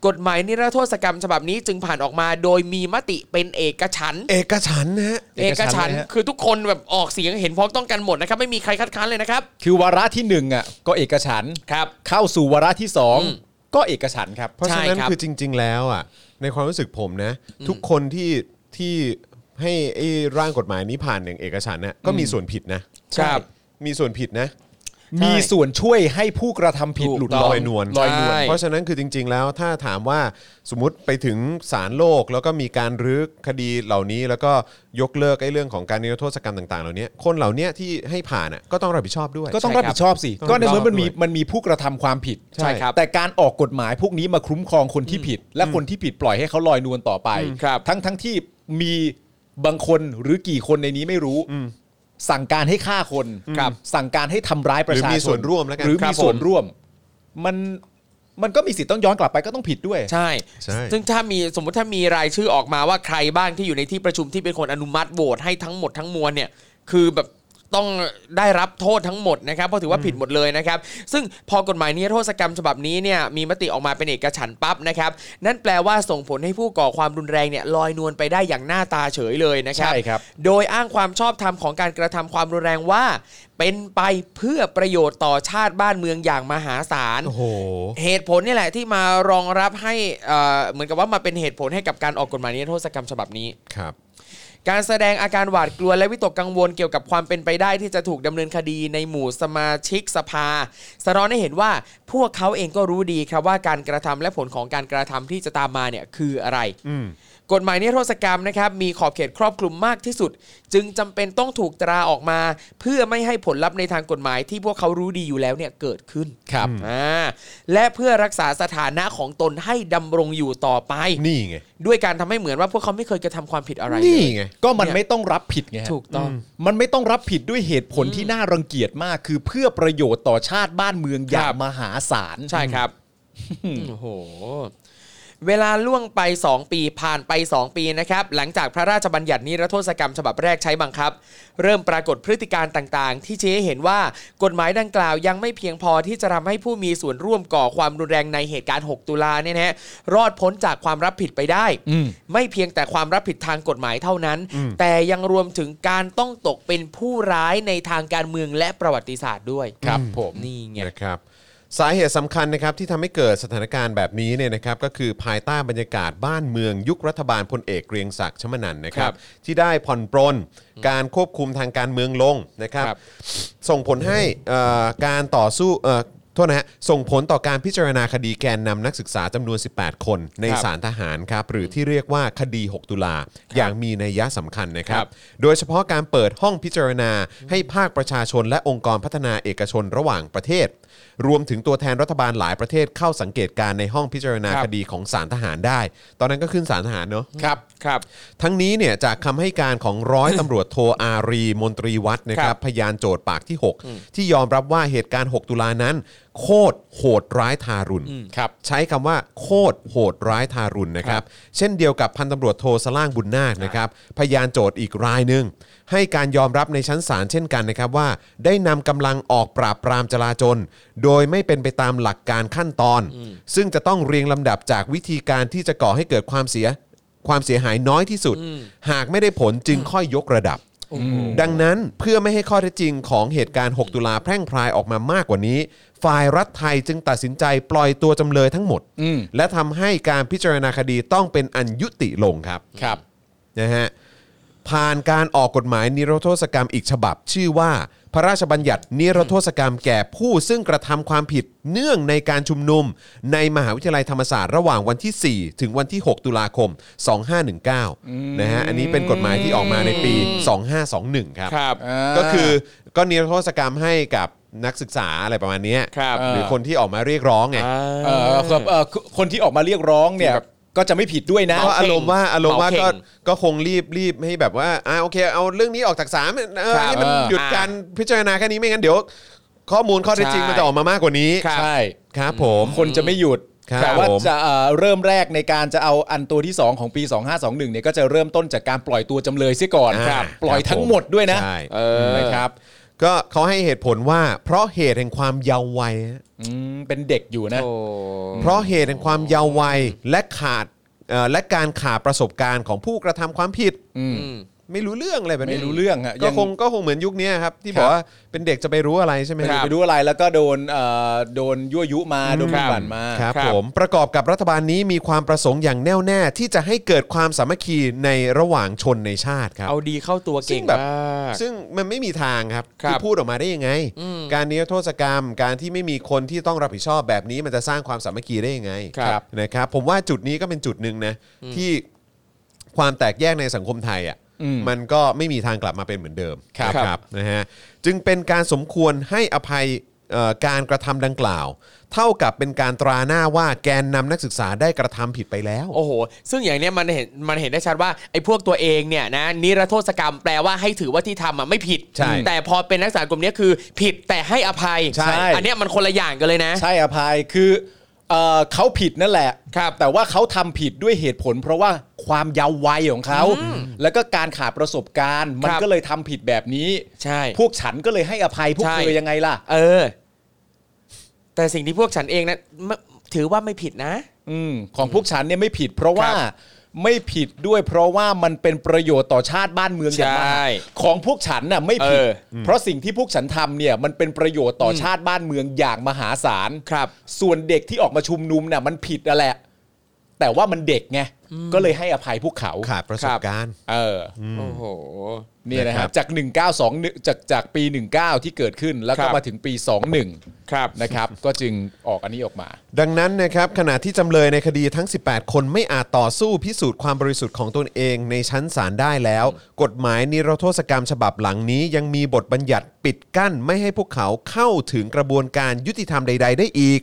[SPEAKER 2] กฎหมายนิรโทษกรรมฉบับนี้จึงผ่านออกมาโดยมีมติเป็นเอกฉันท์
[SPEAKER 1] ๆ เอกฉันท์นะฮะ
[SPEAKER 2] เอกฉันท์
[SPEAKER 3] เอกฉันท์เลยฮะ
[SPEAKER 2] คือทุกคนแบบออกเสียงเห็นพ้องต้องกันหมดนะครับ ไม่มีใครคัดค้านเลยนะครับ
[SPEAKER 3] คือวาระที่หนึ่งอ่ะก็เอกฉันท์
[SPEAKER 2] ครับ
[SPEAKER 3] เข้าสู่วาระที่สอง
[SPEAKER 2] อืม
[SPEAKER 3] ก็เอกฉันท์ครับ
[SPEAKER 1] เพราะฉะนั้น
[SPEAKER 2] ใช่ครับ
[SPEAKER 1] คือจริง ๆ แล้วอ่ะในความรู้สึกผมนะ ทุกคนที่ที่ให้ไอ้ร่างกฎหมายนี้ผ่านอย่างเอกฉันท์น่ะก็มีส่วนผิดนะครับ มีส่วนผิดนะ
[SPEAKER 2] ใช่
[SPEAKER 3] มีส่วนช่วยให้ผู้กระทำผิด
[SPEAKER 2] ถูก
[SPEAKER 3] หลุด
[SPEAKER 2] ต้
[SPEAKER 3] ล
[SPEAKER 2] อง
[SPEAKER 3] อยนวล
[SPEAKER 2] ลอยนวล
[SPEAKER 1] เพราะฉะนั้นคือจริง ๆ แล้วถ้าถามว่าสมมติไปถึงศาลโลก แล้วก็มีการรื้อคดีเหล่านี้ แล้วก็ยกเลิกไอ้เรื่องของการนิรโทษกรรมต่าง ๆ เหล่านี้คนเหล่านี้ที่ให้ผ่านอ่ะก็ต้องรับผิดชอบด้วย
[SPEAKER 3] ก็ต้อง
[SPEAKER 2] ใช่ครับบ
[SPEAKER 3] รัผิดชอบสิ
[SPEAKER 1] ต้อง
[SPEAKER 3] ก็ในเมื่อมั
[SPEAKER 1] รับ
[SPEAKER 3] น
[SPEAKER 1] ผิดชอบ
[SPEAKER 3] มี
[SPEAKER 1] ด้วย
[SPEAKER 3] มันมีผู้กระทำความผิด
[SPEAKER 2] ใช่ครับ
[SPEAKER 3] แต่การออกกฎหมายพวกนี้มาคุ้มครองคนที่ผิด และคนที่ผิดปล่อยให้เขาลอยนวลต่อไป
[SPEAKER 2] อืมครับ
[SPEAKER 3] ทั้งทั้งที่มีบางคนหรือกี่คนในนี้ไม่รู้ สั่งการให้ฆ่าคนครับสั่งการให้ทำร้ายประ
[SPEAKER 1] ห
[SPEAKER 3] ชาชน
[SPEAKER 1] รือมีส่วนร่วมแล้วกัน
[SPEAKER 3] หรือ
[SPEAKER 1] ครั
[SPEAKER 3] มี
[SPEAKER 1] บผม
[SPEAKER 3] ส่วนร่วม มันมันก็มีสิทธิ์ต้องย้อนกลับไปก็ต้องผิดด้วย
[SPEAKER 2] ใช่
[SPEAKER 1] ใช่
[SPEAKER 2] ซึ่งถ้ามีสมมติถ้ามีรายชื่อออกมาว่าใครบ้างที่อยู่ในที่ประชุมที่เป็นคนอนุมัติโหวตให้ทั้งหมดทั้งมวลเนี่ย คือแบบต้องได้รับโทษทั้งหมดนะครับ เพราะถือว่าผิดหมดเลยนะครับ ซึ่งพอกฎหมายนิรโทษกรรมฉบับนี้เนี่ยมีมติออกมาเป็นเอกฉันท์ปั๊บนะครับ นั่นแปลว่าส่งผลให้ผู้ก่อความรุนแรงเนี่ยลอยนวลไปได้อย่างหน้าตาเฉยเลยนะครั
[SPEAKER 3] ใช่ครับ
[SPEAKER 2] โดยอ้างความชอบธรรมของการกระทำความรุนแรงว่า เป็นไปเพื่อประโยชน์ต่อชาติบ้านเมืองอย่างมหาศาล
[SPEAKER 1] โอ้โห
[SPEAKER 2] เหตุผลนี่แหละที่มารองรับให้เอ่อเหมือนกับว่ามาเป็นเหตุผลให้กับการออกกฎหมายนิรโทษกรรมฉบับนี้
[SPEAKER 1] ครับ
[SPEAKER 2] การแสดงอาการหวาดกลัวและวิตกกังวลเกี่ยวกับความเป็นไปได้ที่จะถูกดำเนินคดีในหมู่สมาชิกสภา สะท้อนให้เห็นว่าพวกเขาเองก็รู้ดีครับว่าการกระทำและผลของการกระทำที่จะตามมาเนี่ยคืออะไร
[SPEAKER 1] อืม
[SPEAKER 2] กฎหมายนิรโทษกรรมนะครับมีขอบเขตครอบคลุมมากที่สุด จึงจำเป็นต้องถูกตราออกมา เพื่อไม่ให้ผลลัพธ์ในทางกฎหมายที่พวกเขารู้ดีอยู่แล้วเนี่ยเกิดขึ้น
[SPEAKER 3] ครับ
[SPEAKER 2] อ่าและเพื่อรักษาสถานะของตนให้ดำรงอยู่ต่อไป
[SPEAKER 1] นี่ไง
[SPEAKER 2] ด้วยการทำให้เหมือนว่าพวกเขาไม่เคยกระทำความผิดอะไรเล
[SPEAKER 1] นี่
[SPEAKER 2] ย
[SPEAKER 1] ไง
[SPEAKER 3] ก็มัน
[SPEAKER 2] เนี่ย
[SPEAKER 3] ไม่ต้องรับผิดไงฮะ
[SPEAKER 2] ถูกต้อง
[SPEAKER 3] มันไม่ต้องรับผิดด้วยเหตุผลที่น่ารังเกียจมาก คือเพื่อประโยชน์ต่อชาติบ้านเมืองอย่า
[SPEAKER 2] ครับ
[SPEAKER 3] งมหาศาล
[SPEAKER 2] ใช่ครับ โอ้โห เวลาล่วงไป 2 ปีผ่านไป 2 ปีนะครับ หลังจากพระราชบัญญัตินิรโทษกรรมฉบับแรกใช้บังคับ เริ่มปรากฏพฤติการต่าง ๆ ที่ชี้ให้เห็นว่ากฎหมายดังกล่าวยังไม่เพียงพอที่จะทำให้ผู้มีส่วนร่วมก่อความรุนแรงในเหตุการณ์ 6 ตุลาเนี่ยนะฮะรอดพ้นจากความรับผิดไปได้
[SPEAKER 3] อืม
[SPEAKER 2] ไม่เพียงแต่ความรับผิดทางกฎหมายเท่านั้น แต่ยังรวมถึงการต้องตกเป็นผู้ร้ายในทางการเมืองและประวัติศาสตร์ด้วย
[SPEAKER 3] ครับผม
[SPEAKER 2] นี่ไง
[SPEAKER 1] นะครับสาเหตุสำคัญนะครับที่ทำให้เกิดสถานการณ์แบบนี้เนี่ยนะครับก็คือภายใต้บรรยากาศบ้านเมือง ยุครัฐบาลพลเอกเกรียงศักดิ์ชมนันท์นะครับที่ได้ผ่อนปรนการควบคุมทางการเมืองลงนะครับ
[SPEAKER 2] ครับ
[SPEAKER 1] ส่งผลให้เอ่อการต่อสู้เอ่อ โทษนะฮะส่งผลต่อการพิจารณาคดีแกนนำนักศึกษาจำนวน 18 คนใน
[SPEAKER 4] ครับ
[SPEAKER 1] ศาลทหารครับ หรือที่เรียกว่าคดี 6 ตุลา อย่างมีนัยยะสำคัญนะครั
[SPEAKER 4] ครับ บ
[SPEAKER 1] โดยเฉพาะการเปิดห้องพิจารณาให้ภาคประชาชนและองค์กรพัฒนาเอกชนระหว่างประเทศ รวมถึงตัวแทนรัฐบาลหลายประเทศเข้าสังเกตการณ์ในห้องพิจารณา
[SPEAKER 4] ครับ
[SPEAKER 1] คดีของศาลทหารได้ ตอนนั้นก็ขึ้นศาลทหารเนอะ
[SPEAKER 4] ครับครับ
[SPEAKER 1] ทั้งนี้เนี่ยจากคำให้การของร้อยตำรวจโทอารีมนตรีวัฒน์นะค
[SPEAKER 4] ค
[SPEAKER 1] รั
[SPEAKER 4] รั
[SPEAKER 1] บบ พยานโจทย์ปากที่ 6 ที่ยอมรับว่าเหตุการณ์ 6 ตุลานั้น โคตรโหดร้ายทารุณ
[SPEAKER 4] ครับ
[SPEAKER 1] ใช้คำว่าโคตรโหดร้ายทารุณนะครับ เช่นเดียวกับพันตำรวจโทสล่างบุญนาคนะครับพยานโจทย์อีกรายหนึ่ง ให้การยอมรับในชั้นศาลเช่นกันนะครับว่า ได้นำกำลังออกปราบปรามจลาจล โดยไม่เป็นไปตามหลักการขั้นตอน ซึ่งจะต้องเรียงลำดับจากวิธีการที่จะก่อให้เกิดความเสียความเสียหายน้อยที่สุด หากไม่ได้ผลจึงค่อยยกระดับ ดังนั้นเพื่อไม่ให้ข้อเท็จจริงของเหตุการณ์ 6 ตุลาแพร่งพรายออกมามากกว่านี้ ฝ่ายรัฐไทยจึงตัดสินใจปล่อยตัวจำเลยทั้งหมด และทำให้การพิจารณาคดีต้องเป็นอันยุติลงครับ
[SPEAKER 4] ครับ
[SPEAKER 1] นะฮะผ่านการออกกฎหมายนิรโทษกรรมอีกฉบับ ชื่อว่า พระราชบัญญัตินิรโทษกรรมแก่ผู้ซึ่งกระทำความผิดเนื่องในการชุมนุม ในมหาวิทยาลัยธรรมศาสตร์ระหว่างวันที่ 4 ถึงวันที่ 6 ตุลาคม 2519นะฮะอันนี้เป็นกฎหมายที่ออกมาในปี 2521 ครับ
[SPEAKER 2] ครับ
[SPEAKER 3] อ่า
[SPEAKER 1] ก็คือก็นิรโทษกรรมให้กับนักศึกษาอะไรประมาณเนี้ย
[SPEAKER 2] ครับ
[SPEAKER 1] หรือคนที่ออกมาเรียกร้องไง
[SPEAKER 3] เอ่อครับเอ่อคนที่ออกมาเรียกร้องเนี่ย ก็จะไม่ผิดด้วยนะ
[SPEAKER 1] ก็อารมณ์ว่าอารมณ์ว่า
[SPEAKER 2] เมาเข่
[SPEAKER 1] ก็
[SPEAKER 2] ง
[SPEAKER 1] ก็คงรีบรีบให้แบบว่าอ่าโอเคเอาเรื่องนี้ออกจากสามเออ
[SPEAKER 3] ครับ
[SPEAKER 1] ให้มัน
[SPEAKER 3] เออ
[SPEAKER 1] หยุดการพิจารณาแค่นี้ไม่งั้นเดี๋ยว ข้อมูลข้อเท็จจริง
[SPEAKER 2] ใช่
[SPEAKER 1] มันจะออกมามากกว่านี้
[SPEAKER 3] ใช่
[SPEAKER 1] ครับผม
[SPEAKER 3] คนจะไม่หยุด
[SPEAKER 1] ครับ
[SPEAKER 3] แต่ว่า
[SPEAKER 1] ผม
[SPEAKER 3] จะเอ่อเริ่มแรกในการจะเอาอันตัวที่ 2 ของปี 2521เนี่ยก็จะเริ่มต้นจากการปล่อยตัวจำเลยเสียก่อน
[SPEAKER 1] อ่า
[SPEAKER 3] ครับปล่อยทั้งหมดด้วยนะ
[SPEAKER 1] ใช่
[SPEAKER 3] เออนะครับ
[SPEAKER 1] ก็เขาให้เหตุผลว่า เพราะเหตุแห่งความเยาว์วัยฮะ
[SPEAKER 3] อืมเป็นเด็กอยู่นะ
[SPEAKER 2] โอ้
[SPEAKER 1] เพราะเหตุแห่งความเยาว์วัยและขาดเอ่อและการขาดประสบการณ์ของผู้กระทำความผิด ไม่รู้เรื่องอะไรแบบนี้
[SPEAKER 3] ไม่รู้เรื่องฮะ
[SPEAKER 1] ก็
[SPEAKER 3] ยัง
[SPEAKER 1] คงก็คงเหมือนยุคเนี้ยครับที่
[SPEAKER 3] ครับ บ
[SPEAKER 1] อกว่าเป็นเด็กจะไปรู้อะไรใช่ไหมค
[SPEAKER 3] ไม่รู้
[SPEAKER 1] รับ
[SPEAKER 3] ไปดูอะไรแล้วก็โดนเอ่อโดนยั่วยุมาโดนปั่นมา
[SPEAKER 1] ครับ
[SPEAKER 2] ครับ
[SPEAKER 1] ผมประกอบกับรัฐบาลนี้มีความประสงค์อย่างแน่วแน่ที่จะให้เกิดความสามัคคีในระหว่างชนในชาติครับ
[SPEAKER 2] เอาดีเข้าตัวเก่ง
[SPEAKER 1] ซึ่งแบบ
[SPEAKER 2] มาก
[SPEAKER 1] ซึ่งมันไม่มีทางครับ
[SPEAKER 2] ครับ
[SPEAKER 1] ที่พูดออกมาได้ยังไง
[SPEAKER 2] อืม
[SPEAKER 1] การนิรโทษกรรม การที่ไม่มีคนที่ต้องรับผิดชอบแบบนี้มันจะสร้างความสามัคคีได้ยังไง
[SPEAKER 2] ครับ
[SPEAKER 1] นะครับผมว่าจุดนี้ก็เป็นจุดหนึ่งนะที่ความแตกแยกในสังคมไทยอ่ะ
[SPEAKER 3] อืม
[SPEAKER 1] มันก็ไม่มีทางกลับมาเป็นเหมือนเดิม
[SPEAKER 2] ครับ
[SPEAKER 1] ครับนะฮะจึงเป็นการสมควรให้อภัยเอ่อการกระทำดังกล่าว เท่ากับเป็นการตราหน้าว่าแกนนำนักศึกษาได้กระทำผิดไปแล้ว
[SPEAKER 2] โอ้โห ซึ่งอย่างเนี้ยมันเห็นมันเห็นได้ชัดว่าไอ้พวกตัวเองเนี่ยนะนิรโทษกรรมแปลว่าให้ถือว่าที่ทำอ่ะไม่ผิด
[SPEAKER 1] ใช่
[SPEAKER 2] แต่พอเป็นนักศึกษากลุ่มเนี้ยคือผิดแต่ให้อภัย
[SPEAKER 1] ใช่
[SPEAKER 2] อันเนี้ยมันคนละอย่างกันเลยนะ
[SPEAKER 3] ใช่อภัยคือเอ่อเขาผิดนั่นแหละ
[SPEAKER 2] ครับ
[SPEAKER 3] แต่ว่าเขาทำผิดด้วยเหตุผล เพราะว่าความเยาว์วัยของเขา แล้วก็การขาดประสบการณ์ มัน
[SPEAKER 2] ครับ
[SPEAKER 3] ก็เลยทำผิดแบบนี้
[SPEAKER 2] ใช่
[SPEAKER 3] พวกฉันก็เลยให้อภัยพวก
[SPEAKER 2] ใช่
[SPEAKER 3] เธอยังไงล่ะ
[SPEAKER 2] เออ แต่สิ่งที่พวกฉันเองนะไม่ถือว่าไม่ผิดนะ
[SPEAKER 3] อืมของพวกฉันเนี่ยไม่ผิด เพราะว่า
[SPEAKER 2] ครับ
[SPEAKER 3] ไม่ผิดด้วย เพราะว่ามันเป็นประโยชน์ต่อชาติบ้านเมืองอย่างมาก
[SPEAKER 2] ใช่
[SPEAKER 3] ของพวกฉันน่ะไม่ผิด
[SPEAKER 2] เออ
[SPEAKER 3] เพราะสิ่งที่พวกฉันทำเนี่ยมันเป็นประโยชน์ต่ออชาติบ้านเมืองอย่างมหาศาล
[SPEAKER 2] ครับ
[SPEAKER 3] ส่วนเด็กที่ออกมาชุมนุมน่ะมันผิดนั่นแหละ แต่ว่ามันเด็กไงก็เลยให้อภัยพวกเขา
[SPEAKER 1] ขาดประสบการณ์
[SPEAKER 3] เออ
[SPEAKER 2] โอ้โห
[SPEAKER 3] เนี่ยนะ
[SPEAKER 1] นะค
[SPEAKER 3] ค
[SPEAKER 1] รั
[SPEAKER 3] รับ บจาก 1921จากจากปี 19 ที่เกิดขึ้นแล้วก็
[SPEAKER 2] ครับ
[SPEAKER 3] มาถึงปี 21
[SPEAKER 2] ครับ
[SPEAKER 3] นะครับ ก็จึงออกอันนี้ออกมา
[SPEAKER 1] ดังนั้นนะครับขณะที่จำเลยในคดีทั้ง 18 คนไม่อาจต่อสู้พิสูจน์ความบริสุทธิ์ของตนเองในชั้นศาลได้แล้ว กฎหมายนิรโทษกรรมฉบับหลังนี้ ยังมีบทบัญญัติปิดกั้นไม่ให้พวกเขาเข้าถึงกระบวนการยุติธรรมใด ๆ ได้อีก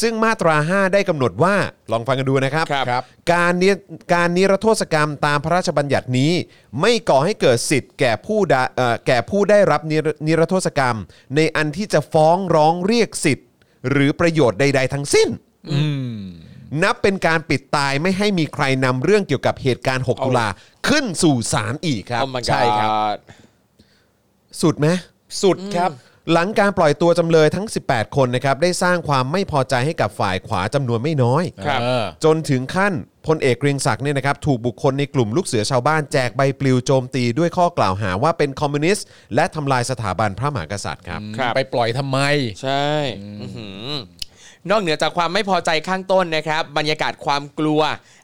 [SPEAKER 1] ซึ่งมาตรา 5 ได้กำหนดว่าลองฟังกันดูนะครับ
[SPEAKER 2] ครับครับ
[SPEAKER 1] การนิการนิรโทษกรรมตามพระราชบัญญัตินี้ ไม่ก่อให้เกิดสิทธิ์แก่ผู้ใดเอ่อแก่ผู้ได้รับนิรนิรโทษกรรม ในอันที่จะฟ้องร้องเรียกสิทธิ์ หรือประโยชน์ใด ๆ ทั้งสิ้น นับเป็นการปิดตายไม่ให้มีใครนำเรื่องเกี่ยวกับเหตุการณ์ 6 ตุลาขึ้นสู่ศาลอีกครับ
[SPEAKER 2] Oh my god
[SPEAKER 3] ใช่ครับ
[SPEAKER 1] สุดไหม
[SPEAKER 3] สุดครับ
[SPEAKER 1] หลังการปล่อยตัวจำเลยทั้ง 18 คนนะครับ ได้สร้างความไม่พอใจให้กับฝ่ายขวาจำนวนไม่น้อย
[SPEAKER 2] ครับ
[SPEAKER 3] เออ
[SPEAKER 1] จนถึงขั้นพลเอกเกรียงศักดิ์เนี่ยนะครับถูกบุคคลในกลุ่มลูกเสือชาวบ้านแจกใบปลิวโจมตีด้วยข้อกล่าวหาว่าเป็นคอมมิวนิสต์และทำลายสถาบันพระมหากษัตริย์ครับ
[SPEAKER 2] ครับ
[SPEAKER 3] ไปปล่อยทำไม
[SPEAKER 2] ใช่อื้อหือนอกเหนือจากความไม่พอใจข้างต้นนะครับ บรรยากาศความกลัว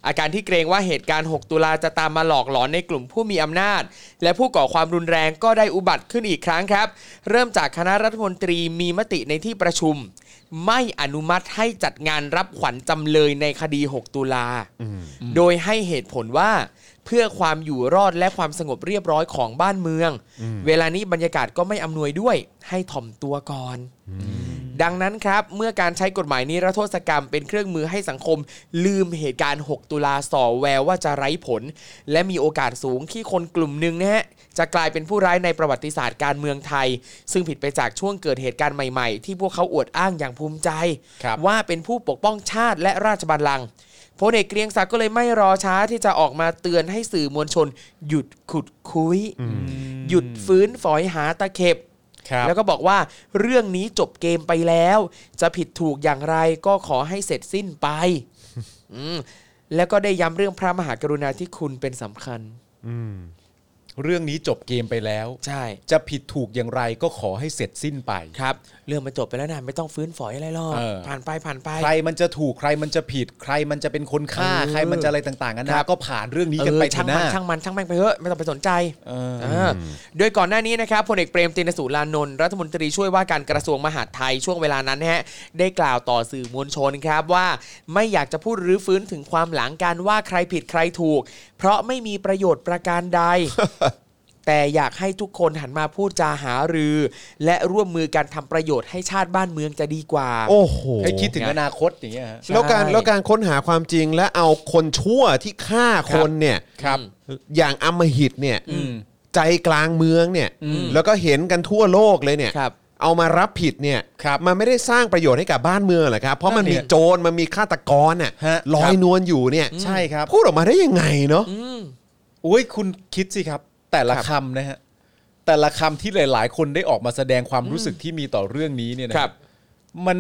[SPEAKER 2] อาการที่เกรงว่าเหตุการณ์ 6 ตุลาจะตามมาหลอกหลอนในกลุ่มผู้มีอำนาจ และผู้ก่อความรุนแรงก็ได้อุบัติขึ้นอีกครั้งครับ เริ่มจากคณะรัฐมนตรีมีมติในที่ประชุม ไม่อนุมัติให้จัดงานรับขวัญจำเลยในคดี 6 ตุลา โดยให้เหตุผลว่าเพื่อความอยู่รอดและความสงบเรียบร้อยของบ้านเมือง เวลานี้บรรยากาศก็ไม่อำนวยด้วย ให้ถ่อมตัวก่อน ดังนั้นครับ เมื่อการใช้กฎหมายนี้ระโทษกรรมเป็นเครื่องมือให้สังคม ลืมเหตุการณ์ 6 ตุลาส่อแววว่าจะไร้ผล และมีโอกาสสูงที่คนกลุ่มหนึ่งนะฮะ จะกลายเป็นผู้ร้ายในประวัติศาสตร์การเมืองไทย ซึ่งผิดไปจากช่วงเกิดเหตุการณ์ใหม่ๆ ที่พวกเขาอวดอ้างอย่างภูมิใจ
[SPEAKER 3] ครับ
[SPEAKER 2] ว่าเป็นผู้ปกป้องชาติและราชบัลลังก์พลเอกเกรียงศักดิ์ก็เลยไม่รอช้าที่จะออกมาเตือนให้สื่อมวลชน หยุดขุดคุย หยุดฟื้นฝอยหาตะเข็บ
[SPEAKER 3] ครับ
[SPEAKER 2] แล้วก็บอกว่าเรื่องนี้จบเกมไปแล้ว จะผิดถูกอย่างไรก็ขอให้เสร็จสิ้นไป อืมแล้วก็ได้ย้ำเรื่องพระมหากรุณาธิคุณเป็นสำคัญ
[SPEAKER 3] เรื่องนี้จบเกมไปแล้ว
[SPEAKER 2] ใช่
[SPEAKER 3] จะผิดถูกอย่างไรก็ขอให้เสร็จสิ้นไป
[SPEAKER 2] ครับ เรื่องมันจบไปแล้วนะไม่ต้องฟื้นฝอยอะไรหรอก
[SPEAKER 3] เออ
[SPEAKER 2] ผ่านไปผ่านไป
[SPEAKER 3] ใครมันจะถูกใครมันจะผิดใครมันจะเป็นคนฆ่า
[SPEAKER 2] เออ
[SPEAKER 3] ใครมันจะอะไรต่างๆกัน
[SPEAKER 2] ครั
[SPEAKER 3] นะ
[SPEAKER 2] บ
[SPEAKER 3] ก็ผ่านเรื่องนี้
[SPEAKER 2] เอ
[SPEAKER 3] กัน
[SPEAKER 2] อ
[SPEAKER 3] ไป
[SPEAKER 2] ช่าง
[SPEAKER 3] เถ
[SPEAKER 2] มัน
[SPEAKER 3] อะะ
[SPEAKER 2] ช่างมันช่างแม่งไปเถอะไม่ต้องไปสนใจ
[SPEAKER 3] เออ
[SPEAKER 2] อ่าโดยก่อนหน้านี้นะครับพลเอกเปรมตินสุรานนท์รัฐมนตรีช่วยว่าการกระทรวงมหาดไทยช่วงเวลานั้นนะฮะได้กล่าวต่อสื่อมวลชนครับว่า ไม่อยากจะพูดรื้อฟื้นถึงความหลังการว่าใครผิดใครถูก เพราะไม่มีประโยชน์ประการ ใด แต่อยากให้ทุกคนหันมาพูดจาหารือ และร่วมมือกันทำประโยชน์ให้ชาติบ้านเมืองจะดีกว่า
[SPEAKER 1] โอ้โห
[SPEAKER 3] ให้คิดถึงอนาคตอย่างเงี้ยฮะ
[SPEAKER 2] ใช่
[SPEAKER 1] แล้วการแล้วการค้นหาความจริงและเอาคนชั่วที่ฆ่าคนเนี่ย
[SPEAKER 3] ครับ
[SPEAKER 1] อย่างอำมหิตเนี่ยใจกลางเมืองเนี่ยแล้วก็เห็นกันทั่วโลกเลยเนี่ย
[SPEAKER 2] ครับ
[SPEAKER 1] เอามารับผิดเนี่ย
[SPEAKER 3] ครับ
[SPEAKER 1] มันไม่ได้สร้างประโยชน์ให้กับบ้านเมืองเหรอครับ เพราะมันมีโจรมันมีฆาตกรน่ะ
[SPEAKER 3] ฮะ
[SPEAKER 1] ลอยนวลอยู่เนี่ย
[SPEAKER 3] ใช่ครับ
[SPEAKER 1] พูดออกมาได้ยังไงเนาะ
[SPEAKER 3] อุ้ยคุณคิดสิครับ แต่ละคำนะฮะแต่ละคำที่หลาย ๆ คนได้ออกมาแสดงความรู้สึกที่มีต่อเรื่องนี้เนี่ยนะ
[SPEAKER 2] ค
[SPEAKER 3] ฮะ
[SPEAKER 2] รับ
[SPEAKER 3] มัน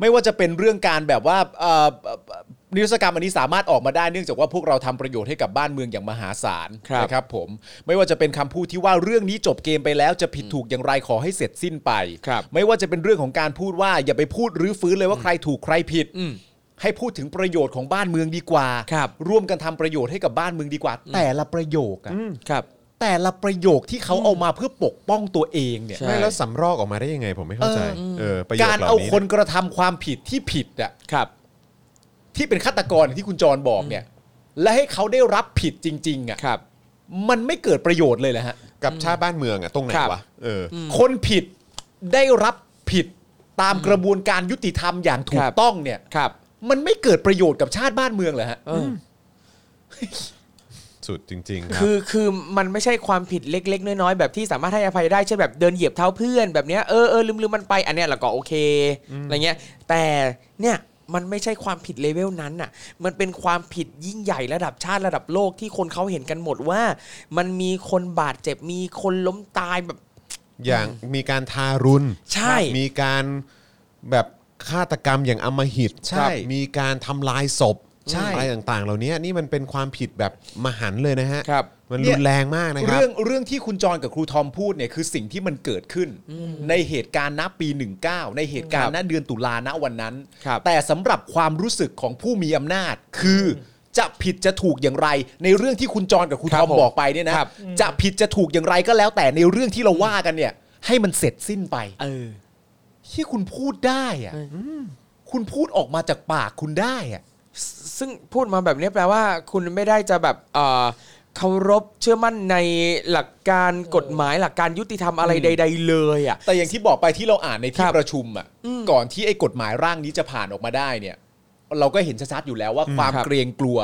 [SPEAKER 3] ไม่ว่าจะเป็นเรื่องการแบบว่าเอ่อเอ่อนิรศกรรมอันนี้สามารถออกมาได้เนื่องจากว่าพวกเราทำประโยชน์ให้กับบ้านเมืองอย่างมหาศาล
[SPEAKER 2] ครับ
[SPEAKER 3] นะครับ ผมไม่ว่าจะเป็นคำพูดที่ว่าเรื่องนี้จบเกมไปแล้วจะผิดถูกอย่างไรขอให้เสร็จสิ้นไป
[SPEAKER 2] ครับ
[SPEAKER 3] ไม่ว่าจะเป็นเรื่องของการพูดว่า อย่าไปพูดรื้อฟื้นเลยว่าใครถูกใครผิด
[SPEAKER 2] อืม
[SPEAKER 3] ให้พูดถึงประโยชน์ของบ้านเมืองดีกว่า
[SPEAKER 2] ครับ
[SPEAKER 3] ร่วมกันทำประโยชน์ให้กับบ้านเมืองดีกว่า แต่ละประโยคอะ
[SPEAKER 2] ครับ
[SPEAKER 3] แต่ละประโยคที่เขาเอามาเพื่อปกป้องตัวเองเนี่ย
[SPEAKER 2] ใช่
[SPEAKER 1] ไม่แล้วสำรอกออกมาได้ยังไงผมไม่เข้าใจ
[SPEAKER 3] เอ
[SPEAKER 1] เออประโยชน์
[SPEAKER 3] การ
[SPEAKER 1] เหล่า
[SPEAKER 3] เอา
[SPEAKER 1] นี้
[SPEAKER 3] คนกระทำความผิดที่ผิดอะ
[SPEAKER 2] ครับ
[SPEAKER 3] ที่เป็นฆาตกรอย่างที่คุณจรบอกเนี่ย และให้เขาได้รับผิดจริง ๆอะ
[SPEAKER 2] ครับ
[SPEAKER 3] มันไม่เกิดประโยชน์เลยแหละฮะ
[SPEAKER 1] กับชาติบ้านเมืองอะตรงไหน
[SPEAKER 2] ครับ
[SPEAKER 1] วะเอออ
[SPEAKER 3] คนผิดได้รับผิดตามกระบวนการยุติธรรมอย่างถู
[SPEAKER 2] ค
[SPEAKER 3] ก
[SPEAKER 2] รับ
[SPEAKER 3] ต้องเนี่ย
[SPEAKER 2] ครับ
[SPEAKER 3] มันไม่เกิดประโยชน์กับชาติบ้านเมืองเหรอฮะ
[SPEAKER 2] เอออ
[SPEAKER 1] สุดจริงๆครับ
[SPEAKER 2] คือคือมันไม่ใช่ความผิดเล็ก ๆ น้อยๆแบบที่สามารถให้อภัยได้เช่นแบบเดินเหยียบเท้าเพื่อนแบบเนี้ยเออเออลืมลืมมันไปอันเนี้ยเราก็โอเคอะไรเงี้ย แต่เนี่ยมันไม่ใช่ความผิดเลเวลนั้นน่ะ มันเป็นความผิดยิ่งใหญ่ระดับชาติระดับโลกที่คนเขาเห็นกันหมดว่า มันมีคนบาดเจ็บมีคนล้มตายแบบ
[SPEAKER 1] อย่างมีการทารุณ
[SPEAKER 2] ใช่
[SPEAKER 1] มีการแบบฆาตกรรมอย่างอำมหิต
[SPEAKER 3] ใช่
[SPEAKER 1] ครับมีการทำลายศพ
[SPEAKER 3] ใช่
[SPEAKER 1] อะไรต่างๆ เหล่านี้นี่มันเป็นความผิดแบบมหันต์เลยนะฮะ
[SPEAKER 2] ครับ
[SPEAKER 1] มันรุนแรงมากนะครับ
[SPEAKER 3] เรื่องเรื่องที่คุณจรกับครูทอมพูดเนี่ยคือสิ่งที่มันเกิดขึ้น ในเหตุการณ์ณปี 19 ในเหตุการณ์ณเดือนตุลาณวันนั้น
[SPEAKER 2] ครับ
[SPEAKER 3] แต่สำหรับความรู้สึกของผู้มีอำนาจ คือจะผิดจะถูกอย่างไร ในเรื่องที่คุณจรกับครูทอมบอกไปเนี่ยนะจะผิดจะถูกอย่างไรก็แล้วแต่ในเรื่องที่เราว่ากันเนี่ย ให้มันเสร็จสิ้นไป
[SPEAKER 2] เออ
[SPEAKER 3] ที่คุณพูดได้อะ
[SPEAKER 2] เอออื
[SPEAKER 3] คุณพูดออกมาจากปากคุณได้อะ
[SPEAKER 2] ซึ่งพูดมาแบบนี้แปลว่า คุณไม่ได้จะแบบเอ่อเคารพเชื่อมั่นในหลักการกฎหมายหลักการยุติธรรมอะไรใด ๆ เลยอ่ะ
[SPEAKER 3] แต่อย่างที่บอกไปที่เราอ่านใน
[SPEAKER 2] ค
[SPEAKER 3] ที่
[SPEAKER 2] รับ
[SPEAKER 3] ประชุมอ่ะก่อนที่ไอ้กฎหมายร่างนี้จะผ่านออกมาได้เนี่ย เราก็เห็นชัดๆอยู่แล้วว่าความ
[SPEAKER 2] ครับ
[SPEAKER 3] เกรงกลัว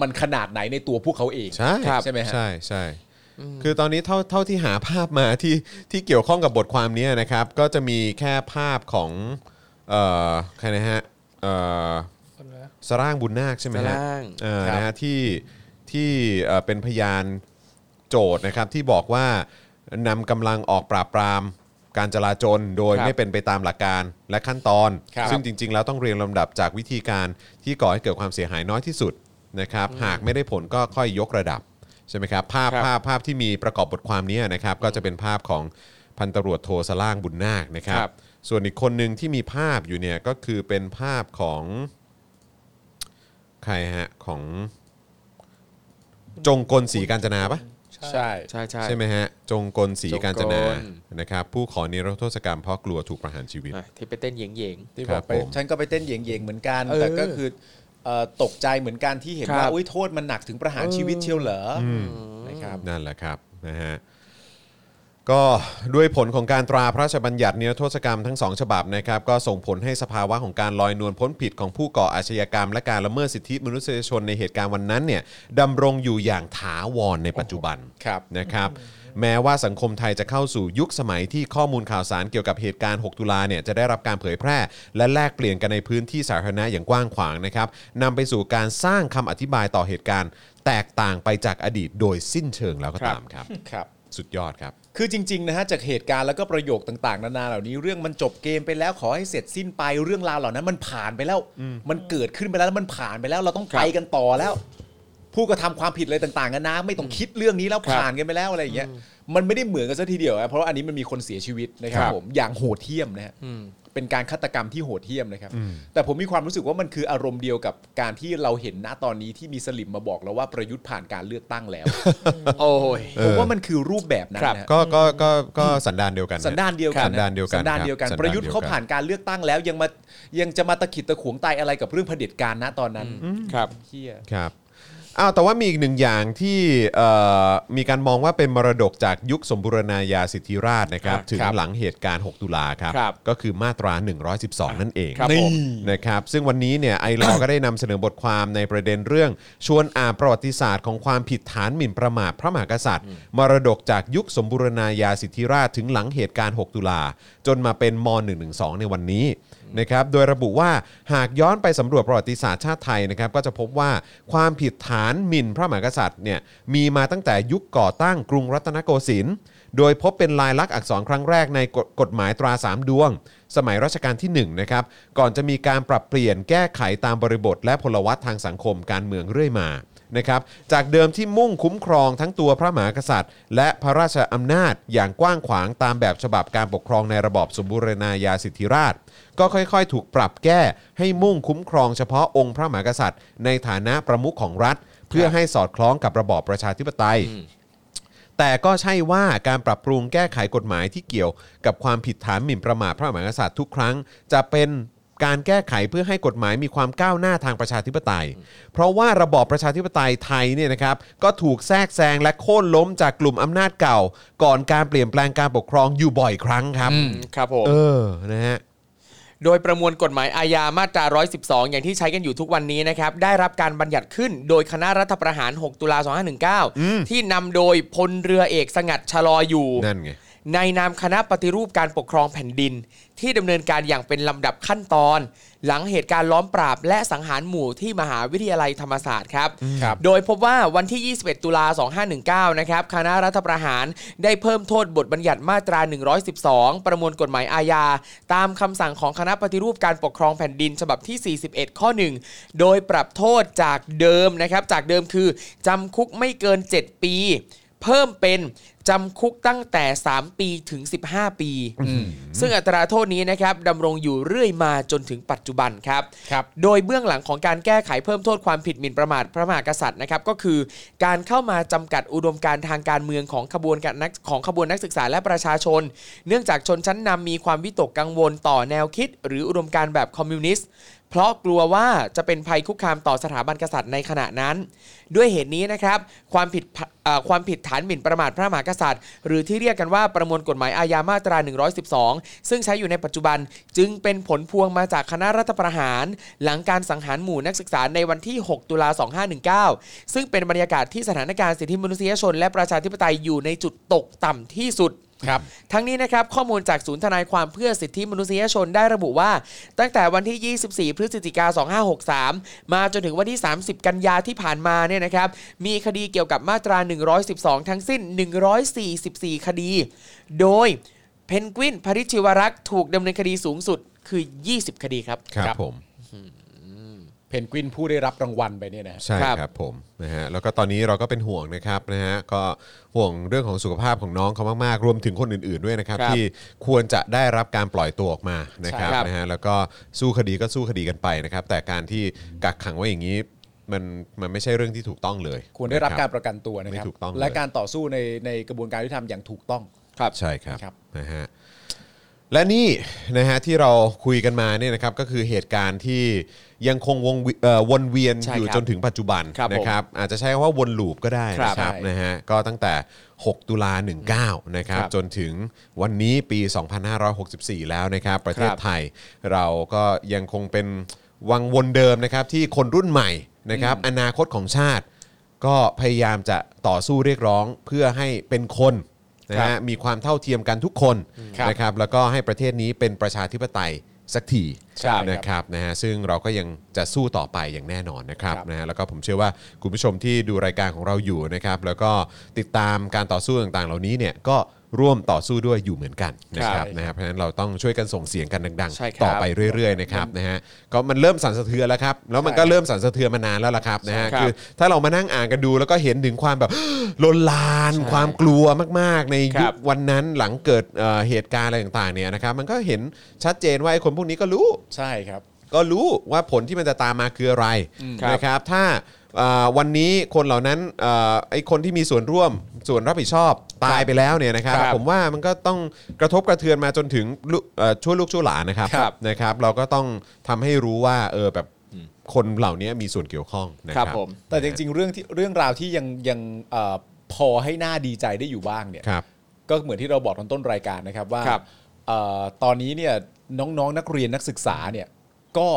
[SPEAKER 3] มันขนาดไหนในตัวพวกเขาเอง
[SPEAKER 1] ใช่
[SPEAKER 3] ครับใช่ไหมฮะ
[SPEAKER 1] ใช่ใช่คือตอนนี้เท่าเท่าที่หาภาพมา ที่ที่เกี่ยวข้องกับบทความเนี้ยนะครับ ก็จะมีแค่ภาพของเอ่อใครนะฮะเอ่อ
[SPEAKER 5] คนนะ
[SPEAKER 1] สร่างบุญนาคใช่ไหมฮะ
[SPEAKER 2] สร่าง
[SPEAKER 1] เอ่อ
[SPEAKER 3] ครับ
[SPEAKER 1] นะฮะที่ที่เอ่อเป็นพยานโจทย์นะครับที่บอกว่านำกำลังออกปราบปรามการจราจรโดย
[SPEAKER 2] ครับ
[SPEAKER 1] ไม่เป็นไปตามหลักการและขั้นตอน
[SPEAKER 3] ครับ
[SPEAKER 1] ซึ่งจริง ๆ แล้วต้องเรียงลำดับจากวิธีการที่ก่อให้เกิดความเสียหายน้อยที่สุดนะครับหากไม่ได้ผลก็ค่อยยกระดับใช่ไหมครับภาพ
[SPEAKER 2] ครับ
[SPEAKER 1] ภาพภาพที่มีประกอบบทความเนี้ยนะครับก็จะเป็นภาพของพันตำรวจโทสร่างบุญนาคนะครับ
[SPEAKER 2] ครับ
[SPEAKER 1] ส่วนอีกคนหนึ่งที่มีภาพอยู่เนี่ยก็คือเป็นภาพของ ใครฮะ ของจงกลศรีกาญจนาปะ
[SPEAKER 5] ใช่
[SPEAKER 3] ใช่
[SPEAKER 2] ใช่ใช่
[SPEAKER 1] ใช่ไหมฮะ จงกลสี
[SPEAKER 2] จงกล
[SPEAKER 1] การจนานะครับ ผู้ขอนิรโทษกรรมเพราะกลัวถูกประหารชีวิต
[SPEAKER 2] อ่ะที่ไปเต้นเหยงเหยง
[SPEAKER 3] ที่
[SPEAKER 1] ครับ บอก
[SPEAKER 3] ไป
[SPEAKER 1] ผม
[SPEAKER 3] ฉันก็ไปเต้นเหยงๆเหมือนกัน
[SPEAKER 2] เออ
[SPEAKER 3] แต่ก็คือเอ่อตกใจเหมือนกันที่เห็น
[SPEAKER 2] ครั
[SPEAKER 3] ว่า
[SPEAKER 2] บ
[SPEAKER 3] อุ้ยโทษมันหนักถึงประหารชีวิตเชียวเหรออนะครับ
[SPEAKER 1] นั่นแหละครับนะฮะก็ด้วยผลของการตราพระราชบัญญัตินิรโทษกรรมทั้งสองฉบับนะครับ ก็ส่งผลให้สภาวะของการลอยนวลพ้นผิดของผู้ก่ออาชญากรรม และการละเมิดสิทธิมนุษยชนในเหตุการณ์วันนั้นเนี่ยดำรงอยู่อย่างถาวรในปัจจุบัน
[SPEAKER 3] ครับ
[SPEAKER 1] นะครับแม้ว่าสังคมไทยจะเข้าสู่ยุคสมัยที่ข้อมูลข่าวสารเกี่ยวกับเหตุการณ์ 6 ตุลาเนี่ยจะได้รับการเผยแพร่ และแลกเปลี่ยนกันในพื้นที่สาธารณะอย่างกว้างขวางนะครับนำไปสู่การสร้างคำอธิบายต่อเหตุการณ์ แตกต่างไปจากอดีตโดยสิ้นเชิงแล้วก็ตามครับ
[SPEAKER 3] ครับ
[SPEAKER 1] สุดยอดครับ
[SPEAKER 3] คือจริงๆนะฮะจากเหตุการณ์แล้วก็ประโยคต่างๆ นานาเหล่านี้เรื่องมันจบเกมไปแล้วขอให้เสร็จสิ้นไปเรื่องราวเหล่านั้นมันผ่านไปแล้ว มันเกิดขึ้นไปแล้วแล้วมันผ่านไปแล้วเราต้องไปกันต่อแล้ว ผู้กระทำความผิดอะไรต่างๆกันานะไม่ต้องคิดเรื่องนี้แล้วผ่านกันไปแล้วอะไรอย่างเงี้ยมันไม่ได้เหมือนกันซะทีเดียวนะเพราะว่าอันนี้มันมีคนเสียชีวิตนะครับ
[SPEAKER 1] ครับ
[SPEAKER 3] ผมอย่างโหดเหี้ยมนะฮะเป็นการฆาตกรรมที่โหดเหี้ยมนะครับ แต่ผมมีความรู้สึกว่ามันคืออารมณ์เดียวกับการที่เราเห็นณตอนนี้ที่มีสลิมมาบอกแล้วว่าประยุทธ์ผ่านการเลือกตั้งแล้ว
[SPEAKER 2] โอ้ย
[SPEAKER 3] ผมว่ามันคือรูปแบบนั้นนะฮะ
[SPEAKER 1] ก็ก็ก็ก็สันดานเดียวกันะ
[SPEAKER 3] สันดานเดียวกั
[SPEAKER 1] สันดานเดียวกัน
[SPEAKER 3] สันดานเดียวกัน
[SPEAKER 1] คบ
[SPEAKER 3] ประยุทธ์เขา
[SPEAKER 1] สัด
[SPEAKER 3] ผ่านการเลือกตั้งแล้วยังมายังจะมาตะขิดตะขวงตายอะไรกับเรื่องเผด็จการนะตอนนั้น
[SPEAKER 2] ครับ
[SPEAKER 3] เฮีย
[SPEAKER 1] ครับอ้าวแต่ว่ามีอีกหนึ่งอย่างที่เอ่อมีการมองว่าเป็นมรดกจากยุคสมบูรณาญาสิทธิราชนะครับ
[SPEAKER 3] ครับ
[SPEAKER 1] ถึง
[SPEAKER 3] ครับ
[SPEAKER 1] หลังเหตุการณ์ 6 ตุลาครับ
[SPEAKER 2] ครับ
[SPEAKER 1] ก็คือมาตรา 112 นั่นเอง
[SPEAKER 2] ครับผม
[SPEAKER 1] นะครับซึ่งวันนี้เนี่ยไอรอว์ ก็ได้นำเสนอบทความในประเด็นเรื่อง ชวนอ่านประวัติศาสตร์ของความผิดฐานหมิ่นประมาทพระมหากษัตริย์ มรดกจากยุคสมบูรณาญาสิทธิราชถึงหลังเหตุการณ์ 6 ตุลา จนมาเป็นม .112 ในวันนี้นะครับโดยระบุว่าหากย้อนไปสำรวจประวัติศาสตร์ชาติไทยนะครับก็จะพบว่าความผิดฐานหมิ่นพระมหากษัตริย์เนี่ยมีมาตั้งแต่ยุคก่อตั้งกรุงรัตนโกสินทร์ โดยพบเป็นลายลักษณ์อักษรครั้งแรกในกฎกฎหมายตรา 3 ดวง สมัยรัชกาลที่ 1 นะครับ ก่อนจะมีการปรับเปลี่ยนแก้ไขตามบริบท และพลวัตทางสังคมการเมืองเรื่อยมานะครับจากเดิมที่มุ่งคุ้มครองทั้งตัวพระมหากษัตริย์ และพระราชอำนาจอย่างกว้างขวางตามแบบฉบับการปกครองในระบอบสมบูรณาญาสิทธิราช ก็ค่อยๆ ถูกปรับแก้ให้มุ่งคุ้มครองเฉพาะองค์พระมหากษัตริย์ ในฐานะประมุขของรัฐ เพื่อให้สอดคล้องกับระบอบประชาธิปไตย แต่ก็ใช่ว่าการปรับปรุงแก้ไขกฎหมายที่เกี่ยวกับความผิดฐานหมิ่นประมาทพระมหากษัตริย์ทุกครั้ง จะเป็นการแก้ไขเพื่อให้กฎหมายมีความก้าวหน้าทางประชาธิปไตย เพราะว่าระบอบประชาธิปไตยไทยเนี่ยนะครับก็ถูกแทรกแซงและโค่นล้มจากกลุ่มอำนาจเก่า ก่อนการเปลี่ยนแปลงการปกครองอยู่บ่อยครั้งครับ
[SPEAKER 2] ครับผม
[SPEAKER 1] เออนะฮะ
[SPEAKER 2] โดยประมวลกฎหมายอาญามาตรา 112 อย่างที่ใช้กันอยู่ทุกวันนี้นะครับ ได้รับการบัญญัติขึ้นโดยคณะรัฐประหาร 6 ตุลา 2519 ที่นำโดยพลเรือเอกสงัดชะลออยู่
[SPEAKER 1] นั่นไง
[SPEAKER 2] ในนามคณะปฏิรูปการปกครองแผ่นดิน ที่ดำเนินการอย่างเป็นลำดับขั้นตอน หลังเหตุการณ์ล้อมปราบ และสังหารหมู่ที่มหาวิทยาลัยธรรมศาสตร์ครับ
[SPEAKER 3] ครับ
[SPEAKER 2] โดยพบว่าวันที่ 21 ตุลา 2519 นะครับ คณะรัฐประหารได้เพิ่มโทษบทบัญญัติมาตรา 112 ประมวลกฎหมายอาญา ตามคำสั่งของคณะปฏิรูปการปกครองแผ่นดินฉบับที่ 41 ข้อ 1 โดยปรับโทษจากเดิมนะครับ จากเดิมคือจำคุกไม่เกิน 7 ปี เพิ่มเป็นจำคุกตั้งแต่ 3 ปีถึง 15 ปี ซึ่งอัตราโทษนี้นะครับดำรงอยู่เรื่อยมาจนถึงปัจจุบันครับ
[SPEAKER 3] ครับ
[SPEAKER 2] โดยเบื้องหลังของการแก้ไขเพิ่มโทษความผิดหมิ่นประมาทพระมหากษัตริย์นะครับก็คือการเข้ามาจำกัดอุดมการณ์ทางการเมืองของขบวนการนักของขบวนนักศึกษาและประชาชน เนื่องจากชนชั้นนำมีความวิตกกังวลต่อแนวคิด หรืออุดมการณ์แบบคอมมิวนิสต์ เพราะกลัวว่าจะเป็นภัยคุกคามต่อสถาบันกษัตริย์ในขณะนั้น ด้วยเหตุนี้นะครับความผิดพะเอ่อความผิดฐานหมิ่นประมาทพระมหากษัตริย์ หรือที่เรียกกันว่าประมวลกฎหมายอาญามาตรา 112 ซึ่งใช้อยู่ในปัจจุบันจึงเป็นผลพวงมาจากคณะรัฐประหาร หลังการสังหารหมู่นักศึกษาในวันที่ 6 ตุลา 2519 ซึ่งเป็นบรรยากาศที่สถานการณ์สิทธิมนุษยชน และประชาธิปไตยอยู่ในจุดตกต่ำที่สุด
[SPEAKER 3] ครับ
[SPEAKER 2] ทั้งนี้นะครับ ข้อมูลจากศูนย์ทนายความเพื่อสิทธิมนุษยชนได้ระบุว่า ตั้งแต่วันที่ 24 พฤศจิกา 2563 มาจนถึงวันที่ 30 กันยาที่ผ่านมาเนี่ยนะครับ มีคดีเกี่ยวกับมาตรา 112 ทั้งสิ้น 144 คดี โดยเพนกวินพริชิวรักษ์ถูกดำเนินคดีสูงสุดคือ 20 คดีครับ
[SPEAKER 1] ครับผม
[SPEAKER 3] เพนกวินผู้ได้รับรางวัลไปเนี่ยนะฮะ
[SPEAKER 1] ใช่
[SPEAKER 2] ครับ
[SPEAKER 1] ครับผมนะฮะแล้วก็ตอนนี้เราก็เป็นห่วงนะครับนะฮะก็ห่วงเรื่องของสุขภาพของน้องเขามากๆรวมถึงคนอื่น ๆด้วยนะครับ
[SPEAKER 2] ครับ
[SPEAKER 1] ที่ควรจะได้รับการปล่อยตัวออกมานะครับ
[SPEAKER 2] ใช่ครับ
[SPEAKER 1] นะฮะแล้วก็สู้คดีก็สู้คดีกันไปนะครับ แต่การที่กักขังไว้อย่างนี้ มันมันไม่ใช่เรื่องที่ถูกต้องเลย
[SPEAKER 3] ควรได้รับ
[SPEAKER 1] นะ
[SPEAKER 3] การประกันตัวนะครับ
[SPEAKER 1] ไม่ถูกต้องเลย
[SPEAKER 3] และการต่อสู้ในในกระบวนการยุติธรรมอย่างถูกต้อง
[SPEAKER 1] ครับใช่ครับ
[SPEAKER 3] ครับ
[SPEAKER 1] นะฮะและนี่นะฮะที่เราคุยกันมาเนี่ยนะครับก็คือเหตุการณ์ที่ยังคงวงเอ่อวนเวียน
[SPEAKER 2] ใช่
[SPEAKER 1] อยู่
[SPEAKER 2] ครับ
[SPEAKER 1] จนถึงปัจจุบัน
[SPEAKER 2] ครับผม
[SPEAKER 1] นะครับอาจจะใช้คำว่าวนลูปก็ได้
[SPEAKER 2] ครับ
[SPEAKER 1] นะครับ
[SPEAKER 3] ใช่
[SPEAKER 1] นะฮะก็ตั้งแต่ 6 ตุลา19นะครับ
[SPEAKER 2] ครับ
[SPEAKER 1] จนถึงวันนี้ปี 2564 แล้วนะครับประเทศ
[SPEAKER 2] ครับ
[SPEAKER 1] ไทย เราก็ยังคงเป็นวังวนเดิมนะครับที่คนรุ่นใหม่นะครับอนาคตของชาติ ก็พยายามจะต่อสู้เรียกร้องเพื่อให้เป็นคนนะฮะมีความเท่าเทียมกันทุกคน
[SPEAKER 3] ครับ
[SPEAKER 1] นะครับแล้วก็ให้ประเทศนี้เป็นประชาธิปไตยสักที
[SPEAKER 3] ใช่ครับ
[SPEAKER 1] นะครับนะฮะซึ่งเราก็ยังจะสู้ต่อไปอย่างแน่นอนนะครับ
[SPEAKER 3] ครับ
[SPEAKER 1] นะฮะแล้วก็ผมเชื่อว่าคุณผู้ชมที่ดูรายการของเราอยู่นะครับแล้วก็ติดตามการต่อสู้ต่างๆ เหล่านี้เนี่ยก็ร่วมต่อสู้ด้วยอยู่เหมือนกันนะครับนะฮะเพราะฉะนั้นเราต้องช่วยกันส่งเสียงกันดัง
[SPEAKER 2] ใช่ครับ
[SPEAKER 1] ๆ ต่อไป ไปเรื่อยๆนะครับนะฮะก็มันเริ่มสั่นสะเทือนแล้วครับแล้วมันก็เริ่มสั่นสะเทือนมานานแล้วล่ะครับนะฮะ
[SPEAKER 2] ใช่ครับ
[SPEAKER 1] คือถ้าเรามานั่งอ่านกันดูแล้วก็เห็นถึงความแบบ ลนลาน ความกลัวมากๆ ใน
[SPEAKER 2] ค
[SPEAKER 1] ยุ
[SPEAKER 2] รั
[SPEAKER 1] ค
[SPEAKER 2] บ
[SPEAKER 1] วันนั้นหลังเกิดเอ่อเหตุการณ์อะไรต่างๆเนี่ยนะครับมันก็เห็นชัดเจนว่าไอ้คนพวกนี้ก็รู้
[SPEAKER 3] ใช่ครับ
[SPEAKER 1] ก็รู้ว่าผลที่มันจะตามมาคืออะไร
[SPEAKER 2] ครับ
[SPEAKER 1] นะครับถ้าเอ่อวันนี้คนเหล่านั้นเอ่อไอ้คนที่มีส่วนร่วมส่วนรับผิดชอบตายไปแล้วเนี่ยนะครับ
[SPEAKER 2] ครับ
[SPEAKER 1] ผมว่ามันก็ต้องกระทบกระเทือนมาจนถึงลูกเอ่อชั่วลูกชั่วหลานนะครับ
[SPEAKER 2] ครับ
[SPEAKER 1] นะครับ เราก็ต้องทำให้รู้ว่าเออแบบคนเหล่านี้มีส่วนเกี่ยวข้องนะค
[SPEAKER 2] ครั
[SPEAKER 1] รับบ
[SPEAKER 2] ผม
[SPEAKER 3] แต่จริงๆ เรื่องที่เรื่องราวที่ยังยังเอ่อพอให้หน้าดีใจได้อยู่บ้างเนี่ย
[SPEAKER 1] ครับ
[SPEAKER 3] ก็เหมือนที่เราบอกตอนต้นรายการนะครับว่า
[SPEAKER 2] ครับ
[SPEAKER 3] เอ่อตอนนี้เนี่ยน้องๆนักเรียนนักศึกษาเนี่ยก็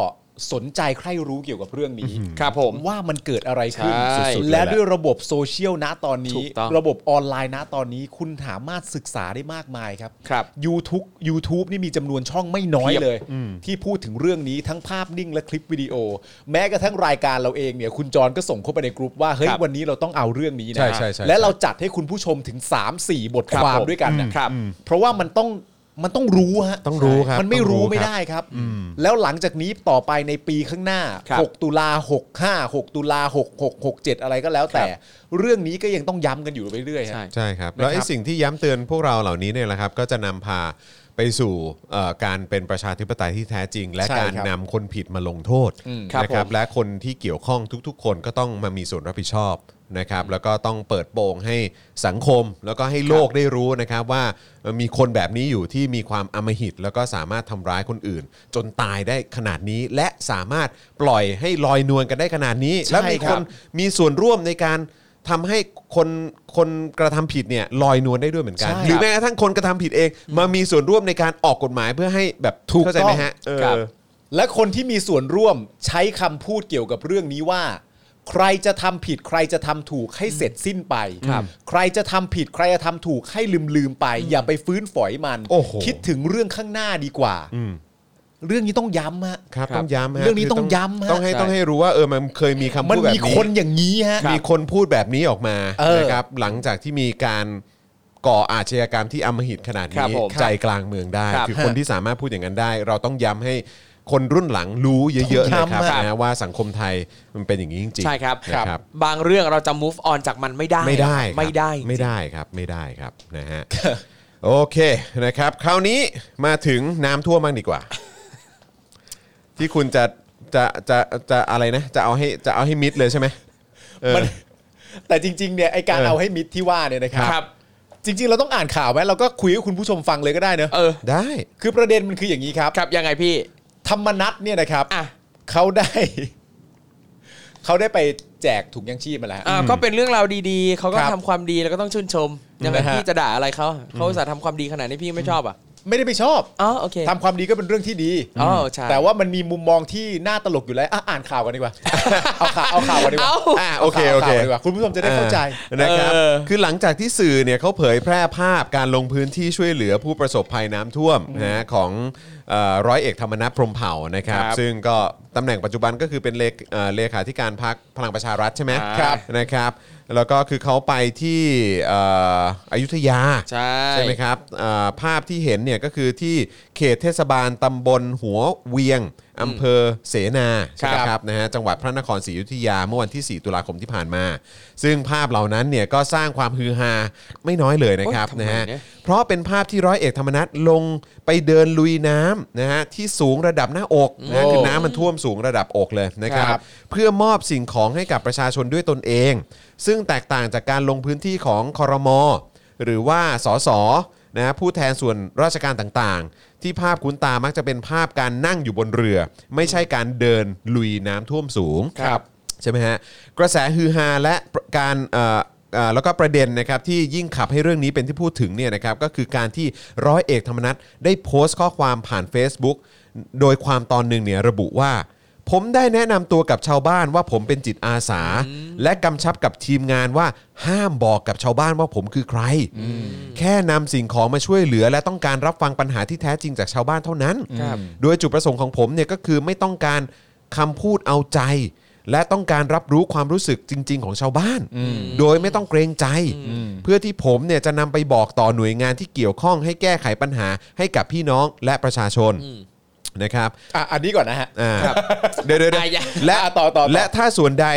[SPEAKER 3] สนใจใคร่รู้เกี่ยวกับเรื่องนี้
[SPEAKER 2] ครับผม
[SPEAKER 3] ว่ามันเกิดอะไรขึ้น
[SPEAKER 2] ใช่
[SPEAKER 3] สุดๆและด้วยระบบโซเชียลณตอนนี้
[SPEAKER 2] ถูกต้อง
[SPEAKER 3] ระบบออนไลน์ณตอนนี้คุณสามารถศึกษาได้มากมายครับ
[SPEAKER 2] ครับ
[SPEAKER 3] YouTube YouTube นี่มีจำนวนช่องไม่น้อยเลย ที่พูดถึงเรื่องนี้ทั้งภาพนิ่งและคลิปวิดีโอ แม้กระทั่งรายการเราเองเนี่ยคุณจรก็ส่งเข้าไปในกลุ่มว่าเฮ้ย
[SPEAKER 2] ครับ
[SPEAKER 3] วันนี้เราต้องเอาเรื่องนี้นะ
[SPEAKER 1] ใช่ใช่ใช่
[SPEAKER 3] และเรา จัดให้คุณผู้ชมถึง 3 4 บทควา
[SPEAKER 2] ครับ
[SPEAKER 3] ม
[SPEAKER 2] ผม
[SPEAKER 3] ด้วยกันนะครับ เพราะว่ามันต้องมันต้องรู้ฮะ
[SPEAKER 1] ต้องรู้ครับ
[SPEAKER 3] มันไม่
[SPEAKER 1] ต้องรู้
[SPEAKER 3] รู้
[SPEAKER 1] ครับ
[SPEAKER 3] ไม่ได้ครับ แล้วหลังจากนี้ต่อไปในปีข้างหน้า
[SPEAKER 2] ครับ
[SPEAKER 3] 6 ตุลา65 6 ตุลา66 67 อะไรก็แล้วแต่ เรื่องนี้ก็ยังต้องย้ำกันอยู่เรื่อยๆฮะ
[SPEAKER 2] ใช่
[SPEAKER 1] ใช่ครับ แล้วไอ้สิ่งที่ย้ำเตือนพวกเราเหล่านี้เนี่ยแหละครับ ก็จะนำพาไปสู่เอ่อการเป็นประชาธิปไตยที่แท้จริง และ
[SPEAKER 3] ใช่
[SPEAKER 1] การ
[SPEAKER 3] ครับ
[SPEAKER 1] นำคนผิดมาลงโทษ
[SPEAKER 2] ครับ
[SPEAKER 1] นะครับ
[SPEAKER 2] ผม
[SPEAKER 1] และคนที่เกี่ยวข้องทุกๆ คนก็ต้องมามีส่วนรับผิดชอบนะครับ แล้วก็ต้องเปิดโปงให้สังคม แล้วก็ให้โลกได้รู้นะครับว่ามันมีคนแบบนี้อยู่ที่มีความอำมหิต แล้วก็สามารถทำร้ายคนอื่น จนตายได้ขนาดนี้ และสามารถปล่อยให้ลอยนวลกันได้ขนาดนี้
[SPEAKER 3] ใช่
[SPEAKER 1] และมี
[SPEAKER 3] ค
[SPEAKER 1] ค
[SPEAKER 3] รั
[SPEAKER 1] น
[SPEAKER 3] บ
[SPEAKER 1] มีส่วนร่วมในการทำให้คนคนกระทำผิดเนี่ยลอยนวลได้ด้วยเหมือนกัน
[SPEAKER 3] ใช่
[SPEAKER 1] หรือแม้กระทั่งคนกระทำผิดเอง มามีส่วนร่วมในการออกกฎหมายเพื่อให้แบบ
[SPEAKER 3] ถูก
[SPEAKER 1] เข้าใจไหมฮะ
[SPEAKER 3] ต้อง
[SPEAKER 1] เออ
[SPEAKER 2] ครับ
[SPEAKER 3] และคนที่มีส่วนร่วมใช้คำพูดเกี่ยวกับเรื่องนี้ว่า ใครจะทำผิดใครจะทำถูกให้เสร็จสิ้นไป ใครจะทำผิดใครจะทำถูกให้ลืมลืมๆไป อย่าไปฟื้นฝอยมัน
[SPEAKER 1] โอ้โห
[SPEAKER 3] คิดถึงเรื่องข้างหน้าดีกว่า เรื่องนี้ต้องย้ำฮะ
[SPEAKER 1] ครับต้องย้ำฮะ
[SPEAKER 3] เรื่องนี้
[SPEAKER 1] คื
[SPEAKER 3] ต้องย้ำฮะ
[SPEAKER 1] ต้องให้
[SPEAKER 2] ใช่
[SPEAKER 1] ต้องให้รู้ว่าเออมันเคยมีคำ
[SPEAKER 3] มั
[SPEAKER 1] พู
[SPEAKER 3] น
[SPEAKER 1] ดแบบ
[SPEAKER 3] มี
[SPEAKER 1] นี้
[SPEAKER 3] คนอย่างนี้ฮะ
[SPEAKER 1] มีคนพูดแบบนี้ออกมา
[SPEAKER 3] เออ
[SPEAKER 1] นะครับหลังจากที่มีการก่ออาชญากรรมที่อำมหิตขนาด
[SPEAKER 2] ครับ
[SPEAKER 1] นี้
[SPEAKER 2] ผม
[SPEAKER 1] ใจกลางเมืองได้
[SPEAKER 2] ครับ
[SPEAKER 1] คือคนที่สามารถพูดอย่างนั้นได้ เราต้องย้ำให้คนรุ่นหลังรู้เยอะๆเลยครับ
[SPEAKER 2] ย้ำฮะ
[SPEAKER 1] นะว่าสังคมไทยมันเป็นอย่างนี้จริงๆ
[SPEAKER 2] ใช่ครับ
[SPEAKER 1] นะครับ
[SPEAKER 2] บางเรื่องเราจะ move on จากมันไม่ได้
[SPEAKER 1] ไม่ได้ครับ
[SPEAKER 2] ไม่ได้จริง
[SPEAKER 1] ไม่ได้ครับไม่ได้ครับนะฮะโอเคนะครับคราวนี้มาถึงน้ำท่วมบ้างดีกว่า ที่คุณจะจะจะจะอะไรนะ จะเอาให้จะเอาให้มิดเลยใช่ไหมเออ
[SPEAKER 3] มัน แต่จริงๆเนี่ยไอการ
[SPEAKER 1] เออ
[SPEAKER 3] เอาให้มิดที่ว่าเนี่ยนะครับ
[SPEAKER 2] ครับ
[SPEAKER 3] จริง ๆ เราต้องอ่านข่าวไหมเราก็คุยกับคุณผู้ชมฟังเลยก็ได้เนอะ
[SPEAKER 2] เออ
[SPEAKER 1] ได้
[SPEAKER 3] คือประเด็นมันคืออย่างนี้ครับ
[SPEAKER 2] ครับยังไงพี่
[SPEAKER 3] ธรรมนัตเนี่ยนะครับ
[SPEAKER 2] อ่ะ
[SPEAKER 3] เขาได้ เขาได้ไปแจกถุงยังชีพมาแล้ว
[SPEAKER 2] อ่าก็เป็นเรื่องราวดีๆ เขาก็
[SPEAKER 3] ครับ
[SPEAKER 2] ทำความดีแล้วก็ต้องชื่นชม ยังไง
[SPEAKER 3] นะฮะ
[SPEAKER 2] พี่จะด่าอะไรเขาเขาอุตสาห์ทำความดีขนาดนี้พี่ไม่ชอบอ่ะ
[SPEAKER 3] ไม่ได้ไปชอบ
[SPEAKER 2] อ๋อโอเค
[SPEAKER 3] ทำความดีก็เป็นเรื่องที่ดี
[SPEAKER 2] อ๋อใช่
[SPEAKER 3] แต่ว่ามันมีมุมมองที่น่าตลกอยู่แล้วอ่ะอ่านข่าวกันดีกว่า เอาข่าวเอาข่าวกันดีกว่า
[SPEAKER 2] เอ้า
[SPEAKER 1] อ่าโอเคโอเค
[SPEAKER 3] าข่าวกันดีกว่าคุณผู้ชมจะได้เข้าใจ
[SPEAKER 1] อ่านะครับ
[SPEAKER 2] เออ
[SPEAKER 1] คือหลังจากที่สื่อเนี่ยเขาเผยแพร่ภาพการลงพื้นที่ช่วยเหลือผู้ประสบภัยน้ำท่วมนะฮะของเอ่อร้อยเอกธรรมนัฐพรหมเผ่านะครับ
[SPEAKER 2] ครับ
[SPEAKER 1] ซึ่งก็ตำแหน่งปัจจุบันก็คือเป็นเลขเอ่อเลขาธิการพักพลังประชารัฐใช่ไหม
[SPEAKER 2] อ่า
[SPEAKER 3] ครับ
[SPEAKER 1] นะครับแล้วก็คือเขาไปที่เอ่ออยุธยา
[SPEAKER 2] ใช่
[SPEAKER 1] ไหมครับเอ่อภาพที่เห็นเนี่ยก็คือที่เขตเทศบาลตำบลหัวเวียง อำเภอเสนาใช่ไหม
[SPEAKER 2] ครับ
[SPEAKER 1] ครับนะฮะจังหวัดพระนครศรีอยุธยาเมื่อวันที่ 4 ตุลาคมที่ผ่านมา ซึ่งภาพเหล่านั้นเนี่ยก็สร้างความฮือฮาไม่น้อยเลยนะครับ
[SPEAKER 2] โอ๊ยทำไม
[SPEAKER 1] นะฮะ
[SPEAKER 2] เนี่ย
[SPEAKER 1] เพราะเป็นภาพที่ร้อยเอกธรรมนัฐลงไปเดินลุยน้ำนะฮะที่สูงระดับหน้าอกนะคือน้ำมันท่วมสูงระดับอกเลยนะครับ
[SPEAKER 3] ครับ
[SPEAKER 1] เพื่อมอบสิ่งของให้กับประชาชนด้วยตนเอง ซึ่งแตกต่างจากการลงพื้นที่ของคอรมอหรือว่าสสนะผู้แทนส่วนราชการต่างๆ ที่ภาพคุ้นตามักจะเป็นภาพการนั่งอยู่บนเรือ ไม่ใช่การเดินลุยน้ำท่วมสูง
[SPEAKER 2] ครับ
[SPEAKER 1] ใช่ไหมฮะกระแสฮือฮาและการเอ่อเอ่อแล้วก็ประเด็นนะครับที่ยิ่งขับให้เรื่องนี้เป็นที่พูดถึงเนี่ยนะครับก็คือการที่ร้อยเอกธรรมนัฐได้โพสต์ข้อความผ่าน Facebook โดยความตอนหนึ่งเนี่ยระบุว่า ผมได้แนะนำตัวกับชาวบ้านว่าผมเป็นจิตอาสา และกำชับกับทีมงานว่าห้ามบอกกับชาวบ้านว่าผมคือใคร แค่นำสิ่งของมาช่วยเหลือ และต้องการรับฟังปัญหาที่แท้จริงจากชาวบ้านเท่านั้น
[SPEAKER 2] ครับ
[SPEAKER 1] โดยจุดประสงค์ของผมเนี่ยก็คือไม่ต้องการคำพูดเอาใจ และต้องการรับรู้ความรู้สึกจริง ๆ ของชาวบ้าน โดยไม่ต้องเกรงใจ เพื่อที่ผมเนี่ยจะนำไปบอกต่อหน่วยงานที่เกี่ยวข้องให้แก้ไขปัญหาให้กับพี่น้องและประชาชนนะครับ
[SPEAKER 3] อ่ะอันนี้ก่อนนะฮะ
[SPEAKER 1] อ่าเดี๋ยวเดี๋ยวเดี๋ยว
[SPEAKER 2] อ่ะอย่า
[SPEAKER 1] และ
[SPEAKER 3] อ่ต่อต่อต่อ
[SPEAKER 1] และถ้าส่วนใด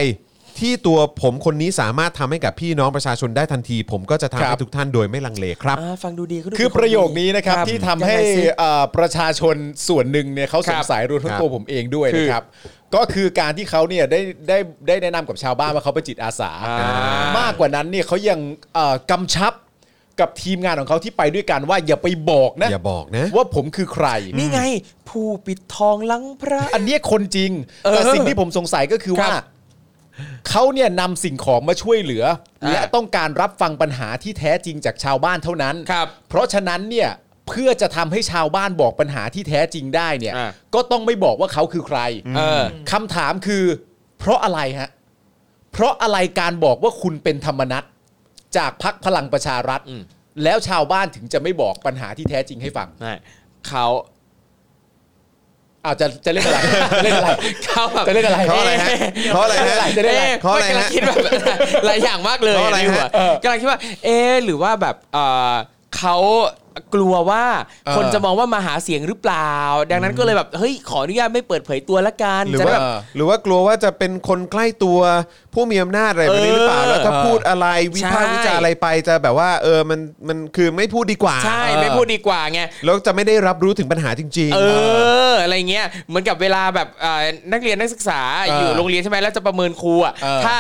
[SPEAKER 1] ที่ตัวผมคนนี้สามารถทำให้กับพี่น้องประชาชนได้ทันที ผมก็จะทำ
[SPEAKER 3] ครั
[SPEAKER 1] ให้
[SPEAKER 3] บ
[SPEAKER 1] ทุกท่านโดยไม่ลังเลครับ
[SPEAKER 2] อ่าฟังดูดีก็ดู
[SPEAKER 3] คือ
[SPEAKER 2] เป็
[SPEAKER 3] ประโยค
[SPEAKER 2] ดี
[SPEAKER 3] นี้นะครับ
[SPEAKER 2] ครับ
[SPEAKER 3] ที่ทำให้
[SPEAKER 2] ยังไงสิ
[SPEAKER 3] เอ่อประชาชนส่วนหนึ่งเนี่ยเขาส
[SPEAKER 2] ครั
[SPEAKER 3] ง
[SPEAKER 2] บ
[SPEAKER 3] สัยรวมทั้
[SPEAKER 1] ค
[SPEAKER 3] ง
[SPEAKER 1] รับ
[SPEAKER 3] ตัวผมเองด้วยนะครับ ก็คือการที่เขาเนี่ยได้ได้ได้แนะนำกับชาวบ้านว่าเขาเป็นจิตอาสา
[SPEAKER 2] อ่าม
[SPEAKER 3] มากกว่านั้นเนี่ยเขายังเอ่อกำชับกับทีมงานของเขาที่ไปด้วยกันว่าอย่าไปบอกนะ
[SPEAKER 1] อย่าบอกนะ
[SPEAKER 3] ว่าผมคือใคร
[SPEAKER 2] นี่ไง ผู้ปิดทองหลังพระ
[SPEAKER 3] อันเนี้ยคนจริง
[SPEAKER 2] เออ
[SPEAKER 3] แต่สิ่งที่ผมสงสัยก็คือ
[SPEAKER 2] ครับ
[SPEAKER 3] ว่าเขาเนี่ยนำสิ่งของมาช่วยเหลือ
[SPEAKER 2] อ่า
[SPEAKER 3] และต้องการรับฟังปัญหาที่แท้จริงจากชาวบ้านเท่านั้น
[SPEAKER 2] ครับ
[SPEAKER 3] เพราะฉะนั้นเนี่ยเพื่อจะทำให้ชาวบ้านบอกปัญหาที่แท้จริงได้เนี่ย
[SPEAKER 2] อ่า
[SPEAKER 3] ก็ต้องไม่บอกว่าเขาคือใคร
[SPEAKER 2] เออ
[SPEAKER 3] คำถามคือ เพราะอะไรฮะ เพราะอะไรการบอกว่าคุณเป็นธรรมนัตจากพักพลังประชารัฐ
[SPEAKER 2] อืม
[SPEAKER 3] แล้วชาวบ้านถึงจะไม่บอกปัญหาที่แท้จริงให้ฟัง
[SPEAKER 2] ไม่เขา
[SPEAKER 3] อ้าวจะจะเล่นอะไรจะเล่นอะไร
[SPEAKER 2] เขาแบบ
[SPEAKER 3] จะเล่นอะไร
[SPEAKER 1] เขาอะไรฮะเขาอะไรฮะ
[SPEAKER 3] จเล่นอะไร
[SPEAKER 1] เขาอะไร
[SPEAKER 2] ม่กำลั
[SPEAKER 1] ฮะ
[SPEAKER 2] งคิดแบบ หลายอย่างมากเลย
[SPEAKER 1] เขาอะไรฮะ
[SPEAKER 2] ในหัวกำลังคิดว่า เอ๊ะหรือว่าแบบเอ่อเขากลัวว่า
[SPEAKER 3] เออ
[SPEAKER 2] คนจะมองว่ามาหาเสียงหรือเปล่า ดังนั้นก็เลยแบบเฮ้ยขออนุญาตไม่เปิดเผยตัวละกัน
[SPEAKER 1] หรือ
[SPEAKER 2] จะ
[SPEAKER 1] ว่า
[SPEAKER 2] ได้แบบ
[SPEAKER 1] หรือว่ากลัวว่าจะเป็นคนใกล้ตัวผู้มีอำนาจอะไรแบบนี้หรือเปล่า
[SPEAKER 2] เออ
[SPEAKER 1] แล้วถ้าพูดอะไรวิพากษ์
[SPEAKER 2] ใช่
[SPEAKER 1] วิจารณ์อะไรไปจะแบบว่าเออมันมันคือไม่พูดดีกว่า
[SPEAKER 2] ใช่
[SPEAKER 3] เออ
[SPEAKER 2] ไม่พูดดีกว่าไง
[SPEAKER 1] แล้วจะไม่ได้รับรู้ถึงปัญหาจริง
[SPEAKER 2] เอออะไรเงี้ยเหมือนกับเวลาแบบเอ่อนักเรียนนักศึกษา
[SPEAKER 3] เอ
[SPEAKER 2] อ
[SPEAKER 3] ออยู่
[SPEAKER 2] โรงเรียนใช่ไหมแล้วจะประเมินครูอ่ะ
[SPEAKER 3] เออ
[SPEAKER 2] ถ้า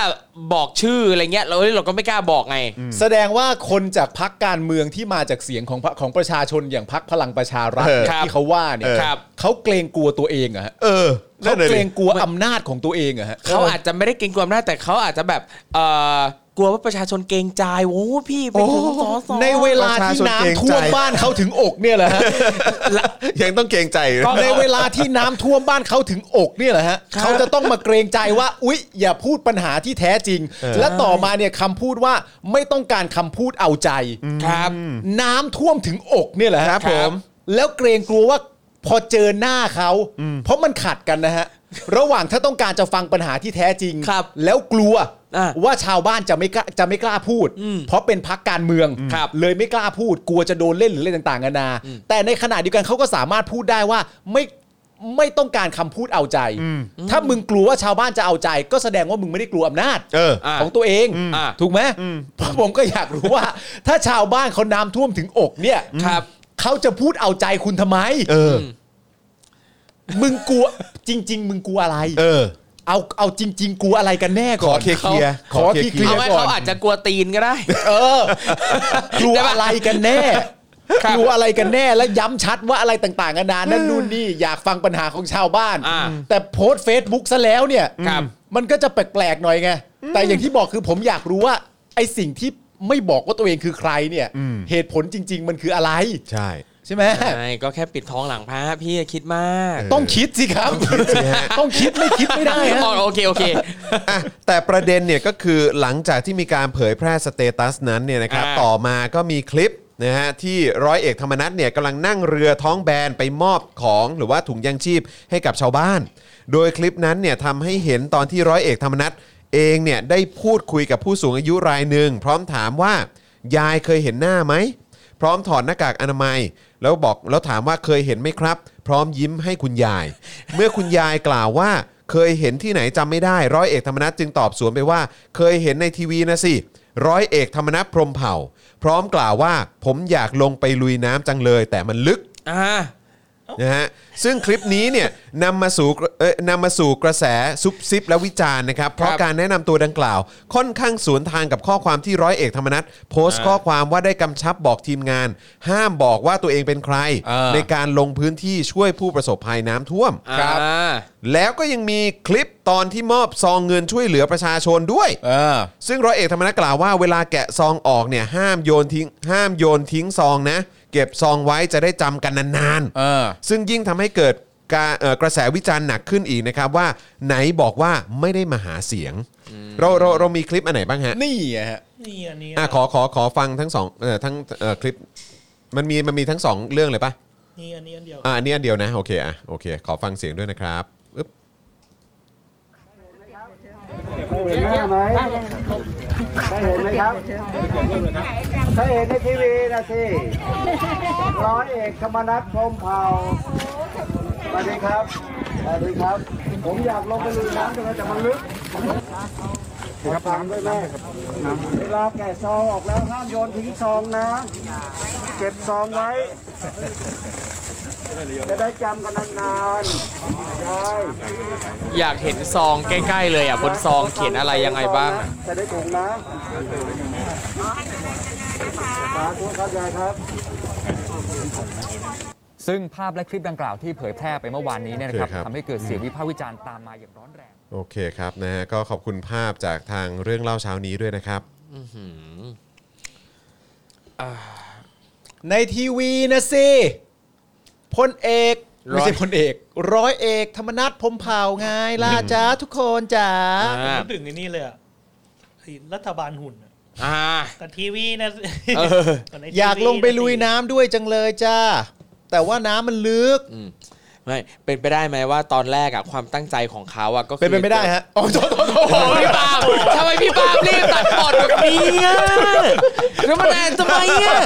[SPEAKER 2] บอกชื่ออะไรเงี้ยเราเราก็ไม่กล้าบอกไง
[SPEAKER 3] แสดงว่าคนจากพักการเมืองที่มาจากเสียงของพรรคของประชาชนอย่างพักพลังประชารัฐ
[SPEAKER 1] เออ
[SPEAKER 3] เนี่ยที่เขาว่าเนี่
[SPEAKER 2] เอย อครับ
[SPEAKER 3] เขาเกรงกลัวตัวเองเหรอะฮะ
[SPEAKER 1] เออ
[SPEAKER 3] เขา
[SPEAKER 1] นั่นเลย
[SPEAKER 3] เกรงกลัวอำนาจของตัวเองเหรอะฮะ
[SPEAKER 2] เขาอาจจะไม่ได้เกรงกลัวอำนาจแต่เขาอาจจะแบบเอ่อกลัวว่าประชาชนเกรงใจโอ้พี่ไปถึงสอสอ
[SPEAKER 3] ในเวลาที่น้ำท่วมบ้านเขาถึงอกเนี่ยแหละฮะ
[SPEAKER 2] ละ
[SPEAKER 1] ยังต้องเกรงใจอยู่นะ
[SPEAKER 3] ในเวลาที่น้ำท่วมบ้านเขาถึงอกเนี่ยแหละฮะ
[SPEAKER 2] ครับ
[SPEAKER 3] เขาจะต้องมาเกรงใจว่า อุ๊ย อย่าพูดปัญหาที่แท้จริง และต่อมาเนี่ยคำพูดว่าไม่ต้องการคำพูดเอาใจ
[SPEAKER 2] ครับ
[SPEAKER 3] น้ำท่วมถึงอกเนี่ยแหละฮะ
[SPEAKER 1] ครับผม
[SPEAKER 3] แล้วเกรงกลัวว่าพอเจอหน้าเขา เพราะมันขัดกันนะฮะ ระหว่างถ้าต้องการจะฟังปัญหาที่แท้จริง
[SPEAKER 2] ครับ
[SPEAKER 3] แล้วกลัว
[SPEAKER 2] อ่ะ
[SPEAKER 3] ว่าชาวบ้านจะไม่กล้าจะไม่กล้าพูด เพราะเป็นพักการเมือง
[SPEAKER 2] ครับ
[SPEAKER 3] เลยไม่กล้าพูด กลัวจะโดนเล่นหรืออะไรต่างๆนานา แต่ในขณะเดียวกันเขาก็สามารถพูดได้ว่าไม่ไม่ต้องการคำพูดเอาใจ ถ้ามึงกลัวว่าชาวบ้านจะเอาใจ ก็แสดงว่ามึงไม่ได้กลัวอำนาจ
[SPEAKER 1] เออ
[SPEAKER 2] ะ
[SPEAKER 3] ของตัวเอง
[SPEAKER 2] อืมอ่ะ
[SPEAKER 3] ถูกไหมเพราะผมก็อยากรู้ว่า ถ้าชาวบ้านเขาน้ำท่วมถึงอกเนี่ย
[SPEAKER 2] ครับ
[SPEAKER 3] เขาจะพูดเอาใจคุณทำไม
[SPEAKER 1] เออ
[SPEAKER 3] มึงกลัวจริง ๆ มึงกลัวอะไร
[SPEAKER 1] เออ
[SPEAKER 3] เอาเอาจริง ๆ กลัวอะไรกันแน่ก่อ
[SPEAKER 1] ข
[SPEAKER 3] น
[SPEAKER 1] อเคลียร์
[SPEAKER 3] ขอ
[SPEAKER 1] ขอ
[SPEAKER 3] ที่
[SPEAKER 1] เค
[SPEAKER 3] เค
[SPEAKER 1] ลี
[SPEAKER 3] ลี
[SPEAKER 1] ย
[SPEAKER 3] ย
[SPEAKER 1] ร์
[SPEAKER 2] เอา
[SPEAKER 3] ร์
[SPEAKER 2] ไว้
[SPEAKER 3] ก่อ
[SPEAKER 2] เขา
[SPEAKER 3] น
[SPEAKER 2] อาจจะกลัวตีนก็ได้
[SPEAKER 3] เออ กลัว
[SPEAKER 2] ได้ปะ
[SPEAKER 3] อะไรกันแน่
[SPEAKER 2] ครับ
[SPEAKER 3] กลัวอะไรกันแน่และย้ำชัดว่าอะไรต่างๆกันานานั่นนู่นนี่อยากฟังปัญหาของชาวบ้าน
[SPEAKER 2] อ่า
[SPEAKER 3] แต่โพสต์เฟซบุ๊กซะแล้วเนี่ย
[SPEAKER 2] ครับ
[SPEAKER 3] มันก็จะแปลกๆหน่อยไงแต่อย่างที่บอกคือผมอยากรู้ว่า ไอสิ่งที่ไม่บอกว่าตัวเองคือใครเนี่ย เหตุผลจริง ๆ มันคืออะไร
[SPEAKER 1] ใช่
[SPEAKER 3] ใช่ไหม
[SPEAKER 2] ใช่ก็แค่ปิดท้องหลังพระพี่อย่าคิดมาก
[SPEAKER 1] เอ
[SPEAKER 3] ต้องคิดสิครับ ต้องคิดไม่คิดไม่ได้ฮะ
[SPEAKER 2] อ๋อโอเคโอเค
[SPEAKER 1] อ่ะแต่ประเด็นเนี่ยก็คือหลังจากที่มีการเผยแพร่สเตตัสนั้นเนี่ยนะครับ
[SPEAKER 2] อ่า
[SPEAKER 1] ต่อมาก็มีคลิปนะฮะที่ร้อยเอกธรรมนัฐเนี่ยกำลังนั่งเรือท้องแบนไปมอบของหรือว่าถุงยางชีพให้กับชาวบ้าน โดยคลิปนั้นเนี่ยทำให้เห็นตอนที่ร้อยเอกธรรมนัฐเองเนี่ยได้พูดคุยกับผู้สูงอายุรายหนึ่งพร้อมถามว่ายายเคยเห็นหน้าไหม พร้อมถอดหน้ากากอนามัย แล้วบอกแล้วถามว่าเคยเห็นไหมครับ พร้อมยิ้มให้คุณยาย เมื่อคุณยายกล่าวว่า เคยเห็นที่ไหนจำไม่ได้ ร้อยเอกธรรมนัฐจึงตอบสวนไปว่า เคยเห็นในทีวีนะสิ ร้อยเอกธรรมนัฐพรหมเผ่า พร้อมกล่าวว่า ผมอยากลงไปลุยน้ำจังเลย แต่มันลึก
[SPEAKER 2] อ่า
[SPEAKER 1] นะฮะซึ่งคลิปนี้เนี่ยนำมาสู่เอ่อนำมาสู่กระแสซุบซิบและวิจารณ์นะครับ เพราะการแนะนำตัวดังกล่าว ค่อนข้างสวนทางกับข้อความที่ร้อยเอกธรรมนัฐโพสต์ข้อความว่าได้กำชับบอกทีมงาน ห้ามบอกว่าตัวเองเป็นใคร
[SPEAKER 2] เออ
[SPEAKER 1] ในการลงพื้นที่ช่วยผู้ประสบภัยน้ำท่วม
[SPEAKER 2] อ่า
[SPEAKER 1] แล้วก็ยังมีคลิปตอนที่มอบซองเงินช่วยเหลือประชาชนด้วย
[SPEAKER 3] เออ
[SPEAKER 1] ซึ่งร้อยเอกธรรมนัฐกล่าวว่าเวลาแกะซองออกเนี่ยห้ามโยนทิ้งห้ามโยนทิ้งซองนะ เก็บซองไว้จะได้จำกันนานๆ
[SPEAKER 3] เออ
[SPEAKER 1] ซึ่งยิ่งทำให้เกิดการเอ่อกระแสวิจารณ์หนักขึ้นอีกนะครับว่าไหนบอกว่าไม่ได้มาหาเสียง เราเราเรามีคลิปอันไหนบ้างฮะ
[SPEAKER 3] นี่ไงฮะ
[SPEAKER 5] นี่อันนี้
[SPEAKER 1] อ่ะขอขอขอฟังทั้งสองเอ่อทั้งเอ่อคลิปมันมีมันมีทั้งสองเรื่องเลยปะ
[SPEAKER 5] นี่อันนี้อันเดียว
[SPEAKER 1] อ่ะอันนี้อันเดียวนะโอเคอ่ะโอเค ขอฟังเสียงด้วยนะครับอึ๊บ
[SPEAKER 6] ได้เห็นหน้าไหมได้เห็นไหมครับได้เห็นในทีวีนะสิ ร้อยเอกธรรมนัฐพรหมเผ่าสวัสดีครับ สวัสดีครับ ผมอยากลงไปลุยน้ำแต่ว่าจะมันลึกครับฟังด้วยแม่เวลาแกะซองออกแล้วห้ามโยนทิ้งซองนะ เก็บซองไว้ จะได้จำกันนานๆใช่
[SPEAKER 2] อยากเห็นซองใกล้ๆเลยอ่ะบนซองเขียนอะไรยังไงบ้าง
[SPEAKER 6] จะได้ถูกนะสาธุครับยายครับ
[SPEAKER 7] ซึ่งภาพและคลิปดังกล่าวที่เผยแพร่ไปเมื่อวานนี้เนี่ยนะครับทำให้เกิดเสียงวิพากษ์วิจารณ์ตามมาอย่างร้อนแรง
[SPEAKER 1] โอเคครับนะฮะก็ขอบคุณภาพจากทางเรื่องเล่าเช้านี้ด้วยนะครับ
[SPEAKER 3] ในทีวีนะสิพลเอก
[SPEAKER 2] ร้อย
[SPEAKER 3] ไม่ใช่พลเอกร้อยเอกธรรมนัฐพรหมเผ่าไงล่ะจ้าทุกคนจ้า
[SPEAKER 2] อ่า
[SPEAKER 5] นึกถึงไอ้นี่เลยอะไอ้รัฐบาลหุ่นอะ
[SPEAKER 2] อ่า
[SPEAKER 5] กับทีวีนะ
[SPEAKER 2] เออ
[SPEAKER 5] บไทีวี
[SPEAKER 3] อยากลงไปลุยน้ำด้วยจังเลยจ้าแต่ว่าน้ำมันลึก
[SPEAKER 2] ไม่เป็นไปได้ไหมว่าตอนแรกอ่ะความตั้งใจของเขาอ่ะก็คือ
[SPEAKER 3] เป็นไปไม่ได้ฮะโอ้โหโทษโทษโท
[SPEAKER 2] โอ้ย
[SPEAKER 3] ษ
[SPEAKER 2] พี่ปาล์มทำไมพี่ปาล์มรีบตัดบอดแบบนี้อ่ะแล้วมันอาจจะไม่อ่ะ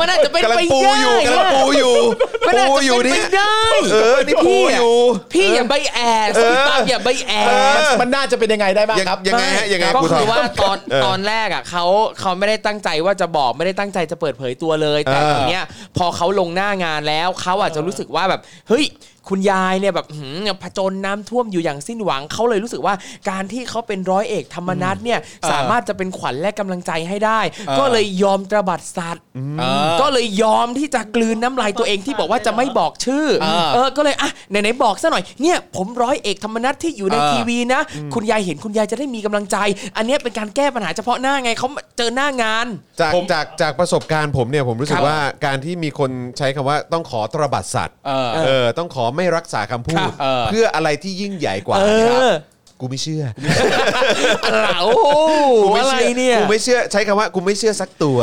[SPEAKER 2] มันอาจจะเป็น
[SPEAKER 1] กำลัง
[SPEAKER 2] ไป
[SPEAKER 1] ปู
[SPEAKER 2] ได้
[SPEAKER 1] อยู่กำลัง
[SPEAKER 2] อ่ะ
[SPEAKER 1] ปูอยู่
[SPEAKER 2] มันอาจ
[SPEAKER 1] ปู
[SPEAKER 2] จะ
[SPEAKER 1] อ
[SPEAKER 2] เป็
[SPEAKER 1] ยู่
[SPEAKER 2] นไป
[SPEAKER 1] เนี่ย
[SPEAKER 2] ได้
[SPEAKER 1] เออนี่ปู
[SPEAKER 2] พี่
[SPEAKER 1] อยู่
[SPEAKER 2] พี่อย่าใบแอสพี่ปาล์มอย่าใบแอส
[SPEAKER 3] มันน่าจะเป็นยังไงได้บ้าง
[SPEAKER 1] ยัง
[SPEAKER 3] ครับ
[SPEAKER 1] ยังไงฮะยังไง
[SPEAKER 2] ก็
[SPEAKER 1] กู
[SPEAKER 2] คือ
[SPEAKER 1] ถม
[SPEAKER 2] ว่าตอน
[SPEAKER 1] เออ
[SPEAKER 2] ตอนแรกอ่ะเขาเขาไม่ได้ตั้งใจว่าจะบอกไม่ได้ตั้งใจจะเปิดเผยตัวเลย แต่
[SPEAKER 1] เออ
[SPEAKER 2] ทีเนี้ยพอเขาลงหน้างานแล้วเขาอาจจะรู้สึกว่าแบบเฮ้ยคุณยายเนี่ยแบบหืมผจญน้ำท่วมอยู่อย่างสิ้นหวังเขาเลยรู้สึกว่าการที่เขาเป็นร้อยเอกธรรมนัฐเนี่ยสามารถจะเป็นขวัญและกำลังใจให้ได้ ก็เลยยอมตระบัดสัตว์
[SPEAKER 3] เออ
[SPEAKER 2] ก็เลยยอมที่จะกลืนน้ำลายตัวเองที่บอกว่าจะไม่บอกชื่อ
[SPEAKER 3] เออ
[SPEAKER 2] เออ ก็เลยอ่ะไหนๆบอกซะหน่อยเนี่ยผมร้อยเอกธรรมนัฐที่อยู่ใน
[SPEAKER 3] เออ
[SPEAKER 2] ทีวีนะ คุณยายเห็นคุณยายจะได้มีกำลังใจ อันเนี้ยเป็นการแก้ปัญหาเฉพาะหน้าไงเขาเจอหน้างาน
[SPEAKER 1] จาก
[SPEAKER 3] ผม
[SPEAKER 1] จากจากประสบการณ์ผมเนี่ยผมรู้สึก
[SPEAKER 2] ครับ
[SPEAKER 1] ว่าการที่มีคนใช้คำว่าต้องขอตระบัดสัตว์
[SPEAKER 3] เออ
[SPEAKER 1] เออต้องขอไม่รักษาคำพู
[SPEAKER 2] ครั
[SPEAKER 1] ด
[SPEAKER 2] บ
[SPEAKER 3] เออ
[SPEAKER 1] เพื่ออะไรที่ยิ่งใหญ่กว่า
[SPEAKER 2] เอ
[SPEAKER 1] ครับ
[SPEAKER 2] อ
[SPEAKER 1] กูไม่เชื่อ
[SPEAKER 2] อะไรโอ้โห
[SPEAKER 1] กูม่
[SPEAKER 2] อะไร
[SPEAKER 1] ชื่อ
[SPEAKER 2] เนี่ย
[SPEAKER 1] กูไม่เชื่อใช้คำว่ากูไม่เชื่อสักตัว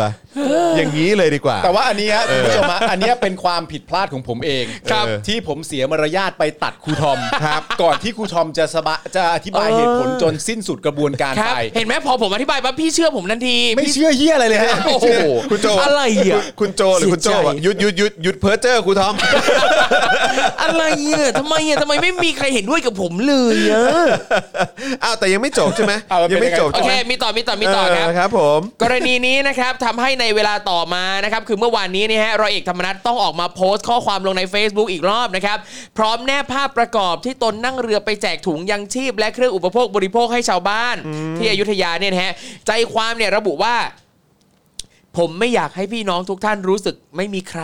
[SPEAKER 1] อย่างนี้เลยดีกว่า
[SPEAKER 3] แต่ว่าอันนี้ฮะคุณผู้ชมฮะอันเนี้ยเป็นความผิดพลาดของผมเอง
[SPEAKER 1] ครับ
[SPEAKER 3] ที่ผมเสียมารยาทไปตัดครูทอมครับ ก่อนที่ครูทอมจะสบะจะอธิบายเหตุผลจนสิ้นสุดกระบวนการ
[SPEAKER 2] ครับ
[SPEAKER 3] ไป
[SPEAKER 2] เห็นไหมพอผมอธิบายปั๊บพี่เชื่อผมทันที
[SPEAKER 3] ไม่
[SPEAKER 2] พี่
[SPEAKER 3] เชื่อเฮียอะไรเลยฮะ
[SPEAKER 2] โอ้โห
[SPEAKER 1] คุณโจ
[SPEAKER 2] อะไรอ่ะ
[SPEAKER 1] คุณคุณโจหรือคุณโจ
[SPEAKER 2] เสียใจ
[SPEAKER 1] อ่ะหยุดหยุดหยุดหยุดเพ้อเจ้อครูทอม
[SPEAKER 2] อะไรอ่ะทำไมอ่ะทำไมไม่มีใครเห็นด้วยกับผมเลยอ่ะ
[SPEAKER 1] อ้าวแต่ยังไม่จบใช่ไหม
[SPEAKER 3] เอามันเป็น
[SPEAKER 1] ยังไม่จบ
[SPEAKER 2] โอ
[SPEAKER 1] ใช่
[SPEAKER 2] เค
[SPEAKER 1] ไหม
[SPEAKER 2] มีต่อมีต่อมีต่อครับ
[SPEAKER 1] เครับผม
[SPEAKER 2] กรณีนี้นะครับทำให้ในเวลาต่อมานะครับคือเมื่อวานนี้เนี่ยฮะรอยเอกธรรมนัฐต้องออกมาโพสต์ข้อความลงใน Facebook อีกรอบนะครับพร้อมแนบภาพประกอบที่ตนนั่งเรือไปแจกถุงยังชีพ และเครื่องอุปโภคบริโภคให้ชาวบ้าน ที่อยุธยาเนี่ยนะฮะใจความเนี่ยระบุว่า ผมไม่อยากให้พี่น้องทุกท่านรู้สึกไม่มีใคร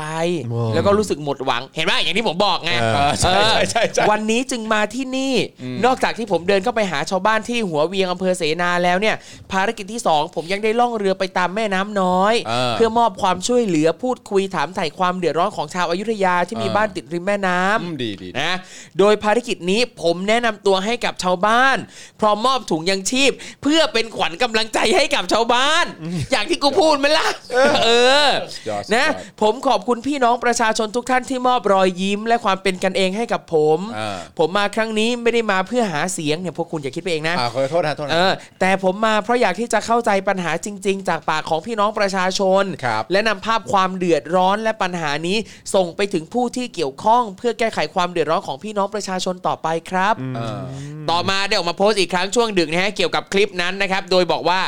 [SPEAKER 1] ว้าว
[SPEAKER 2] แล้วก็รู้สึกหมดหวังเห็นไหมอย่างที่ผมบอกไง
[SPEAKER 1] เออ
[SPEAKER 3] ใช่ใช่ใช่ใช่
[SPEAKER 2] วันนี้จึงมาที่นี่ นอกจากที่ผมเดินเข้าไปหาชาวบ้านที่หัวเวียงอำเภอเสนาแล้วเนี่ย ภารกิจที่ 2 ผมยังได้ล่องเรือไปตามแม่น้ำน้อย
[SPEAKER 3] เออ
[SPEAKER 2] เพื่อมอบความช่วยเหลือพูดคุยถามไถ่ความเดือดร้อนของชาวอายุทยาที่มี
[SPEAKER 3] เออ
[SPEAKER 2] บ้านติดริมแม่น้ำ
[SPEAKER 3] อืมดีดี
[SPEAKER 2] นะโดยภารกิจนี้ผมแนะนำตัวให้กับชาวบ้าน พร้อมมอบถุงยังชีพ เพื่อเป็นขวัญกำลังใจให้กับชาวบ้าน อย่างที่กูพูดไหมล่ะ เออ นะผมขอบคุณพี่น้องประชาชนทุกท่านที่มอบรอยยิ้ม และความเป็นกันเองให้กับผม
[SPEAKER 3] เออ
[SPEAKER 2] ผมมาครั้งนี้ไม่ได้มาเพื่อหาเสียงเนี่ยพวกคุณอย่าคิดไปเองนะ
[SPEAKER 3] อ่าขอโทษนะโทษ
[SPEAKER 2] เอ
[SPEAKER 3] นะ
[SPEAKER 2] อแต่ผมมาเพราะอยากที่จะเข้าใจปัญหาจริง ๆ จากปากของพี่น้องประชาชน
[SPEAKER 3] ครับ
[SPEAKER 2] และนำภาพความเดือดร้อนและปัญหานี้ส่งไปถึงผู้ที่เกี่ยวข้อง เพื่อแก้ไขความเดือดร้อนของพี่น้องประชาชนต่อไปครับ
[SPEAKER 3] เออ
[SPEAKER 2] ต่อมาได้ออกมาโพสต์อีกครั้งช่วงดึกนะฮะเกี่ยวกับคลิปนั้นนะครับ โดยบอกว่า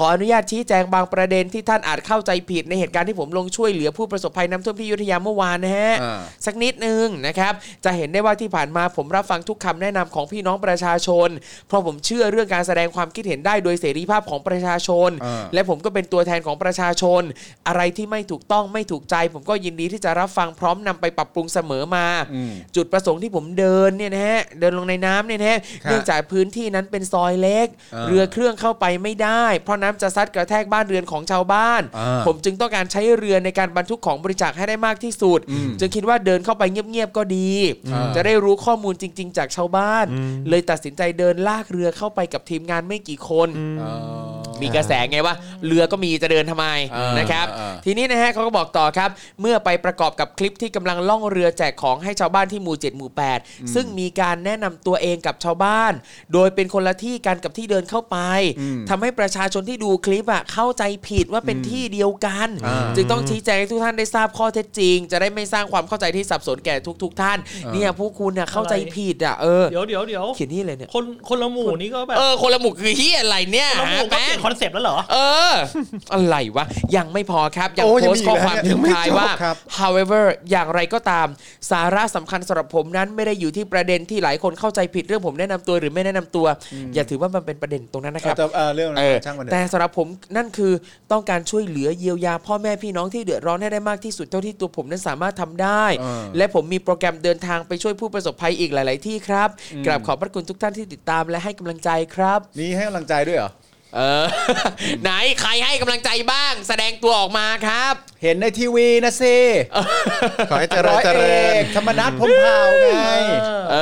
[SPEAKER 2] ขออนุญาตชี้แจงบางประเด็นที่ท่านอาจเข้าใจผิดในเหตุการณ์ที่ผมลงช่วยเหลือผู้ประสบภัยน้ำท่วมที่อยุธยาเมื่อวานนะฮะ
[SPEAKER 3] อ่า
[SPEAKER 2] สักนิดนึงนะครับ จะเห็นได้ว่าที่ผ่านมาผมรับฟังทุกคำแนะนำของพี่น้องประชาชน เพราะผมเชื่อเรื่องการแสดงความคิดเห็นได้โดยเสรีภาพของประชาชน
[SPEAKER 3] อ่า
[SPEAKER 2] และผมก็เป็นตัวแทนของประชาชน อะไรที่ไม่ถูกต้องไม่ถูกใจ ผมก็ยินดีที่จะรับฟังพร้อมนำไปปรับปรุงเสมอมา
[SPEAKER 3] อืม
[SPEAKER 2] จุดประสงค์ที่ผมเดินเนี่ยนะฮะเดินลงในน้ำเนี่ยนะฮะ
[SPEAKER 3] ครับ
[SPEAKER 2] เนื่องจากพื้นที่นั้นเป็นซอยเล็ก
[SPEAKER 3] อ่า
[SPEAKER 2] เรือเครื่องเข้าไปไม่ได้ เพราะน้ำจะซัดกระแทกบ้านเรือนของชาวบ้าน
[SPEAKER 3] อ่า
[SPEAKER 2] ผมจึงต้องการใช้เรือในการบรรทุกของบริจาคให้ได้มากที่สุด
[SPEAKER 3] อืม
[SPEAKER 2] จึงคิดว่าเดินเข้าไปเงียบๆก็ดี
[SPEAKER 3] อ่า
[SPEAKER 2] จะได้รู้ข้อมูลจริง ๆ จากชาวบ้าน เลยตัดสินใจเดินลากเรือเข้าไปกับทีมงานไม่กี่คน
[SPEAKER 3] เออ
[SPEAKER 2] มีกระแสไงว่าเรือก็มีจะเดินทำไม
[SPEAKER 3] อ่าน
[SPEAKER 2] นะครับ
[SPEAKER 3] อ่า
[SPEAKER 2] ทีนี้นะฮะเขาก็บอกต่อครับ เมื่อไปประกอบกับคลิปที่กำลังล่องเรือแจกของให้ชาวบ้านที่หมู่ 7 หมู่ 8 ซึ่งมีการแนะนำตัวเองกับชาวบ้าน โดยเป็นคนละที่กันกับที่เดินเข้าไปทำให้ประชาชนที่ดูคลิปอ่ะเข้าใจผิดว่าเป็นที่เดียวกัน จึงต้องชี้แจงให้ทุกท่านได้ทราบข้อเท็จจริง จะได้ไม่สร้างความเข้าใจที่สับสนแก่ทุก ๆ ท่าน เนี่ยผู้คุณน่ะเข้าใจผิดอ่ะเออ
[SPEAKER 5] เดี๋ยวเดี๋ยวเดี๋ยว
[SPEAKER 2] เขียนนี่เลยเนี่ย
[SPEAKER 5] คนคนละหมู่นี่ก็แบบ
[SPEAKER 2] เออคนละหมู่คือเฮียอะไรเนี่ย
[SPEAKER 5] คนละหมู่ก็
[SPEAKER 2] แป๊
[SPEAKER 5] เปลี่ย
[SPEAKER 2] ง
[SPEAKER 5] นคอนเซปต์แล้วเหรอ
[SPEAKER 2] เออ อะไรวะ ยังไม่พอครับยัง
[SPEAKER 3] โอ้ยั
[SPEAKER 2] โพ
[SPEAKER 3] ง
[SPEAKER 2] สต์ข้อค
[SPEAKER 3] มีอีกเหรอ
[SPEAKER 2] วาม
[SPEAKER 3] เนี่
[SPEAKER 2] ทิ้
[SPEAKER 3] ยยัง
[SPEAKER 2] ง
[SPEAKER 3] ไม่
[SPEAKER 2] ท้าย
[SPEAKER 3] จบ
[SPEAKER 2] ว่า
[SPEAKER 3] ครับ
[SPEAKER 2] however อย่างไรก็ตาม สาระสำคัญสำหรับผมนั้นไม่ได้อยู่ที่ประเด็นที่หลายคนเข้าใจผิดเรื่องผมแนะนำตัวหรือไม่แนะนำตัว อย่าถือว่ามันเป็นประเด็นตรงนั้นนะค
[SPEAKER 3] เอา
[SPEAKER 2] รับ
[SPEAKER 3] แต่เออเรื่อง
[SPEAKER 2] เออ
[SPEAKER 3] นะช่างมันเถ
[SPEAKER 2] แต่
[SPEAKER 3] อะ
[SPEAKER 2] สำหรับผมนั่นคือต้องการช่วยเหลือเยียวยาพ่อแม่พี่น้องที่เดือดร้อนให้ได้มากที่สุดเท่าที่ตัวผมนั้นสามารถทำได้
[SPEAKER 3] เออ
[SPEAKER 2] และผมมีโปรแกรมเดินทางไปช่วยผู้ประสบภัยอีกหลาย ๆ ที่ครับ
[SPEAKER 3] อืม
[SPEAKER 2] กราบขอบพระคุณทุกท่านที่ติดตามและให้กำลังใจครับ
[SPEAKER 3] มีให้กำลังใจด้วยเหรอ
[SPEAKER 2] เออ ไหนใครให้กำลังใจบ้าง แสดงตัวออกมา ครับ
[SPEAKER 3] เห็นในทีวีนะสิ
[SPEAKER 1] ขอให้เจริญเจริ
[SPEAKER 3] ร้อย
[SPEAKER 1] ญ
[SPEAKER 3] เอกธรรมนัฐพรหมเผ่าไง
[SPEAKER 2] เอ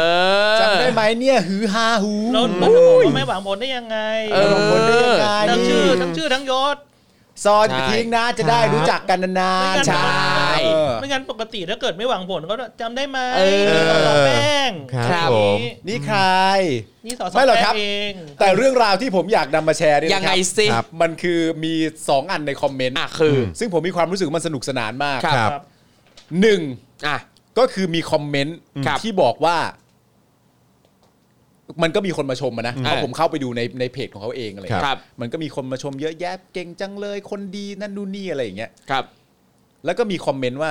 [SPEAKER 2] อ
[SPEAKER 3] จำได้ไหมเนี่ยหือฮาหู
[SPEAKER 5] เราเราจะบอกว่าไม่หวังผลได้ยังไง
[SPEAKER 2] เออ
[SPEAKER 3] ลงคนได้ยังไง
[SPEAKER 5] ทั้ง
[SPEAKER 3] นี่
[SPEAKER 5] ชื่อทั้งชื่อทั้งยศ
[SPEAKER 3] ซอนอย่าทิ้งนะจะได้รู้จักกันนานๆ
[SPEAKER 2] ใช่
[SPEAKER 3] เออ
[SPEAKER 5] ไม่งั้นปกติถ้าเกิดไม่หวังผลก็จำได้ไหม
[SPEAKER 2] เออ
[SPEAKER 5] สอแป้ง
[SPEAKER 1] ครับ
[SPEAKER 2] ครับ
[SPEAKER 1] ผม
[SPEAKER 5] นี่
[SPEAKER 3] นี่ใคร
[SPEAKER 5] นี่สอสอ
[SPEAKER 3] ไม่หรอกครับ
[SPEAKER 5] แป้งเอง
[SPEAKER 3] แต่เรื่องราวที่ผมอยากนำมาแชร์เนี่ย
[SPEAKER 2] ยังไง
[SPEAKER 3] นะครับ
[SPEAKER 2] สิ
[SPEAKER 1] ครับ
[SPEAKER 3] มันคือมี 2 อันในคอมเมนต์
[SPEAKER 2] อ่ะคือ
[SPEAKER 3] ซึ่งผมมีความรู้สึกว่ามันสนุกสนานมาก
[SPEAKER 2] ครับ
[SPEAKER 1] ครับ
[SPEAKER 3] หนึ่ง
[SPEAKER 2] อ่ะ
[SPEAKER 3] ก็คือมีคอมเมนต์
[SPEAKER 2] ครับ
[SPEAKER 3] ที่บอกว่า มันก็มีคนมาชมอะนะเพราะผมเข้าไปดูในในเพจของเขาเองอะไรอย่าง
[SPEAKER 2] ค
[SPEAKER 3] เงี้ย
[SPEAKER 2] รับ
[SPEAKER 3] มันก็มีคนมาชมเยอะแยะเก่งจังเลย คนดีนั่นนู่นนี่อะไรอย่างเงี้ย
[SPEAKER 2] ครับ
[SPEAKER 3] แล้วก็มีคอมเมนต์ว่า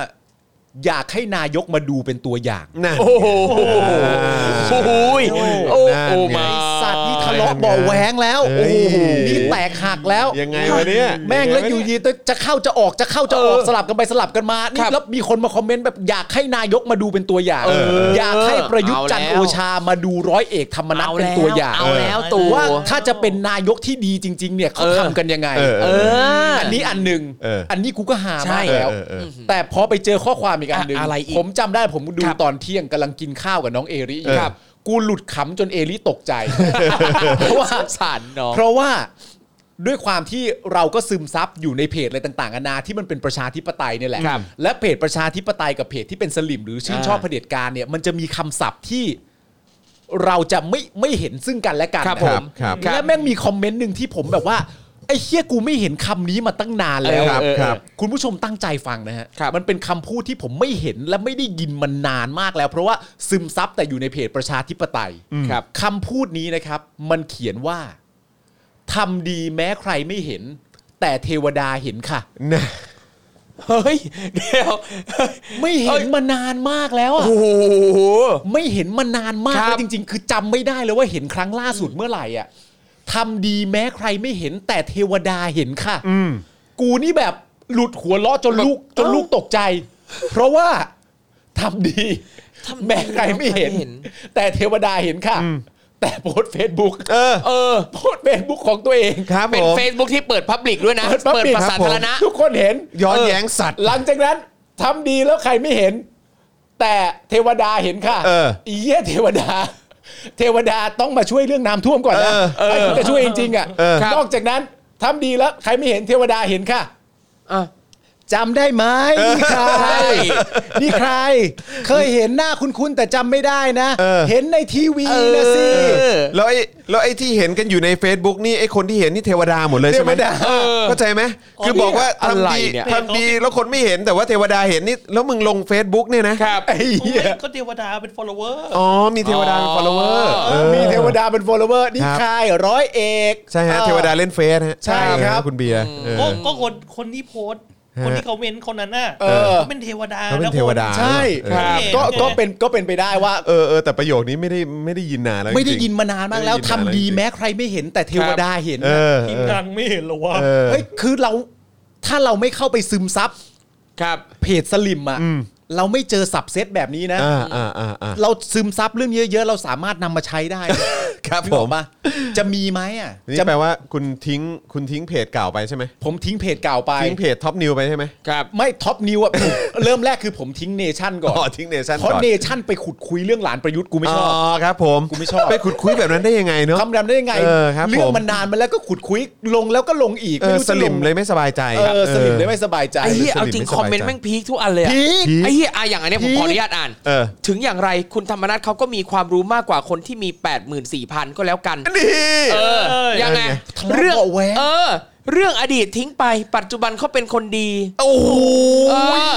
[SPEAKER 3] อยากให้นายกมาดูเป็นตัวอย่าง
[SPEAKER 1] นั่น
[SPEAKER 2] โอ้โหโอ้โหย
[SPEAKER 3] โอ้โห
[SPEAKER 2] โอ้โห
[SPEAKER 1] นั่นไง
[SPEAKER 2] มา
[SPEAKER 3] ไอ้สัตว์นี่ทะเลาะเบาะแหวงแล้ว
[SPEAKER 1] เอ้
[SPEAKER 3] โอ้
[SPEAKER 1] ย
[SPEAKER 3] โหนี่แตกหักแล้ว
[SPEAKER 1] ยังไงวะเนี่ย
[SPEAKER 3] แม่งแล้วอยู่ดีจะเข้าจะออกจะเข้าจะออกสลับกันไปสลับกันมา
[SPEAKER 2] ค
[SPEAKER 3] นี่
[SPEAKER 2] รับ
[SPEAKER 3] แล้วมีคนมาคอมเมนต์แบบอยากให้นายกมาดูเป็นตัวอย่าง
[SPEAKER 2] เออ
[SPEAKER 3] อยากให้ประยุทธ์จันทร์
[SPEAKER 2] เอาแล้ว
[SPEAKER 3] โอชามาดูร้อยเอกธรรมนัฐเป็นตัวอย่าง
[SPEAKER 2] เอาแล้วตัว
[SPEAKER 3] ว่าถ้าจะเป็นนายกที่ดีจริง ๆ เนี่ยเขา
[SPEAKER 2] เออ
[SPEAKER 3] ทำกันยังไง
[SPEAKER 1] เออเอ
[SPEAKER 2] เอ
[SPEAKER 1] อ
[SPEAKER 2] ออั
[SPEAKER 3] นนี้อันหนึ่ง
[SPEAKER 1] เอออั
[SPEAKER 3] นนี้กูก็หามาก
[SPEAKER 2] ใช่
[SPEAKER 3] แล้ว
[SPEAKER 1] เออเออ
[SPEAKER 3] แต่พอไปเจอข้อความอีกอันหนึ่ง
[SPEAKER 2] อะอะไรอีก
[SPEAKER 3] ผมจำได้ผมดู
[SPEAKER 2] ครับ
[SPEAKER 3] ตอนเที่ยงกำลังกินข้าวกับน้องเอริอยู่
[SPEAKER 2] ครับ
[SPEAKER 3] กูหลุดขำจนเอริตกใจ เพราะว่า
[SPEAKER 2] สงสารน้อง
[SPEAKER 3] เพราะว่าด้วยความที่เราก็ซึมซับอยู่ในเพจอะไรต่างๆนานาที่มันเป็นประชาธิปไตยเนี่ยแหละ
[SPEAKER 2] ครับ
[SPEAKER 3] และเพจประชาธิปไตยกับเพจที่เป็นสลิมหรือชื่นชอบ
[SPEAKER 2] อ่า
[SPEAKER 3] เผด็จการเนี่ยมันจะมีคำศัพท์ที่เราจะไม่ไม่เห็นซึ่งกันและกัน
[SPEAKER 2] ครับ
[SPEAKER 3] นะ
[SPEAKER 2] ผม
[SPEAKER 1] ครับ
[SPEAKER 2] ครั
[SPEAKER 3] และ
[SPEAKER 2] บ
[SPEAKER 3] แม่งมีคอมเมนต์หนึ่งที่ผมแบบว่าไอ้เฮียกูไม่เห็นคำนี้มาตั้งนานแล้ว
[SPEAKER 2] เออเออ
[SPEAKER 1] ครับ
[SPEAKER 3] คุณผู้ชมตั้งใจฟังนะฮะ
[SPEAKER 2] ครับ
[SPEAKER 3] มันเป็นคำพูดที่ผมไม่เห็นและไม่ได้ยินมานานมากแล้ว เพราะว่าซึมซับแต่อยู่ในเพจประชาธิปไตย
[SPEAKER 2] ครับ
[SPEAKER 3] คำพูดนี้นะครับ มันเขียนว่าทำดีแม้ใครไม่เห็น แต่เทวดาเห็นค่ะ
[SPEAKER 1] นะ
[SPEAKER 2] เฮ้ย เดี๋ยว
[SPEAKER 3] ไม่
[SPEAKER 2] เอ้
[SPEAKER 3] เห็น
[SPEAKER 2] ย
[SPEAKER 3] มานานมากแล้วอะ
[SPEAKER 2] โอ้โห
[SPEAKER 3] ไม่เห็นมานานมา
[SPEAKER 2] ค
[SPEAKER 3] ก
[SPEAKER 2] รับ
[SPEAKER 3] แล้วจริง ๆ คือจำไม่ได้เลยว่าเห็นครั้งล่าสุดเมื่อไหร่อ่ะทำดีแม้ใครไม่เห็น แต่เทวดาเห็นค่ะกูนี่แบบหลุดหัวเราะจนลูกจนลูกตกใจ เพราะว่าทำดี
[SPEAKER 2] ทำดี
[SPEAKER 3] แม้ใครไม่เห็น
[SPEAKER 2] แม้ใครไม่เห็น
[SPEAKER 3] แต่เทวดาเห็นค่ะ แต่โพสเฟซบุ๊ก
[SPEAKER 1] เออ
[SPEAKER 2] เออ
[SPEAKER 3] โพสเฟซบุ๊กของตัวเอง
[SPEAKER 1] ครับ
[SPEAKER 2] เป็น
[SPEAKER 1] ผม
[SPEAKER 2] เฟซบุ๊กที่เปิดพับลิกด้วยนะ เปิด
[SPEAKER 3] ปิ
[SPEAKER 2] ภาษาธารณะ
[SPEAKER 3] ทุกคนเห็น
[SPEAKER 1] ย้อนแย้งสัตว์
[SPEAKER 3] หลังจากนั้นทำดีแล้วใครไม่เห็น แต่เทวดาเห็นค่ะ
[SPEAKER 1] เออ
[SPEAKER 3] เยี่ยเทวดา เทวดาต้องมาช่วยเรื่องน้ำท่วมก่อนนะ
[SPEAKER 1] เออ
[SPEAKER 3] ถ้าจะช่วยจริงๆอ่ะ
[SPEAKER 1] เออ
[SPEAKER 3] นอกจากนั้นทำดีแล้วใครไม่เห็นเทวดาเห็นค่ะ
[SPEAKER 2] อ่ะ
[SPEAKER 3] จำได้ไหมนี่ใคร
[SPEAKER 2] ใช่
[SPEAKER 3] นี่ใคร เคยเห็นหน้าคุ้นๆแต่จำไม่ได้นะ เห็นในทีวีนะสิ
[SPEAKER 2] เออ
[SPEAKER 1] แล้วไอ้แล้วไอ้ที่เห็นกันอยู่ใน Facebook นี่ไอ้คนที่เห็นนี่เทวดาหมดเลยใช่ไหม
[SPEAKER 3] เทวดา
[SPEAKER 1] เออเข้าใจไหมคือบอกว่า
[SPEAKER 2] เนี่ยอะไร
[SPEAKER 1] ทำดี
[SPEAKER 2] เนี่ย
[SPEAKER 1] ทำดีแล้วคนไม่เห็นแต่ว่าเทวดาเห็นนี่แล้วมึงลง Facebook เนี่ยนะครับ
[SPEAKER 3] ไอ้เหี้ย
[SPEAKER 5] ก็เทวดาเป็น follower
[SPEAKER 1] อ๋อมีเทวดาเป็น follower เออ
[SPEAKER 3] มีเทวดาเป็น follower นี่
[SPEAKER 1] ครับ
[SPEAKER 3] ใครร้อยเอก
[SPEAKER 1] ใช่ฮะเทวดาเล่นเฟซฮะ
[SPEAKER 3] ใช่ครับ
[SPEAKER 1] เออคุณเบียร์เออ
[SPEAKER 5] ก็ก็คนคนที่โพสต์คนที่เขาเมนต์คนนั้นน่ะ
[SPEAKER 3] เออ
[SPEAKER 5] เขาเป็นเทวดา
[SPEAKER 1] เขาเป็น
[SPEAKER 5] นะคุณ
[SPEAKER 1] เทวดา
[SPEAKER 3] ใช่
[SPEAKER 1] ครับ
[SPEAKER 3] ก็ก็เป็นก็เป็นไปได้ว่า
[SPEAKER 1] เออเออแต่ประโยคนี้ไม่ได้ไม่ได้ยินนานแล้ว
[SPEAKER 3] ไม่
[SPEAKER 1] จ
[SPEAKER 3] ได้
[SPEAKER 1] ริงๆ
[SPEAKER 3] ยินมานานมากแล้ว
[SPEAKER 1] ไม่ได้ยินนาน
[SPEAKER 3] ทำ
[SPEAKER 1] แล้ว
[SPEAKER 3] ดี
[SPEAKER 1] จริงๆ
[SPEAKER 3] แม้ใครไม่เห็นแต่เทวดาเห็น
[SPEAKER 1] เอ
[SPEAKER 3] นะ
[SPEAKER 1] อ
[SPEAKER 5] ทีม
[SPEAKER 1] เออ
[SPEAKER 5] ดังไม่เห็นเหรอวะ
[SPEAKER 1] เออ
[SPEAKER 3] เฮ้ยคือเราถ้าเราไม่เข้าไปซึมซับ
[SPEAKER 2] ครับ
[SPEAKER 3] เพจสลิมอ่ะ
[SPEAKER 1] อืม
[SPEAKER 3] เราไม่เจอสับเซตแบบนี้นะ
[SPEAKER 1] อ่าอ่าอ่าอ่า
[SPEAKER 3] เราซึมซับเรื่องเยอะๆ เราสามารถนำมาใช้ได้นะครับ นึก
[SPEAKER 1] ผ
[SPEAKER 3] ออ
[SPEAKER 1] ม
[SPEAKER 3] กปะจะมีไหมอ่ะ
[SPEAKER 1] นี่
[SPEAKER 3] จะ
[SPEAKER 1] แปลว่าคุณทิ้งคุณทิ้งเพจเก่าไปใช่ไหม
[SPEAKER 3] ผมทิ้งเพจเก่าไป
[SPEAKER 1] ทิ้งเพจท็อปนิวไปใช่ไหม
[SPEAKER 2] ครับ
[SPEAKER 3] ไม่ท็อปนิวอ่ะผม เริ่มแรกคือผมทิ้งเนชั่นก่
[SPEAKER 1] อ๋
[SPEAKER 3] อน
[SPEAKER 1] อทิ้งเนชั่น
[SPEAKER 3] เพ
[SPEAKER 1] ก่
[SPEAKER 3] ราะ
[SPEAKER 1] อน
[SPEAKER 3] เนชั่นไปขุดคุยเรื่องหลานประยุทธ์กูไม่ช
[SPEAKER 1] อ๋
[SPEAKER 3] อบ
[SPEAKER 1] อครับผม
[SPEAKER 3] กูไม่ชอบ
[SPEAKER 1] ไปขุดคุยแบบนั้นได้ยังไงเนาะ
[SPEAKER 3] ทำดำได้ยังไง
[SPEAKER 1] เออครับ
[SPEAKER 3] เรื่อง
[SPEAKER 1] ผม
[SPEAKER 3] มันนานมาแล้วก็ขุดคุยลงแล้วก็ลงอีก
[SPEAKER 1] เออ
[SPEAKER 3] ไม่รู้
[SPEAKER 1] ส
[SPEAKER 3] จะ
[SPEAKER 1] ลิม
[SPEAKER 3] ง
[SPEAKER 1] เลยไม่สบายใจ
[SPEAKER 3] เอ
[SPEAKER 1] ครับ
[SPEAKER 3] อสลิมเลยไม่สบายใจ
[SPEAKER 2] ไอ้เหี้ย
[SPEAKER 1] เออ
[SPEAKER 2] เอาจริง
[SPEAKER 1] ไม่สบายใจ
[SPEAKER 2] คอมเมนต์แม่งพีคทุกอันเลยอะ
[SPEAKER 3] พีค
[SPEAKER 2] ไอ้เหี้ยอะอย่างอันเนี้ยผม
[SPEAKER 3] พีค
[SPEAKER 2] ขออนุญาตอ่าน
[SPEAKER 1] เออ
[SPEAKER 2] ถึงอย่างไรคุณธรรมนัทเขาก็มีความรู้มากกว่าคนที่มี 84,000 ก็แล้วกัน
[SPEAKER 1] นี่
[SPEAKER 2] เออ ยังไง
[SPEAKER 3] ทะเลาะ
[SPEAKER 2] เรื่อง
[SPEAKER 3] เบาะแว้ง
[SPEAKER 2] เออ เรื่องอดีตทิ้งไป ปัจจุบันเขาเป็นคนดี
[SPEAKER 1] โอ้
[SPEAKER 2] เอ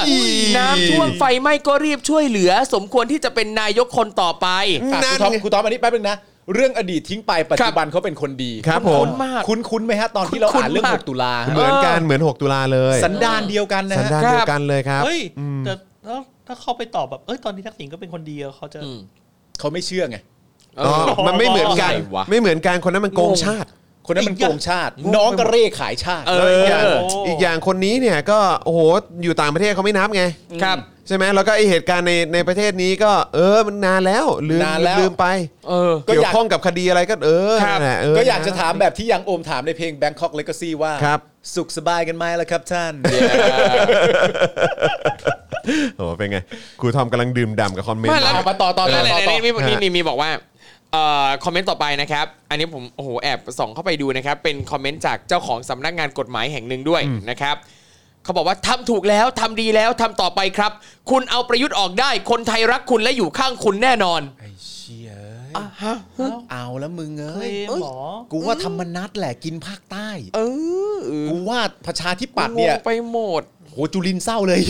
[SPEAKER 2] ย อน้ำท่วมไฟไหม้ก็รีบช่วยเหลือ สมควรที่จะเป็นนายกคนต่อไป
[SPEAKER 3] อ่ะ
[SPEAKER 1] นั่น
[SPEAKER 3] ครูทอมครูทอมอันนี้แป๊บนึงนะ เรื่องอดีตทิ้งไปปัจจุบันเขาเป็นคนดี
[SPEAKER 1] ครับผม
[SPEAKER 2] มาก
[SPEAKER 3] คุ้นคุ้นๆไหมฮะตอนที่เรา
[SPEAKER 2] คุ้นๆ
[SPEAKER 3] อ่านเรื่อง
[SPEAKER 2] มาก
[SPEAKER 3] 6 ตุลา
[SPEAKER 1] เหมือนกันเหมือน 6 ตุลาเลย
[SPEAKER 3] สันดานเดียวกันนะ
[SPEAKER 1] สัน
[SPEAKER 3] ฮะ
[SPEAKER 1] ดานเดียวกันเลยครับ
[SPEAKER 5] เฮ้ย แต่แล้วถ้าเข้าไปตอบแบบ เอ้ย ตอนนี้ทักษิณก็เป็นคนดีอะเขาจะ
[SPEAKER 2] อืม
[SPEAKER 3] เขาไม่เชื่อไง
[SPEAKER 2] เออ
[SPEAKER 1] อ๋อมันไม่เหมือนกัน
[SPEAKER 2] อะไรวะ
[SPEAKER 1] ไม่เหมือนกันคนนั้นมันโกงชาติ
[SPEAKER 3] คนนั้นมัน
[SPEAKER 5] ไอ้ยะ
[SPEAKER 3] โกงชาติ น้องกระเร่ขายชาติ
[SPEAKER 2] เอ
[SPEAKER 1] แล้วอีกอย่าง
[SPEAKER 2] อ
[SPEAKER 1] อีกอย่างคนนี้เนี่ยก็โอ้โหอยู่ต่างประเทศเขาไม่นับไง
[SPEAKER 2] ครับ
[SPEAKER 1] ใช่ไหมแล้วก็ไอเหตุการณ์ในในประเทศนี้ก็เออมันนานแล้วลืม
[SPEAKER 3] นานแล้ว
[SPEAKER 1] ลืมไป
[SPEAKER 2] เออ
[SPEAKER 3] ก็
[SPEAKER 1] เกี่ยวย
[SPEAKER 3] อาก
[SPEAKER 1] ข้องกับคดีอะไรก็เออ
[SPEAKER 2] ครับ
[SPEAKER 1] นั่นแหละเ
[SPEAKER 3] ก็อยากจะถามแบบที่ยังโอมถามในเพลง Bangkok Legacy ว่า
[SPEAKER 1] ครับ
[SPEAKER 3] สุขสบายกันไหมล่ะครับท่าน
[SPEAKER 1] โอ้โหเป็นไงครูทอมกำลังดื่มด่ำกับคอมเมนต์
[SPEAKER 2] ไม่แล้ว
[SPEAKER 3] เอามาต่อต่อต่อ
[SPEAKER 2] นั่นแหละ
[SPEAKER 3] ต่อต่อ
[SPEAKER 2] นี่มี
[SPEAKER 1] ฮะ
[SPEAKER 2] นี่นี่มีบอกว่าเอ่อคอมเมนต์ต่อไปนะครับ อันนี้ผมโอ้โหแอบส่องเข้าไปดูนะครับ เป็นคอมเมนต์จากเจ้าของสำนักงานกฎหมายแห่งหนึ่งด้วยนะครับเขาบอกว่าทำถูกแล้วทำดีแล้วทำต่อไปครับ คุณเอาประยุทธ์ออกได้ คนไทยรักคุณและอยู่ข้างคุณแน่นอน
[SPEAKER 3] ไอ้เชี่ย
[SPEAKER 2] ฮะ
[SPEAKER 3] เอาแล้วมึงเอ้ย
[SPEAKER 5] เคลมเหรอ
[SPEAKER 3] กูว่าธรรมนัตแหละกินภาคใต้
[SPEAKER 2] เออ
[SPEAKER 3] กูว่าประชาธิปัตย์เนี่
[SPEAKER 2] ง
[SPEAKER 3] ย
[SPEAKER 2] งไปหมด
[SPEAKER 3] โหจุลินเศร้าเลย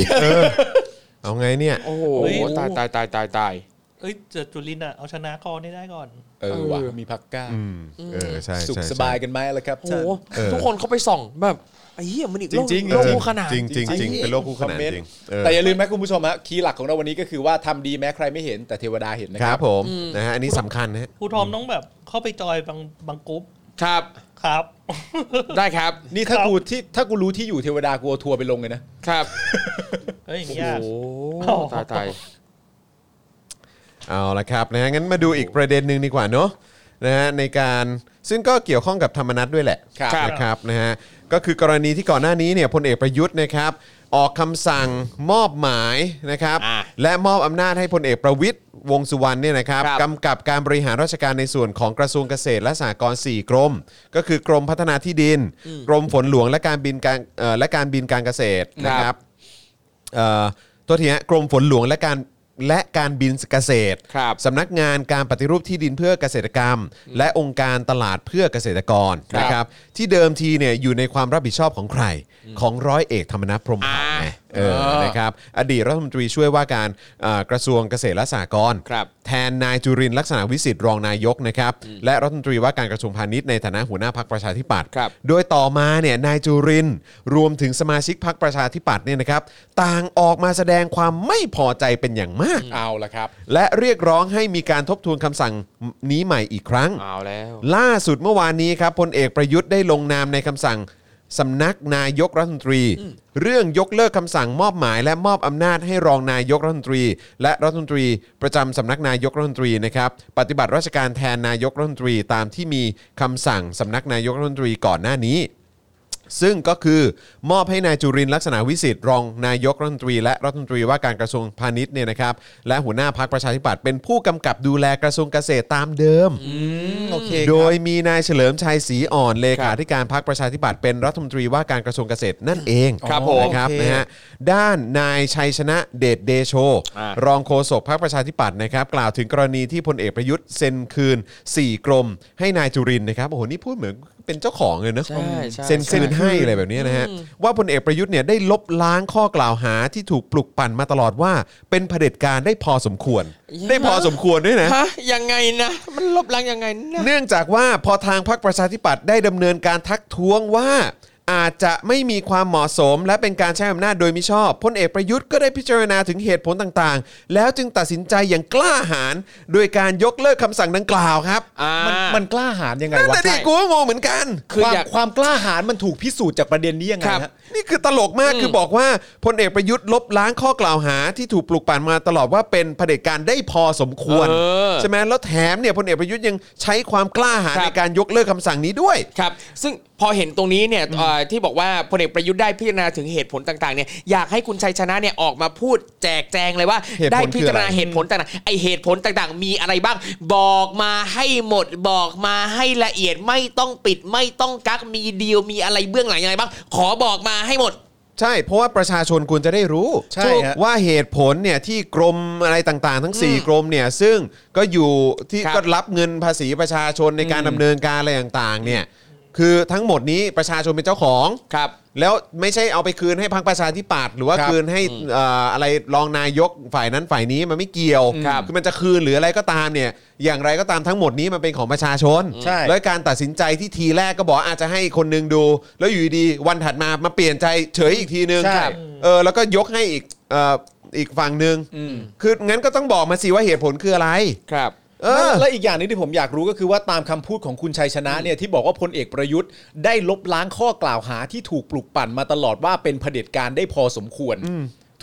[SPEAKER 1] เอาไงเนี่ย
[SPEAKER 2] โอ้โห
[SPEAKER 5] เฮ้ย
[SPEAKER 2] ตายตายตายตายตาย
[SPEAKER 5] เอ้ยเจอจุลินอะเอาชนะกรได้ได้ก่อน
[SPEAKER 3] เออว่ะมีพักกล้า
[SPEAKER 1] อืมเออใช่ใช่
[SPEAKER 3] สุข
[SPEAKER 1] ใช่
[SPEAKER 3] สบายกันไหมล่ะครับ
[SPEAKER 2] โอ้โห
[SPEAKER 3] ท่าน
[SPEAKER 1] เออ
[SPEAKER 2] ทุกคนเขาไปส่องแบบไอ้เหี้ยมันอีกโลก
[SPEAKER 3] จริงๆ
[SPEAKER 2] โลกคู่ขนาด
[SPEAKER 1] จริงๆจริงๆจริงๆเป็นโลกคู่ขนานจริงเออ
[SPEAKER 3] แต่อย่าลืมนะคุณผู้ชมฮะคีย์หลักของเราวันนี้ก็คือว่าทำดีแม้ใครไม่เห็นแต่เทวดาเห็นนะ
[SPEAKER 1] ค
[SPEAKER 3] ค
[SPEAKER 1] รั
[SPEAKER 3] รั
[SPEAKER 1] บบ ผมนะฮะอันนี้สำคัญนะฮะ
[SPEAKER 5] ครูทอมต้องแบบเข้าไปจอยบางบางกรุ๊ป
[SPEAKER 2] ครับ
[SPEAKER 5] ครับ
[SPEAKER 2] ได้ครับ
[SPEAKER 3] นี่ถ้า
[SPEAKER 5] ครับ
[SPEAKER 3] กูที่ถ้ากูรู้ที่อยู่เทวดากูเอาทัวร์ไปลงเลยนะครับ
[SPEAKER 5] เอ้ยอย่าง
[SPEAKER 2] โอ้
[SPEAKER 5] เงี้ยาก
[SPEAKER 2] โหตายตาย
[SPEAKER 1] เอาละครับนะฮะงั้นมาดูอีกประเด็นหนึ่งดีกว่าเนาะนะฮะในการซึ่งก็เกี่ยวข้องกับธรรมนัตด้วยแหละ
[SPEAKER 3] ครับ
[SPEAKER 2] ครับ
[SPEAKER 1] นะครับนะฮะก็คือกรณีที่ก่อนหน้านี้เนี่ยพลเอกประยุทธ์นะครับออกคำสั่งมอบหมายนะครับ
[SPEAKER 2] อ่า
[SPEAKER 1] และมอบอำนาจให้พลเอกประวิทย์วงษ์สุวรรณเนี่ยนะครับ
[SPEAKER 2] ครับ
[SPEAKER 1] กำกับการบริหารราชการในส่วนของกระทรวงเกษตรและสหกรณ์4กรม ก็คือกรมพัฒนาที่ดิน กรมฝนหลวงและการบินการเอ่อและการบินการเกษตรนะค
[SPEAKER 2] ครั
[SPEAKER 1] รับบ เอ่อตัวทีฮะกรมฝนหลวงและการและการบินเกษตร
[SPEAKER 2] ครับ
[SPEAKER 1] สำนักงานการปฏิรูปที่ดินเพื่อเกษตรกรรม และองค์การตลาดเพื่อเกษตรกร
[SPEAKER 2] ครับ
[SPEAKER 1] นะครับที่เดิมทีเนี่ยอยู่ในความรับผิดชอบของใครของร้อยเอกธรรมนัฐพรหมเผ่า
[SPEAKER 2] อ่า
[SPEAKER 1] ไงเออ
[SPEAKER 2] เออ
[SPEAKER 1] นะครับอดีตรัฐมนตรีช่วยว่าการเอ่อกระทรวงเกษตรและสหกรณ์
[SPEAKER 2] ครับ
[SPEAKER 1] แทนนายจุรินทร์ลักษณะวิสิทธิ์รองนายกนะครับและรัฐมนตรีว่าการกระทรวงพาณิชย์ในฐานะหัวหน้าพักประชาธิปัตย์
[SPEAKER 2] ครับ
[SPEAKER 1] โดยต่อมาเนี่ยนายจุรินทร์รวมถึงสมาชิกพักประชาธิปัตย์เนี่ยนะครับต่างออกมาแสดงความไม่พอใจเป็นอย่างมาก
[SPEAKER 3] เอาละครับ
[SPEAKER 1] และเรียกร้องให้มีการทบทวนคำสั่งนี้ใหม่อีกครั้ง
[SPEAKER 2] เอาแล้ว
[SPEAKER 1] ล่าสุดเมื่อวานนี้ครับพลเอกประยุทธ์ได้ลงนามในคำสั่งสำนักนายกรัฐมนตรี เรื่องยกเลิกคำสั่งมอบหมาย และมอบอำนาจให้รองนายกรัฐมนตรี และรัฐมนตรีประจำสำนักนายกรัฐมนตรีนะครับปฏิบัติราชการแทนนายกรัฐมนตรีตามที่มีคำสั่งสำนักนายกรัฐมนตรีก่อนหน้านี้ ซึ่งก็คือมอบให้นายจุรินทร์ลักษณะวิสิทธิ์รองนายกรัฐมนตรีและรัฐมนตรีว่าการกระทรวงพาณิชย์เนี่ยนะครับและหัวหน้าพักประชาธิปัตย์เป็นผู้กำกับดูแลกระทรวงเกษตรตามเดิม
[SPEAKER 3] โอเค
[SPEAKER 1] โดยมีนายเฉลิมชัยศรีอ่อนเลขาธิการพรรคประชาธิปัตย์เป็นรัฐมนตรีว่าการกระทรวงเกษตรนั่นเอง
[SPEAKER 2] ครับผม
[SPEAKER 1] นะครับนะฮะด้านนายชัยชนะเดชเดโช
[SPEAKER 4] อ่าร
[SPEAKER 1] องโฆษกพรรคประชาธิปัตย์นะครับ กล่าวถึงกรณีที่พลเอกประยุทธ์เซ็นคืน 4 กรม ให้นายจุรินทร์นะครับโอ้โหนี่พูดเหมือนเป็นเจ้าของเลยเนอะ
[SPEAKER 2] ใช่ใช่
[SPEAKER 1] เซ็นคืนให้อะไรแบบเนี้ยนะฮะว่าพลเอกประยุทธ์เนี่ยได้ลบล้างข้อกล่าวหาที่ถูกปลุกปั่นมาตลอดว่า เป็นเผด็จการได้พอสมควร
[SPEAKER 2] เย้
[SPEAKER 1] ได้พอสมควรด้วยนะ
[SPEAKER 2] ฮะยังไงนะ มันลบล้างยังไงนะ
[SPEAKER 1] เนื่องจากว่าพอทางพรรคประชาธิปัตย์ได้ดำเนินการทักท้วงว่า อาจจะไม่มีความเหมาะสม และเป็นการใช้อำนาจโดยมิชอบพลเอกประยุทธ์ก็ได้พิจารณาถึงเหตุผลต่างๆ แล้วจึงตัดสินใจอย่างกล้าหาญโดยการยกเลิกคำสั่งดังกล่าวครับ
[SPEAKER 2] อ่า
[SPEAKER 3] มันมันกล้าหาญยังไง
[SPEAKER 1] นั่น
[SPEAKER 3] วะ
[SPEAKER 1] แหละดิกูก็งงเหมือนกัน
[SPEAKER 2] คือ
[SPEAKER 3] ความ
[SPEAKER 2] อยาก
[SPEAKER 3] ความกล้าหาญมันถูกพิสูจน์จากประเด็นนี้ยังไง
[SPEAKER 2] ครับ
[SPEAKER 3] ฮะ
[SPEAKER 1] นี่คือตลกมากคือบอกว่าพลเอกประยุทธ์ลบล้างข้อกล่าวหาที่ถูกปลุกปั่นมาตลอดว่าเป็นเผด็จการได้พอสมควร
[SPEAKER 2] เออ
[SPEAKER 1] ใช่ไหมแล้วแถมเนี่ยพลเอกประยุทธ์ยังใช้ความกล้าหาญ
[SPEAKER 2] ครับ
[SPEAKER 1] ในการยกเลิกคำสั่งนี้ด้วย
[SPEAKER 2] ครับซึ่งพอเห็นตรงนี้เนี่ยเอ่อที่บอกว่าพลเอกประยุทธ์ได้พิจารณาถึงเหตุผลต่างๆเนี่ยอยากให้คุณชัยชนะเนี่ยออกมาพูดแจกแจงเลยว่า
[SPEAKER 1] เหตุผล
[SPEAKER 2] ได้พิจารณา
[SPEAKER 1] คืออะไร
[SPEAKER 2] เหตุผลต่างๆไอเหตุผลต่างๆ มีอะไรบ้าง บอกมาให้หมดบอกมาให้ละเอียดไม่ต้องปิดไม่ต้องกักมีดีลมีอะไรเบื้องหลังยังไงบ้าง ขอบอกมาให้หมด
[SPEAKER 1] ใช่ เพราะว่าประชาชนควรจะได้รู้
[SPEAKER 3] ใช่ฮะ
[SPEAKER 1] ว่าเหตุผลเนี่ยที่กรมอะไรต่างๆ ทั้ง 4 กรมเนี่ยซึ่งก็อยู่ที่
[SPEAKER 2] ครับ
[SPEAKER 1] ก็รับเงินภาษีประชาชนในการดำเนินการอะไรต่างๆเนี่ยคือทั้งหมดนี้ประชาชนเป็นเจ้าของ
[SPEAKER 2] ครับ
[SPEAKER 1] แล้วไม่ใช่เอาไปคืนให้พังประชาธิปัตย์หรือว่า
[SPEAKER 3] ครับ
[SPEAKER 1] คืนให้เอ่ออะไรรองนายกฝ่ายนั้นฝ่ายนี้มันไม่เกี่ยวคือมันจะคืนหรืออะไรก็ตามเนี่ยอย่างไรก็ตามทั้งหมดนี้มันเป็นของประชาชน
[SPEAKER 3] ใช่
[SPEAKER 1] แล้วการตัดสินใจที่ทีแรกก็บอกอาจจะให้คนหนึงดู แล้วอยู่ดีๆวันถัดมามาเปลี่ยนใจเฉยอีกทีนึง
[SPEAKER 3] ใช่
[SPEAKER 1] เออแล้วก็ยกให้อีกเอ่ออีกฝั่งหนึ่งคืองั้นก็ต้องบอกมาสิว่าเหตุผลคืออะไร
[SPEAKER 2] ครับ
[SPEAKER 1] เออ
[SPEAKER 3] และอีกอย่างหนึงที่ผมอยากรู้ก็คือว่าตามคำพูดของคุณชัยชนะเนี่ยที่บอกว่าพลเอกประยุทธ์ได้ลบล้างข้อกล่าวหาที่ถูกปลุกปั่นมาตลอดว่าเป็นเผด็จการได้พอสมควร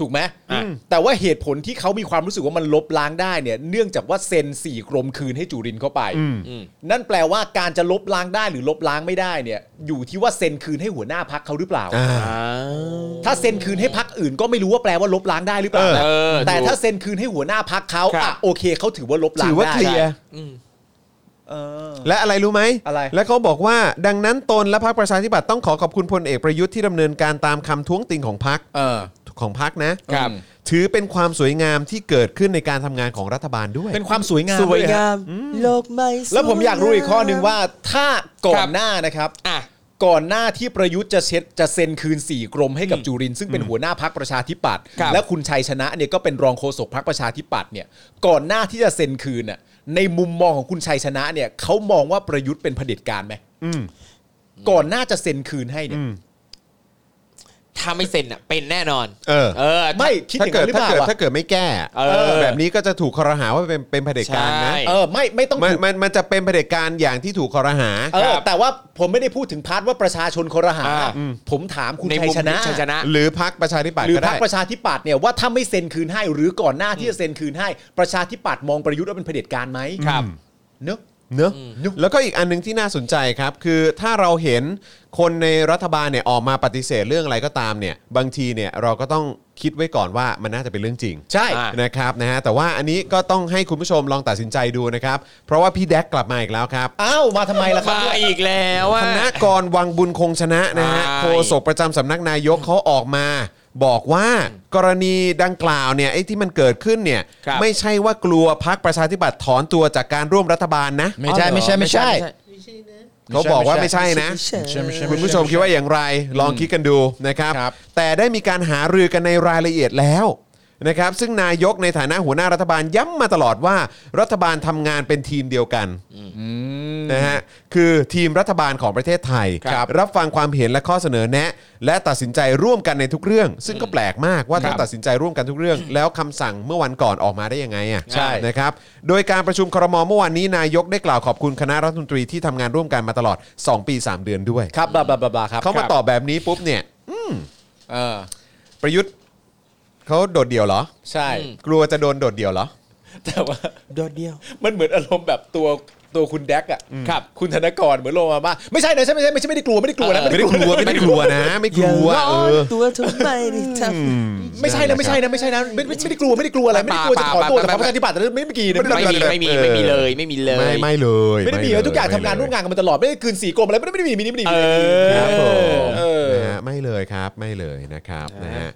[SPEAKER 3] ถูกไหมอ่ะแต่ว่าเหตุผลที่เขามีความรู้สึกว่ามันลบล้างได้เนี่ยเนื่องจากว่าเซ็นสี่กรมคืนให้จุรินทร์เข้าไป นั่นแปลว่าการจะลบล้างได้หรือลบล้างไม่ได้เนี่ยอยู่ที่ว่าเซ็นคืนให้หัวหน้าพักเขาหรือเปล่า
[SPEAKER 1] อ่า
[SPEAKER 3] ถ้าเซ็นคืนให้พักอื่นก็ไม่รู้ว่าแปลว่าลบล้างได้หรือเปล่านะ
[SPEAKER 2] เออ
[SPEAKER 3] แต่ถ้าเซ็นคืนให้หัวหน้าพักเขา
[SPEAKER 2] ครับ
[SPEAKER 3] อ่ะโอเคเขาถือว่าลบล้างได้
[SPEAKER 1] ถือว่าเคลียร์
[SPEAKER 3] เออ
[SPEAKER 1] และอะไรรู้ไหม
[SPEAKER 3] อะไร
[SPEAKER 1] และเขาบอกว่าดังนั้นตนและพรรคประชาธิปัตย์ต้องขอขอบคุณพลเอกประยุทธ์ที่ดำเนินการตามคำท้วงติงของพรรค
[SPEAKER 3] เออ
[SPEAKER 1] ของพรรคนะครับ ถือเป็นความสวยงามที่เกิดขึ้นในการทำงานของรัฐบาลด้วย
[SPEAKER 3] เป็นความสวยงาม
[SPEAKER 2] สวย
[SPEAKER 3] ด้ฮะ
[SPEAKER 2] งามโลกไม่ส
[SPEAKER 3] แล้วผมอยากรู้อีกข้อหนึ่งว่าถ้าก่อนหน้านะครับ
[SPEAKER 2] อ่ะ
[SPEAKER 3] ก่อนหน้าที่ประยุทธ์จะเช็ดจะเซ็นคืน 4 กรมให้กับจุรินทร์ซึ่งเป็นหัวหน้าพักประชาธิปัตย์
[SPEAKER 2] ครับ
[SPEAKER 3] และคุณชัยชนะเนี่ยก็เป็นรองโฆษกพักประชาธิปัตย์เนี่ยก่อนหน้าที่จะเซ็นคืนน่ะในมุมมองของคุณชัยชนะเนี่ยเขามองว่าประยุทธ์เป็นเผด็จการไหมก่อนหน้าจะเซ็นคืนให้เนี่ย
[SPEAKER 2] ถ้าไม่เซ็นอ่ะเป็นแน่นอน
[SPEAKER 1] เออ
[SPEAKER 2] เออ
[SPEAKER 3] ไม่คิด
[SPEAKER 1] ถ้า
[SPEAKER 3] อย่าง
[SPEAKER 1] เกิ
[SPEAKER 3] นั้
[SPEAKER 1] ด
[SPEAKER 3] นหรื
[SPEAKER 1] ถ้า
[SPEAKER 3] อเป
[SPEAKER 1] เกิด
[SPEAKER 3] ล่าอะ
[SPEAKER 1] ถ้าเกิดไม่แก้
[SPEAKER 2] เออ
[SPEAKER 1] แบบนี้ก็จะถูกคอรหาว่าเป็นเป็นเผด็จการนะ
[SPEAKER 2] ใช่
[SPEAKER 3] เออไม่ไม่ต้อง
[SPEAKER 1] มัน
[SPEAKER 3] ถูก
[SPEAKER 1] มันมันจะเป็นเผด็จการอย่างที่ถูกคอรหา
[SPEAKER 3] เออแต่ว่าผมไม่ได้พูดถึงพาร์ทว่าประชาชนคอรหา
[SPEAKER 2] อ่า
[SPEAKER 3] ผมถามคุณ
[SPEAKER 2] ใน
[SPEAKER 3] ชัย
[SPEAKER 2] มุม
[SPEAKER 3] ชนะ
[SPEAKER 2] คุณชัยชนะ
[SPEAKER 1] หรือพักประชาธิปัตย์
[SPEAKER 3] หรือ
[SPEAKER 1] ก็
[SPEAKER 3] พรร
[SPEAKER 1] ได้
[SPEAKER 3] คประชาธิปัตย์เนี่ยว่าถ้าไม่เซ็นคืนให้ หรือก่อนหน้าที่จะเซ็นคืนให้ ประชาธิปัตย์มองประยุทธ์ว่าเป็นเผด็จการไหม
[SPEAKER 2] ครับ
[SPEAKER 3] เนอะ
[SPEAKER 1] เนอะแล้วก็อีกอันหนึงที่น่าสนใจครับ คือถ้าเราเห็นคนในรัฐบาลเนี่ยออกมาปฏิเสธเรื่องอะไรก็ตามเนี่ย บางทีเนี่ยเราก็ต้องคิดไว้ก่อนว่ามันน่าจะเป็นเรื่องจริง
[SPEAKER 3] ใช่
[SPEAKER 2] อ่ะ
[SPEAKER 1] นะครับนะฮะแต่ว่าอันนี้ก็ต้องให้คุณผู้ชมลองตัดสินใจดูนะครับ เพราะว่าพี่แดกกลับมาอีกแล้วครับ
[SPEAKER 3] อ้าว มาทำไมล่ะครับ
[SPEAKER 2] มาอีกแล้ว
[SPEAKER 1] ธ
[SPEAKER 2] อ่ะ
[SPEAKER 1] นกรวังบุญคงชนะนะฮะ
[SPEAKER 2] ใช่
[SPEAKER 1] โฆษกประจำสำนักนายกเขาออกมา บอกว่ากรณีดังกล่าวเนี่ยไอ้ที่มันเกิดขึ้นเนี่ย
[SPEAKER 2] ครับ
[SPEAKER 1] ไม่ใช่ว่ากลัวพักประชาธิปัตย์ถอนตัวจากการร่วมรัฐบาลนะ
[SPEAKER 3] ไม่ใช่ไม่ใช่ไม่ใช่
[SPEAKER 1] เขาบอกว่าไม่ใช่นะคุณผู้ชมคิดว่าอย่างไรลองคิดกันดูนะครับ
[SPEAKER 3] ครับ
[SPEAKER 1] แต่ได้มีการหารือกันในรายละเอียดแล้วนะครับ ซึ่งนายกในฐานะหัวหน้ารัฐบาลย้ำมาตลอดว่า รัฐบาลทำงานเป็นทีมเดียวกัน นะฮะคือทีมรัฐบาลของประเทศไทย
[SPEAKER 2] ครับ
[SPEAKER 1] รับฟังความเห็นและข้อเสนอแนะ และตัดสินใจร่วมกันในทุกเรื่อง ซึ่งก็แปลกมากว่าถ้าตัดสินใจร่วมกันทุกเรื่อง แล้วคำสั่งเมื่อวันก่อนออกมาได้ยังไงอ่ะ
[SPEAKER 2] ใช่
[SPEAKER 1] นะครับโดยการประชุมครมเมื่อวานนี้นายกได้กล่าวขอบคุณคณะรัฐมนตรีที่ทำงานร่วมกันมาตลอด 2 ปี 3 เดือนด้วย
[SPEAKER 3] ครับบลาบลาบลาบลาครับ
[SPEAKER 1] เขามา
[SPEAKER 3] ครับ
[SPEAKER 1] ตอบแบบนี้ปุ๊บเนี่ย
[SPEAKER 3] เออ
[SPEAKER 1] ประยุทธ์เขาโดดเดี่ยวเหรอ
[SPEAKER 3] ใช่
[SPEAKER 1] กลัวจะโดนโดดเดี่ยวเหรอ
[SPEAKER 3] แต่ว่า
[SPEAKER 2] โดดเดียว
[SPEAKER 3] มันเหมือนอารมณ์แบบตัว ตัวคุณแดกอ่ะ
[SPEAKER 2] ครับ
[SPEAKER 3] คุณธนกรเหมือนโลมาว่าไม่ใช่นะใช่ไม่ใช่ไม่ใช่ไม่ได้กลัวไม่ได้กลัวนะ
[SPEAKER 2] เออ
[SPEAKER 1] ไม่ได้กลัวไม่ได้กลัวนะ ไม่กลัวเออ
[SPEAKER 2] ตัวทำไมดิทับ
[SPEAKER 3] ไม่ใช่นะไม่ใช่นะไม่ใช่นะไม่ไม่ไม่ได้กลัวไม่ได้กลัวอะไรไม่ได้กลัวจะถอนตัวจากพรรคประชาธิปัตย์แต่ไม่ไม่กี่นะ
[SPEAKER 2] ไม่มีไม่มีไม่มีเลยไม่มีเลย
[SPEAKER 1] ไม่ไม่เลย
[SPEAKER 3] ไม่ได้มี
[SPEAKER 1] เลย
[SPEAKER 3] ทุกอย่างทำงานร่วมงานกันมาตลอดไม่ได้คืนสีกรมอะไรไม่ได้มีไม่ได้มี
[SPEAKER 2] เออ
[SPEAKER 3] ไม่ได้มี
[SPEAKER 1] ครับผม
[SPEAKER 3] เออ
[SPEAKER 1] นะฮะไม่เลยครับไม่เลยนะครับนะฮะ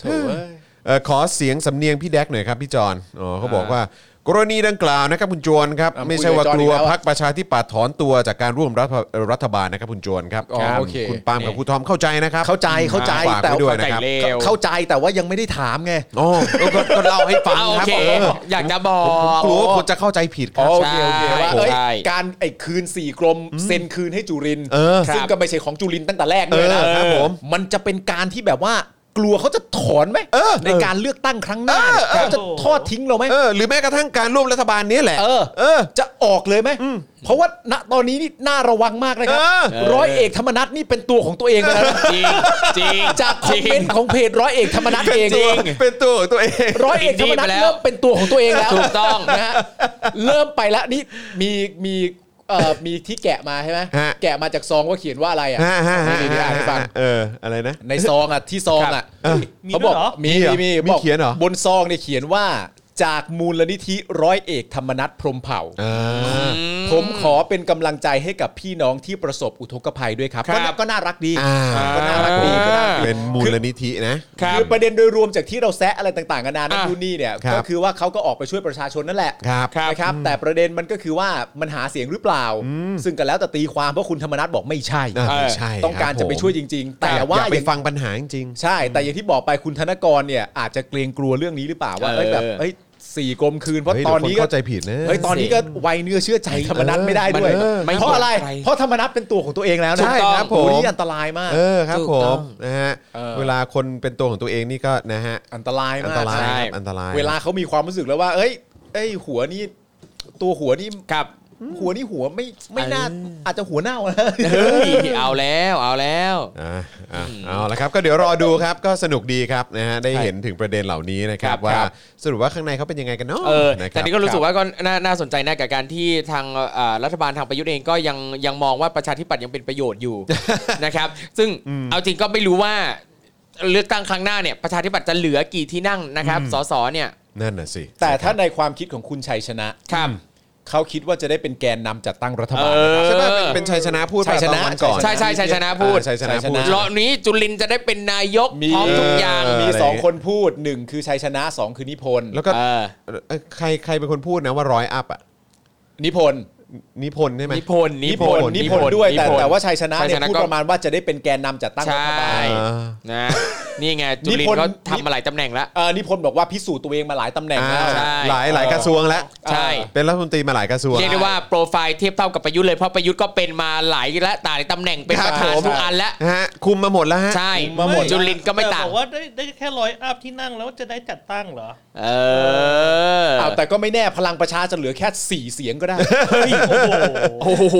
[SPEAKER 3] โถ่เอ้ย
[SPEAKER 1] เอ่อขอเสียงสำเนียงพี่แดกหน่อยครับพี่จอนอ๋อเขาบอกว่า กรณีดังกล่าวนะครับคุณจวนครับ
[SPEAKER 3] อ่ะ
[SPEAKER 1] ไม่ใช่
[SPEAKER 3] คุยกั
[SPEAKER 1] ว่า
[SPEAKER 3] บจ
[SPEAKER 1] กลัว
[SPEAKER 3] อนอีกแล้วอะ
[SPEAKER 1] พักประชาธิปัตย์ถอนตัวจากการร่วมรัฐรัฐบาลนะครับคุณจวนครับ
[SPEAKER 3] อ๋อ
[SPEAKER 1] ครับ
[SPEAKER 3] โอเค
[SPEAKER 1] คุณปาล์มกับคุณทอมเข้าใจนะครับ
[SPEAKER 3] เข้าใจเข้าใจ
[SPEAKER 1] ฝาก
[SPEAKER 3] แต่
[SPEAKER 1] ไว้ด้วยนะ
[SPEAKER 2] ใจ
[SPEAKER 1] ครับ
[SPEAKER 2] เลว
[SPEAKER 3] เข้าใจแต่ว่ายังไม่ได้ถามไง
[SPEAKER 1] อ๋อก็ก็ก็เล่าให้ฟังค
[SPEAKER 2] อ่ะโอ
[SPEAKER 1] รับ
[SPEAKER 2] เค
[SPEAKER 1] เออ
[SPEAKER 2] อยากจะบอก
[SPEAKER 1] กลัวว่าคนจะเข้าใจผิดค
[SPEAKER 3] อ๋
[SPEAKER 1] รั
[SPEAKER 3] อบ โอเคโอเคว่าเอ้ย
[SPEAKER 2] ใช่
[SPEAKER 3] การไอ้คืนสี่กรมเซ็นคืนให้จุรินทร์
[SPEAKER 1] เออ
[SPEAKER 3] ซึ่
[SPEAKER 2] ค
[SPEAKER 3] ง
[SPEAKER 2] รับ
[SPEAKER 3] ก็ไม่ใช่ของจุรินทร์ตั้งแต่แรกเลยนะ
[SPEAKER 1] เออครับผม
[SPEAKER 3] มันจะเป็นการที่แบบว่ากลัวเขาจะถอนไหม
[SPEAKER 1] เออ
[SPEAKER 3] ในการเลือกตั้งครั้งหน้า
[SPEAKER 1] เออเออ
[SPEAKER 3] เขาจะทอดทิ้งเราไหม
[SPEAKER 1] เออหรือแม้กระทั่งการร่วมรัฐบาลเนี้ยแหละ
[SPEAKER 3] เออ
[SPEAKER 1] เออ
[SPEAKER 3] จะออกเลยไหมเพราะว่าณตอนนี้นี่น่าระวังมากนะครั
[SPEAKER 1] เออ
[SPEAKER 3] ร้อยเอกธรรมนัฐนี่เป็นตัวของตัวเองไปแล้วนะ
[SPEAKER 2] จริงจริง
[SPEAKER 3] จากคอมเมนต์ของเพจร้อยเอกธรรมนัฐเอง
[SPEAKER 1] เป็นตัวของตัวเอง
[SPEAKER 3] ร้อยเอกธรรมนัฐ
[SPEAKER 2] ไปแล้ว
[SPEAKER 3] เริ่มเป็นตัวของตัวเองแล้ว
[SPEAKER 2] ถูกต้อง
[SPEAKER 3] นะฮะเริ่มไปแล้วนี่มีมีเอ่อมีที่แกะมาใช่ไหมแกะมาจากซองว่าเขียนว่าอะไรอ่ะ
[SPEAKER 1] ฮะฮะฮะ
[SPEAKER 3] นี่ๆๆอ่านให้ฟัง
[SPEAKER 1] เอออะไรนะ
[SPEAKER 3] ในซองอ่ะที่ซองอ่ะ
[SPEAKER 1] เออ
[SPEAKER 5] มี
[SPEAKER 3] เขา
[SPEAKER 5] ด้
[SPEAKER 3] บ
[SPEAKER 5] ว
[SPEAKER 3] อก
[SPEAKER 5] ยเหรอ
[SPEAKER 3] มี
[SPEAKER 1] มีเหรอ
[SPEAKER 3] มี
[SPEAKER 1] มี
[SPEAKER 3] บอก
[SPEAKER 1] เขียนเหรอ
[SPEAKER 3] บนซองเนี่ยเขียนว่าจากมูลนิธิร้อยเอกธรรมนัฐพรหมเผ่า
[SPEAKER 1] อ่า
[SPEAKER 3] ผมขอเป็นกำลังใจให้กับพี่น้องที่ประสบอุทกภัยด้วยครับ
[SPEAKER 2] ครับ
[SPEAKER 3] ก็น่าก็น่ารักดี
[SPEAKER 1] อ่า
[SPEAKER 3] ก็น่ารักดีก็น่ารักดี
[SPEAKER 1] เป็นมูลนิธินะ
[SPEAKER 2] ครับ
[SPEAKER 3] คือประเด็นโดยรวมจากที่เราแซะอะไรต่างๆกันานานั่น
[SPEAKER 2] อ่ะ
[SPEAKER 3] นู่นนี่เนี่ย
[SPEAKER 1] ครับ
[SPEAKER 3] ก็คือว่าเขาก็ออกไปช่วยประชาชนนั่นแหละ
[SPEAKER 1] ครับครับ
[SPEAKER 3] นะครับแต่ประเด็นมันก็คือว่ามันหาเสียงหรือเปล่า ซึ่งกันแล้วแต่ตีความเพราะคุณธรรมนัฐบอกไม่ใช่
[SPEAKER 1] อ่ะ
[SPEAKER 2] เออ
[SPEAKER 1] ไม่ใช่
[SPEAKER 3] ต้องการจะไปช่วยจริง ๆ
[SPEAKER 1] แต่
[SPEAKER 3] แต่
[SPEAKER 1] ว่า
[SPEAKER 3] ว่า
[SPEAKER 1] อย่าไป
[SPEAKER 3] อย่าง
[SPEAKER 1] ฟังปัญหาจริง
[SPEAKER 3] ใช่ แต่อย่างที่บอกไปคุณธนกรเนี่ยอาจจะเกรงกลัวเรื่องนี้หรือเปล่าว่า
[SPEAKER 2] เออ
[SPEAKER 3] เอ้ยแบบเอ้ยสี่กรมคืนเพราะ
[SPEAKER 1] เฮ้ย
[SPEAKER 3] ตอนนี้
[SPEAKER 1] เดี๋ยวคน
[SPEAKER 3] ก็
[SPEAKER 1] เข้าใจผิดนะ
[SPEAKER 3] เฮ้ยตอนนี้ก็ไวเนื้อเชื่อใจธรรมนัฐไม่ได้ด้วย
[SPEAKER 1] เออ
[SPEAKER 2] ไม่
[SPEAKER 3] เพราะอะไร
[SPEAKER 2] ใค
[SPEAKER 3] เพราะธรรมนัฐเป็นตัวของตัวเองแล้วนะ
[SPEAKER 1] ใช่ครับผม
[SPEAKER 3] โอ้โหนี่อันตรายมาก
[SPEAKER 1] เออครับ
[SPEAKER 2] ถูก
[SPEAKER 1] ผ
[SPEAKER 2] ต้
[SPEAKER 1] ม
[SPEAKER 2] อง
[SPEAKER 1] นะฮะ
[SPEAKER 3] เออ
[SPEAKER 1] เวลาคนเป็นตัวของตัวเองนี่ก็นะฮะ
[SPEAKER 3] อันตราย
[SPEAKER 1] อัน
[SPEAKER 3] มา
[SPEAKER 1] ต
[SPEAKER 3] ก
[SPEAKER 1] ราย
[SPEAKER 2] ใช่
[SPEAKER 1] ครับอันตราย
[SPEAKER 3] เวลาเขามีความรู้สึกแล้วว่า เอ้ย เอ้ย หัวนี่ ตัวหัวนี่
[SPEAKER 2] ครับ
[SPEAKER 3] หัวนี่หัวไม่ ไม่น่า
[SPEAKER 2] เอออ
[SPEAKER 3] อาจจะหัวเน่านะ
[SPEAKER 2] เฮ้ยเอาแล้วเอาแล้ว
[SPEAKER 1] อ่ะอ่ะเอาละครับก็เดี๋ยวรอดูครับก็สนุกดีครับนะฮะได้เห็นถึงประเด็นเหล่านี้นะครับ
[SPEAKER 2] ครับ
[SPEAKER 1] ว่า
[SPEAKER 2] ครับ
[SPEAKER 1] สรุปว่าข้างในเขาเป็นยังไงกันเนาะ
[SPEAKER 2] เออ
[SPEAKER 1] นะคบ
[SPEAKER 2] แต่นี่ก็รู้สึกว่าก็น่าน่าสนใจนะกับการที่ทางเอ่อรัฐบาลทางประยุทธ์เองก็ยังยังมองว่าประชาธิปัตย์ยังเป็นประโยชน์อยู่ นะครับ ซึ่งเอาจริงก็ไม่รู้ว่าเลือกตั้งครั้งหน้าเนี่ยประชาธิปัตย์จะเหลือกี่ที่นั่งนะครับสสเนี่ย
[SPEAKER 1] นั่นน่ะสิ
[SPEAKER 3] แต่ถ้าในความคิดของคุณชัยชนะ
[SPEAKER 2] ครับ
[SPEAKER 3] เขาคิดว่าจะได้เป็นแกนนำจัดตั้งรัฐบาล
[SPEAKER 2] เออ
[SPEAKER 1] ใช่ป่ะเป็นเป็นชัยชนะพูด
[SPEAKER 3] ชัยชนะ
[SPEAKER 1] ตอวัก่อน
[SPEAKER 2] ใช่ใช่ใช่ชนะพูด
[SPEAKER 1] อ่าชัยชนะพูด
[SPEAKER 2] รอบนี้จุลินจะได้เป็นนายก
[SPEAKER 3] มี
[SPEAKER 2] พร้อมทุกอย่าง
[SPEAKER 1] เอ
[SPEAKER 3] มีสองคนพูดหนึ่งคือชัยชนะสองคือนิพนธ์
[SPEAKER 1] แล้วก็
[SPEAKER 2] เออ
[SPEAKER 1] เอ่อใครใครเป็นคนพูดนะว่าร้อยอัพอ่ะ
[SPEAKER 3] นิพนธ์
[SPEAKER 1] นิพนธ์ใช่ไหม
[SPEAKER 2] นิพนธ์
[SPEAKER 3] นิพนธ์นิพนธ์ด้วย แต่แต่ว่าชัยชนะ
[SPEAKER 2] ชัย
[SPEAKER 3] เนี่
[SPEAKER 2] ช
[SPEAKER 3] ย
[SPEAKER 2] นะ
[SPEAKER 3] พูด
[SPEAKER 2] ก็
[SPEAKER 3] ประมาณว่าจะได้เป็นแกนนำจัดตั้งรัฐบาล
[SPEAKER 2] ใช่
[SPEAKER 1] อ่า
[SPEAKER 2] นะนี่ไงจุลิน
[SPEAKER 3] นิพนธ์
[SPEAKER 2] เขาทำมาหลายตำแหน่งแล้ว
[SPEAKER 3] เอ่อนิพนธ์บอกว่าพิสูจน์ตัวเองมาหลายตำแหน่ง
[SPEAKER 1] อ่า
[SPEAKER 3] แล้ว
[SPEAKER 2] ใช่
[SPEAKER 1] หลายหลายกระทรวงแล้ว
[SPEAKER 2] ใช่
[SPEAKER 1] เป็นรัฐมนตรีมาหลายกระทรวง
[SPEAKER 2] เรียกได้ว่าโปรไฟล์เทียบเท่ากับประยุทธ์เลยเพราะประยุทธ์ก็เป็นมาหลายและหลายตำแหน่งเป็น
[SPEAKER 1] ครั
[SPEAKER 2] ป
[SPEAKER 1] บ
[SPEAKER 2] ระธาน
[SPEAKER 1] ผม
[SPEAKER 2] ทุกอันแล้ว
[SPEAKER 1] ฮะคุมมาหมดแล้วฮะ
[SPEAKER 2] ใช่
[SPEAKER 3] คุมมาหมด
[SPEAKER 2] จุลินก็ไม่ต่าง
[SPEAKER 5] แต่บอกว่าได้ได้แค่ร้อยอัพที่นั่งแล้วจะได้จัดตั้งเหรอ
[SPEAKER 2] เออ
[SPEAKER 3] อ้าวแต่ก็ไม่แน่พลังประชาจะเหลือแค่สี่เสียงก็ได้
[SPEAKER 5] เฮ้ยโอ้โห
[SPEAKER 2] โอ้โห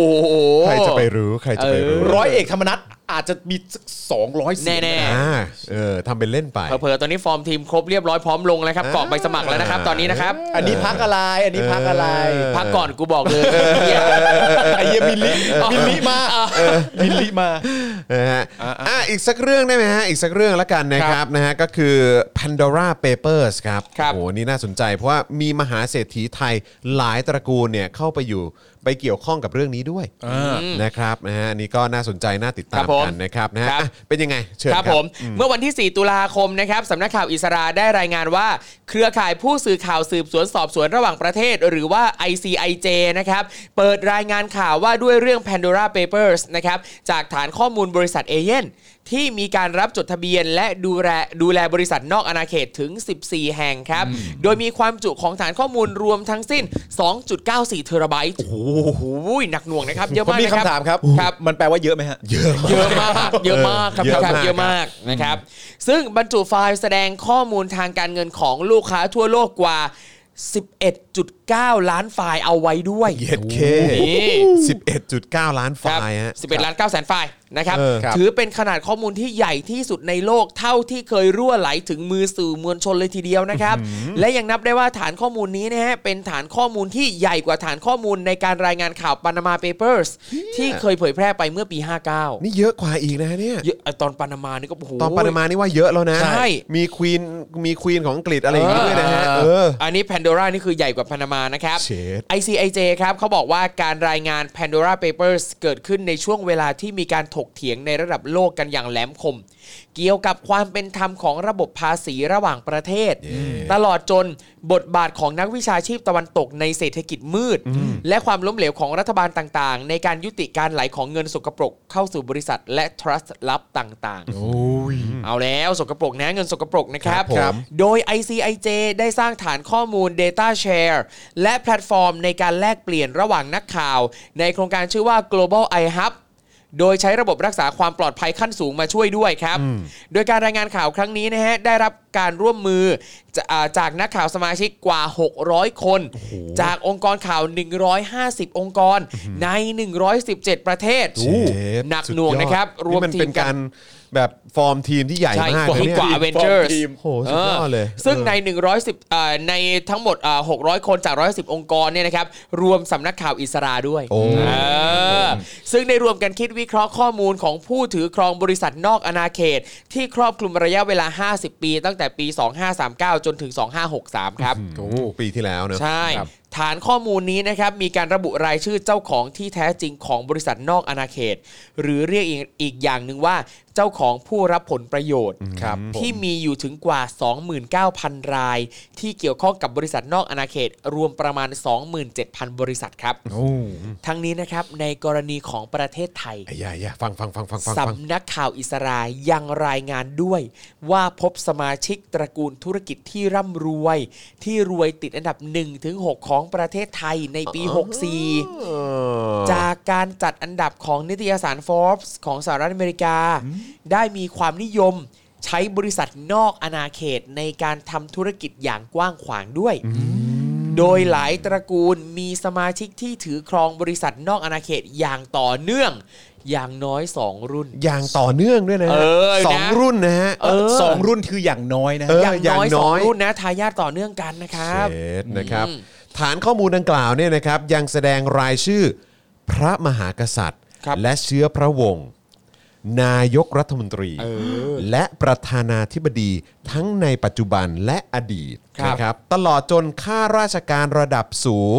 [SPEAKER 1] ใครจะไปรู้ใครจะไปรู้
[SPEAKER 2] เอ
[SPEAKER 3] ร้อยเอกธรรมนัฐอาจจะมีสองร้อยเสียง
[SPEAKER 2] แน่
[SPEAKER 1] อ่าเออทำเป็นเล่นไป
[SPEAKER 2] เผลอๆตอนนี้ฟอร์มทีมครบเรียบร้อยพร้อมลงแล้วครับกรอกใบสมัครแล้วนะครับ ตอนนี้นะครับ
[SPEAKER 3] อันนี้พักอะไร อันนี้พักอะไร
[SPEAKER 1] เออ
[SPEAKER 2] พักก่อนกูบอกเลย
[SPEAKER 3] ไอ้เหี้ยมิลลิมิลลิมามิลลิมา
[SPEAKER 1] นะฮะอ่ะอีกสักเรื่องได้ไหมฮะ อีกสักเรื่องละกันนะครับนะฮะก็คือ Pandora Papers ครับโอ้โหนี่น่าสนใจเพราะว่ามีมหาเศรษฐีไทยหลายตระกูลเนี่ยเข้าไปอยู่ไปเกี่ยวข้องกับเรื่องนี้ด้วยนะครับนะฮะอันนี่ก็น่าสนใจน่าติดตามกันนะครับนะฮะอ่ะเป็นยังไงเชิญ
[SPEAKER 2] ค
[SPEAKER 1] ค
[SPEAKER 2] รั
[SPEAKER 1] รั
[SPEAKER 2] บบ ผม เมื่อวันที่ 4 ตุลาคมนะครับสำนักข่าวอิสราได้รายงานว่า เครือข่ายผู้สื่อข่าวสืบสวนสอบสวนระหว่างประเทศ หรือว่า ICIJ นะครับเปิดรายงานข่าวว่าด้วยเรื่อง Pandora Papers นะครับจากฐานข้อมูลบริษัทเอเย่น ที่มีการรับจดทะเบียนและดูแลดูแลบริษัทนอกอาณาเขตถึง 14 แห่งครับ โดยมีความจุของฐานข้อมูลรวมทั้งสิ้น 2.94 เทราไบต์ โอ้โห หนักหน่วงนะครับ เยอะ
[SPEAKER 3] ผม
[SPEAKER 2] มาก
[SPEAKER 3] มี
[SPEAKER 2] นะครั
[SPEAKER 3] คำถามครับ
[SPEAKER 2] ครับ
[SPEAKER 3] มันแปลว่าเยอะไหมฮะ
[SPEAKER 1] เยอะมาก
[SPEAKER 2] เยอะมาก เยอะมากครับ
[SPEAKER 1] เยอะมาก
[SPEAKER 2] เยอะมากนะครับ ซึ่งบรรจุไฟล์แสดงข้อมูลทางการเงินของลูกค้าทั่วโลกกว่า 11.9 ล้านไฟล์เอาไว้ด้วย
[SPEAKER 1] เย็ดเค
[SPEAKER 2] นี่
[SPEAKER 1] สิบเอ็ดจุดเก้าล้านไฟ
[SPEAKER 2] ครับ
[SPEAKER 1] ล์ฮะ
[SPEAKER 2] 11 ล้าน9แสนไฟล์ นะครับ
[SPEAKER 1] เออครับ
[SPEAKER 2] ถือเป็นขนาดข้อมูลที่ใหญ่ที่สุดในโลกเท่าที่เคยรั่วไหลถึงมือสื่อมวลชนเลยทีเดียวนะครับ และยังนับได้ว่าฐานข้อมูลนี้นะฮะเป็นฐานข้อมูลที่ใหญ่กว่าฐานข้อมูลในการรายงานข่าว Panama Papers ที่เคยเผยแพร่ไปเมื่อปี 59
[SPEAKER 1] นี่เยอะกว่าอีกนะเนี่ย
[SPEAKER 2] เยอะเอ่อตอนปานามานี่ก็โอ้โห
[SPEAKER 1] ตอนปานามานี่ว่าเยอะแล้วนะ
[SPEAKER 2] ใช่
[SPEAKER 1] มีควีนมีควีนของอังกฤษอะไรอย่างงี้ด้วยนะฮะเออ
[SPEAKER 2] อันนี้ Pandora นี่คือใหญ่กว่าพานามานะครับ
[SPEAKER 1] เชด
[SPEAKER 2] ICIJ ครับเขาบอกว่าการรายงาน Pandora Papers เกิดขึ้นในช่วงเวลาที่มีการถกเถียงในระดับโลกกันอย่างแหลมคม เกี่ยวกับความเป็นธรรมของระบบภาษีระหว่างประเทศ ตลอดจนบทบาทของนักวิชาชีพตะวันตกในเศรษฐกิจมืด และความล้มเหลวของรัฐบาลต่างๆ ในการยุติการไหลของเงินสกปรกเข้าสู่บริษัท และทรัสต์ลับต่างๆ
[SPEAKER 1] โอ้ย
[SPEAKER 2] เอาแล้วสกปรกนะเงินสกปรกนะครับ
[SPEAKER 1] ครับ
[SPEAKER 2] โดย ICIJ ได้สร้างฐานข้อมูล Data Share และแพลตฟอร์มในการแลกเปลี่ยนระหว่างนักข่าว ในโครงการชื่อว่า Global iHub โดยใช้ระบบรักษาความปลอดภัยขั้นสูงมาช่วยด้วยครับ โดยการรายงานข่าวครั้งนี้นะฮะ ได้รับการร่วมมือจะอ่าจากนักข่าวสมาชิกกว่า 600 คน จากองค์กรข่าว 150 องค์กรใน 117 ประเทศ
[SPEAKER 1] โอ้โ
[SPEAKER 2] หนักหน่วงนะครับ
[SPEAKER 1] สุดยอด
[SPEAKER 2] รวม
[SPEAKER 1] นี่มัน
[SPEAKER 2] ทีมกัน
[SPEAKER 1] เป็นการแบบฟอร์มทีมที่ใหญ่
[SPEAKER 2] ใช่
[SPEAKER 1] มาก
[SPEAKER 2] กว่า
[SPEAKER 1] เลยเนี่ย
[SPEAKER 2] กว่า Avengers
[SPEAKER 1] ทีมโหสุดยอดเลย
[SPEAKER 2] ออซึ่ง
[SPEAKER 1] เออ
[SPEAKER 2] ใน 110เอ่อในทั้งหมดเอ่อ600 คนจาก 110 องค์กรเนี่ยนะครับ รวมสำนักข่าวอิสราด้วย
[SPEAKER 1] โอ้
[SPEAKER 2] เออซึ่งได้รวมกันคิดวิเคราะห์ข้อมูลของผู้ถือครองบริษัทนอกอาณาเขต ที่ครอบคลุมระยะเวลา 50 ปี ตั้งแต่ปี 2539 จนถึง 2563 ครับ
[SPEAKER 1] โอ้โหปีที่แล้วเนอะ
[SPEAKER 2] ใช่
[SPEAKER 1] ครับ
[SPEAKER 2] ฐานข้อมูลนี้นะครับมีการระบุรายชื่อเจ้าของที่แท้จริงของบริษัทนอกอาณาเขต หรือเรียกอีกอีกอย่างหนึ่งว่าเจ้าของผู้รับผลประโยชน์
[SPEAKER 3] ครับ
[SPEAKER 2] ที่มีอยู่ถึงกว่า 29,000 ราย ที่เกี่ยวข้องกับบริษัทนอกอาณาเขต รวมประมาณ 27,000 บริษัทครับ
[SPEAKER 1] โอ้
[SPEAKER 2] ทั้งนี้นะครับในกรณีของประเทศไทย
[SPEAKER 1] ไอ้ยายาฟังฟังฟังฟังฟังฟัง
[SPEAKER 2] สำนักข่าวอิสรายังรายงานด้วย ว่าพบสมาชิกตระกูลธุรกิจที่ร่ำรวย ที่รวยติดอันดับ 1-6 ของประเทศไทยในปี 64
[SPEAKER 1] เออ
[SPEAKER 2] จากการจัดอันดับของนิตยสาร Forbes ของสหรัฐอเมริกา ได้มีความนิยมใช้บริษัทนอกอาณาเขตในการทำธุรกิจอย่างกว้างขวางด้วย โดยหลายตระกูลมีสมาชิกที่ถือครองบริษัทนอกอาณาเขตอย่างต่อเนื่อง อย่างน้อย 2 รุ่น
[SPEAKER 1] อย่างต่อเนื่องด้วยนะฮะ
[SPEAKER 2] เออนะ
[SPEAKER 1] สองรุ่นนะฮะ
[SPEAKER 2] เออ
[SPEAKER 3] สองรุ่นคืออย่างน้อยนะ
[SPEAKER 1] เอ
[SPEAKER 2] อย่างน้อย
[SPEAKER 1] อย่างน้
[SPEAKER 2] ส
[SPEAKER 1] อ
[SPEAKER 2] อง
[SPEAKER 1] ย
[SPEAKER 2] รุ่นนะทายาทต่อเนื่องกันนะครับ
[SPEAKER 1] เช็ดนะครับ
[SPEAKER 2] อืม
[SPEAKER 1] ฐานข้อมูลดังกล่าวเนี่ยนะครับ ยังแสดงรายชื่อพระมหากษัตริย์
[SPEAKER 2] ครับ
[SPEAKER 1] และเชื้อพระวงศ์นายกรัฐมนตรี และประธานาธิบดีทั้งในปัจจุบันและอดีต
[SPEAKER 2] ครับ
[SPEAKER 1] นะครับตลอดจนข้าราชการระดับสูง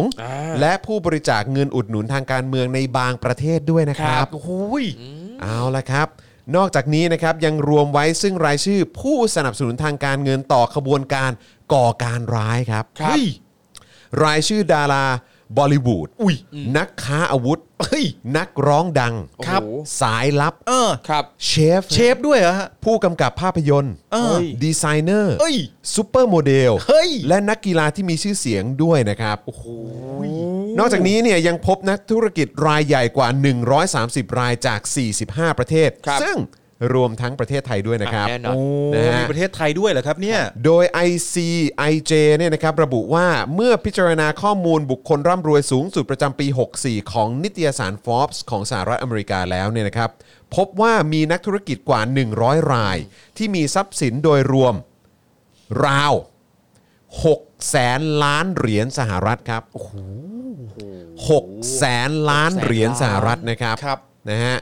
[SPEAKER 1] และผู้บริจาคเงินอุดหนุนทางการเมืองในบางประเทศด้วยนะครับ เอาละครับ นอกจากนี้นะครับยังรวมไว้ซึ่งรายชื่อผู้สนับสนุนทางการเงินต่อขบวนการก่อการร้ายครับ
[SPEAKER 2] ครับ
[SPEAKER 1] เฮ้ยรายชื่อดาราบอลิวูดอุ้ยนักค้าอาวุธเฮ้ยนักร้องดัง
[SPEAKER 3] ครับ
[SPEAKER 1] สายลับ
[SPEAKER 3] เออ
[SPEAKER 2] ครับ
[SPEAKER 1] เชฟ
[SPEAKER 3] เชฟด้วยเหรอฮะ
[SPEAKER 1] ผู้กำกับภาพยนตร์
[SPEAKER 3] เออ
[SPEAKER 1] ดีไซเนอร์
[SPEAKER 3] เอ้ย
[SPEAKER 1] ซูเปอร์โมเดล
[SPEAKER 3] เฮ้ย
[SPEAKER 1] และนักกีฬาที่มีชื่อเสียงด้วยนะครับนอกจากนี้เนี่ยยังพบนักธุรกิจรายใหญ่กว่า 130 รายจาก 45 ประเทศ
[SPEAKER 2] ครับ
[SPEAKER 1] ซึ่งรวมทั้งประเทศไทยด้วยนะครับ
[SPEAKER 2] แน่นอน
[SPEAKER 3] โอ้
[SPEAKER 1] นะฮะ
[SPEAKER 3] มีประเทศไทยด้วยเหรอครับเนี่ย
[SPEAKER 1] โดย ICIJ เนี่ยนะครับระบุว่าเมื่อพิจารณาข้อมูลบุคคลร่ำรวยสูงสุดประจำปี 64 ของนิตยสาร Forbes ของสหรัฐอเมริกาแล้วเนี่ยนะครับ พบว่ามีนักธุรกิจกว่า 100 ราย ที่มีทรัพย์สินโดยรวมราว 6 แสนล้านเหรียญสหรัฐครับ6แสนล้านเหรียญสหรัฐนะครับ
[SPEAKER 3] ครับ
[SPEAKER 1] นะฮะ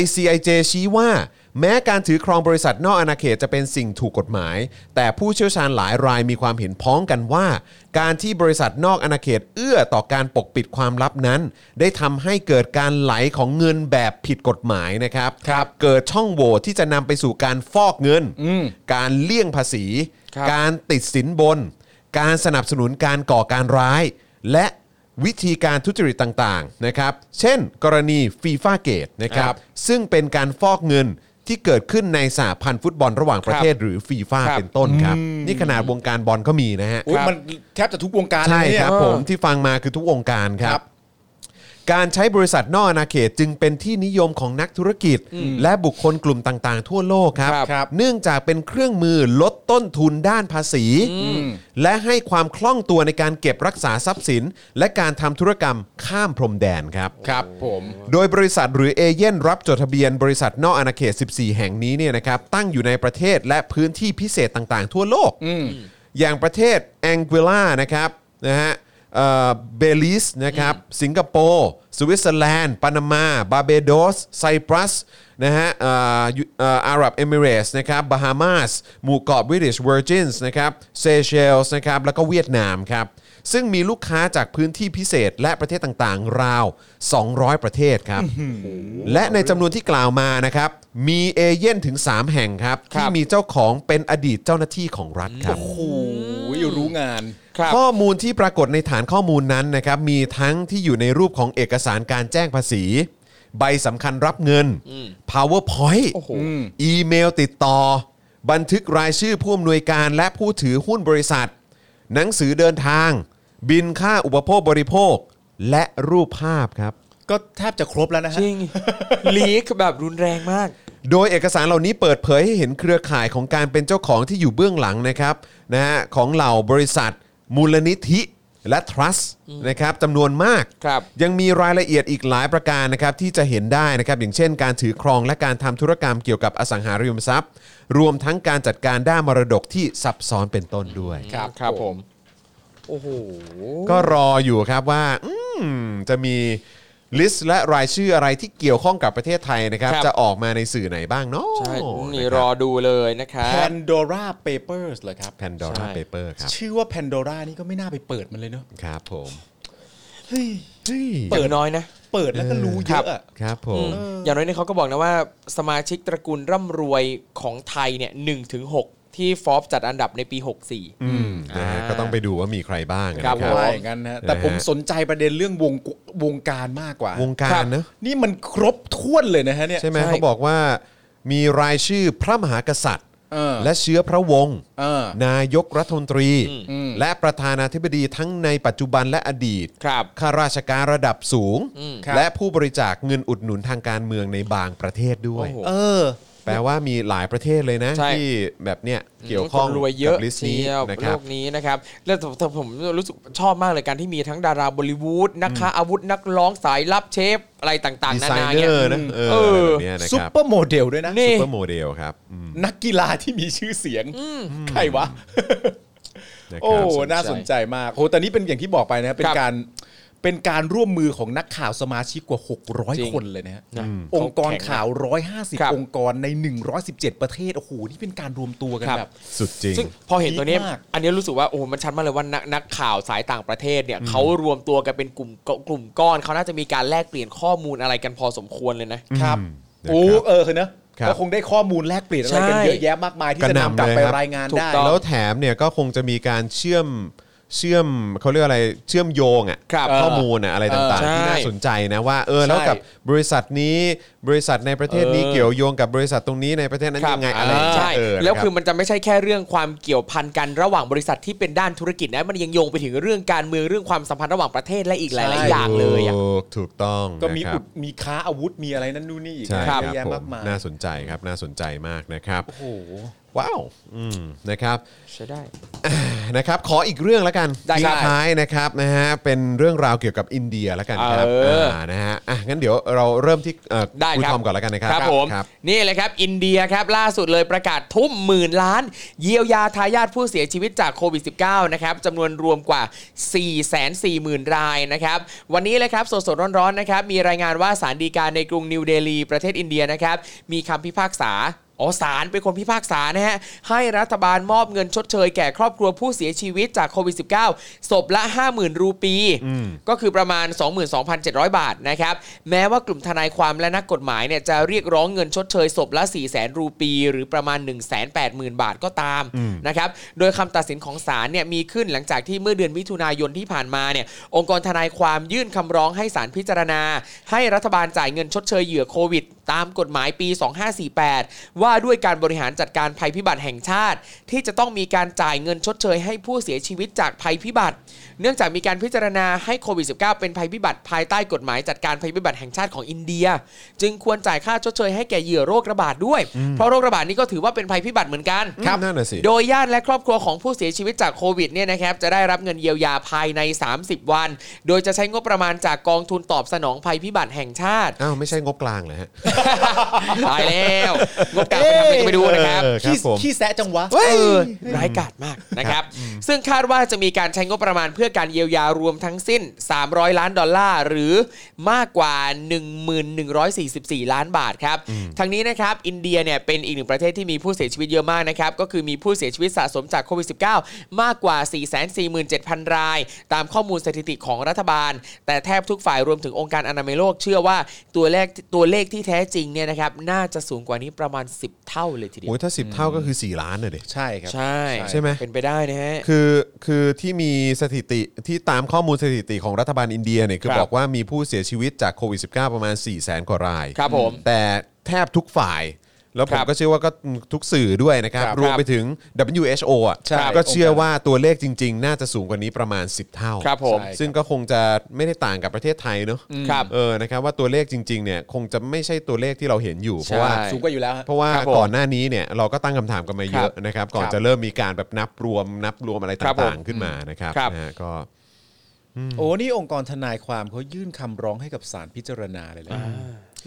[SPEAKER 1] ICIJ ชี้ว่า แม้การถือครองบริษัทนอกอาณาเขตจะเป็นสิ่งถูกกฎหมาย แต่ผู้เชี่ยวชาญหลายรายมีความเห็นพ้องกันว่า การที่บริษัทนอกอาณาเขต เอื้อต่อการปกปิดความลับนั้น ได้ทำให้เกิดการไหลของเงินแบบผิดกฎหมายนะครับครับ เกิดช่องโหว่ที่จะนำไปสู่การฟอกเงิน การเลี่ยงภาษี
[SPEAKER 2] ครับ
[SPEAKER 1] การติดสินบน การสนับสนุนการก่อการร้าย และวิธีการทุจริตต่างๆนะครับ เช่น กรณีฟีฟ่าเกตนะครับ ซึ่งเป็นการฟอกเงินที่เกิดขึ้นในสหพันธ์ฟุตบอลระหว่างประเทศหรือฟีฟ่า
[SPEAKER 2] ครับ
[SPEAKER 1] เป็นต้นครับ นี่ขนาดวงการบอลก็มีนะฮะ
[SPEAKER 3] อุ๊ยมันแทบจะทุกวงการเลย
[SPEAKER 1] ใช่
[SPEAKER 3] เนี่ย
[SPEAKER 1] ครับผมที่ฟังมาคือทุกวงการครั
[SPEAKER 3] ครับ บ
[SPEAKER 1] การใช้บริษัทนอกอาณาเขตจึงเป็นที่นิยมของนักธุรกิจ และบุคคลกลุ่มต่างๆ ทั่วโลกครับ
[SPEAKER 2] ครับ
[SPEAKER 1] เนื่องจากเป็นเครื่องมือลดต้นทุนด้านภาษี และให้ความคล่องตัวในการเก็บรักษาทรัพย์สิน และการทำธุรกรรมข้ามพรมแดนครับ
[SPEAKER 3] ครับผม
[SPEAKER 1] โดยบริษัทหรือเอเย่นรับจดทะเบียนบริษัทนอกอาณาเขต 14 แห่งนี้เนี่ยนะครับตั้งอยู่ในประเทศและพื้นที่พิเศษต่างๆ ทั่วโลก อย่างประเทศแองเกลานะครับนะฮะเบลิสนะครับสิงคโปร์สวิตเซอร์แลนด์ปานามาบาเบโดสไซปรัสนะฮะเอ่อยูเอ่ออาหรับเอมิเรสนะครับบาฮามาสหมู่เกาะบริติชเวอร์จินส์นะครับเซเชลส์นะครับแล้วก็เวียดนามครับ ซึ่งมีลูกค้าจากพื้นที่พิเศษและประเทศต่างๆ ราว 200 ประเทศครับ และในจำนวนที่กล่าวมานะครับ มีเอเย่นถึง 3 แห่งครับ ที่มีเจ้าของเป็นอดีตเจ้าหน้าที่ของรัฐครับ
[SPEAKER 3] โอ้โหรู้งาน
[SPEAKER 2] ครับ
[SPEAKER 1] ข้อมูลที่ปรากฏในฐานข้อมูลนั้นนะครับ มีทั้งที่อยู่ในรูปของเอกสารการแจ้งภาษี ใบสำคัญรับเงิน powerpoint อีเมลติดต่อ บันทึกรายชื่อผู้อำนวยการและผู้ถือหุ้นบริษัท หนังสือเดินทาง บินค่าอุปโภคบริโภค และรูปภาพครับ
[SPEAKER 3] ก็แทบจะครบแล้วนะฮะ
[SPEAKER 2] จ ริง ลีกแบบรุนแรงมาก
[SPEAKER 1] โดยเอกสารเหล่านี้เปิดเผยให้เห็นเครือข่ายของการเป็นเจ้าของที่อยู่เบื้องหลังนะครับนะฮะของเหล่าบริษัท มูลนิธิ และทรัสนะครับจำนวนมาก
[SPEAKER 2] ครับ
[SPEAKER 1] ยังมีรายละเอียดอีกหลายประการนะครับที่จะเห็นได้นะครับอย่างเช่น การถือครองและการทำธุรกรรมเกี่ยวกับอสังหาริมทรัพย์ รวมทั้งการจัดการด้านมรดกที่ซับซ้อนเป็นต้นด้วย
[SPEAKER 2] ครับครับผม โอ้โห
[SPEAKER 1] ก็รออยู่ครับว่าอืมจะมีลิสต์และรายชื่ออะไรที่เกี่ยวข้องกับประเทศไทยนะครับ
[SPEAKER 2] ครับ
[SPEAKER 1] จะออกมาในสื่อไหนบ้างเนาะ
[SPEAKER 2] ใช่นี่
[SPEAKER 1] ะคบ
[SPEAKER 2] รอดูเลยนะครับ
[SPEAKER 3] Pandora Papers เหรอครับ
[SPEAKER 1] Pandora
[SPEAKER 2] ใช่
[SPEAKER 1] Paper ครับ
[SPEAKER 3] ชื่อว่า Pandora นี่ก็ไม่น่าไปเปิดมันเลยเนอะ
[SPEAKER 1] ครับผม
[SPEAKER 3] เฮ้ย
[SPEAKER 1] เฮ้ย
[SPEAKER 2] เปิดน้อยนะ
[SPEAKER 3] เปิดแล้วก็รู้เยอะอะ
[SPEAKER 1] ครับผม
[SPEAKER 2] อย่างน้อยเนี่ยเขาก็บอกนะว่า สมาชิกตระกูลร่ำรวยของไทยเนี่ยหนึ่งถึงหกที่ฟอบจัดอันดับในปี 64
[SPEAKER 1] อืมนะฮะ
[SPEAKER 2] อ่า
[SPEAKER 1] ก็ต้องไปดูว่ามีใครบ้างนะค
[SPEAKER 2] ครั
[SPEAKER 1] รั
[SPEAKER 2] บบ ผม
[SPEAKER 3] ว่าอย่างนั้นนะฮะแต่ผมสนใจประเด็นเรื่องวงกุวงการมากกว่า
[SPEAKER 1] วงการเนอะ
[SPEAKER 3] นี่มันครบถ้วนเลยนะฮะเนี่ย
[SPEAKER 1] ใช่ไหม
[SPEAKER 2] ใช่
[SPEAKER 1] เขาบอกว่ามีรายชื่อพระมหากษัตริย์
[SPEAKER 3] เออ
[SPEAKER 1] และเชื้อพระวงศ์
[SPEAKER 3] เออ
[SPEAKER 1] นายกรัฐมนตรี และประธานาธิบดีทั้งในปัจจุบันและอดีต
[SPEAKER 2] ครับ
[SPEAKER 1] ข้าราชการระดับสูง
[SPEAKER 3] ครับ
[SPEAKER 1] และผู้บริจาคเงินอุดหนุนทางการเมืองในบางประเทศด้วย
[SPEAKER 2] โอ้โห
[SPEAKER 3] เออ
[SPEAKER 1] แปลว่ามีหลายประเทศเลยนะ
[SPEAKER 2] ใช่
[SPEAKER 1] ที่แบบเนี้ยเกี่ยวข้อง
[SPEAKER 2] นรวยเยอะ
[SPEAKER 1] กับลิสต์
[SPEAKER 2] เชี
[SPEAKER 1] นี้
[SPEAKER 2] ยว
[SPEAKER 1] นะค
[SPEAKER 2] โล
[SPEAKER 1] รับ
[SPEAKER 2] กนี้นะครับ แล้วผมผมผมรู้สึกชอบมากเลยการที่มีทั้งดาราบอลลิวูดนักค้าอาวุธนักร้องสายลับเชฟ อะไรต่าง
[SPEAKER 1] ดี
[SPEAKER 2] ๆ นา
[SPEAKER 1] ไซ
[SPEAKER 2] นา
[SPEAKER 1] เน
[SPEAKER 2] เนี่
[SPEAKER 1] อย ร์นะเออ
[SPEAKER 2] เออ
[SPEAKER 1] แบบเนี้ยนะ
[SPEAKER 3] ซุ
[SPEAKER 1] ค
[SPEAKER 3] ป
[SPEAKER 1] รับ
[SPEAKER 3] เปอร์โมเดลด้วยนะ
[SPEAKER 2] นี่
[SPEAKER 1] ซุปเปอร์โมเดลครับอืม
[SPEAKER 3] นักกีฬาที่มีชื่อเสียง ใครวะ
[SPEAKER 1] นะค
[SPEAKER 3] โอ้
[SPEAKER 1] รับ
[SPEAKER 3] น่าสนใจมากโหแต่นี่เป็นอย่างที่บอกไปนะ เป็น
[SPEAKER 2] ครับ
[SPEAKER 3] การ เป็นการร่วมมือของนักข่าวสมาชิกกว่า
[SPEAKER 2] จริง
[SPEAKER 3] 600 คนเลยนะฮะ
[SPEAKER 2] นะ
[SPEAKER 3] องค์กร
[SPEAKER 2] เขาแข็งนะ
[SPEAKER 3] ข่าว
[SPEAKER 2] ครับ
[SPEAKER 3] 150 องค์กรใน 117 ประเทศ โอ้โห นี่เป็นการรวมตัวกันแบบ
[SPEAKER 1] สุดจริง
[SPEAKER 2] ซึ่งพอเห็นตัวเนี้ย
[SPEAKER 3] พีคมาก
[SPEAKER 2] อันเนี้ยรู้สึกว่าโอ้โหมันชัดมากเลยว่านักนักข่าวสายต่างประเทศเนี่ยเขารวมตัวกันเป็นกลุ่มกลุ่มก้อนเขาน่าจะมีการแลกเปลี่ยนข้อมูลอะไรกันพอสมควรเลยนะ
[SPEAKER 3] ครับ
[SPEAKER 1] นะครับ
[SPEAKER 3] โอ้ เออคือเนอะ
[SPEAKER 1] ครับ
[SPEAKER 3] ก็คงได้ข้อมูลแลกเปลี่ยนอะไรกัน
[SPEAKER 2] ใช่
[SPEAKER 3] เยอะแยะมากมายที่จะนำกลับไปรายงาน
[SPEAKER 2] ถูก
[SPEAKER 3] ได้
[SPEAKER 2] ต้อง
[SPEAKER 1] แล้วแถมเนี่ยก็คงจะมีการเชื่อมเชื่อมเขาเรียกอะไรเชื่อมโยงอะ
[SPEAKER 2] ครับ
[SPEAKER 1] ข้อมูลอะอะไรต่าง
[SPEAKER 2] เอ
[SPEAKER 1] ๆ
[SPEAKER 2] อ
[SPEAKER 1] ที่
[SPEAKER 2] ใช่
[SPEAKER 1] น่าสนใจนะว่าเออแล้วกับบริษัทนี้บริษัทในประเทศนี้
[SPEAKER 2] เออ
[SPEAKER 1] เกี่ยวโยงกับบริษัทตรงนี้ในประเทศนั้นยังไงอะไรอย่างเงี้ย
[SPEAKER 2] ใช่
[SPEAKER 1] เออนะ
[SPEAKER 2] แล้วคือ
[SPEAKER 1] รับ
[SPEAKER 2] มันจะไม่ใช่แค่เรื่องความเกี่ยวพันกันระหว่างบริษัทที่เป็นด้านธุรกิจนะมันยังโยงไปถึงเรื่องการเมืองเรื่องความสัมพันธ์ระหว่างประเทศและอีกหลาย
[SPEAKER 3] ใช่
[SPEAKER 2] ๆ อย่างเลยอะ
[SPEAKER 1] ถูกถูกต้อง
[SPEAKER 3] ก็มี
[SPEAKER 1] นะค
[SPEAKER 3] อุ
[SPEAKER 1] รับ
[SPEAKER 3] ดมีค้าอาวุธมีอะไรนั่นนู่นนี่อีก
[SPEAKER 1] ใช่
[SPEAKER 3] เย
[SPEAKER 1] ครับ
[SPEAKER 3] อะแยะ
[SPEAKER 1] ผม
[SPEAKER 3] มากมาย
[SPEAKER 1] น่าสนใจครับน่าสนใจมากนะครับ
[SPEAKER 3] โอ้โห
[SPEAKER 1] ว้าวอืมนะครับ
[SPEAKER 2] ใช่ได้
[SPEAKER 1] นะครับขออีกเรื่องแล้วกัน
[SPEAKER 2] ได้
[SPEAKER 1] ทิ้
[SPEAKER 2] ครั
[SPEAKER 1] ง
[SPEAKER 2] บ
[SPEAKER 1] ท้ายนะครับนะฮะเป็นเรื่องราวเกี่ยวกับอินเดียแล้วกันครับ
[SPEAKER 2] เอออ่
[SPEAKER 1] านะฮะอ่ะงั้นเดี๋ยวเราเริ่มที่เอ่อ
[SPEAKER 2] ได้
[SPEAKER 1] คุณ
[SPEAKER 2] ครับ
[SPEAKER 1] ทอมก่อนแล้วกันนะครับ
[SPEAKER 2] ครับผม
[SPEAKER 1] ครับ
[SPEAKER 2] นี่เลยครับอินเดียครับล่าสุดเลยประกาศทุ่มหมื่นล้าน เยียวยาทายาทผู้เสียชีวิตจากโควิด -19 นะครับจำนวนรวมกว่า 4 4 0 0 0 0 รายนะครับวันนี้เลยครับสดๆร้อนๆนะครับมีรายงานว่าสารดีกาในกรุงนิวเดลี ประเทศอินเดียนะครับมีคำพิพากษา อ๋อศาลเป็นคนพิพากษานะฮะ ให้รัฐบาลมอบเงินชดเชยแก่ครอบครัวผู้เสียชีวิตจากโควิด -19 ศพละ 50,000 รูปี ก็คือประมาณ 22,700 บาทนะครับ แม้ว่ากลุ่มทนายความและนักกฎหมายเนี่ยจะเรียกร้องเงินชดเชยศพละ 400,000 รูปี หรือประมาณ 180,000 บาทก็ตามนะครับ โดยคำตัดสินของศาลเนี่ยมีขึ้นหลังจากที่เมื่อเดือนมิถุนายนที่ผ่านมาเนี่ยองค์กรทนายความยื่นคำร้องให้ศาลพิจารณา ให้รัฐบาลจ่ายเงินชดเชยเหยื่อโควิด ตามกฎหมายปี 2548 ว่าด้วยการบริหารจัดการภัยพิบัติแห่งชาติ ที่จะต้องมีการจ่ายเงินชดเชยให้ผู้เสียชีวิตจากภัยพิบัติ เนื่องจากมีการพิจารณาให้โควิด -19 เป็นภัยพิบัติภายใต้กฎหมายจัดการภัยพิบัติแห่งชาติของอินเดีย จึงควรจ่ายค่าชดเชยให้แก่เหยื่อโรคระบาดด้วย เพราะโรคระบาดนี้ก็ถือว่าเป็นภัยพิบัติเหมือนกัน
[SPEAKER 1] ครับนั่นน่ะสิ
[SPEAKER 2] โดยญาติและครอบครัวของผู้เสียชีวิตจากโควิดเนี่ยนะครับจะได้รับเงินเยียวยาภายใน 30 วัน โดยจะใช้งบประมาณจากกองทุนตอบสนองภัยพิบัติแห่งชา ติ
[SPEAKER 1] อ้าว ไม่ใช่งบกลางเหรอ ฮะ
[SPEAKER 2] ตายแล้ว งบกลางไปทำอะไรก็ไม่รู้นะครับ
[SPEAKER 1] เออครับผม
[SPEAKER 3] ขี้แซะจังวะ
[SPEAKER 2] เออร้ายกาจมากนะครับ ซึ่งคาดว่าจะมีการใช้งบประมาณเพื่อการเยียวยารวมทั้งสิ้น 300 ล้านดอลลาร์ หรือมากกว่า 1144 ล้านบาทครับ ทั้งนี้นะครับ อินเดียเนี่ยเป็นอีกหนึ่งประเทศที่มีผู้เสียชีวิตเยอะมากนะครับ ก็คือมีผู้เสียชีวิตสะสมจากโควิด -19 มากกว่า 447,000 ราย ตามข้อมูลสถิติของรัฐบาล แต่แทบทุกฝ่ายรวมถึงองค์การอนามัยโลกเชื่อว่าตัวเลขตัวเลขที่แท้จริงเนี่ยนะครับน่าจะสูงกว่านี้ประมาณ 10 เท่าเลยทีเดียว
[SPEAKER 1] โอ้ยถ้า 10 เท่าก็คือ 4 ล้านเลยดิ
[SPEAKER 3] ใช่ครับ
[SPEAKER 2] ใช่
[SPEAKER 1] ใช่ไหม
[SPEAKER 2] เป็นไปได้นะฮะ
[SPEAKER 1] คือคือที่มีสถิติที่ตามข้อมูลสถิติของรัฐบาลอินเดียเนี่ยคือ
[SPEAKER 2] ครับ
[SPEAKER 1] บอกว่ามีผู้เสียชีวิตจากโควิด -19 ประมาณ 4 0 0 0 0 0 กว่าราย
[SPEAKER 2] ครับผม
[SPEAKER 1] แต่แทบทุกฝ่าย แล้วผ
[SPEAKER 2] ค
[SPEAKER 1] ม
[SPEAKER 2] รับ
[SPEAKER 1] ก็เชื่อว่าก็ทุกสื่อด้วยนะครับ
[SPEAKER 2] ครับ
[SPEAKER 1] รวมไปถึง WHO อ่ะ
[SPEAKER 3] ใช่
[SPEAKER 1] ก็เชื่อว่าตัวเลขจริง ๆ น่าจะสูงกว่านี้ประมาณ 10 เท่า
[SPEAKER 2] ครับผม
[SPEAKER 1] ซึ่งก็คงจะไม่ได้ต่างกับประเทศไทยเนอะ
[SPEAKER 2] ครับ
[SPEAKER 1] เออนะครับว่าตัวเลขจริงๆเนี่ยคงจะไม่ใช่ตัวเลขที่เราเห็นอยู่เพราะว่า
[SPEAKER 2] ใช่
[SPEAKER 3] สูงกว่าอยู่แล้วฮะ
[SPEAKER 1] เพราะว่า
[SPEAKER 2] ครับผม
[SPEAKER 1] ก่อนหน้านี้เนี่ยเราก็ตั้งคำถามกันมาเยอะ
[SPEAKER 2] ครับ
[SPEAKER 1] นะครับ ก่อน
[SPEAKER 2] ครับ
[SPEAKER 1] จะเริ่มมีการแบบนับรวมนับรวมอะไร
[SPEAKER 2] ครับผม
[SPEAKER 1] ต่างๆขึ้นมานะครับ
[SPEAKER 2] ครับ
[SPEAKER 1] นะฮะก็
[SPEAKER 3] โอ้นี่องค์กรทนายความเขายื่นคำร้องให้กับศาลพิจารณาเลยนะ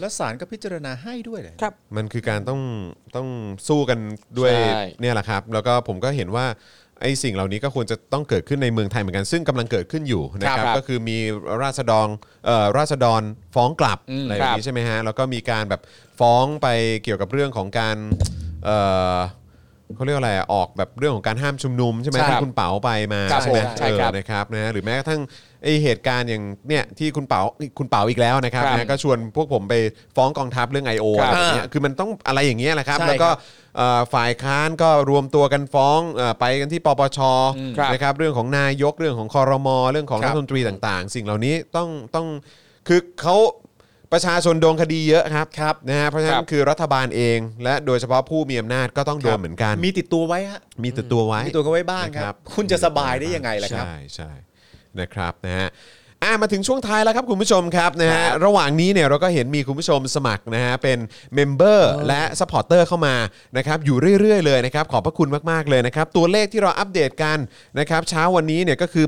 [SPEAKER 3] แล้วศาลก็พิจารณาให้ด้วยเลย
[SPEAKER 2] ครับ
[SPEAKER 1] มันคือการต้องต้องสู้กันด้วย
[SPEAKER 2] ใช่
[SPEAKER 1] เนี่ยแหละครับ แล้วก็ผมก็เห็นว่าไอ้สิ่งเหล่านี้ก็ควรจะต้องเกิดขึ้นในเมืองไทยเหมือนกัน ซึ่งกำลังเกิดขึ้นอยู่นะครับ
[SPEAKER 2] ครับ
[SPEAKER 1] ก็คือมีราษฎรเอ่อราษฎรฟ้องกลับ
[SPEAKER 2] อืม
[SPEAKER 1] อะไรแบ
[SPEAKER 2] ครับบ
[SPEAKER 1] นี้ใช่ไหมฮะแล้วก็มีการแบบฟ้องไปเกี่ยวกับเรื่องของการเอ่อเขาเรียกว่าอะไรอะออกแบบเรื่องของการห้ามชุมนุมใช่ไหม
[SPEAKER 2] ใช่
[SPEAKER 1] ที่
[SPEAKER 2] ครับ
[SPEAKER 1] คุณเป๋าไปมา
[SPEAKER 2] ครับ
[SPEAKER 1] ใช่ไหม
[SPEAKER 2] ผมใช่
[SPEAKER 1] เออ
[SPEAKER 2] ครับ
[SPEAKER 1] นะครับนะหรือแม้กระทั่งไอเหตุการณ์อย่างเนี่ยที่คุณเป๋าคุณเป๋าอีกแล้วนะครับ
[SPEAKER 2] ครับ
[SPEAKER 1] นะก็ชวนพวกผมไปฟ้องกองทัพเรื่อง I.O.
[SPEAKER 2] ค
[SPEAKER 1] อะ
[SPEAKER 2] รับ
[SPEAKER 1] ไรแบบเนี้ย คือมันต้องอะไรอย่างเงี้ยแหละครับ
[SPEAKER 3] ใช่
[SPEAKER 1] แล้วก็เอ่อฝ่ายค้านก็รวมตัวกันฟ้องเอ่อไปกันที่ปปช
[SPEAKER 2] ครับ
[SPEAKER 1] นะครับเรื่องของนายกเรื่องของคอรมอเรื่องของ
[SPEAKER 3] ครั
[SPEAKER 1] รับ ฐมนตรีต่างๆ สิ่งเหล่านี้ต้องต้องคือเขาประชาชนโดนคดีเยอะครับครับนะฮะเพราะฉะ
[SPEAKER 2] ค
[SPEAKER 1] นั้
[SPEAKER 2] รั
[SPEAKER 1] น
[SPEAKER 2] บ
[SPEAKER 1] คือรัฐบาลเอง และโดยเฉพาะผู้มีอำนาจก็ต้องโดนเหมือนกัน
[SPEAKER 3] มีติดตัวไว้ฮะ
[SPEAKER 1] มีติดตัวไว้
[SPEAKER 3] มีตัวกันไว้บ้างครับ คุณจะสบายได้ยังไงล่ะครับ
[SPEAKER 1] ใช่ใช่นะครับนะฮะอ่ะมาถึงช่วงท้ายแล้วครับคุณผู้ชมครับนะฮะระหว่างนี้เนี่ยเราก็เห็นมีคุณผู้ชมสมัครนะฮะเป็นเมมเบอร์และสปอร์เตอร์เข้ามานะครับอยู่เรื่อยๆเลยนะครับขอบพระคุณมากๆเลยนะครับตัวเลขที่เราอัปเดตกันนะครับเช้าวันนี้เนี่ยก็คือ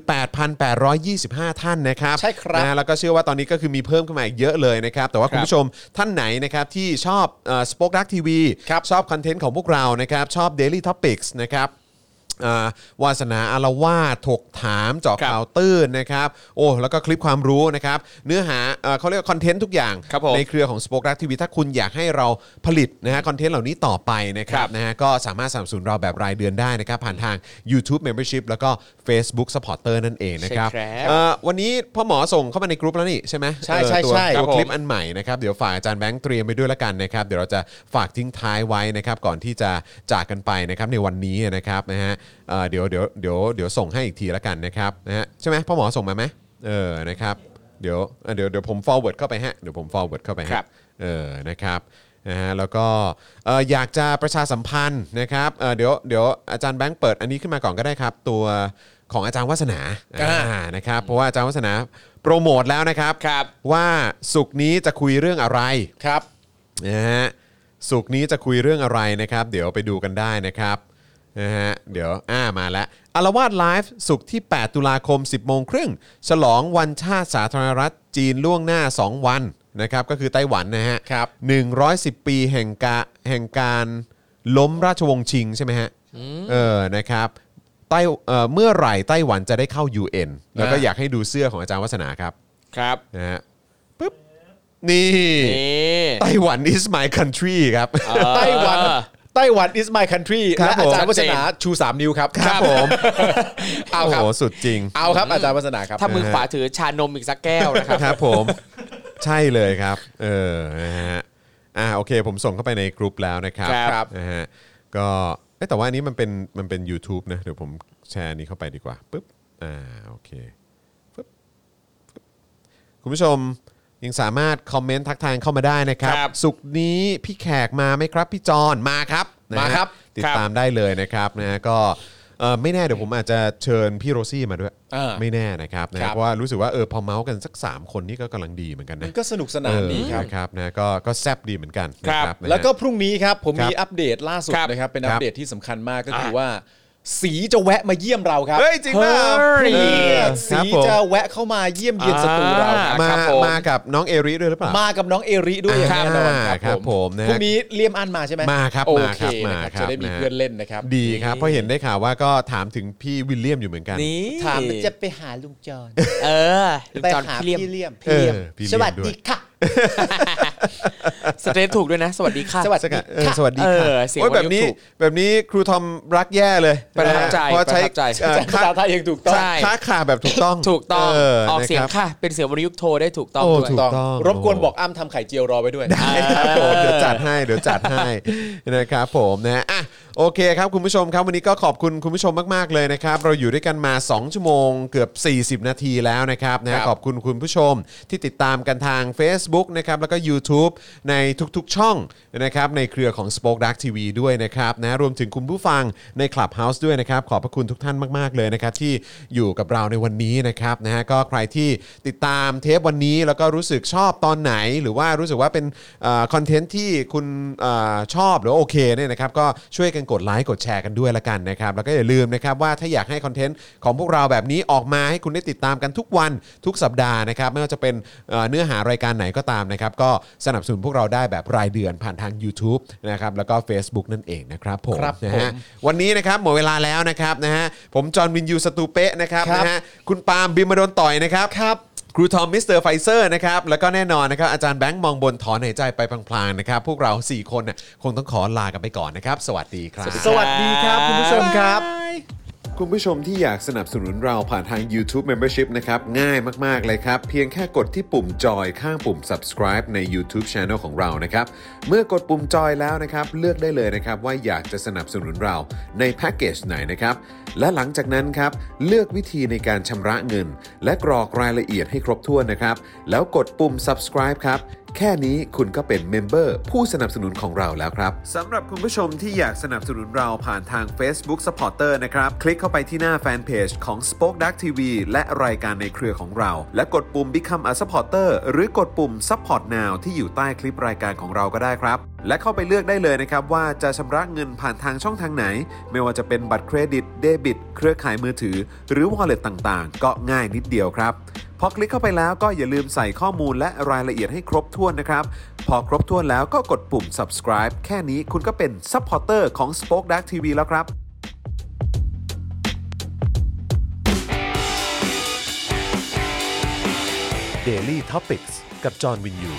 [SPEAKER 1] 8,825 ท่านนะครับ
[SPEAKER 3] ใช่ครับ
[SPEAKER 1] นะฮะแล้วก็เชื่อว่าตอนนี้ก็คือมีเพิ่มขึ้นมาอีกเยอะเลยนะครับแต่ว่าคุณผู้ชมท่านไหนนะครับที่ชอบสป็อคดักทีวีชอบคอนเทนต์ของพวกเรานะครับชอบ Daily Topics นะครับ อ่าวาสนาอารวาสถกถามเจาะ
[SPEAKER 2] ครับ
[SPEAKER 1] ข่าวตื้นนะครับ โอ้แล้วก็คลิปความรู้นะครับ เนื้อหาเอ่อเขาเรียกว่าคอนเทนต์ทุกอย่าง
[SPEAKER 2] ครับผม
[SPEAKER 1] ในเครือของ Spoke Dark TV ถ้าคุณอยากให้เราผลิตนะฮะคอนเทนต์เหล่านี้ต่อไปนะครั
[SPEAKER 2] ครับ บ
[SPEAKER 1] นะฮะก็สามารถสนับสนุนเราแบบรายเดือนได้นะครับ ผ่านทาง YouTube Membership แล้วก็ Facebook Supporter นั่นเองนะครับ
[SPEAKER 2] ใช่ครับ
[SPEAKER 1] เอ่อวันนี้พ่อหมอส่งเข้ามาในกรุ๊ปแล้วนี่ใช่ไหม
[SPEAKER 3] ใช่
[SPEAKER 1] เออ
[SPEAKER 3] ใช่
[SPEAKER 1] ตัว
[SPEAKER 3] ใช่ครั
[SPEAKER 1] ตัว
[SPEAKER 3] บผม
[SPEAKER 1] คลิปอันใหม่นะครับเดี๋ยวฝากอาจารย์แบงค์เตรียมไปด้วยละกันนะครับเดี๋ยวเราจะฝากทิ้งท้ายไว้นะครับก่อนที่จะจากกันไปนะครับในวันนี้นะครับนะฮะเอ่อเดี๋ยวเดี๋ยวเดี๋ยวเดี๋ยวส่งให้อีกทีละกันนะครับนะฮะใช่ไหมพ่อหมอส่งมาไหมเออนะครับเดี๋ยวเอ่อเดี๋ยวเดี๋ยวผม forward เข้าไปฮะเดี๋ยวผม forward เข้าไปฮะ
[SPEAKER 2] ครับ
[SPEAKER 1] เออ นะครับ นะฮะ แล้วก็เอ่ออยากจะประชาสัมพันธ์นะครับเอ่อเดี๋ยว เดี๋ยวอาจารย์แบงค์เปิดอันนี้ขึ้นมาก่อนก็ได้ครับ ตัวของอาจารย์วัฒนาอ่านะครับ เพราะว่าอาจารย์วัฒนาโปรโมทแล้วนะครับ
[SPEAKER 2] ครับ
[SPEAKER 1] ว่าสุกร์นี้จะคุยเรื่องอะไร
[SPEAKER 3] ครับ
[SPEAKER 1] นะฮะสุกร์นี้จะคุยเรื่องอะไรนะครับ เดี๋ยวไปดูกันได้นะครับนะฮะเดี๋ยวอ่ามาแล้วอารวาสไลฟ์สุกร์ที่ 8 ตุลาคม 10 โมงครึ่ง ฉลองวันชาติสาธารณรัฐจีนล่วงหน้า 2 วันนะครับก็คือไต้หวันนะฮะ
[SPEAKER 3] ครับ
[SPEAKER 1] 110 ปีแห่งกาแห่งการล้มราชวงศ์ชิงใช่ไหมฮะเออนะครับไต้เอ่อเมื่อไหร่ไต้หวันจะได้เข้า UN แล้วก็อยากให้ดูเสื้อของอาจารย์วัฒนาครับ
[SPEAKER 2] ครับ
[SPEAKER 1] นะฮะปึ๊บนี่
[SPEAKER 2] นี่
[SPEAKER 1] ไต้หวัน is my country ครับ
[SPEAKER 3] ไต้หวัน ไต้หวัน is my country
[SPEAKER 1] ครับ
[SPEAKER 3] และอาจารย์
[SPEAKER 1] ผม
[SPEAKER 3] วัฒนาชู 3 นิ้วครับ
[SPEAKER 1] ครับผม
[SPEAKER 3] เอาครับ
[SPEAKER 1] โโหสุดจริง
[SPEAKER 3] เอาครับอาจารย์วัฒนาครับ
[SPEAKER 2] ถ้ามือขวาถือชานมอีกสักแก้วนะครับ
[SPEAKER 1] ครับผม ใช่เลยครับ เออนะฮะอ่าโอเค ผมส่งเข้าไปในกรุ๊ปแล้วนะครับ
[SPEAKER 2] ครับ
[SPEAKER 1] นะฮะก็เอ้ยแต่ว่าอันนี้มันเป็นมันเป็น YouTube นะ เดี๋ยวผมแชร์อันนี้เข้าไปดีกว่าปุ๊บอ่าโอเค คุณผู้ชม ยังสามารถคอมเมนต์ทักทายเข้ามาได้นะครับ
[SPEAKER 2] ครับ
[SPEAKER 1] สุกร์นี้พี่แขกมาไหมครับ พี่จอนมาครับนะฮะ
[SPEAKER 2] มาครับ
[SPEAKER 1] ติด
[SPEAKER 2] ครับ
[SPEAKER 1] ตามได้เลยนะครับนะฮะก็เอ่อไม่แน่เดี๋ยวผมอาจจะเชิญพี่โรซี่มาด้วย
[SPEAKER 3] เออ
[SPEAKER 1] ไม่แน่นะครับนะ
[SPEAKER 3] ค
[SPEAKER 1] ฮะ
[SPEAKER 3] รับ
[SPEAKER 1] เพราะว่ารู้สึกว่าเออพอเมาส์กันสัก 3 คนนี่ก็กำลังดีเหมือนกัน
[SPEAKER 3] มั
[SPEAKER 1] นะ
[SPEAKER 3] นก็สนุกสนานดีครับ
[SPEAKER 1] เออนะครับนะก็ก็แซบดีเหมือนกันนะค
[SPEAKER 2] ครั
[SPEAKER 1] รับ บนะฮะ
[SPEAKER 3] แล้วก็พรุ่งนี้ครับผม
[SPEAKER 1] ครับ
[SPEAKER 3] มีอัปเดตล่าสุด
[SPEAKER 2] ครับ
[SPEAKER 3] นะครับ เป็น
[SPEAKER 1] ครับ
[SPEAKER 3] อัปเดตที่สำคัญมากก็คือว่า สีจะแวะมาเยี่ยมเราครับ
[SPEAKER 1] เฮ้ยจริงเปล่า
[SPEAKER 2] เฮ้ย
[SPEAKER 1] เออค
[SPEAKER 3] สี
[SPEAKER 1] รับผม
[SPEAKER 3] จะแวะเข้ามาเยี่ยมเยียนสตูเราครับ
[SPEAKER 1] มา
[SPEAKER 2] ครับผม
[SPEAKER 1] มากับน้องเอริด้วยหรือเปล่า
[SPEAKER 3] มากับน้องเอริด้วยอย่าง
[SPEAKER 1] อ่า
[SPEAKER 3] แน่นอน
[SPEAKER 1] ค
[SPEAKER 3] ค
[SPEAKER 1] รั
[SPEAKER 3] รั
[SPEAKER 1] บบ ผ
[SPEAKER 3] ผม ม
[SPEAKER 1] นะ
[SPEAKER 3] พรุ่งนี้เลียมอันมาใช่ไหม
[SPEAKER 1] มาครับ
[SPEAKER 3] โอ
[SPEAKER 1] มา
[SPEAKER 3] เค
[SPEAKER 1] ครับ
[SPEAKER 3] นะ
[SPEAKER 1] มาครับ
[SPEAKER 3] จะได้มี
[SPEAKER 1] นะ
[SPEAKER 3] เพื่อนเล่นนะครับ
[SPEAKER 1] ดีครับเพราะเห็นได้ข่าวว่าก็ถามถึงพี่วิลเลียมอยู่เหมือนกัน
[SPEAKER 2] นี่
[SPEAKER 3] ถามจะไปหาลุงจอน
[SPEAKER 2] เออลุง
[SPEAKER 3] ไป
[SPEAKER 2] จอน
[SPEAKER 3] หา
[SPEAKER 2] พี่
[SPEAKER 3] พี่
[SPEAKER 2] เลี่ยม
[SPEAKER 3] เลี่ยม
[SPEAKER 1] เออพี่
[SPEAKER 3] ส
[SPEAKER 1] เลี่ยม
[SPEAKER 3] วัสดีค่ะ
[SPEAKER 2] สเตรทถูกด้วยนะ สวัสดีค่ะ
[SPEAKER 3] สวัส
[SPEAKER 1] ส
[SPEAKER 3] ดี
[SPEAKER 1] กัดเออ
[SPEAKER 3] ค่ะ
[SPEAKER 1] สวัสดีค่ะ
[SPEAKER 2] เออเสียง
[SPEAKER 1] โอ้ย
[SPEAKER 2] วั
[SPEAKER 1] แบ
[SPEAKER 2] น
[SPEAKER 1] บ
[SPEAKER 2] นี้
[SPEAKER 1] นี้
[SPEAKER 2] ถูก
[SPEAKER 1] แบบนี้ครูทอมรักแย่เลย
[SPEAKER 2] ประทับใจ
[SPEAKER 1] นะฮะเพราะใช้
[SPEAKER 2] ประทับใจ
[SPEAKER 1] เอ่อ
[SPEAKER 3] ภา
[SPEAKER 1] ค่า
[SPEAKER 3] ษาไทยยังถูกต้อง
[SPEAKER 2] ใช่
[SPEAKER 1] ค่าขาแบบถูกต้อง
[SPEAKER 2] ถูกต้อง
[SPEAKER 1] เ
[SPEAKER 2] ออกเสียง
[SPEAKER 1] นะครับ
[SPEAKER 2] ค่ะ เป็นเสียงวรรณยุกต์โทรได้ถูกต้อง
[SPEAKER 1] โอ้
[SPEAKER 2] ด้วย
[SPEAKER 1] ถูก ต้อง
[SPEAKER 3] รบกวนบอกอ้ำทำไข่เจียวรอไว้ด้วย
[SPEAKER 1] ครับผมเดี๋ยวจัดให้เดี๋ยวจัดให้ นะครับผมนะอ่ะโอเคครับคุณผู้ชมครับวันนี้ก็ขอบคุณคุณผู้ชมมากๆเลยนะครับ เราอยู่ด้วยกันมา 2 ชั่วโมงเกือบ 40 นาทีแล้วนะครับนะขอบคุณคุณผู้ชมที่ติดตามกันทาง Facebook นะครับแล้วก็ YouTube ในทุกๆช่องนะครับในเครือของ Spoke Dark TV ด้วยนะครับนะรวมถึงคุณผู้ฟังใน Clubhouse ด้วยนะครับ ขอบพระคุณทุกท่านมากๆเลยนะครับที่อยู่กับเราในวันนี้นะครับนะฮะก็ใครที่ติดตามเทปวันนี้แล้วก็รู้สึกชอบตอนไหน หรือว่ารู้สึกว่าเป็นเออคอนเทนต์ที่คุณเออชอบหรือว่าโอเคเนี่ยนะครับก็ช่วยกันกดไลค์กดแชร์กันด้วยละกันนะครับแล้วก็อย่าลืมนะครับว่าถ้าอยากให้คอนเทนต์ของพวกเราแบบนี้ออกมาให้คุณได้ติดตามกันทุกวันทุกสัปดาห์นะครับไม่ว่าจะเป็นเอ่อเนื้อหารายการไหนก็ตามนะครับก็สนับสนุนพวกเราได้แบบรายเดือนผ่านทาง YouTube นะครับแล้วก็ Facebook นั่นเองนะครับผม
[SPEAKER 3] ครับ
[SPEAKER 1] นะ
[SPEAKER 3] ผ
[SPEAKER 1] ฮะ
[SPEAKER 3] ม
[SPEAKER 1] วันนี้นะครับหมดเวลาแล้วนะครับนะฮะผมจอห์นวินยูสตูเปะนะครับ
[SPEAKER 3] ครับ
[SPEAKER 1] นะฮะคุณปาล์มบิมมาโดนต่อยนะครับครับครูทอมมิสเตอร์ไฟเซอร์นะครับแล้วก็แน่นอนนะครับอาจารย์แบงค์มองบนถอนหายใจไปพลางๆนะครับ พวกเรา 4 คนน่ะคงต้องขอลากันไปก่อนนะครับ สวัสดีครับ
[SPEAKER 3] สวัสดีครับคุณผู้ชมครับ
[SPEAKER 1] คุณผู้ชมที่อยากสนับสนุนเราผ่านทาง YouTube Membership นะครับ ง่ายมาก ๆ เลยครับ เพียงแค่กดที่ปุ่มจอยข้างปุ่ม subscribe ใน YouTube Channel ของเรานะครับ เมื่อกดปุ่มจอยแล้วนะครับ เลือกได้เลยนะครับ ว่าอยากจะสนับสนุนเราในแพ็กเกจไหนนะครับ และหลังจากนั้นครับ เลือกวิธีในการชำระเงิน และกรอกรายละเอียดให้ครบถ้วนนะครับ แล้วกดปุ่ม subscribe ครับ แค่นี้คุณก็เป็นเมมเบอร์ผู้สนับสนุนของเราแล้วครับสำหรับคุณผู้ชมที่อยากสนับสนุนเราผ่านทาง Facebook Supporter นะครับ คลิกเข้าไปที่หน้าแฟนเพจของ Spoke Dark TV และรายการในเครือของเรา และกดปุ่ม Become a Supporter หรือกดปุ่ม Support Now ที่อยู่ใต้คลิปรายการของเราก็ได้ครับ และเข้าไปเลือกได้เลยนะครับ ว่าจะชำระเงินผ่านทางช่องทางไหน ไม่ว่าจะเป็นบัตรเครดิตเดบิตเครือข่ายมือถือ หรือ Wallet ต่างๆ ก็ง่ายนิดเดียวครับ พอคลิกเข้าไปแล้วก็อย่าลืมใส่ข้อมูลและรายละเอียดให้ครบถ้วนนะครับ พอครบถ้วนแล้วก็กดปุ่ม subscribe แค่นี้คุณก็เป็น supporter ของ Spoke Dark TV แล้วครับ Daily Topics กับจอห์นวินยู